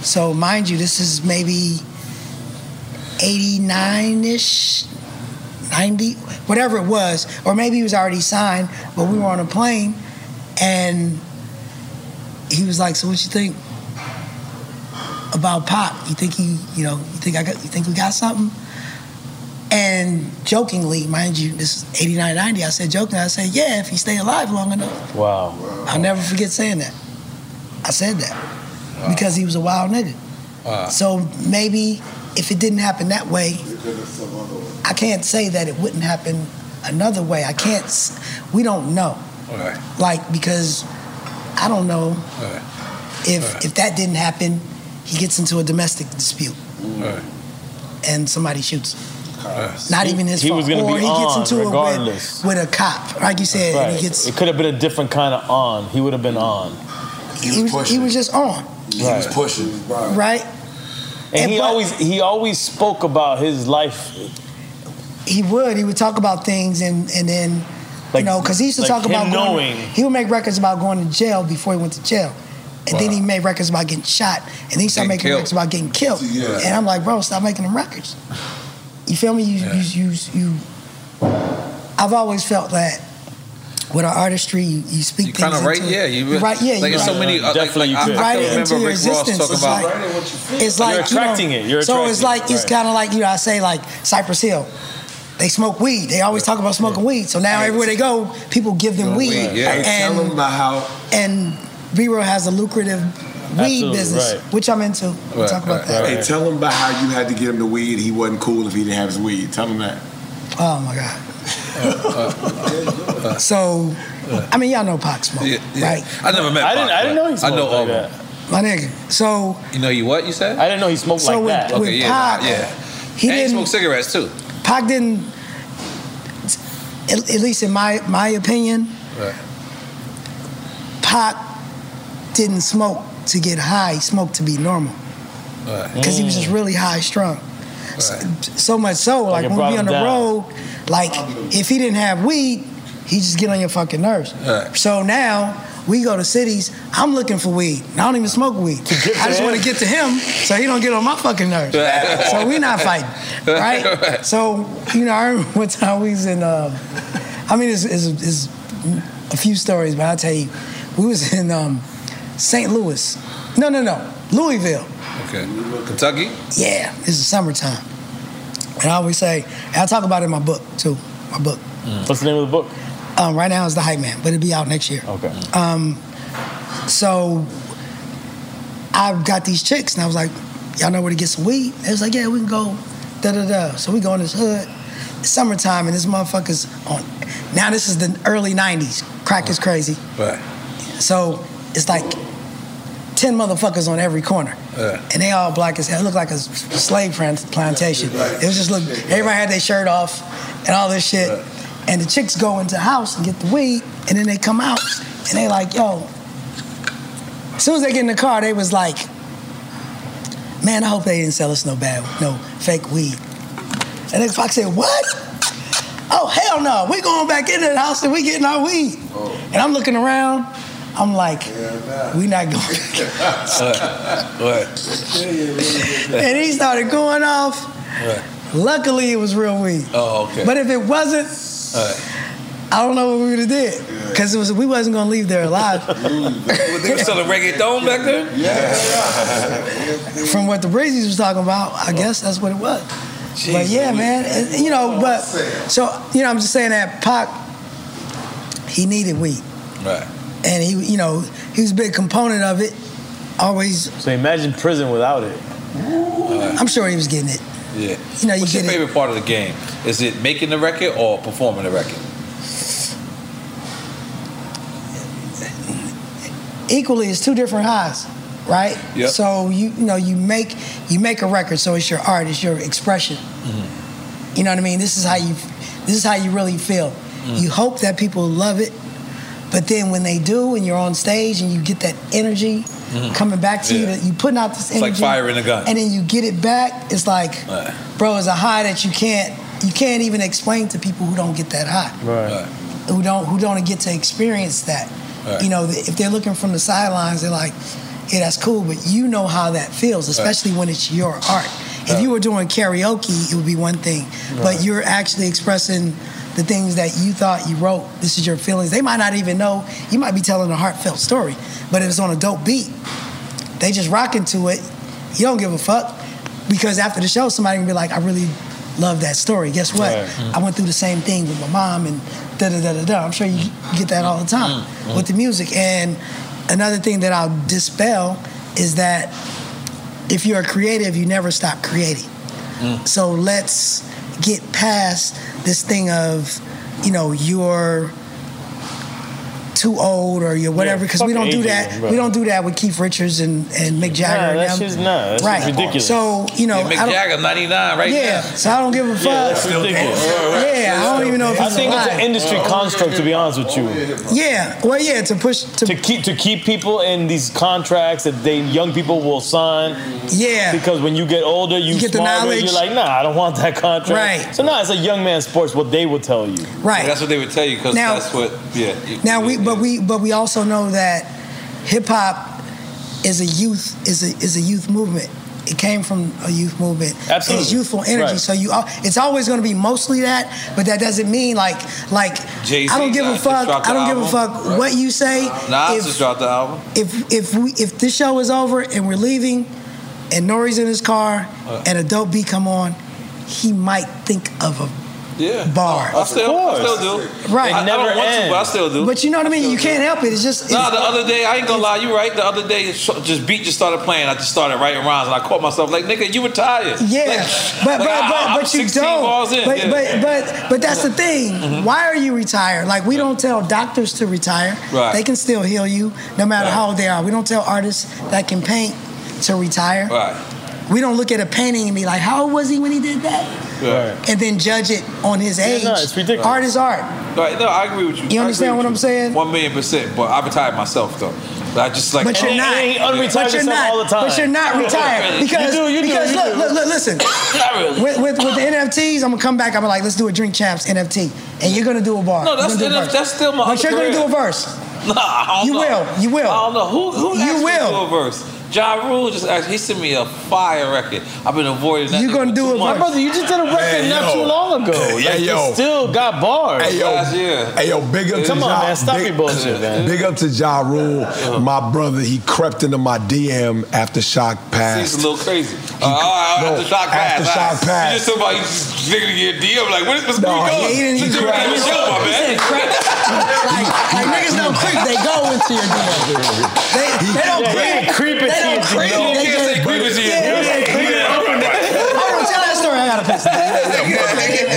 Speaker 5: So, mind you, this is maybe 89 ish, 90, whatever it was, or maybe he was already signed, but we were on a plane and he was like, So, what you think about Pop? You think he, you know, you think I got, you think we got something? And jokingly, mind you, this is 89, 90, I said jokingly, I said, Yeah, if he stay alive long enough.
Speaker 2: Wow.
Speaker 5: I'll never forget saying that. I said that because he was a wild nigga. So maybe if it didn't happen that way, I can't say that it wouldn't happen another way. I can't. s- We don't know.
Speaker 13: Okay.
Speaker 5: Like because I don't know
Speaker 13: Okay.
Speaker 5: if if that didn't happen, he gets into a domestic dispute and somebody shoots. him. Not even his
Speaker 2: he
Speaker 5: fault.
Speaker 2: was gonna
Speaker 5: or
Speaker 2: be
Speaker 5: he gets
Speaker 2: on
Speaker 5: into it
Speaker 2: regardless.
Speaker 5: with, with a cop, like you said, and
Speaker 2: Right.
Speaker 5: he gets
Speaker 2: it could have been a different kind of on. He would have been on.
Speaker 5: he was, he was just on,
Speaker 2: He was pushing.
Speaker 5: right?
Speaker 2: And, he always he always spoke about his life.
Speaker 5: he would. He would talk about things and and then
Speaker 2: Like-
Speaker 5: you know because he used to
Speaker 2: like
Speaker 5: talk
Speaker 2: him
Speaker 5: about
Speaker 2: knowing.
Speaker 5: Going, he would make records about going to jail before he went to jail. And then
Speaker 2: Wow.
Speaker 5: he made records about getting shot, and then he
Speaker 2: Getting
Speaker 5: started making
Speaker 2: killed.
Speaker 5: records about getting killed.
Speaker 2: Yeah.
Speaker 5: And I'm like, bro, stop making them records. You feel me? You, you, you, you. I've always felt that with our artistry, you, you speak
Speaker 3: You
Speaker 5: things
Speaker 3: kind of right,
Speaker 5: into
Speaker 3: yeah. You
Speaker 5: right, yeah.
Speaker 3: Like
Speaker 5: you
Speaker 3: it's so
Speaker 5: write-
Speaker 3: many. Uh, like, like, I,
Speaker 5: you
Speaker 3: I
Speaker 5: write
Speaker 3: can
Speaker 5: it into
Speaker 3: remember
Speaker 5: your
Speaker 3: Rick Ross
Speaker 5: existence.
Speaker 3: talking
Speaker 5: It's
Speaker 3: about.
Speaker 5: like- It's like
Speaker 3: You're attracting
Speaker 5: you know,
Speaker 3: it. You're
Speaker 5: so it's like
Speaker 3: attracting it.
Speaker 5: it's kind of like you know I say like Cypress Hill. They smoke weed. They always talk about smoking weed. So now everywhere they go, people give them weed.
Speaker 6: And
Speaker 5: And
Speaker 6: tell them about how
Speaker 5: and B-Roll has a lucrative weed
Speaker 6: Absolutely,
Speaker 5: business,
Speaker 6: right.
Speaker 5: which I'm into. We'll talk about that.
Speaker 6: Hey, tell him about how you had to get him the weed. He wasn't cool if he didn't have his weed. Tell him that.
Speaker 5: Oh my God.
Speaker 3: Uh.
Speaker 5: so, I mean, y'all know Pac smoke, right?
Speaker 3: I never met.
Speaker 5: I didn't-
Speaker 3: Pac,
Speaker 5: I didn't
Speaker 3: but
Speaker 5: know he
Speaker 3: I know
Speaker 5: smoked
Speaker 3: all
Speaker 5: like
Speaker 3: of
Speaker 5: My nigga. So
Speaker 3: them. You know you what you said? I
Speaker 2: didn't know he smoked
Speaker 5: So like with- that. with
Speaker 3: okay, yeah, nah,
Speaker 5: Pac,
Speaker 3: yeah.
Speaker 5: he
Speaker 3: and he
Speaker 5: didn't-
Speaker 3: smoked cigarettes too.
Speaker 5: Pac didn't, at, at least in my my opinion,
Speaker 3: Right.
Speaker 5: Pac didn't smoke to get high. He smoked to be normal because he was just really high strung. So, so much so, like,
Speaker 2: Mm. it
Speaker 5: when
Speaker 2: brought
Speaker 5: we on
Speaker 2: him
Speaker 5: the
Speaker 2: down.
Speaker 5: road, like if he didn't have weed, he just get on your fucking nerves.
Speaker 2: Right.
Speaker 5: So now we go to cities. I'm looking for weed. I don't even smoke weed. I just
Speaker 2: him.
Speaker 5: want to get to him so he don't get on my fucking nerves.
Speaker 2: Right.
Speaker 5: so we not fighting, right? So you know, I remember one time we was in. Um, I mean, it's, it's, it's a few stories, but I'll tell you, we was in um, St. Louis. No, no, no, Louisville.
Speaker 3: Okay. Kentucky.
Speaker 5: Yeah, this is summertime. And I always say, and I talk about it in my book too. My book.
Speaker 2: Mm. What's the name of the book?
Speaker 5: Um, right now it's The Hype Man, but it'll be out next year.
Speaker 2: Okay.
Speaker 5: Um, so I've got these chicks, and I was like, y'all know where to get some weed? They was like, yeah, we can go, da da da. So we go in this hood, it's summertime, and this motherfucker's on. Now this is the early 90s. Crack is crazy.
Speaker 3: Right.
Speaker 5: So it's like 10 motherfuckers on every corner. And they all black as hell. It looked like a slave plant- plantation. It was just look. Everybody had their shirt off and all this shit. And the chicks go into the house and get the weed, and then they come out and they like, yo. As soon as they get in the car, they was like, man, I hope they didn't sell us no bad, no fake weed. And then Fox said, what? Oh hell no, we going back into the house and we getting our weed. And I'm looking around, I'm like, we not going. and he started going off. Luckily, it was real weed.
Speaker 3: Oh, okay.
Speaker 5: But if it wasn't, I don't know what we would have did because it was we wasn't gonna leave there alive.
Speaker 3: They were selling reggaeton back then.
Speaker 5: From what the Breezes was talking about,
Speaker 3: Oh.
Speaker 5: I guess that's what it was. but yeah, man, and- and, you
Speaker 3: Oh,
Speaker 5: know, but so you know, I'm just saying that Pac, he needed weed,
Speaker 3: Right.
Speaker 5: and he, you know, he was a big component of it. Always,
Speaker 2: So imagine prison without it.
Speaker 5: I'm sure he was getting it.
Speaker 3: Yeah.
Speaker 5: You know, you
Speaker 3: What's your favorite part of the game? Is it making the record or performing the record?
Speaker 5: equally it's two different highs right
Speaker 3: Yep.
Speaker 5: so you you know you make you make a record so it's your art it's your expression you know what i mean this is how you this is how you really feel
Speaker 3: Mm.
Speaker 5: You hope that people love it, but then when they do, and you're on stage and you get that energy
Speaker 3: Mhm.
Speaker 5: coming back to you,
Speaker 3: Yeah.
Speaker 5: that you putting out this
Speaker 3: It's like
Speaker 5: energy,
Speaker 3: fire in a gun.
Speaker 5: and then you get it back. It's like,
Speaker 3: Right.
Speaker 5: bro, it's a high that you can't you can't even explain to people who don't get that high
Speaker 3: Right.
Speaker 5: who don't who don't get to experience that.
Speaker 3: Right.
Speaker 5: You know, th- if they're looking from the sidelines, they're like, "Yeah, that's cool," but you know how that feels, especially when it's your art. If you were doing karaoke, it would be one thing,
Speaker 3: Right.
Speaker 5: but you're actually expressing the things that you thought you wrote. This is your feelings. They might not even know. You might be telling a heartfelt story, but if it's on a dope beat, they just rocking to it. You don't give a fuck because after the show, somebody can be like, "I really love that story." Guess what?
Speaker 3: Right. Mhm.
Speaker 5: I went through the same thing with my mom and da da da da da. I'm sure you get that all the time
Speaker 2: Mm,
Speaker 3: Mhm.
Speaker 5: with the music. And another thing that I'll dispel is that if you're creative, you never stop creating.
Speaker 2: Mm.
Speaker 5: So let's get past this thing of, you know, you're too old or you're whatever
Speaker 2: Yeah,
Speaker 5: because we
Speaker 2: fuck
Speaker 5: don't do
Speaker 2: ageism,
Speaker 5: that.
Speaker 2: bro.
Speaker 5: We don't do that with Keith Richards and, and Mick Jagger.
Speaker 2: that
Speaker 5: and them.
Speaker 2: shit's- nah, that shit's
Speaker 5: right.
Speaker 2: ridiculous.
Speaker 5: So you know,
Speaker 3: yeah,
Speaker 5: I
Speaker 3: Mick
Speaker 5: don't-
Speaker 3: Jagger, 99, right
Speaker 5: yeah.
Speaker 3: now.
Speaker 5: So I don't give a fuck.
Speaker 2: Yeah, that's ridiculous.
Speaker 5: Yeah, I don't even know if
Speaker 2: I
Speaker 5: he's
Speaker 2: think it's
Speaker 5: alive.
Speaker 2: an industry construct, to be honest with you.
Speaker 5: Yeah, well, yeah, to push to,
Speaker 2: keep to keep people in these contracts that they young people will sign.
Speaker 5: Yeah,
Speaker 2: because when you get older, you,
Speaker 5: You get the
Speaker 2: smarter, You're
Speaker 5: knowledge.
Speaker 2: like, nah, I don't want that contract.
Speaker 5: Right.
Speaker 2: So now it's a young man's sports. What they will tell you.
Speaker 5: Right.
Speaker 3: That's what they would tell you because
Speaker 5: Now-
Speaker 3: that's what. Yeah. you-
Speaker 5: Now we, but we, but we also know that hip hop is a youth is a is a youth movement. It came from a youth movement.
Speaker 2: Absolutely.
Speaker 5: It's youthful energy.
Speaker 2: Right.
Speaker 5: So you, al- it's always going to be mostly that, but that doesn't mean like like
Speaker 3: Jay-Z
Speaker 5: I don't give a
Speaker 3: just
Speaker 5: fuck.
Speaker 3: dropped
Speaker 5: I don't
Speaker 3: the
Speaker 5: give a
Speaker 3: album.
Speaker 5: fuck what you say.
Speaker 3: Nas
Speaker 5: If-
Speaker 3: just dropped the album.
Speaker 5: if if we if this show is over and we're leaving, and Nori's in his car
Speaker 3: Uh.
Speaker 5: and a dope beat come on, he might think of a
Speaker 3: Yeah.
Speaker 5: bar.
Speaker 3: I still, I still do.
Speaker 5: Right.
Speaker 3: I, I don't want to, but I still do.
Speaker 5: But you know what I mean. You can't help it. It's just
Speaker 3: Nah,
Speaker 5: it's-
Speaker 3: the other day, I ain't gonna lie, you right. The other day, it's- just beat just started playing. I just started writing rhymes, and I caught myself like, nigga, you were tired.
Speaker 5: Yeah,
Speaker 3: Like,
Speaker 5: but
Speaker 3: like,
Speaker 5: but
Speaker 3: I-
Speaker 5: but,
Speaker 3: I'm
Speaker 5: but you
Speaker 3: 16 balls
Speaker 5: don't.
Speaker 3: in,
Speaker 5: but,
Speaker 3: yeah. Mm-hmm.
Speaker 5: but but but that's the thing. Why are you retired? Like we don't tell doctors to retire.
Speaker 3: Right.
Speaker 5: They can still heal you no matter
Speaker 3: Right.
Speaker 5: how old they are. We don't tell artists that can paint to retire.
Speaker 3: Right.
Speaker 5: We don't look at a painting and be like, how old was he when he did that?
Speaker 3: Right.
Speaker 5: And then judge it on his
Speaker 3: Yeah,
Speaker 5: age.
Speaker 3: no, it's ridiculous.
Speaker 5: Art is art.
Speaker 3: Right, no, I agree with you.
Speaker 5: You understand what I'm saying?
Speaker 3: One million percent. But I retired myself though. But I just like. Oh,
Speaker 5: But you're not. but you're not. But you're not retired because because look, look, look, listen.
Speaker 3: Not really.
Speaker 5: With, with with the NFTs, I'm gonna come back. I'm like, let's do a Drink Champs NFT, and you're gonna do a bar.
Speaker 3: No, that's
Speaker 5: You're gonna do a
Speaker 3: NF
Speaker 5: verse.
Speaker 3: that's still my.
Speaker 5: But
Speaker 3: other
Speaker 5: you're gonna do a
Speaker 3: career.
Speaker 5: verse.
Speaker 3: Nah, I don't
Speaker 5: You
Speaker 3: know.
Speaker 5: will. You will.
Speaker 3: I don't know who who
Speaker 5: You
Speaker 3: asked
Speaker 5: will.
Speaker 3: me to do a verse. John Rule just asked. He sent me a fire record. I've been avoiding that.
Speaker 2: You gonna do
Speaker 3: it,
Speaker 2: it, my brother? You just did a record
Speaker 3: Hey,
Speaker 2: not
Speaker 3: yo.
Speaker 2: too long ago.
Speaker 3: Yeah,
Speaker 2: Like, you
Speaker 3: yo.
Speaker 2: Still got bars.
Speaker 6: Hey yo,
Speaker 2: Last year.
Speaker 6: hey yo, big up
Speaker 2: Come
Speaker 6: to
Speaker 2: on,
Speaker 6: ja,
Speaker 2: man. Stop
Speaker 6: big,
Speaker 2: your bullshit, man.
Speaker 6: Big up to Ja Rule, my brother. He crept into my DM after Shock
Speaker 3: He's
Speaker 6: passed.
Speaker 3: a little crazy. Uh, all right,
Speaker 6: no,
Speaker 3: after shock pass.
Speaker 6: after shock
Speaker 3: all right.
Speaker 6: pass.
Speaker 3: You just somebody just digging your DM like, what is this? No,
Speaker 6: he- he didn't- he
Speaker 3: He's
Speaker 6: cracked.
Speaker 3: the show, my man.
Speaker 5: Like niggas don't creep, they go into your DM. They, they don't
Speaker 3: Yeah,
Speaker 5: creep.
Speaker 3: creep
Speaker 5: They
Speaker 3: into
Speaker 5: don't
Speaker 3: your DM.
Speaker 5: creep. They
Speaker 3: You can't
Speaker 5: just-
Speaker 3: say creep into your
Speaker 5: Yeah,
Speaker 3: DM.
Speaker 5: they creep. Hold on, tell that story. I gotta piss.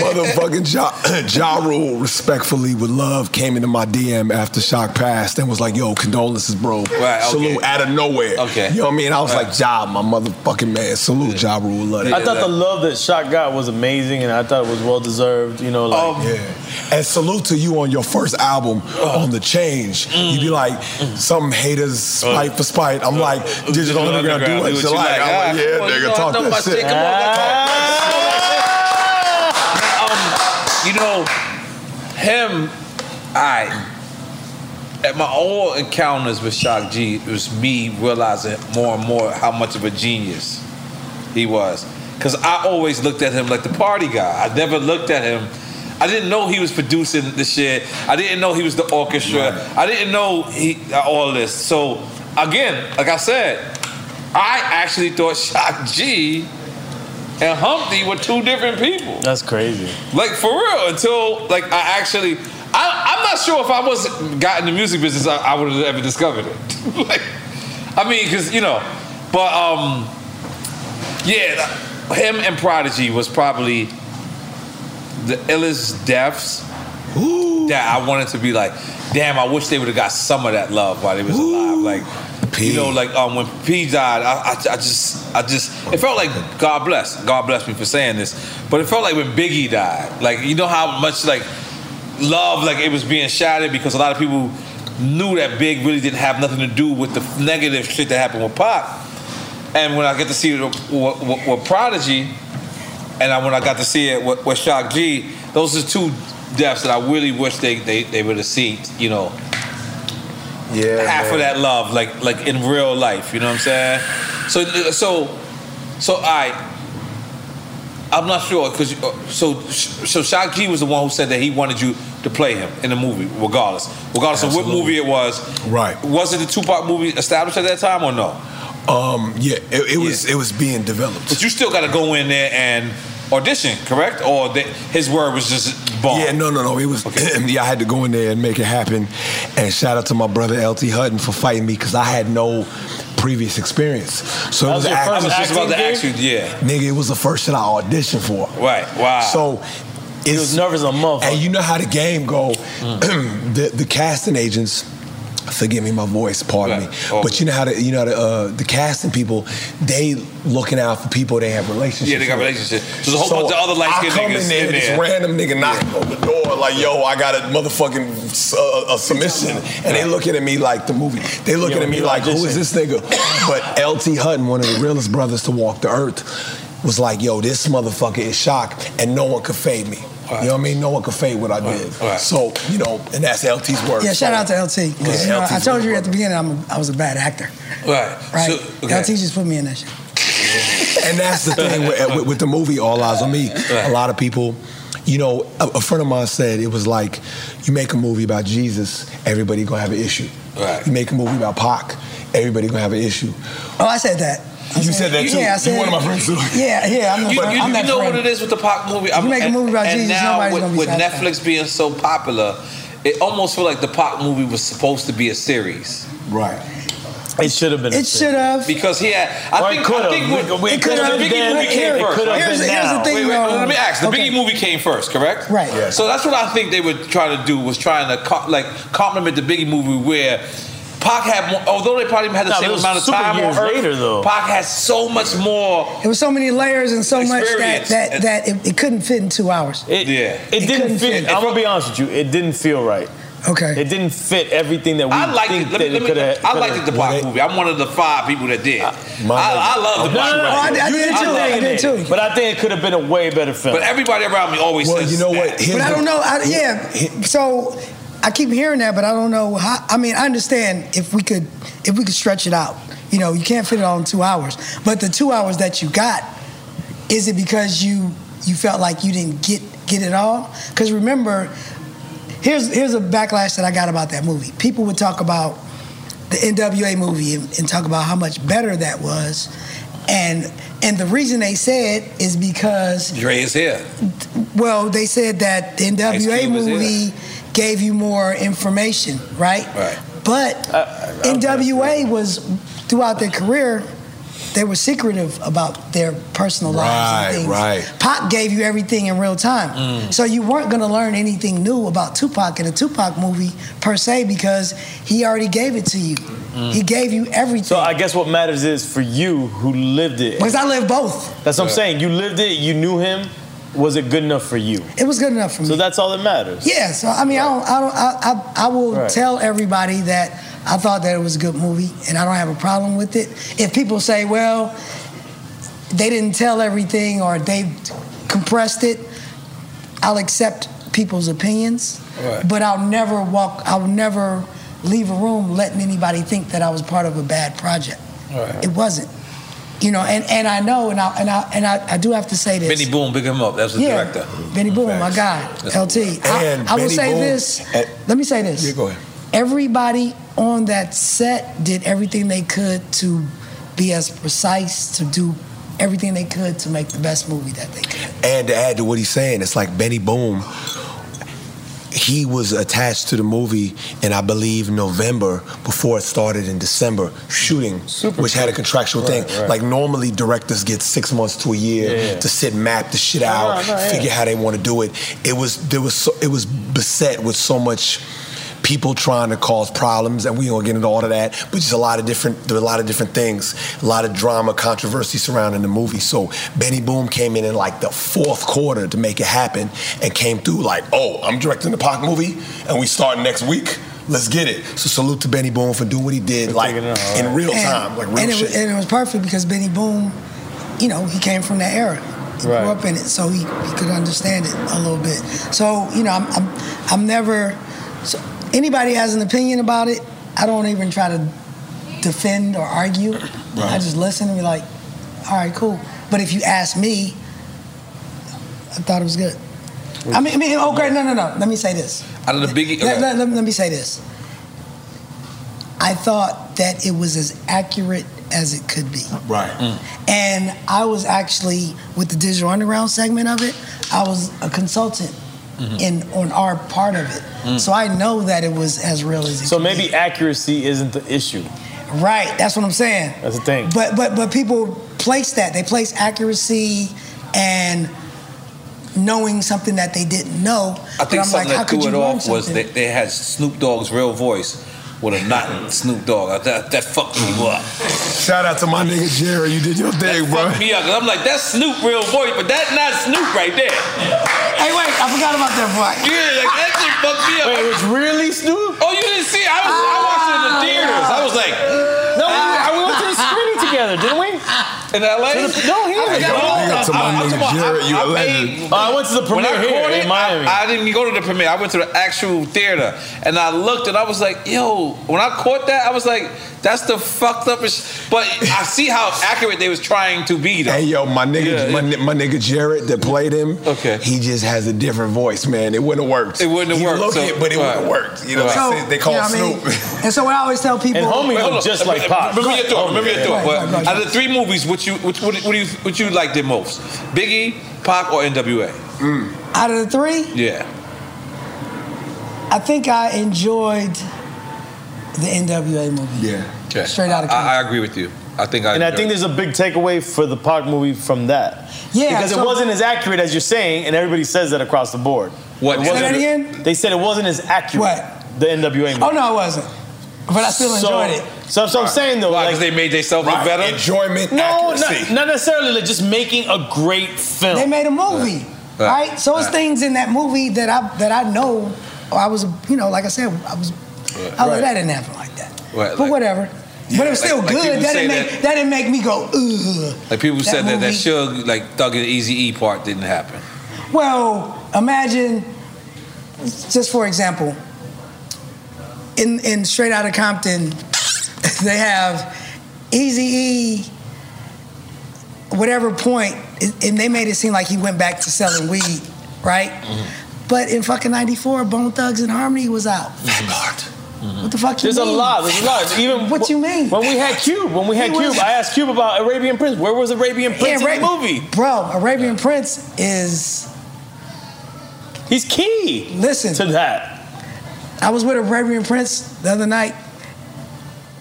Speaker 6: Motherfucking ja, ja Rule, respectfully, with love, came into my DM after Shock passed and was like, yo, condolences, bro.
Speaker 3: Right, okay.
Speaker 6: Salute out of nowhere.
Speaker 3: Okay.
Speaker 6: You know what I mean? I was
Speaker 3: Right.
Speaker 6: like, Ja, my motherfucking man. Salute, Ja Rule. Love
Speaker 2: I thought the love that Shot got was amazing, and I thought it was well deserved. You know, like
Speaker 6: Oh, yeah. And salute to you on your first album on the change. you be like, some haters spite for spite. I'm like, digital underground, do what you like. I'm like, yeah, nigga, talk that shit.
Speaker 3: Come on, let's talk. Um, you know, him, I, at my old encounters with Shock G, it was me realizing more and more how much of a genius he was. Because I always looked at him like the party guy. I never looked at him. I didn't know he was producing the shit. I didn't know he was the orchestra. I didn't know he all this. So again, like I said, I actually thought Shock G and Humpty were two different people.
Speaker 2: that's crazy.
Speaker 3: Like for real, until like I actually, I, I'm not sure if I wasn't got in the music business, I, I would have ever discovered it. like, I mean, because you know, but um, yeah, th- him and Prodigy was probably the illest deaths that I wanted to be like. Damn, I wish they would have got some of that love while they was alive. Like, you know, like um, when P died, I, I, I just, I just, it felt like God bless, God bless me for saying this, but it felt like when Biggie died. Like, you know how much like love like it was being shouted because a lot of people knew that Big really didn't have nothing to do with the negative shit that happened with Pop. And when I get to see it with, with, with Prodigy, and I, when I got to see it with, with Shock G, those are two deaths that I really wish they, they, they would have seen, you know,
Speaker 7: Yeah.
Speaker 3: half of
Speaker 7: man.
Speaker 3: that love, like like in real life. You know what I'm saying? So so so I. I'm not sure because so so Shock G was the one who said that he wanted you to play him in the movie, regardless, regardless of what
Speaker 7: Absolutely.
Speaker 3: movie it was.
Speaker 7: Right.
Speaker 3: Was it the Tupac movie established at that time or no?
Speaker 7: Um. Yeah. It, it was. It was being developed.
Speaker 3: But you still got to go in there and audition, correct? Or that his word was just bomb.
Speaker 7: Yeah, no, no, no. It was. yeah, I had to go in there and make it happen. And shout out to my brother LT Hutton for fighting me because I had no previous experience. So it was,
Speaker 3: your
Speaker 7: act-
Speaker 3: first I was just about to ask you, yeah.
Speaker 7: Nigga, it was the first shit I auditioned for.
Speaker 3: Right. Wow.
Speaker 7: So it's nervous
Speaker 2: a motherfucker.
Speaker 7: And you know how the game go. the the casting agents. Forgive me, my voice. Pardon me. But you know how the you know how the, uh, the casting people they looking out for people they have relationships.
Speaker 3: Yeah, they got
Speaker 7: with.
Speaker 3: relationships. There's a whole
Speaker 7: So
Speaker 3: bunch of other light skinned
Speaker 7: I come
Speaker 3: niggas
Speaker 7: in there,
Speaker 3: in
Speaker 7: this
Speaker 3: there.
Speaker 7: random nigga knocking on the door like, yo, I got a motherfucking uh, a submission, and they looking at me like the movie. They looking
Speaker 13: Yo,
Speaker 7: at me
Speaker 13: you
Speaker 7: like, who is
Speaker 13: auditioned.
Speaker 7: this nigga? But LT Hutton, one of the realest brothers to walk the earth, was like, yo, this motherfucker is shocked, and no one could fade me. You know what I mean? No one could fade what I did. So you know, and that's LT's word.
Speaker 5: Yeah, shout out to LT. 'cause,
Speaker 7: Yeah,
Speaker 5: you know, I
Speaker 7: LT's
Speaker 5: told you at the beginning I'm a, I was a bad actor.
Speaker 3: Right.
Speaker 5: Right.
Speaker 7: So-
Speaker 5: LT just put me in that shit.
Speaker 7: and that's the thing with, uh, with, with the movie All Eyes on Me. A lot of people, you know, a, a friend of mine said it was like you make a movie about Jesus, everybody gonna have an issue. Right. You make a movie about Pac, everybody gonna have an issue.
Speaker 5: Oh, I said that. I
Speaker 7: You said that too.
Speaker 5: Yeah, I
Speaker 7: You
Speaker 5: said
Speaker 7: one of my friends too.
Speaker 5: Yeah, yeah. I'm, the
Speaker 3: you,
Speaker 5: friend,
Speaker 3: you,
Speaker 5: I'm
Speaker 3: you
Speaker 5: that
Speaker 3: know
Speaker 5: friend.
Speaker 3: what it is with the pop movie.
Speaker 5: You make a movie about
Speaker 3: and
Speaker 5: Jesus,
Speaker 3: now
Speaker 5: nobody's
Speaker 3: with,
Speaker 5: gonna be
Speaker 3: with
Speaker 5: satisfied.
Speaker 3: Netflix being so popular, it almost feel like the pop movie was supposed to be a series.
Speaker 7: Right.
Speaker 2: It should have been.
Speaker 5: It should have.
Speaker 3: Because he had. I think. I think when-
Speaker 5: It could have
Speaker 3: the Biggie
Speaker 5: been.
Speaker 3: movie came
Speaker 5: Here-
Speaker 3: first.
Speaker 5: Here's, the- here's the thing,
Speaker 3: Wait, wait,
Speaker 5: though.
Speaker 3: let me ask. The
Speaker 5: Okay.
Speaker 3: Biggie movie came first, correct?
Speaker 5: Right. Yes.
Speaker 3: So that's what I think they were trying to do was trying to co- like compliment the Biggie movie where. Pac had, more, although they probably had the
Speaker 5: No,
Speaker 3: same
Speaker 5: it was
Speaker 3: amount of
Speaker 5: super
Speaker 3: time
Speaker 5: years
Speaker 3: on Earth,
Speaker 5: later, though.
Speaker 3: Pac has so much more
Speaker 5: It was so many layers and so much that
Speaker 3: Experience.
Speaker 5: that, that it, it couldn't fit in two hours.
Speaker 2: It, yeah. It, didn't
Speaker 5: couldn't
Speaker 2: fit.
Speaker 5: fit.
Speaker 2: I'm gonna be honest with you. It didn't feel right.
Speaker 5: Okay.
Speaker 2: It didn't fit everything that we
Speaker 3: I liked
Speaker 2: think
Speaker 3: it. Let me,
Speaker 2: that it
Speaker 3: let me,
Speaker 2: could have.
Speaker 3: I liked the Pac movie. I'm one of the five people that did. I, I, love the
Speaker 2: Uh, No,
Speaker 3: Pac
Speaker 2: no, no.
Speaker 3: movie.
Speaker 2: You negated
Speaker 3: it.
Speaker 2: But I think it could have been a way better film.
Speaker 3: But everybody around me always says that.
Speaker 5: But I don't know. I, yeah. So I keep hearing that, but I don't know how. I mean, I understand if we could if we could stretch it out. You know, you can't fit it all in two hours. But the two hours that you got, is it because you you felt like you didn't get get it all? Because remember, here's here's a backlash that I got about that movie. People would talk about the NWA movie and, and talk about how much better that was, and and the reason they said is because
Speaker 3: Dre is here.
Speaker 5: well, they said that the NWA
Speaker 3: was
Speaker 5: movie gave you more information, right?
Speaker 3: Right.
Speaker 5: But NWA was throughout their career, they were secretive about their personal lives and things.
Speaker 7: Right, right.
Speaker 5: Pop gave you everything in real time,
Speaker 7: Mm.
Speaker 5: so you weren't going to learn anything new about Tupac in a Tupac movie per se because he already gave it to you.
Speaker 2: Mm.
Speaker 5: He gave you everything.
Speaker 2: So I guess what matters is for you who lived it.
Speaker 5: Because I lived both.
Speaker 2: That's what I'm
Speaker 5: Yeah.
Speaker 2: saying. You lived it. You knew him. Was it good enough for you?
Speaker 5: It was good enough for me.
Speaker 2: So that's all that matters.
Speaker 5: Yeah, so I mean, I don't, I, don't, I, I, I will
Speaker 2: Right.
Speaker 5: tell everybody that I thought that it was a good movie, and I don't have a problem with it. If people say, well, they didn't tell everything or they compressed it, I'll accept people's opinions,
Speaker 3: Right.
Speaker 5: but I'll never walk. I'll never leave a room letting anybody think that I was part of a bad project. It wasn't, you know. And, and I know, and I and I and I, I do have to say this.
Speaker 3: Benny Boom, big him up. That's the
Speaker 5: Yeah.
Speaker 3: director.
Speaker 5: Benny Boom, my guy, LT. I,
Speaker 3: And
Speaker 5: I will
Speaker 3: Benny
Speaker 5: say
Speaker 3: Boom-
Speaker 5: this. Let me say this.
Speaker 7: go ahead.
Speaker 5: Everybody on that set did everything they could to be as precise, to do everything they could to make the best movie that they could.
Speaker 7: And to add to what he's saying, it's like Benny Boom. He was attached to the movie in I believe November before it started in December shooting, which had a contractual
Speaker 13: Right,
Speaker 7: thing.
Speaker 13: right.
Speaker 7: Like normally directors get six months to a year
Speaker 13: Yeah.
Speaker 7: to sit and map the shit
Speaker 13: No,
Speaker 7: out,
Speaker 13: no, yeah.
Speaker 7: figure how they want to do it. It was there was so, it was beset with so much
Speaker 6: people trying to cause problems, and we gonna get into all of that. But just a lot of different, there were a lot of different things, a lot of drama, controversy surrounding the movie. So Benny Boom came in in like the fourth quarter to make it happen, and came through like, oh, I'm directing the Pac movie, and we start next week. Let's get it. So salute to Benny Boom for doing what he did, like in real time, like real
Speaker 5: and it,
Speaker 6: shit.
Speaker 5: was- and it was perfect because Benny Boom, you know, he came from that era. He
Speaker 6: Right.
Speaker 5: grew up in it, so he, he could understand it a little bit. So, you know, I'm, I'm, I'm never. So anybody has an opinion about it, I don't even try to defend or argue. I just listen and be like, all right, cool. But if you ask me, I thought it was good. I mean, I mean, oh, great. No, no, no. Let me say this.
Speaker 3: Out of the biggie.
Speaker 5: Let, let- let- let me say this. I thought that it was as accurate as it could be.
Speaker 6: Right.
Speaker 2: Mm.
Speaker 5: And I was actually, with the Digital Underground segment of it, I was a consultant
Speaker 3: Mm-hmm.
Speaker 2: Mhm.
Speaker 5: in on our part of it.
Speaker 2: Mm.
Speaker 5: So I know that it was as real as it
Speaker 2: So maybe accuracy isn't the issue.
Speaker 5: Right, that's what I'm saying.
Speaker 2: That's the thing.
Speaker 5: But but but people place that. They place accuracy and knowing something that they didn't
Speaker 3: I
Speaker 5: know. But
Speaker 3: think
Speaker 5: I'm like,
Speaker 3: something
Speaker 5: how
Speaker 3: that threw
Speaker 5: could you
Speaker 3: it
Speaker 5: wrong
Speaker 3: off
Speaker 5: something?
Speaker 3: was that they had Snoop Dogg's real voice with a not Snoop Dogg. That, that fucked me up.
Speaker 6: Shout out to my nigga Jerry. You did your thing, bro.
Speaker 3: Fucked me up. 'cause I'm like, that's Snoop real voice, but that's not Snoop right there.
Speaker 5: Hey, wait, I forgot about that part.
Speaker 3: Yeah, like that shit fucked me up. Wait, it
Speaker 2: was really Snoop?
Speaker 3: Oh, you didn't see it? I, was, I watched it in the theaters. I was like,
Speaker 2: No, we, I- we went to the screening together, didn't we?
Speaker 3: In LA?
Speaker 2: To the- no, he
Speaker 3: I
Speaker 2: was.
Speaker 3: got one. Big up to my I- I- nigga I- Jared, you I a legend. made-
Speaker 2: Oh, I went to the
Speaker 3: When I
Speaker 2: premiere here
Speaker 3: caught it,
Speaker 2: in Miami.
Speaker 3: I, I didn't go to the premiere. I went to the actual theater, and I looked, and I was like, "Yo!" When I caught that, I was like, "That's the fucked up." Ish. But I see how accurate they was trying to be. Though.
Speaker 6: Hey yo, my nigga, my, ni- my nigga Jared that played him. Okay. He just has a different voice, man. It wouldn't have worked. It wouldn't have worked. Look
Speaker 3: so-
Speaker 6: it, but it wouldn't have
Speaker 3: Right.
Speaker 6: worked. You know,
Speaker 3: Right.
Speaker 6: they, say- they call
Speaker 5: you know what I mean?
Speaker 6: Snoop.
Speaker 5: And so what I always tell people,
Speaker 3: Wait, hold on. Remember- Remember your thought. Remember your thought.
Speaker 5: Oh, Right, right,
Speaker 3: Well,
Speaker 5: right.
Speaker 3: Out of the three movies, which you which what, what do you what you liked the most? Biggie, Pac, or N.W.A.
Speaker 5: Out of the three,
Speaker 3: Yeah.
Speaker 5: I think I enjoyed the NWA movie.
Speaker 6: Yeah.
Speaker 3: Okay.
Speaker 5: Straight outta
Speaker 3: I, I agree with you. I think I.
Speaker 2: And I
Speaker 3: enjoyed
Speaker 2: think
Speaker 3: it.
Speaker 2: there's a big takeaway for the Pac movie from that.
Speaker 3: Yeah,
Speaker 2: Because
Speaker 3: so-
Speaker 2: it wasn't as accurate as you're saying, and everybody says that across the board.
Speaker 3: What?
Speaker 2: It
Speaker 3: Say
Speaker 2: wasn't-
Speaker 3: that
Speaker 5: again?
Speaker 2: They said it wasn't as accurate. What? The NWA movie. Oh,
Speaker 5: no, it wasn't. But I still enjoyed it.
Speaker 2: So that's what I'm saying, though.
Speaker 3: Why? Because they made themselves look better.
Speaker 6: Enjoyment,
Speaker 2: No, not, not necessarily. Like just making a great film.
Speaker 5: They made a movie,
Speaker 2: Right.
Speaker 5: right? So it's
Speaker 2: Right.
Speaker 5: things in that movie that I that I know. Or I was, you know, like I said, I was. I
Speaker 3: Right.
Speaker 5: that didn't happen like
Speaker 3: Right,
Speaker 5: that, but whatever. but it was
Speaker 3: like-
Speaker 5: still
Speaker 3: like
Speaker 5: good.
Speaker 3: people
Speaker 5: that didn't
Speaker 3: say
Speaker 5: make that. didn't make me go ugh.
Speaker 3: Like people
Speaker 5: That
Speaker 3: said that that
Speaker 5: movie-
Speaker 3: Suge like Thug and Easy E part didn't happen.
Speaker 5: Well, imagine, just for example, in in Straight Outta Compton, they have Easy E. Whatever point, and- and they made it seem like he went back to selling weed, right? But in fucking '94, Bone Thugs and Harmony was out. What the fuck? you
Speaker 2: There's a
Speaker 5: mean?
Speaker 2: lot. There's a lot. Even
Speaker 5: what you mean?
Speaker 2: When we had Cube, when we had
Speaker 5: He was-
Speaker 2: Cube, I asked Cube about Arabian Prince. Where was Arabian Prince in the
Speaker 5: Arabian-
Speaker 2: movie?
Speaker 5: Bro, Arabian Prince is.
Speaker 2: He's key.
Speaker 5: Listen
Speaker 2: to that.
Speaker 5: I was with Arabian Prince the other night.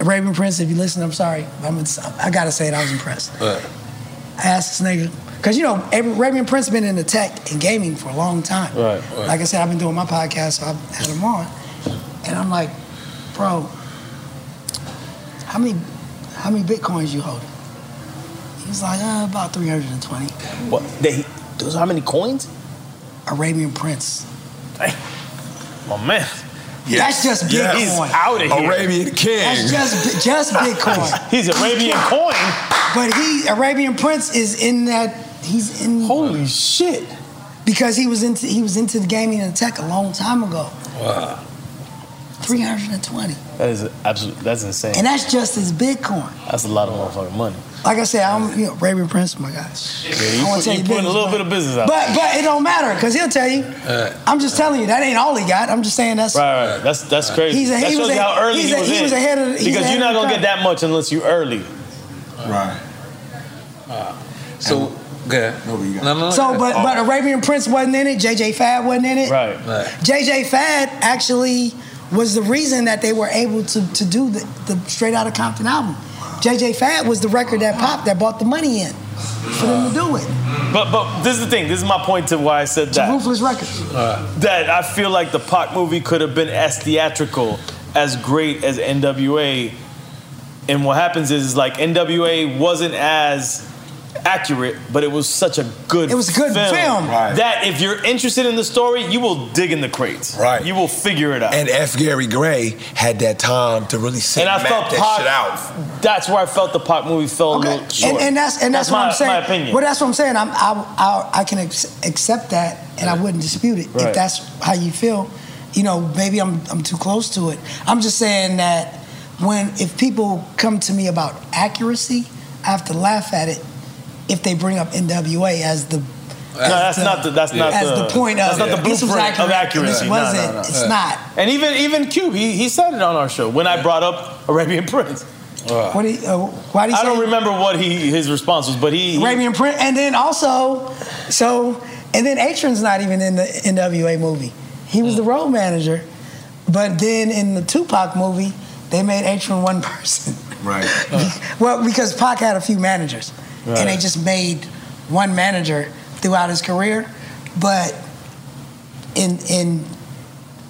Speaker 5: Arabian Prince, if you listen, I'm sorry. I'm, I gotta say it. I was impressed. I asked this nigga because you know every- Arabian Prince been in the tech and gaming for a long time.
Speaker 2: Right, right.
Speaker 5: Like I said, I've been doing my podcast, so I've had him on, and I'm like, bro, how many how many bitcoins you holding? He was like, uh, about 320.
Speaker 2: What? They, those how many coins?
Speaker 5: Arabian Prince.
Speaker 2: My man.
Speaker 5: That's just Bitcoin.
Speaker 2: He's out of here.
Speaker 5: That's just just Bitcoin.
Speaker 2: He's Arabian coin.
Speaker 5: But he Arabian Prince is in that. He's in.
Speaker 2: Holy shit!
Speaker 5: Because he was into he was into the gaming and tech a long time ago.
Speaker 2: Wow.
Speaker 5: Three hundred and twenty,
Speaker 2: That is absolutely. That's insane.
Speaker 5: and that's just his Bitcoin.
Speaker 2: That's a lot of motherfucking money.
Speaker 5: Like I said, I'm you know, Arabian Prince. My guy.
Speaker 2: Yeah,
Speaker 5: I wanna
Speaker 2: you,
Speaker 5: tell
Speaker 2: you putting a
Speaker 5: you business,
Speaker 2: little bit of business out.
Speaker 5: But but it don't matter because he'll tell you.
Speaker 2: there.
Speaker 5: I'm just telling you that ain't all he got. I'm just saying that's
Speaker 2: Right, right. That's that's crazy.
Speaker 5: He's a-
Speaker 2: that
Speaker 5: he
Speaker 2: shows
Speaker 5: was a-
Speaker 2: you how early
Speaker 5: he's
Speaker 2: he
Speaker 5: a-
Speaker 2: was
Speaker 5: he
Speaker 2: in.
Speaker 5: was ahead of the- he's
Speaker 2: because
Speaker 5: ahead
Speaker 2: you're
Speaker 5: of
Speaker 2: not
Speaker 5: the
Speaker 2: gonna get that much unless you're early.
Speaker 6: Right.
Speaker 3: So good. No, Oh. no, no,
Speaker 5: So,
Speaker 3: yeah.
Speaker 5: but but Arabian Prince wasn't in it. JJ Fad wasn't in it.
Speaker 2: Right.
Speaker 5: JJ Fad actually was the reason that they were able to to do the, the Straight Outta Compton album. JJ Fad was the record that popped that brought the money in for them to do it.
Speaker 2: But but this is the thing. This is my point to why I said that.
Speaker 5: Ruthless Records.
Speaker 7: Uh.
Speaker 2: that I feel like the Pac movie could have been as theatrical, as great as NWA. And what happens is, is like NWA wasn't as accurate, but it was such a good. It was a good film,
Speaker 5: film. Right.
Speaker 2: that if you're interested in the story, you will dig in the crates. Right, you will figure it out.
Speaker 7: And F. Gary Gray had that time to really sit
Speaker 2: And I
Speaker 7: and map
Speaker 2: felt
Speaker 7: that
Speaker 2: Pac-
Speaker 7: shit out.
Speaker 2: That's where I felt the Pac movie fell a little short.
Speaker 5: And, and that's and that's, what
Speaker 2: my,
Speaker 5: I'm saying.
Speaker 2: My opinion.
Speaker 5: Well, that's what I'm saying. I'm, I, I I can ex- accept that, and I wouldn't dispute it
Speaker 2: Right.
Speaker 5: if that's how you feel. You know, maybe I'm I'm too close to it. I'm just saying that when if people come to me about accuracy, I have to laugh at it if they bring up NWA as the
Speaker 2: No, that's not the. That's not
Speaker 5: as
Speaker 2: the,
Speaker 5: the point
Speaker 2: that's
Speaker 5: of
Speaker 2: not the
Speaker 5: this was
Speaker 2: blueprint
Speaker 5: accurate,
Speaker 2: of accuracy.
Speaker 5: This
Speaker 2: No, no,
Speaker 5: wasn't.
Speaker 2: no.
Speaker 5: It's not.
Speaker 2: And even even Cube, he, he said it on our show when I brought up Arabian Prince.
Speaker 5: What do you, uh, why do you
Speaker 2: I
Speaker 5: say
Speaker 2: don't remember what he his response was, but he, he
Speaker 5: Arabian Prince, and then also, so, and then Atron's not even in the NWA movie. He was the
Speaker 2: Mm.
Speaker 5: road manager, but then in the Tupac movie, they made Atron one person.
Speaker 7: Mm. Right.
Speaker 2: Uh.
Speaker 5: well, because Pac had a few managers,
Speaker 7: Right.
Speaker 5: and they just made one manager throughout his career. But in in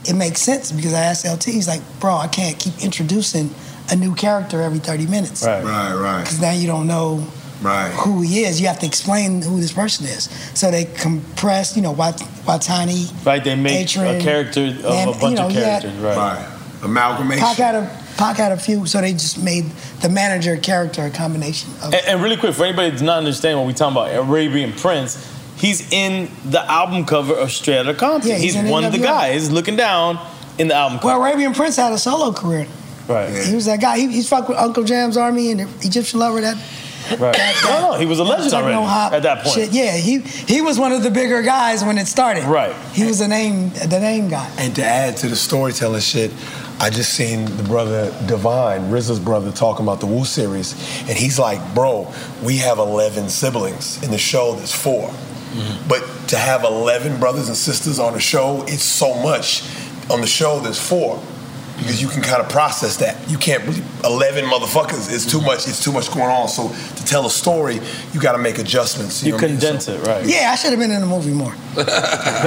Speaker 5: it makes sense because I asked LT, he's like, bro, I can't keep introducing a new character every 30 minutes.
Speaker 7: Right. Right, right.
Speaker 5: Because now you don't know
Speaker 7: Right.
Speaker 5: who he is. You have to explain who this person is. So they compress, you know, Wat- Watani.
Speaker 2: right they make
Speaker 5: Atron,
Speaker 2: a character of
Speaker 5: Man-
Speaker 2: a bunch
Speaker 5: you know,
Speaker 2: of
Speaker 5: he had-
Speaker 2: characters, right? Amalgamation.
Speaker 5: Pac had, a, Pac had a few, so they just made the manager character a combination of.
Speaker 2: And, and really quick, for anybody that does not understand what we're talking about, Arabian Prince, he's in the album cover of Straight Outta Compton.
Speaker 5: Yeah, he's
Speaker 2: he's
Speaker 5: in
Speaker 2: one of the
Speaker 5: NWA.
Speaker 2: guys looking down in the album
Speaker 5: Well, Arabian Prince had a solo career.
Speaker 2: cover. Right.
Speaker 5: He was that guy. He, he fucked with Uncle Jam's Army and the Egyptian Lover. That
Speaker 2: Right. no, no, Oh, he was a legend
Speaker 5: Techno
Speaker 2: already
Speaker 5: hop
Speaker 2: at that point.
Speaker 5: Shit. Yeah, he he was one of the bigger guys when it started. Right. He was the name the name guy.
Speaker 7: And to add to the storytelling shit, I just seen the brother Divine, Rizzo's brother, talking about the Wu series, and he's like, "Bro, we have eleven siblings in the show. There's 4
Speaker 3: Mm-hmm.
Speaker 7: but to have eleven brothers and sisters on the show, it's so much. On the show, there's four because you can kind of process that. You can't really eleven motherfuckers. It's too much. It's too much going on. So to tell a story, you got to make adjustments. You, condense
Speaker 2: it, right?
Speaker 5: Yeah, I should have been in the movie more.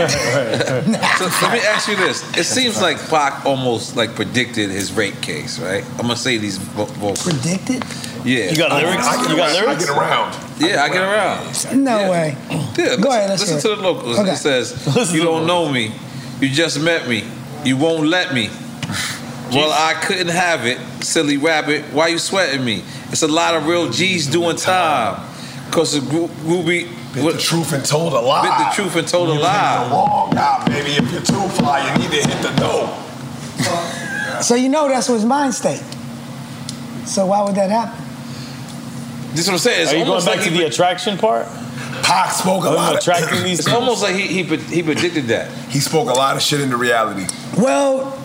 Speaker 3: So let me ask you this. It seems like Pac almost like predicted his rape case, right? I'm gonna say these vo- vocals.
Speaker 5: Predicted?
Speaker 3: Yeah. Um,
Speaker 7: You got I- lyrics? I get You got around- I lyrics? get around.
Speaker 3: Yeah, I get around.
Speaker 5: No way.
Speaker 3: Yeah,
Speaker 5: Go ahead. Let's
Speaker 3: Listen
Speaker 5: hear
Speaker 3: to
Speaker 5: it.
Speaker 3: the locals.
Speaker 5: Okay.
Speaker 3: It says, "You don't know me. You just met me. You won't let me. Well, I couldn't have it, silly rabbit. Why you sweating me? It's a lot of real G's doing time. Cause the gro- groovy bit
Speaker 7: the truth and told a lie.
Speaker 3: Bit the truth and told a lie.
Speaker 7: Wrong guy, baby. If you're too fly, you need to hit the dope.
Speaker 5: So you know that's his mind state. So why would that happen?
Speaker 3: This is what I'm saying. It's
Speaker 2: Are you going
Speaker 3: almost
Speaker 2: back
Speaker 3: like
Speaker 2: to
Speaker 3: he
Speaker 2: the attraction part?
Speaker 7: Pac spoke a lot.
Speaker 2: Attracting these
Speaker 3: It's almost like he, he pre- he predicted that.
Speaker 7: He spoke a lot of shit into reality.
Speaker 5: Well,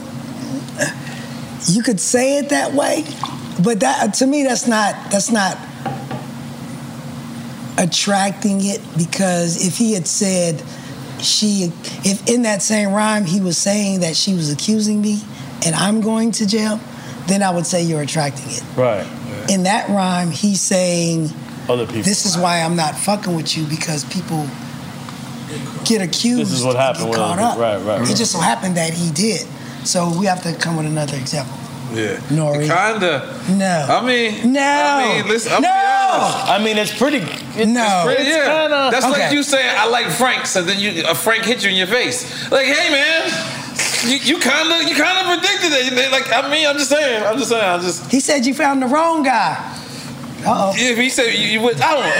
Speaker 5: you could say it that way, but that to me that's not that's not attracting it because if he had said she if in that same rhyme he was saying that she was accusing me and I'm going to jail, then I would say you're attracting it.
Speaker 2: Right.
Speaker 5: In that rhyme he's saying
Speaker 2: Other people.
Speaker 5: this is why I'm not fucking with you because people get accused.
Speaker 2: This is what
Speaker 5: and
Speaker 2: happened
Speaker 5: get
Speaker 2: with
Speaker 5: caught
Speaker 2: other
Speaker 5: up.
Speaker 2: people. Right, right,
Speaker 5: It
Speaker 2: right.
Speaker 5: just so happened that he did. So we have to come with another example.
Speaker 3: Yeah.
Speaker 5: Nori.
Speaker 3: Kinda.
Speaker 5: No.
Speaker 3: I mean.
Speaker 5: No.
Speaker 3: I mean, listen. I'm
Speaker 5: No.
Speaker 2: I mean, it's pretty.
Speaker 5: no.
Speaker 3: Pretty, yeah. That's like
Speaker 5: Okay.
Speaker 3: you saying I like Franks, and then you a Frank hit you in your face. Like, hey man, you, you kind of you kind of predicted it. They- Like, I mean, I'm just saying. I'm just saying. I just.
Speaker 5: He said you found the wrong guy. Uh-oh.
Speaker 3: If he said you, "Ah." you would, I don't.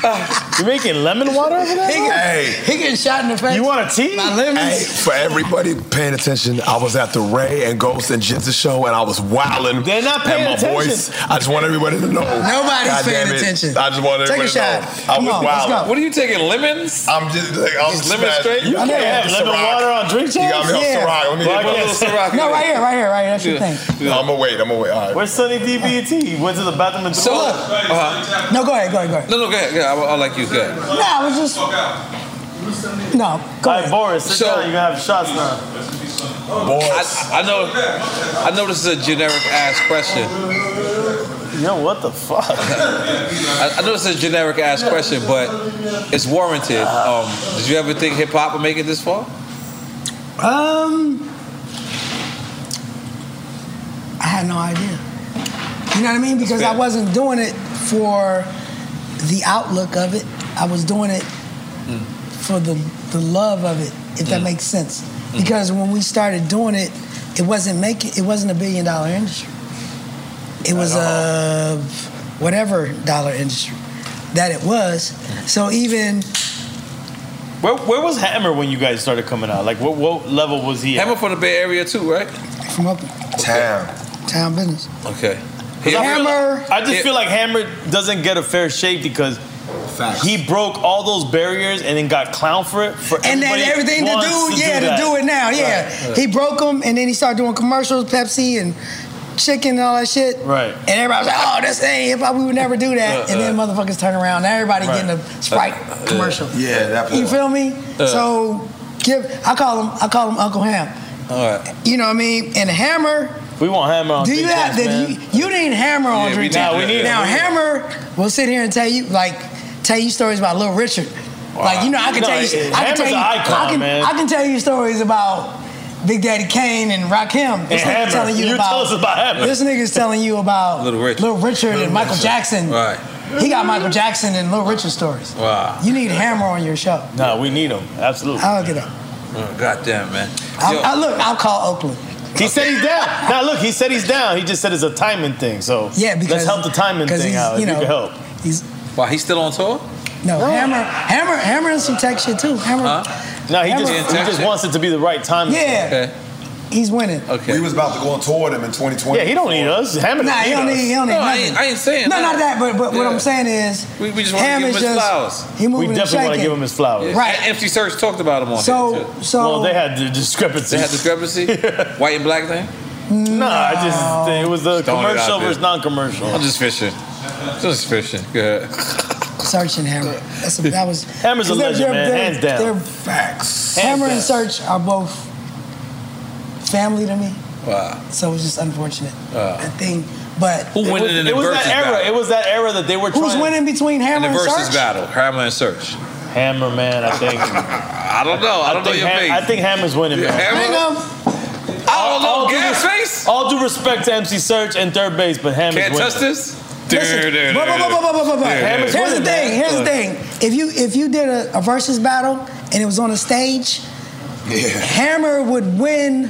Speaker 2: you making lemon water over there?
Speaker 7: Hey.
Speaker 5: He getting shot in the face. You
Speaker 2: want a tea?
Speaker 5: My lemons.
Speaker 7: For everybody paying attention, I was at the Ray and Ghost and Jitsa show, and I was wilding. They're
Speaker 2: not
Speaker 5: paying
Speaker 7: my
Speaker 5: attention.
Speaker 7: voice. I just want everybody to know.
Speaker 5: Nobody's
Speaker 7: God
Speaker 5: paying
Speaker 7: damn it.
Speaker 5: attention.
Speaker 7: I just want
Speaker 5: Take a
Speaker 7: everybody to know.
Speaker 5: shot. Come
Speaker 7: I was
Speaker 5: on, let's
Speaker 7: wilding.
Speaker 5: go. What
Speaker 3: are you taking? Lemons?
Speaker 7: I'm just like I'm
Speaker 5: Just
Speaker 7: just
Speaker 5: lemon
Speaker 7: mad.
Speaker 5: straight? You can't have
Speaker 7: the
Speaker 5: lemon
Speaker 7: Ciroc.
Speaker 5: water on drink
Speaker 7: You got me on
Speaker 5: champs? Yeah.
Speaker 7: Ciroc. Let me
Speaker 5: Well, I
Speaker 7: get my
Speaker 5: guess-
Speaker 7: little Ciroc.
Speaker 5: No, right here, right here, right here. That's your Yeah. thing.
Speaker 7: I'm gonna wait. I'm gonna wait. All right.
Speaker 2: Where's Sunny DBT? He went to the bathroom and
Speaker 3: So, uh-huh.
Speaker 5: No, go ahead, go ahead, go ahead.
Speaker 3: no, no, go ahead. Yeah, I, I like you. Go ahead.
Speaker 5: No, I was just. No, go ahead.
Speaker 2: Boris, sit down. You're gonna have shots now.
Speaker 3: I, I know. I know this is a generic ass question,
Speaker 2: Yo, what the fuck?
Speaker 3: I, I know it's a generic ass question, but it's warranted. Um, did you ever think hip hop would make it this far?
Speaker 5: Um, I had no idea. You know what I mean? Because I wasn't doing it for the outlook of it. I was doing it for the the love of it, if that
Speaker 15: Mm.
Speaker 5: makes sense. Because when we started doing it, it wasn't making it wasn't a billion dollar industry. It was a whatever dollar industry that it was.
Speaker 15: Mm.
Speaker 5: So even
Speaker 2: Where, where was Hammer when you guys started coming out? Like, what, what level was he?
Speaker 3: Hammer from the Bay Area too, right?
Speaker 5: from up
Speaker 2: Town.
Speaker 5: town business.
Speaker 3: Okay.
Speaker 5: Hammer.
Speaker 2: I just feel like Hammer doesn't get a fair shake because he broke all those barriers and then got clown for it. For
Speaker 5: and then
Speaker 2: everybody
Speaker 5: everything to
Speaker 2: wants
Speaker 5: do, yeah,
Speaker 2: that.
Speaker 5: to do it now, yeah.
Speaker 2: Right.
Speaker 5: He broke them, and then he started doing commercials, Pepsi and chicken and all that shit.
Speaker 2: Right.
Speaker 5: And everybody was like, "Oh, that's ain't hip hop. We would never do that."
Speaker 2: Uh,
Speaker 5: and then motherfuckers turn around, now everybody
Speaker 2: Right.
Speaker 5: getting a Sprite
Speaker 2: Uh,
Speaker 5: commercial.
Speaker 2: yeah, that
Speaker 5: You
Speaker 2: part.
Speaker 5: feel me?
Speaker 2: Uh.
Speaker 5: so give. I call him. I call him Uncle Ham.
Speaker 3: All right.
Speaker 5: You know what I mean? And Hammer.
Speaker 2: We want Hammer on
Speaker 5: Do you
Speaker 2: Oh, Big
Speaker 5: have
Speaker 2: Dance,
Speaker 5: that? You,
Speaker 2: man.
Speaker 5: you need Hammer on
Speaker 2: Yeah, we
Speaker 5: Drink
Speaker 2: need-
Speaker 5: Champs.
Speaker 2: Nah, we need
Speaker 5: Now
Speaker 2: him.
Speaker 5: Hammer will sit here and tell you like tell you stories about Little Richard. Like you know, I can
Speaker 2: No,
Speaker 5: tell you. I can
Speaker 2: Hammer's
Speaker 5: tell you.
Speaker 2: an icon,
Speaker 5: I can,
Speaker 2: man.
Speaker 5: I can tell you stories about Big Daddy Kane and Rakim. This
Speaker 2: And Hammer.
Speaker 5: nigga's telling you,
Speaker 2: You
Speaker 5: about.
Speaker 2: tell us about Hammer.
Speaker 5: This nigga's telling you about
Speaker 3: Little Richard.
Speaker 5: Little Richard and Michael Jackson.
Speaker 3: Right.
Speaker 5: He got Michael Jackson and Little Richard stories.
Speaker 3: Wow.
Speaker 5: You need Hammer on your show.
Speaker 2: No, we need him. Absolutely.
Speaker 5: I'll get up.
Speaker 3: Oh, God damn, man.
Speaker 5: I, I look. I'll call Oakland.
Speaker 2: He said he's down. Now look, he said he's down. He just said it's a timing thing. So
Speaker 5: Yeah,
Speaker 2: let's
Speaker 5: because-
Speaker 2: help the timing
Speaker 5: because
Speaker 2: thing
Speaker 5: he's,
Speaker 2: out.
Speaker 5: you
Speaker 2: if you
Speaker 5: know,
Speaker 2: can help.
Speaker 5: He's
Speaker 3: Wow, he's still on tour?
Speaker 5: No, Hammer, Hammer, Hammer, and some tech shit too. Hammer.
Speaker 2: No, he
Speaker 5: Hammer-
Speaker 2: just, he just wants it to be the right timing.
Speaker 5: Yeah. Okay. He's winning.
Speaker 3: Okay.
Speaker 6: We was about to go on tour with him in 2020.
Speaker 2: Yeah, he don't need us. Hammer
Speaker 5: Nah, he don't need. He don't need
Speaker 3: No, I
Speaker 5: nothing.
Speaker 3: ain't- I ain't saying
Speaker 5: No,
Speaker 3: that.
Speaker 5: not that. But but what
Speaker 3: Yeah.
Speaker 5: I'm saying is,
Speaker 3: We, we just want to give him
Speaker 5: Hammer's
Speaker 3: his
Speaker 5: just-
Speaker 3: flowers.
Speaker 5: He moving and shaking.
Speaker 3: Yeah.
Speaker 5: Right.
Speaker 3: And Empty Search talked about him on
Speaker 5: So-
Speaker 3: here, too.
Speaker 5: so- Well, they
Speaker 2: had the discrepancy.
Speaker 3: They had discrepancy? White and black thing?
Speaker 2: No, I just it was a
Speaker 3: Throwing it out
Speaker 2: commercial
Speaker 3: there.
Speaker 2: versus non-commercial.
Speaker 3: I'm just fishing. Just fishing. Go ahead.
Speaker 5: Search and Hammer. That's a, that was
Speaker 3: Hammer's a legend, man, hands down.
Speaker 5: They're facts. Hammer and Search are both family to me,
Speaker 3: Wow.
Speaker 5: so it's just unfortunate
Speaker 2: Uh,
Speaker 5: that thing. But
Speaker 3: Who winning in the
Speaker 2: it was that
Speaker 3: versus
Speaker 2: era.
Speaker 3: battle?
Speaker 2: It was that era that they were
Speaker 5: Who's
Speaker 2: trying.
Speaker 5: winning between Hammer
Speaker 3: in
Speaker 5: and
Speaker 3: the versus
Speaker 5: Search?
Speaker 3: battle, Hammer and Search.
Speaker 2: Hammer, man, I think.
Speaker 3: I don't know. I, don't know
Speaker 2: think
Speaker 3: your
Speaker 2: Ham-
Speaker 3: face.
Speaker 2: I think Hammer's winning. Man.
Speaker 3: Hammer? Hang on.
Speaker 2: All, all, due
Speaker 3: gas
Speaker 2: res- all due respect to MC Search and third base, but Hammer's
Speaker 3: Can't
Speaker 2: winning.
Speaker 3: touch this?
Speaker 2: Listen,
Speaker 3: Dude,
Speaker 5: But, but, but, but, but, but, but.
Speaker 2: Hammer's
Speaker 5: Here's the
Speaker 2: winning,
Speaker 5: thing.
Speaker 2: man.
Speaker 5: Here's the thing. If you if you did a, a versus battle and it was on a stage, Hammer would win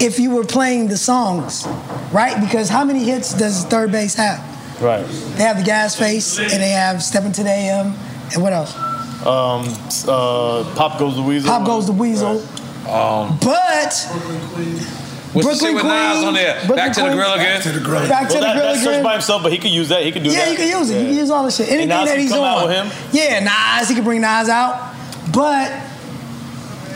Speaker 5: if you were playing the songs, right? Because how many hits does third base have?
Speaker 2: Right.
Speaker 5: They have the gas face and they have stepping to the AM and what else?
Speaker 2: Um, uh, Pop goes the weasel.
Speaker 5: Pop goes the weasel.
Speaker 3: Um,
Speaker 5: But
Speaker 3: what's the
Speaker 5: Brooklyn
Speaker 3: shit with Nas on there?
Speaker 5: Brooklyn
Speaker 3: Back to the
Speaker 5: Queen.
Speaker 3: grill again.
Speaker 5: Back to the grill. Back to
Speaker 2: well,
Speaker 5: the
Speaker 2: that,
Speaker 5: grill
Speaker 2: that's Search
Speaker 5: again.
Speaker 2: by himself, but he could use that. He could do
Speaker 5: yeah,
Speaker 2: that.
Speaker 5: you can use it. You can use all this shit. Anything
Speaker 2: Nas
Speaker 5: that
Speaker 2: can
Speaker 5: he's
Speaker 2: come
Speaker 5: on.
Speaker 2: out with him?
Speaker 5: Yeah, Nas, he can bring Nas out. But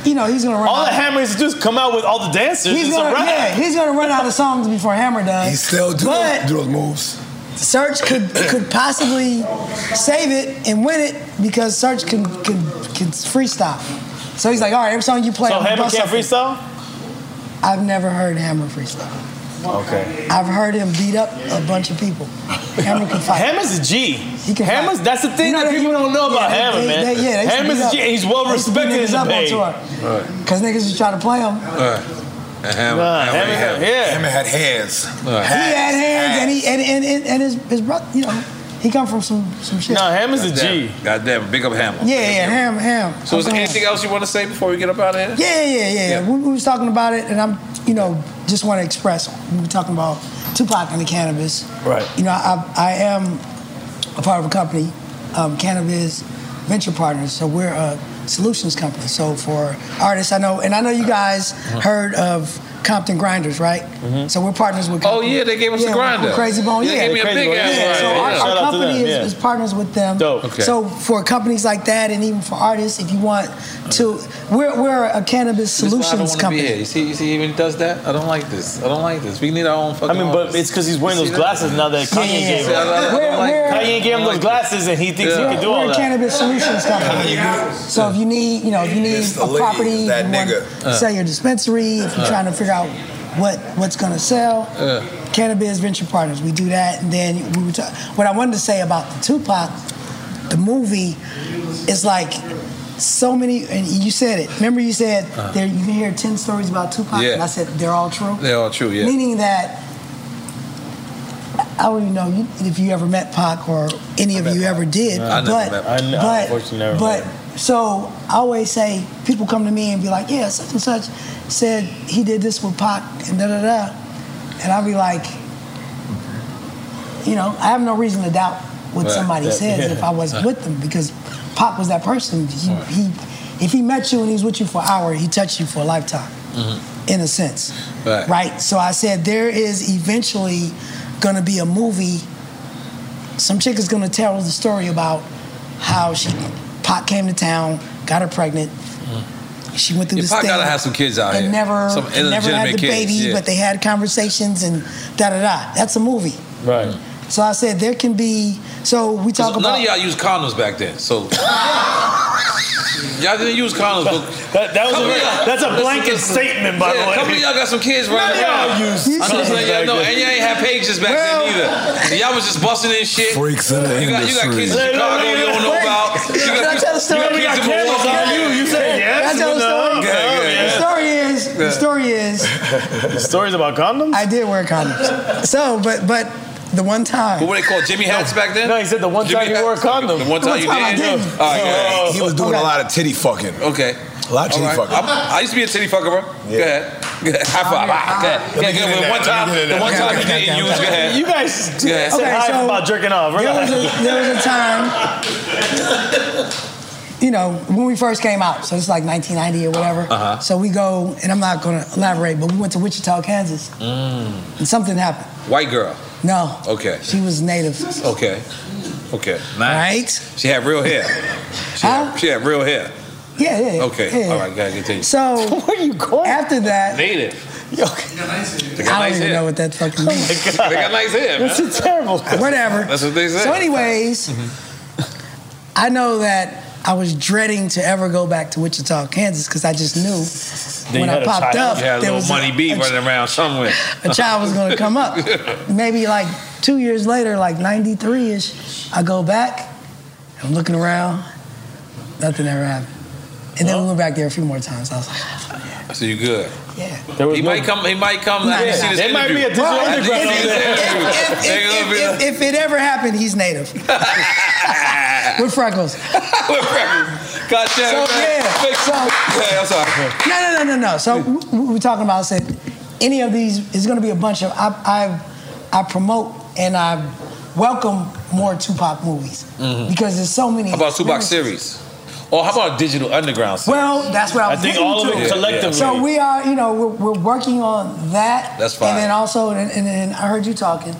Speaker 5: you know, he's gonna run
Speaker 2: All
Speaker 5: out.
Speaker 2: the Hammer is to do is come out with all the dancers.
Speaker 5: he's
Speaker 2: It's a
Speaker 5: gonna
Speaker 2: rap.
Speaker 5: yeah, he's gonna run out of songs before Hammer does.
Speaker 6: He still do,
Speaker 5: But-
Speaker 6: those, do those moves.
Speaker 5: Search could could possibly save it and win it because Search can can can freestyle. So he's like, all right, every song you play.
Speaker 2: So
Speaker 5: I'm gonna
Speaker 2: Hammer
Speaker 5: bust
Speaker 2: can't
Speaker 5: something."
Speaker 2: freestyle.
Speaker 5: I've never heard Hammer freestyle.
Speaker 2: Okay.
Speaker 5: I've heard him beat up a bunch of people. Hammer can fight.
Speaker 2: Hammer's a G.
Speaker 5: He can
Speaker 2: Hammer's
Speaker 5: fight.
Speaker 2: that's the thing
Speaker 5: You know,
Speaker 2: that
Speaker 5: they-
Speaker 2: people don't know
Speaker 5: yeah,
Speaker 2: about
Speaker 5: they-
Speaker 2: Hammer,
Speaker 5: they-
Speaker 2: man.
Speaker 5: they- yeah, they used to
Speaker 2: Hammer's
Speaker 5: beat
Speaker 2: a G.
Speaker 5: up-
Speaker 2: and He's well
Speaker 5: they used to beat
Speaker 2: respected in
Speaker 5: niggas
Speaker 2: the
Speaker 5: up on
Speaker 2: Bay.
Speaker 5: tour. Cause niggas was trying to play him.
Speaker 3: Hammer,
Speaker 2: Nah,
Speaker 3: Hammer,
Speaker 2: Hammer-
Speaker 3: Hammer.
Speaker 2: yeah.
Speaker 6: Hammer had hands.
Speaker 3: All
Speaker 5: He
Speaker 3: right.
Speaker 5: had hands and he and, and, and, and his, his brother, you know, he come from some some shit.
Speaker 2: Hammer's a G.
Speaker 3: God damn, big up Hammer.
Speaker 5: Yeah, yeah, Ham, Ham.
Speaker 3: So is there
Speaker 5: Ham.
Speaker 3: anything else you want to say before we get up out of here?
Speaker 5: Yeah, yeah, yeah. yeah. We, we was talking about it, and I'm, you know, just want to express. We were talking about Tupac and the cannabis.
Speaker 2: Right.
Speaker 5: You know, I, I am a part of a company, um, Cannabis Venture Partners. So we're a solutions company. So for artists, I know, and I know you guys
Speaker 3: Uh-huh.
Speaker 5: heard of Compton Grinders, right?
Speaker 3: Mm-hmm.
Speaker 5: So we're partners with.
Speaker 3: Oh, yeah, they gave us a
Speaker 5: Yeah,
Speaker 3: grinder.
Speaker 5: with Crazy Bone.
Speaker 3: Yeah,
Speaker 5: Yeah,
Speaker 3: they gave me a Crazy big Bone, ass
Speaker 5: Yeah, so
Speaker 3: grinder.
Speaker 5: our,
Speaker 3: Yeah.
Speaker 5: our
Speaker 3: Shout out to
Speaker 5: company
Speaker 3: them,
Speaker 5: is-
Speaker 3: yeah.
Speaker 5: is partners with them.
Speaker 3: Dope. Okay.
Speaker 5: So for companies like that, and even for artists, if you want to, we're, we're a cannabis
Speaker 3: This is why I don't
Speaker 5: solutions
Speaker 3: wanna be
Speaker 5: company.
Speaker 3: here. You see, you see, he even does that. I don't like this. I don't like this. We need our own
Speaker 2: I
Speaker 3: fucking.
Speaker 2: mean, but it's because he's wearing those glasses now that Kanye
Speaker 3: yeah,
Speaker 2: gave
Speaker 3: yeah. I don't- I
Speaker 2: him.
Speaker 3: don't We're- like we're- that.
Speaker 2: Kanye gave him those glasses, and he thinks
Speaker 3: Yeah.
Speaker 2: he can do all
Speaker 5: We're a
Speaker 2: that.
Speaker 5: cannabis solutions company. So if you need, you know, if you need a property,
Speaker 2: that
Speaker 5: you wanna
Speaker 2: nigga.
Speaker 5: sell your dispensary, if you're
Speaker 2: Uh.
Speaker 5: trying to figure out what what's going to sell.
Speaker 16: Uh,
Speaker 5: Cannabis Venture Partners. We do that, and then we were ta- what I wanted to say about the Tupac, the movie, is like so many. And you said it. Remember, you said
Speaker 3: Uh-huh.
Speaker 2: Uh.
Speaker 5: there you can hear ten stories about Tupac,
Speaker 3: Yeah.
Speaker 5: and I said they're all true.
Speaker 3: They're all true, yeah.
Speaker 5: Meaning that I don't even know you- if you ever met Pac or any of you ever did,
Speaker 2: I never
Speaker 5: but
Speaker 2: met Pac. I- I
Speaker 5: but
Speaker 2: unfortunately never
Speaker 5: but
Speaker 2: met
Speaker 5: so I always say people come to me and be like, yeah, such and such said he did this with Pac and da da da, and I'll be like, you know, I have no reason to doubt what
Speaker 15: Right.
Speaker 5: somebody
Speaker 15: That-
Speaker 5: says if I wasn't with them because Pac was that person. He, he if he met you and he was with you for an hour, he touched you for a lifetime in a sense.
Speaker 3: Right.
Speaker 5: So I said there is eventually going to be a movie. Some chick is going to tell the story about how she Pac came to town, got her pregnant. She went through
Speaker 3: Your
Speaker 5: this
Speaker 3: pop
Speaker 5: thing.
Speaker 3: Mm. gotta have some kids out
Speaker 5: they
Speaker 3: here.
Speaker 5: never,
Speaker 3: some
Speaker 5: they never had the
Speaker 3: illegitimate kids.
Speaker 5: baby,
Speaker 3: yeah.
Speaker 5: but they had conversations and da da da. That's a movie.
Speaker 2: Right.
Speaker 5: So I said there can be. So we talk
Speaker 3: None
Speaker 5: about.
Speaker 3: of y'all used condoms back then, so y'all didn't use condoms. But
Speaker 2: that, was a very- that's a blanket statement, by the way.
Speaker 3: Come y'all got some kids
Speaker 2: None
Speaker 3: right
Speaker 2: of
Speaker 3: now.
Speaker 2: y'all used
Speaker 3: I'm just letting
Speaker 2: condoms
Speaker 3: y'all know,
Speaker 2: back
Speaker 3: and y'all ain't had pages back then either. So y'all was just busting in shit.
Speaker 6: Freaks in the
Speaker 3: you got, you got
Speaker 6: industry.
Speaker 3: kids in Chicago you don't know about. You got,
Speaker 5: Can I tell the story?
Speaker 3: You got kids in Milwaukee.
Speaker 5: Can I tell the story? The story is. The story is.
Speaker 2: The stories about condoms?
Speaker 5: I did wear condoms. So, but but the one time.
Speaker 3: What were they called? Jimmy hats back then?
Speaker 2: No, he said the one time you wore a condom.
Speaker 3: The one time you
Speaker 2: I
Speaker 3: did.
Speaker 2: didn't.
Speaker 3: All right, go ahead.
Speaker 6: He was doing a lot of titty fucking.
Speaker 3: Okay.
Speaker 6: A lot of titty
Speaker 3: All right.
Speaker 6: fucking.
Speaker 3: I'm- I used to be a titty fucker, bro. Go ahead. Go ahead. High five. Go ahead.
Speaker 6: Let
Speaker 3: Go
Speaker 6: me
Speaker 3: ahead.
Speaker 6: get in
Speaker 3: The
Speaker 6: there. Let
Speaker 3: one
Speaker 6: me
Speaker 3: time,
Speaker 6: get in
Speaker 3: the
Speaker 6: there.
Speaker 3: one
Speaker 6: Okay,
Speaker 3: time you
Speaker 6: okay,
Speaker 3: didn't
Speaker 6: okay,
Speaker 3: use. Go
Speaker 6: okay.
Speaker 3: ahead.
Speaker 2: You guys
Speaker 3: Go ahead.
Speaker 2: said hi about jerking off.
Speaker 5: There
Speaker 2: Relax.
Speaker 5: was, a, there was a time, you know, when we first came out. So it's like 1990 or whatever.
Speaker 3: Uh-huh.
Speaker 5: So we go, and I'm not going to elaborate, but we went to Wichita, Kansas,
Speaker 3: Mm.
Speaker 5: and something happened.
Speaker 3: White girl.
Speaker 5: No,
Speaker 3: Okay.
Speaker 5: she was native.
Speaker 3: Okay. Okay. Nice. Right. She had real hair. She, had, she had real hair.
Speaker 5: Yeah, yeah. yeah.
Speaker 3: Okay.
Speaker 5: Yeah.
Speaker 3: All right. Gotta continue.
Speaker 5: So where you going? After that,
Speaker 3: Native. They got
Speaker 5: I
Speaker 3: nice
Speaker 5: don't even
Speaker 3: hair.
Speaker 5: know what that
Speaker 2: Oh
Speaker 5: fucking means.
Speaker 3: They got nice hair. man.
Speaker 5: That's a terrible. Whatever.
Speaker 3: That's what they said.
Speaker 5: So, anyways, I know that I was dreading to ever go back to Wichita, Kansas, because I just knew
Speaker 3: Then
Speaker 5: when
Speaker 3: you had
Speaker 5: I
Speaker 3: a
Speaker 5: popped
Speaker 3: child.
Speaker 5: up,
Speaker 3: you had a
Speaker 5: there
Speaker 3: little
Speaker 5: was
Speaker 3: money bee
Speaker 5: a,
Speaker 3: running around somewhere.
Speaker 5: a child was going to come up. Maybe like two years later, like 93 ish, I go back, I'm looking around, nothing ever happened. And then we went back there a few more times. I was like,
Speaker 3: So you good?
Speaker 5: Yeah.
Speaker 3: He might come. He might come.
Speaker 5: Nah,
Speaker 3: I didn't
Speaker 5: nah.
Speaker 3: see this
Speaker 5: There might
Speaker 3: interview.
Speaker 5: be a digital
Speaker 3: I didn't see
Speaker 5: underground
Speaker 3: this interview.
Speaker 5: out there. If- if-
Speaker 3: They gonna be like-
Speaker 5: if, if it ever happened, he's native. With freckles.
Speaker 3: With freckles. God damn it,
Speaker 5: So,
Speaker 3: man.
Speaker 5: yeah,
Speaker 3: Big-
Speaker 5: so-
Speaker 3: Yeah, I'm sorry.
Speaker 5: No, no, no, no, no. So w- w- we're talking about I said any of these is going to be a bunch of I, I I promote and I welcome more Tupac movies
Speaker 3: Mhm.
Speaker 5: because there's so many.
Speaker 3: How about Tupac series? Or how about digital underground? Series?
Speaker 5: Well, that's what I was getting to. So we are, you know, we're, we're working on that.
Speaker 3: That's fine.
Speaker 5: And then also, and, and then I heard you talking,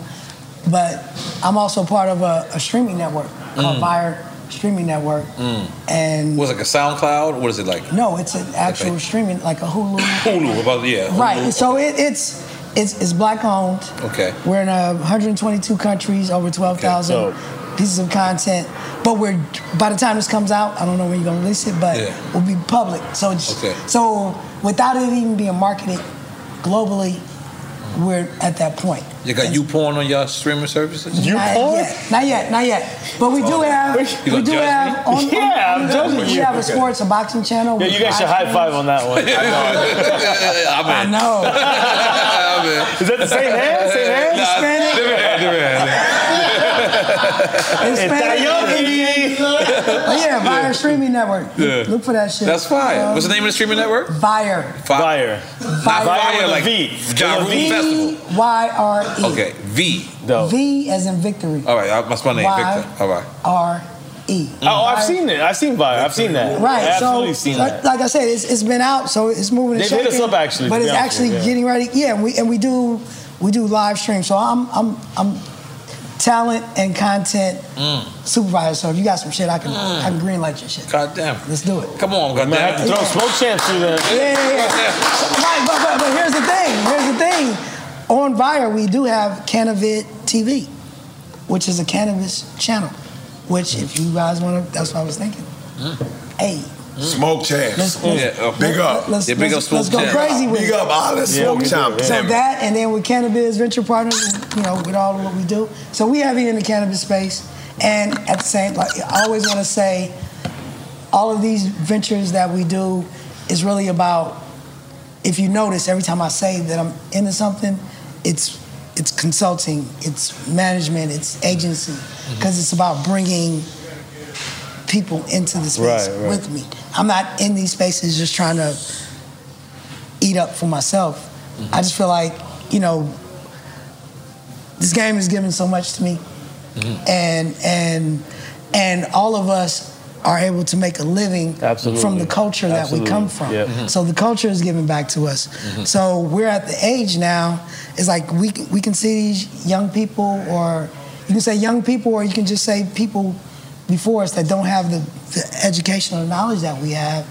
Speaker 5: but I'm also part of a, a streaming network called
Speaker 3: Mm.
Speaker 5: Fire Streaming Network.
Speaker 3: Mm.
Speaker 5: And
Speaker 3: was it like a SoundCloud? What is it like?
Speaker 5: No, it's an actual
Speaker 3: Okay.
Speaker 5: streaming, like a Hulu.
Speaker 3: Hulu. About yeah. Hulu.
Speaker 5: Right. So it, it's it's it's black owned.
Speaker 3: Okay.
Speaker 5: We're in uh, 122 countries, over 12,000
Speaker 3: Okay,
Speaker 5: pieces of content. But we're by the time this comes out, I don't know when you're gonna release it, but
Speaker 3: Yeah.
Speaker 5: we'll be public. So it's-
Speaker 3: Okay.
Speaker 5: so without it even being marketed globally, we're at that point.
Speaker 3: You got you porn on your streaming services?
Speaker 5: not Yet. Not yet, not yet. But we do have
Speaker 3: Oh. You
Speaker 5: we
Speaker 3: gonna
Speaker 5: do
Speaker 3: judge
Speaker 5: have
Speaker 3: me?
Speaker 5: on, on-
Speaker 3: Yeah,
Speaker 5: on
Speaker 3: I'm
Speaker 5: the-
Speaker 3: judging
Speaker 5: we
Speaker 3: you.
Speaker 5: have a
Speaker 3: Okay.
Speaker 5: sports and boxing channel.
Speaker 2: Yeah,
Speaker 5: with
Speaker 2: you guys should high
Speaker 5: iTunes.
Speaker 2: five on that one.
Speaker 3: I
Speaker 5: know.
Speaker 2: Is that the same hand? Same hand?
Speaker 3: Nah,
Speaker 2: Hispanic?
Speaker 3: different hand, different hand.
Speaker 5: Hispanic, Indian. Oh, yeah, Vire Streaming Network.
Speaker 3: Yeah.
Speaker 5: Look for that shit.
Speaker 3: That's fire. What's the name of the streaming network?
Speaker 5: Vire.
Speaker 3: Fire. Not
Speaker 5: Fire with
Speaker 3: fire
Speaker 5: a
Speaker 3: like
Speaker 5: V.
Speaker 3: Ja Rule Festival.
Speaker 5: V Y R E.
Speaker 3: Okay, V.
Speaker 5: V as in victory.
Speaker 3: All right, I- that's my name,
Speaker 5: Why?
Speaker 3: Victor. All right.
Speaker 5: R E.
Speaker 2: Oh, I've seen it. I've seen Vire. I've seen that.
Speaker 5: Right.
Speaker 2: I've
Speaker 5: so,
Speaker 2: absolutely seen
Speaker 5: like,
Speaker 2: that.
Speaker 5: like I said, it's, it's been out, so it's moving. and
Speaker 2: They've hit us
Speaker 5: shaking,
Speaker 2: up, actually,
Speaker 5: but
Speaker 2: to be
Speaker 5: it's
Speaker 2: honest with
Speaker 5: actually
Speaker 2: you, yeah.
Speaker 5: getting ready. Yeah, and we and we do we do live stream. So I'm I'm I'm talent and content
Speaker 2: Mm.
Speaker 5: supervisor. So if you got some shit, I can I can green light your shit.
Speaker 3: God damn.
Speaker 5: Let's do it.
Speaker 3: Come on, God
Speaker 2: I have
Speaker 3: damn.
Speaker 2: to throw smoke champs through there.
Speaker 5: Yeah, yeah, yeah. So, right, but, but, but here's the thing. Here's the thing. On Vire, we do have Cannabid TV, which is a cannabis channel. Which, if you guys want to, that's what I was thinking. Hey,
Speaker 6: Smoke champs.
Speaker 3: Yeah,
Speaker 6: Big up.
Speaker 3: Let's- Yeah, big up let's- Smoke let's go Champs. crazy with
Speaker 6: Big
Speaker 3: it.
Speaker 6: up. all the
Speaker 3: Yeah,
Speaker 6: smoke
Speaker 3: we do,
Speaker 6: champs.
Speaker 3: yeah.
Speaker 5: So that, and then with cannabis venture partners, you know, with all of what we do. So we have here in the cannabis space, and at the same, like I always want to say, all of these ventures that we do is really about. If you notice, every time I say that I'm into something, it's it's consulting, it's management, it's agency,
Speaker 15: Mm-hmm.
Speaker 5: because it's about bringing people into the space
Speaker 15: Right, right.
Speaker 5: with me. I'm not in these spaces just trying to eat up for myself.
Speaker 15: Mm-hmm.
Speaker 5: I just feel like, you know, this game has given so much to me. And and and all of us are able to make a living
Speaker 2: Absolutely.
Speaker 5: from the culture that we come from. Mm-hmm.
Speaker 2: Absolutely. Yeah. Mhm.
Speaker 5: So the culture is given back to us.
Speaker 2: Mhm.
Speaker 5: So we're at the age now, it's like we can- we can see these young people or you can say young people or you can just say people before us that don't have the, the educational knowledge that we have.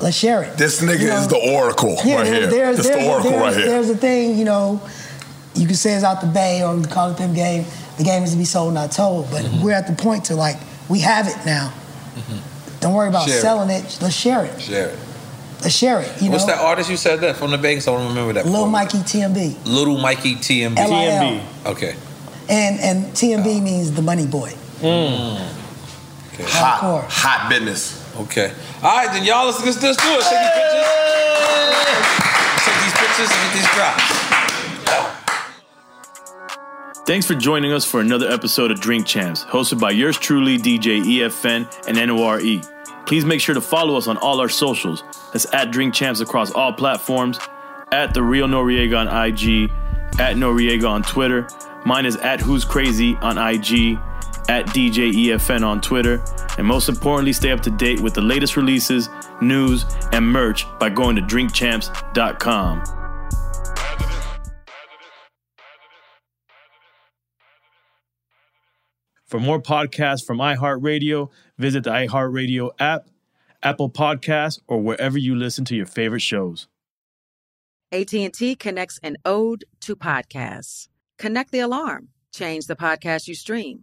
Speaker 5: Let's share it.
Speaker 6: This nigga
Speaker 5: You know,
Speaker 6: is the oracle
Speaker 5: yeah,
Speaker 6: right here.
Speaker 5: There's,
Speaker 6: This
Speaker 5: there's,
Speaker 6: the oracle
Speaker 5: there's,
Speaker 6: right here.
Speaker 5: There's a thing, you know, you can say it's out the bay or we call it them game. The game is to be sold, not told. But
Speaker 6: Mm-hmm.
Speaker 5: we're at the point to like, we have it now. Don't worry about
Speaker 3: Share it.
Speaker 5: selling it. Let's share it.
Speaker 3: Share it.
Speaker 5: Let's share it. You
Speaker 3: What's
Speaker 5: know,
Speaker 3: that artist you said that from the Banks? I don't remember that.
Speaker 5: Lil Mikey TMB.
Speaker 3: Little Mikey TMB.
Speaker 5: LIL.
Speaker 3: Okay.
Speaker 5: And and
Speaker 6: Oh.
Speaker 5: TMB means the money boy.
Speaker 3: Okay.
Speaker 5: Hot,
Speaker 6: hot business.
Speaker 3: Okay. All right, then y'all, let's, let's, let's do it. Take these pictures. Let's Take these pictures and get these drops.
Speaker 17: Thanks for joining us for another episode of Drink Champs, hosted by yours truly, DJ EFN and NORE. E. Please make sure to follow us on all our socials. That's at Drink Champs across all platforms, at The Real Noriega on IG, at Noriega on Twitter. Mine is at Who's Crazy on IG, at DJ EFN on Twitter. And most importantly, stay up to date with the latest releases, news, and merch by going to drinkchamps.com. For more podcasts from iHeartRadio, visit the iHeartRadio app, Apple Podcasts, or wherever you listen to your favorite shows.
Speaker 18: AT&T connects an ode to podcasts. Connect the alarm. Change the podcast you stream.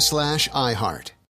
Speaker 19: slash iHeart.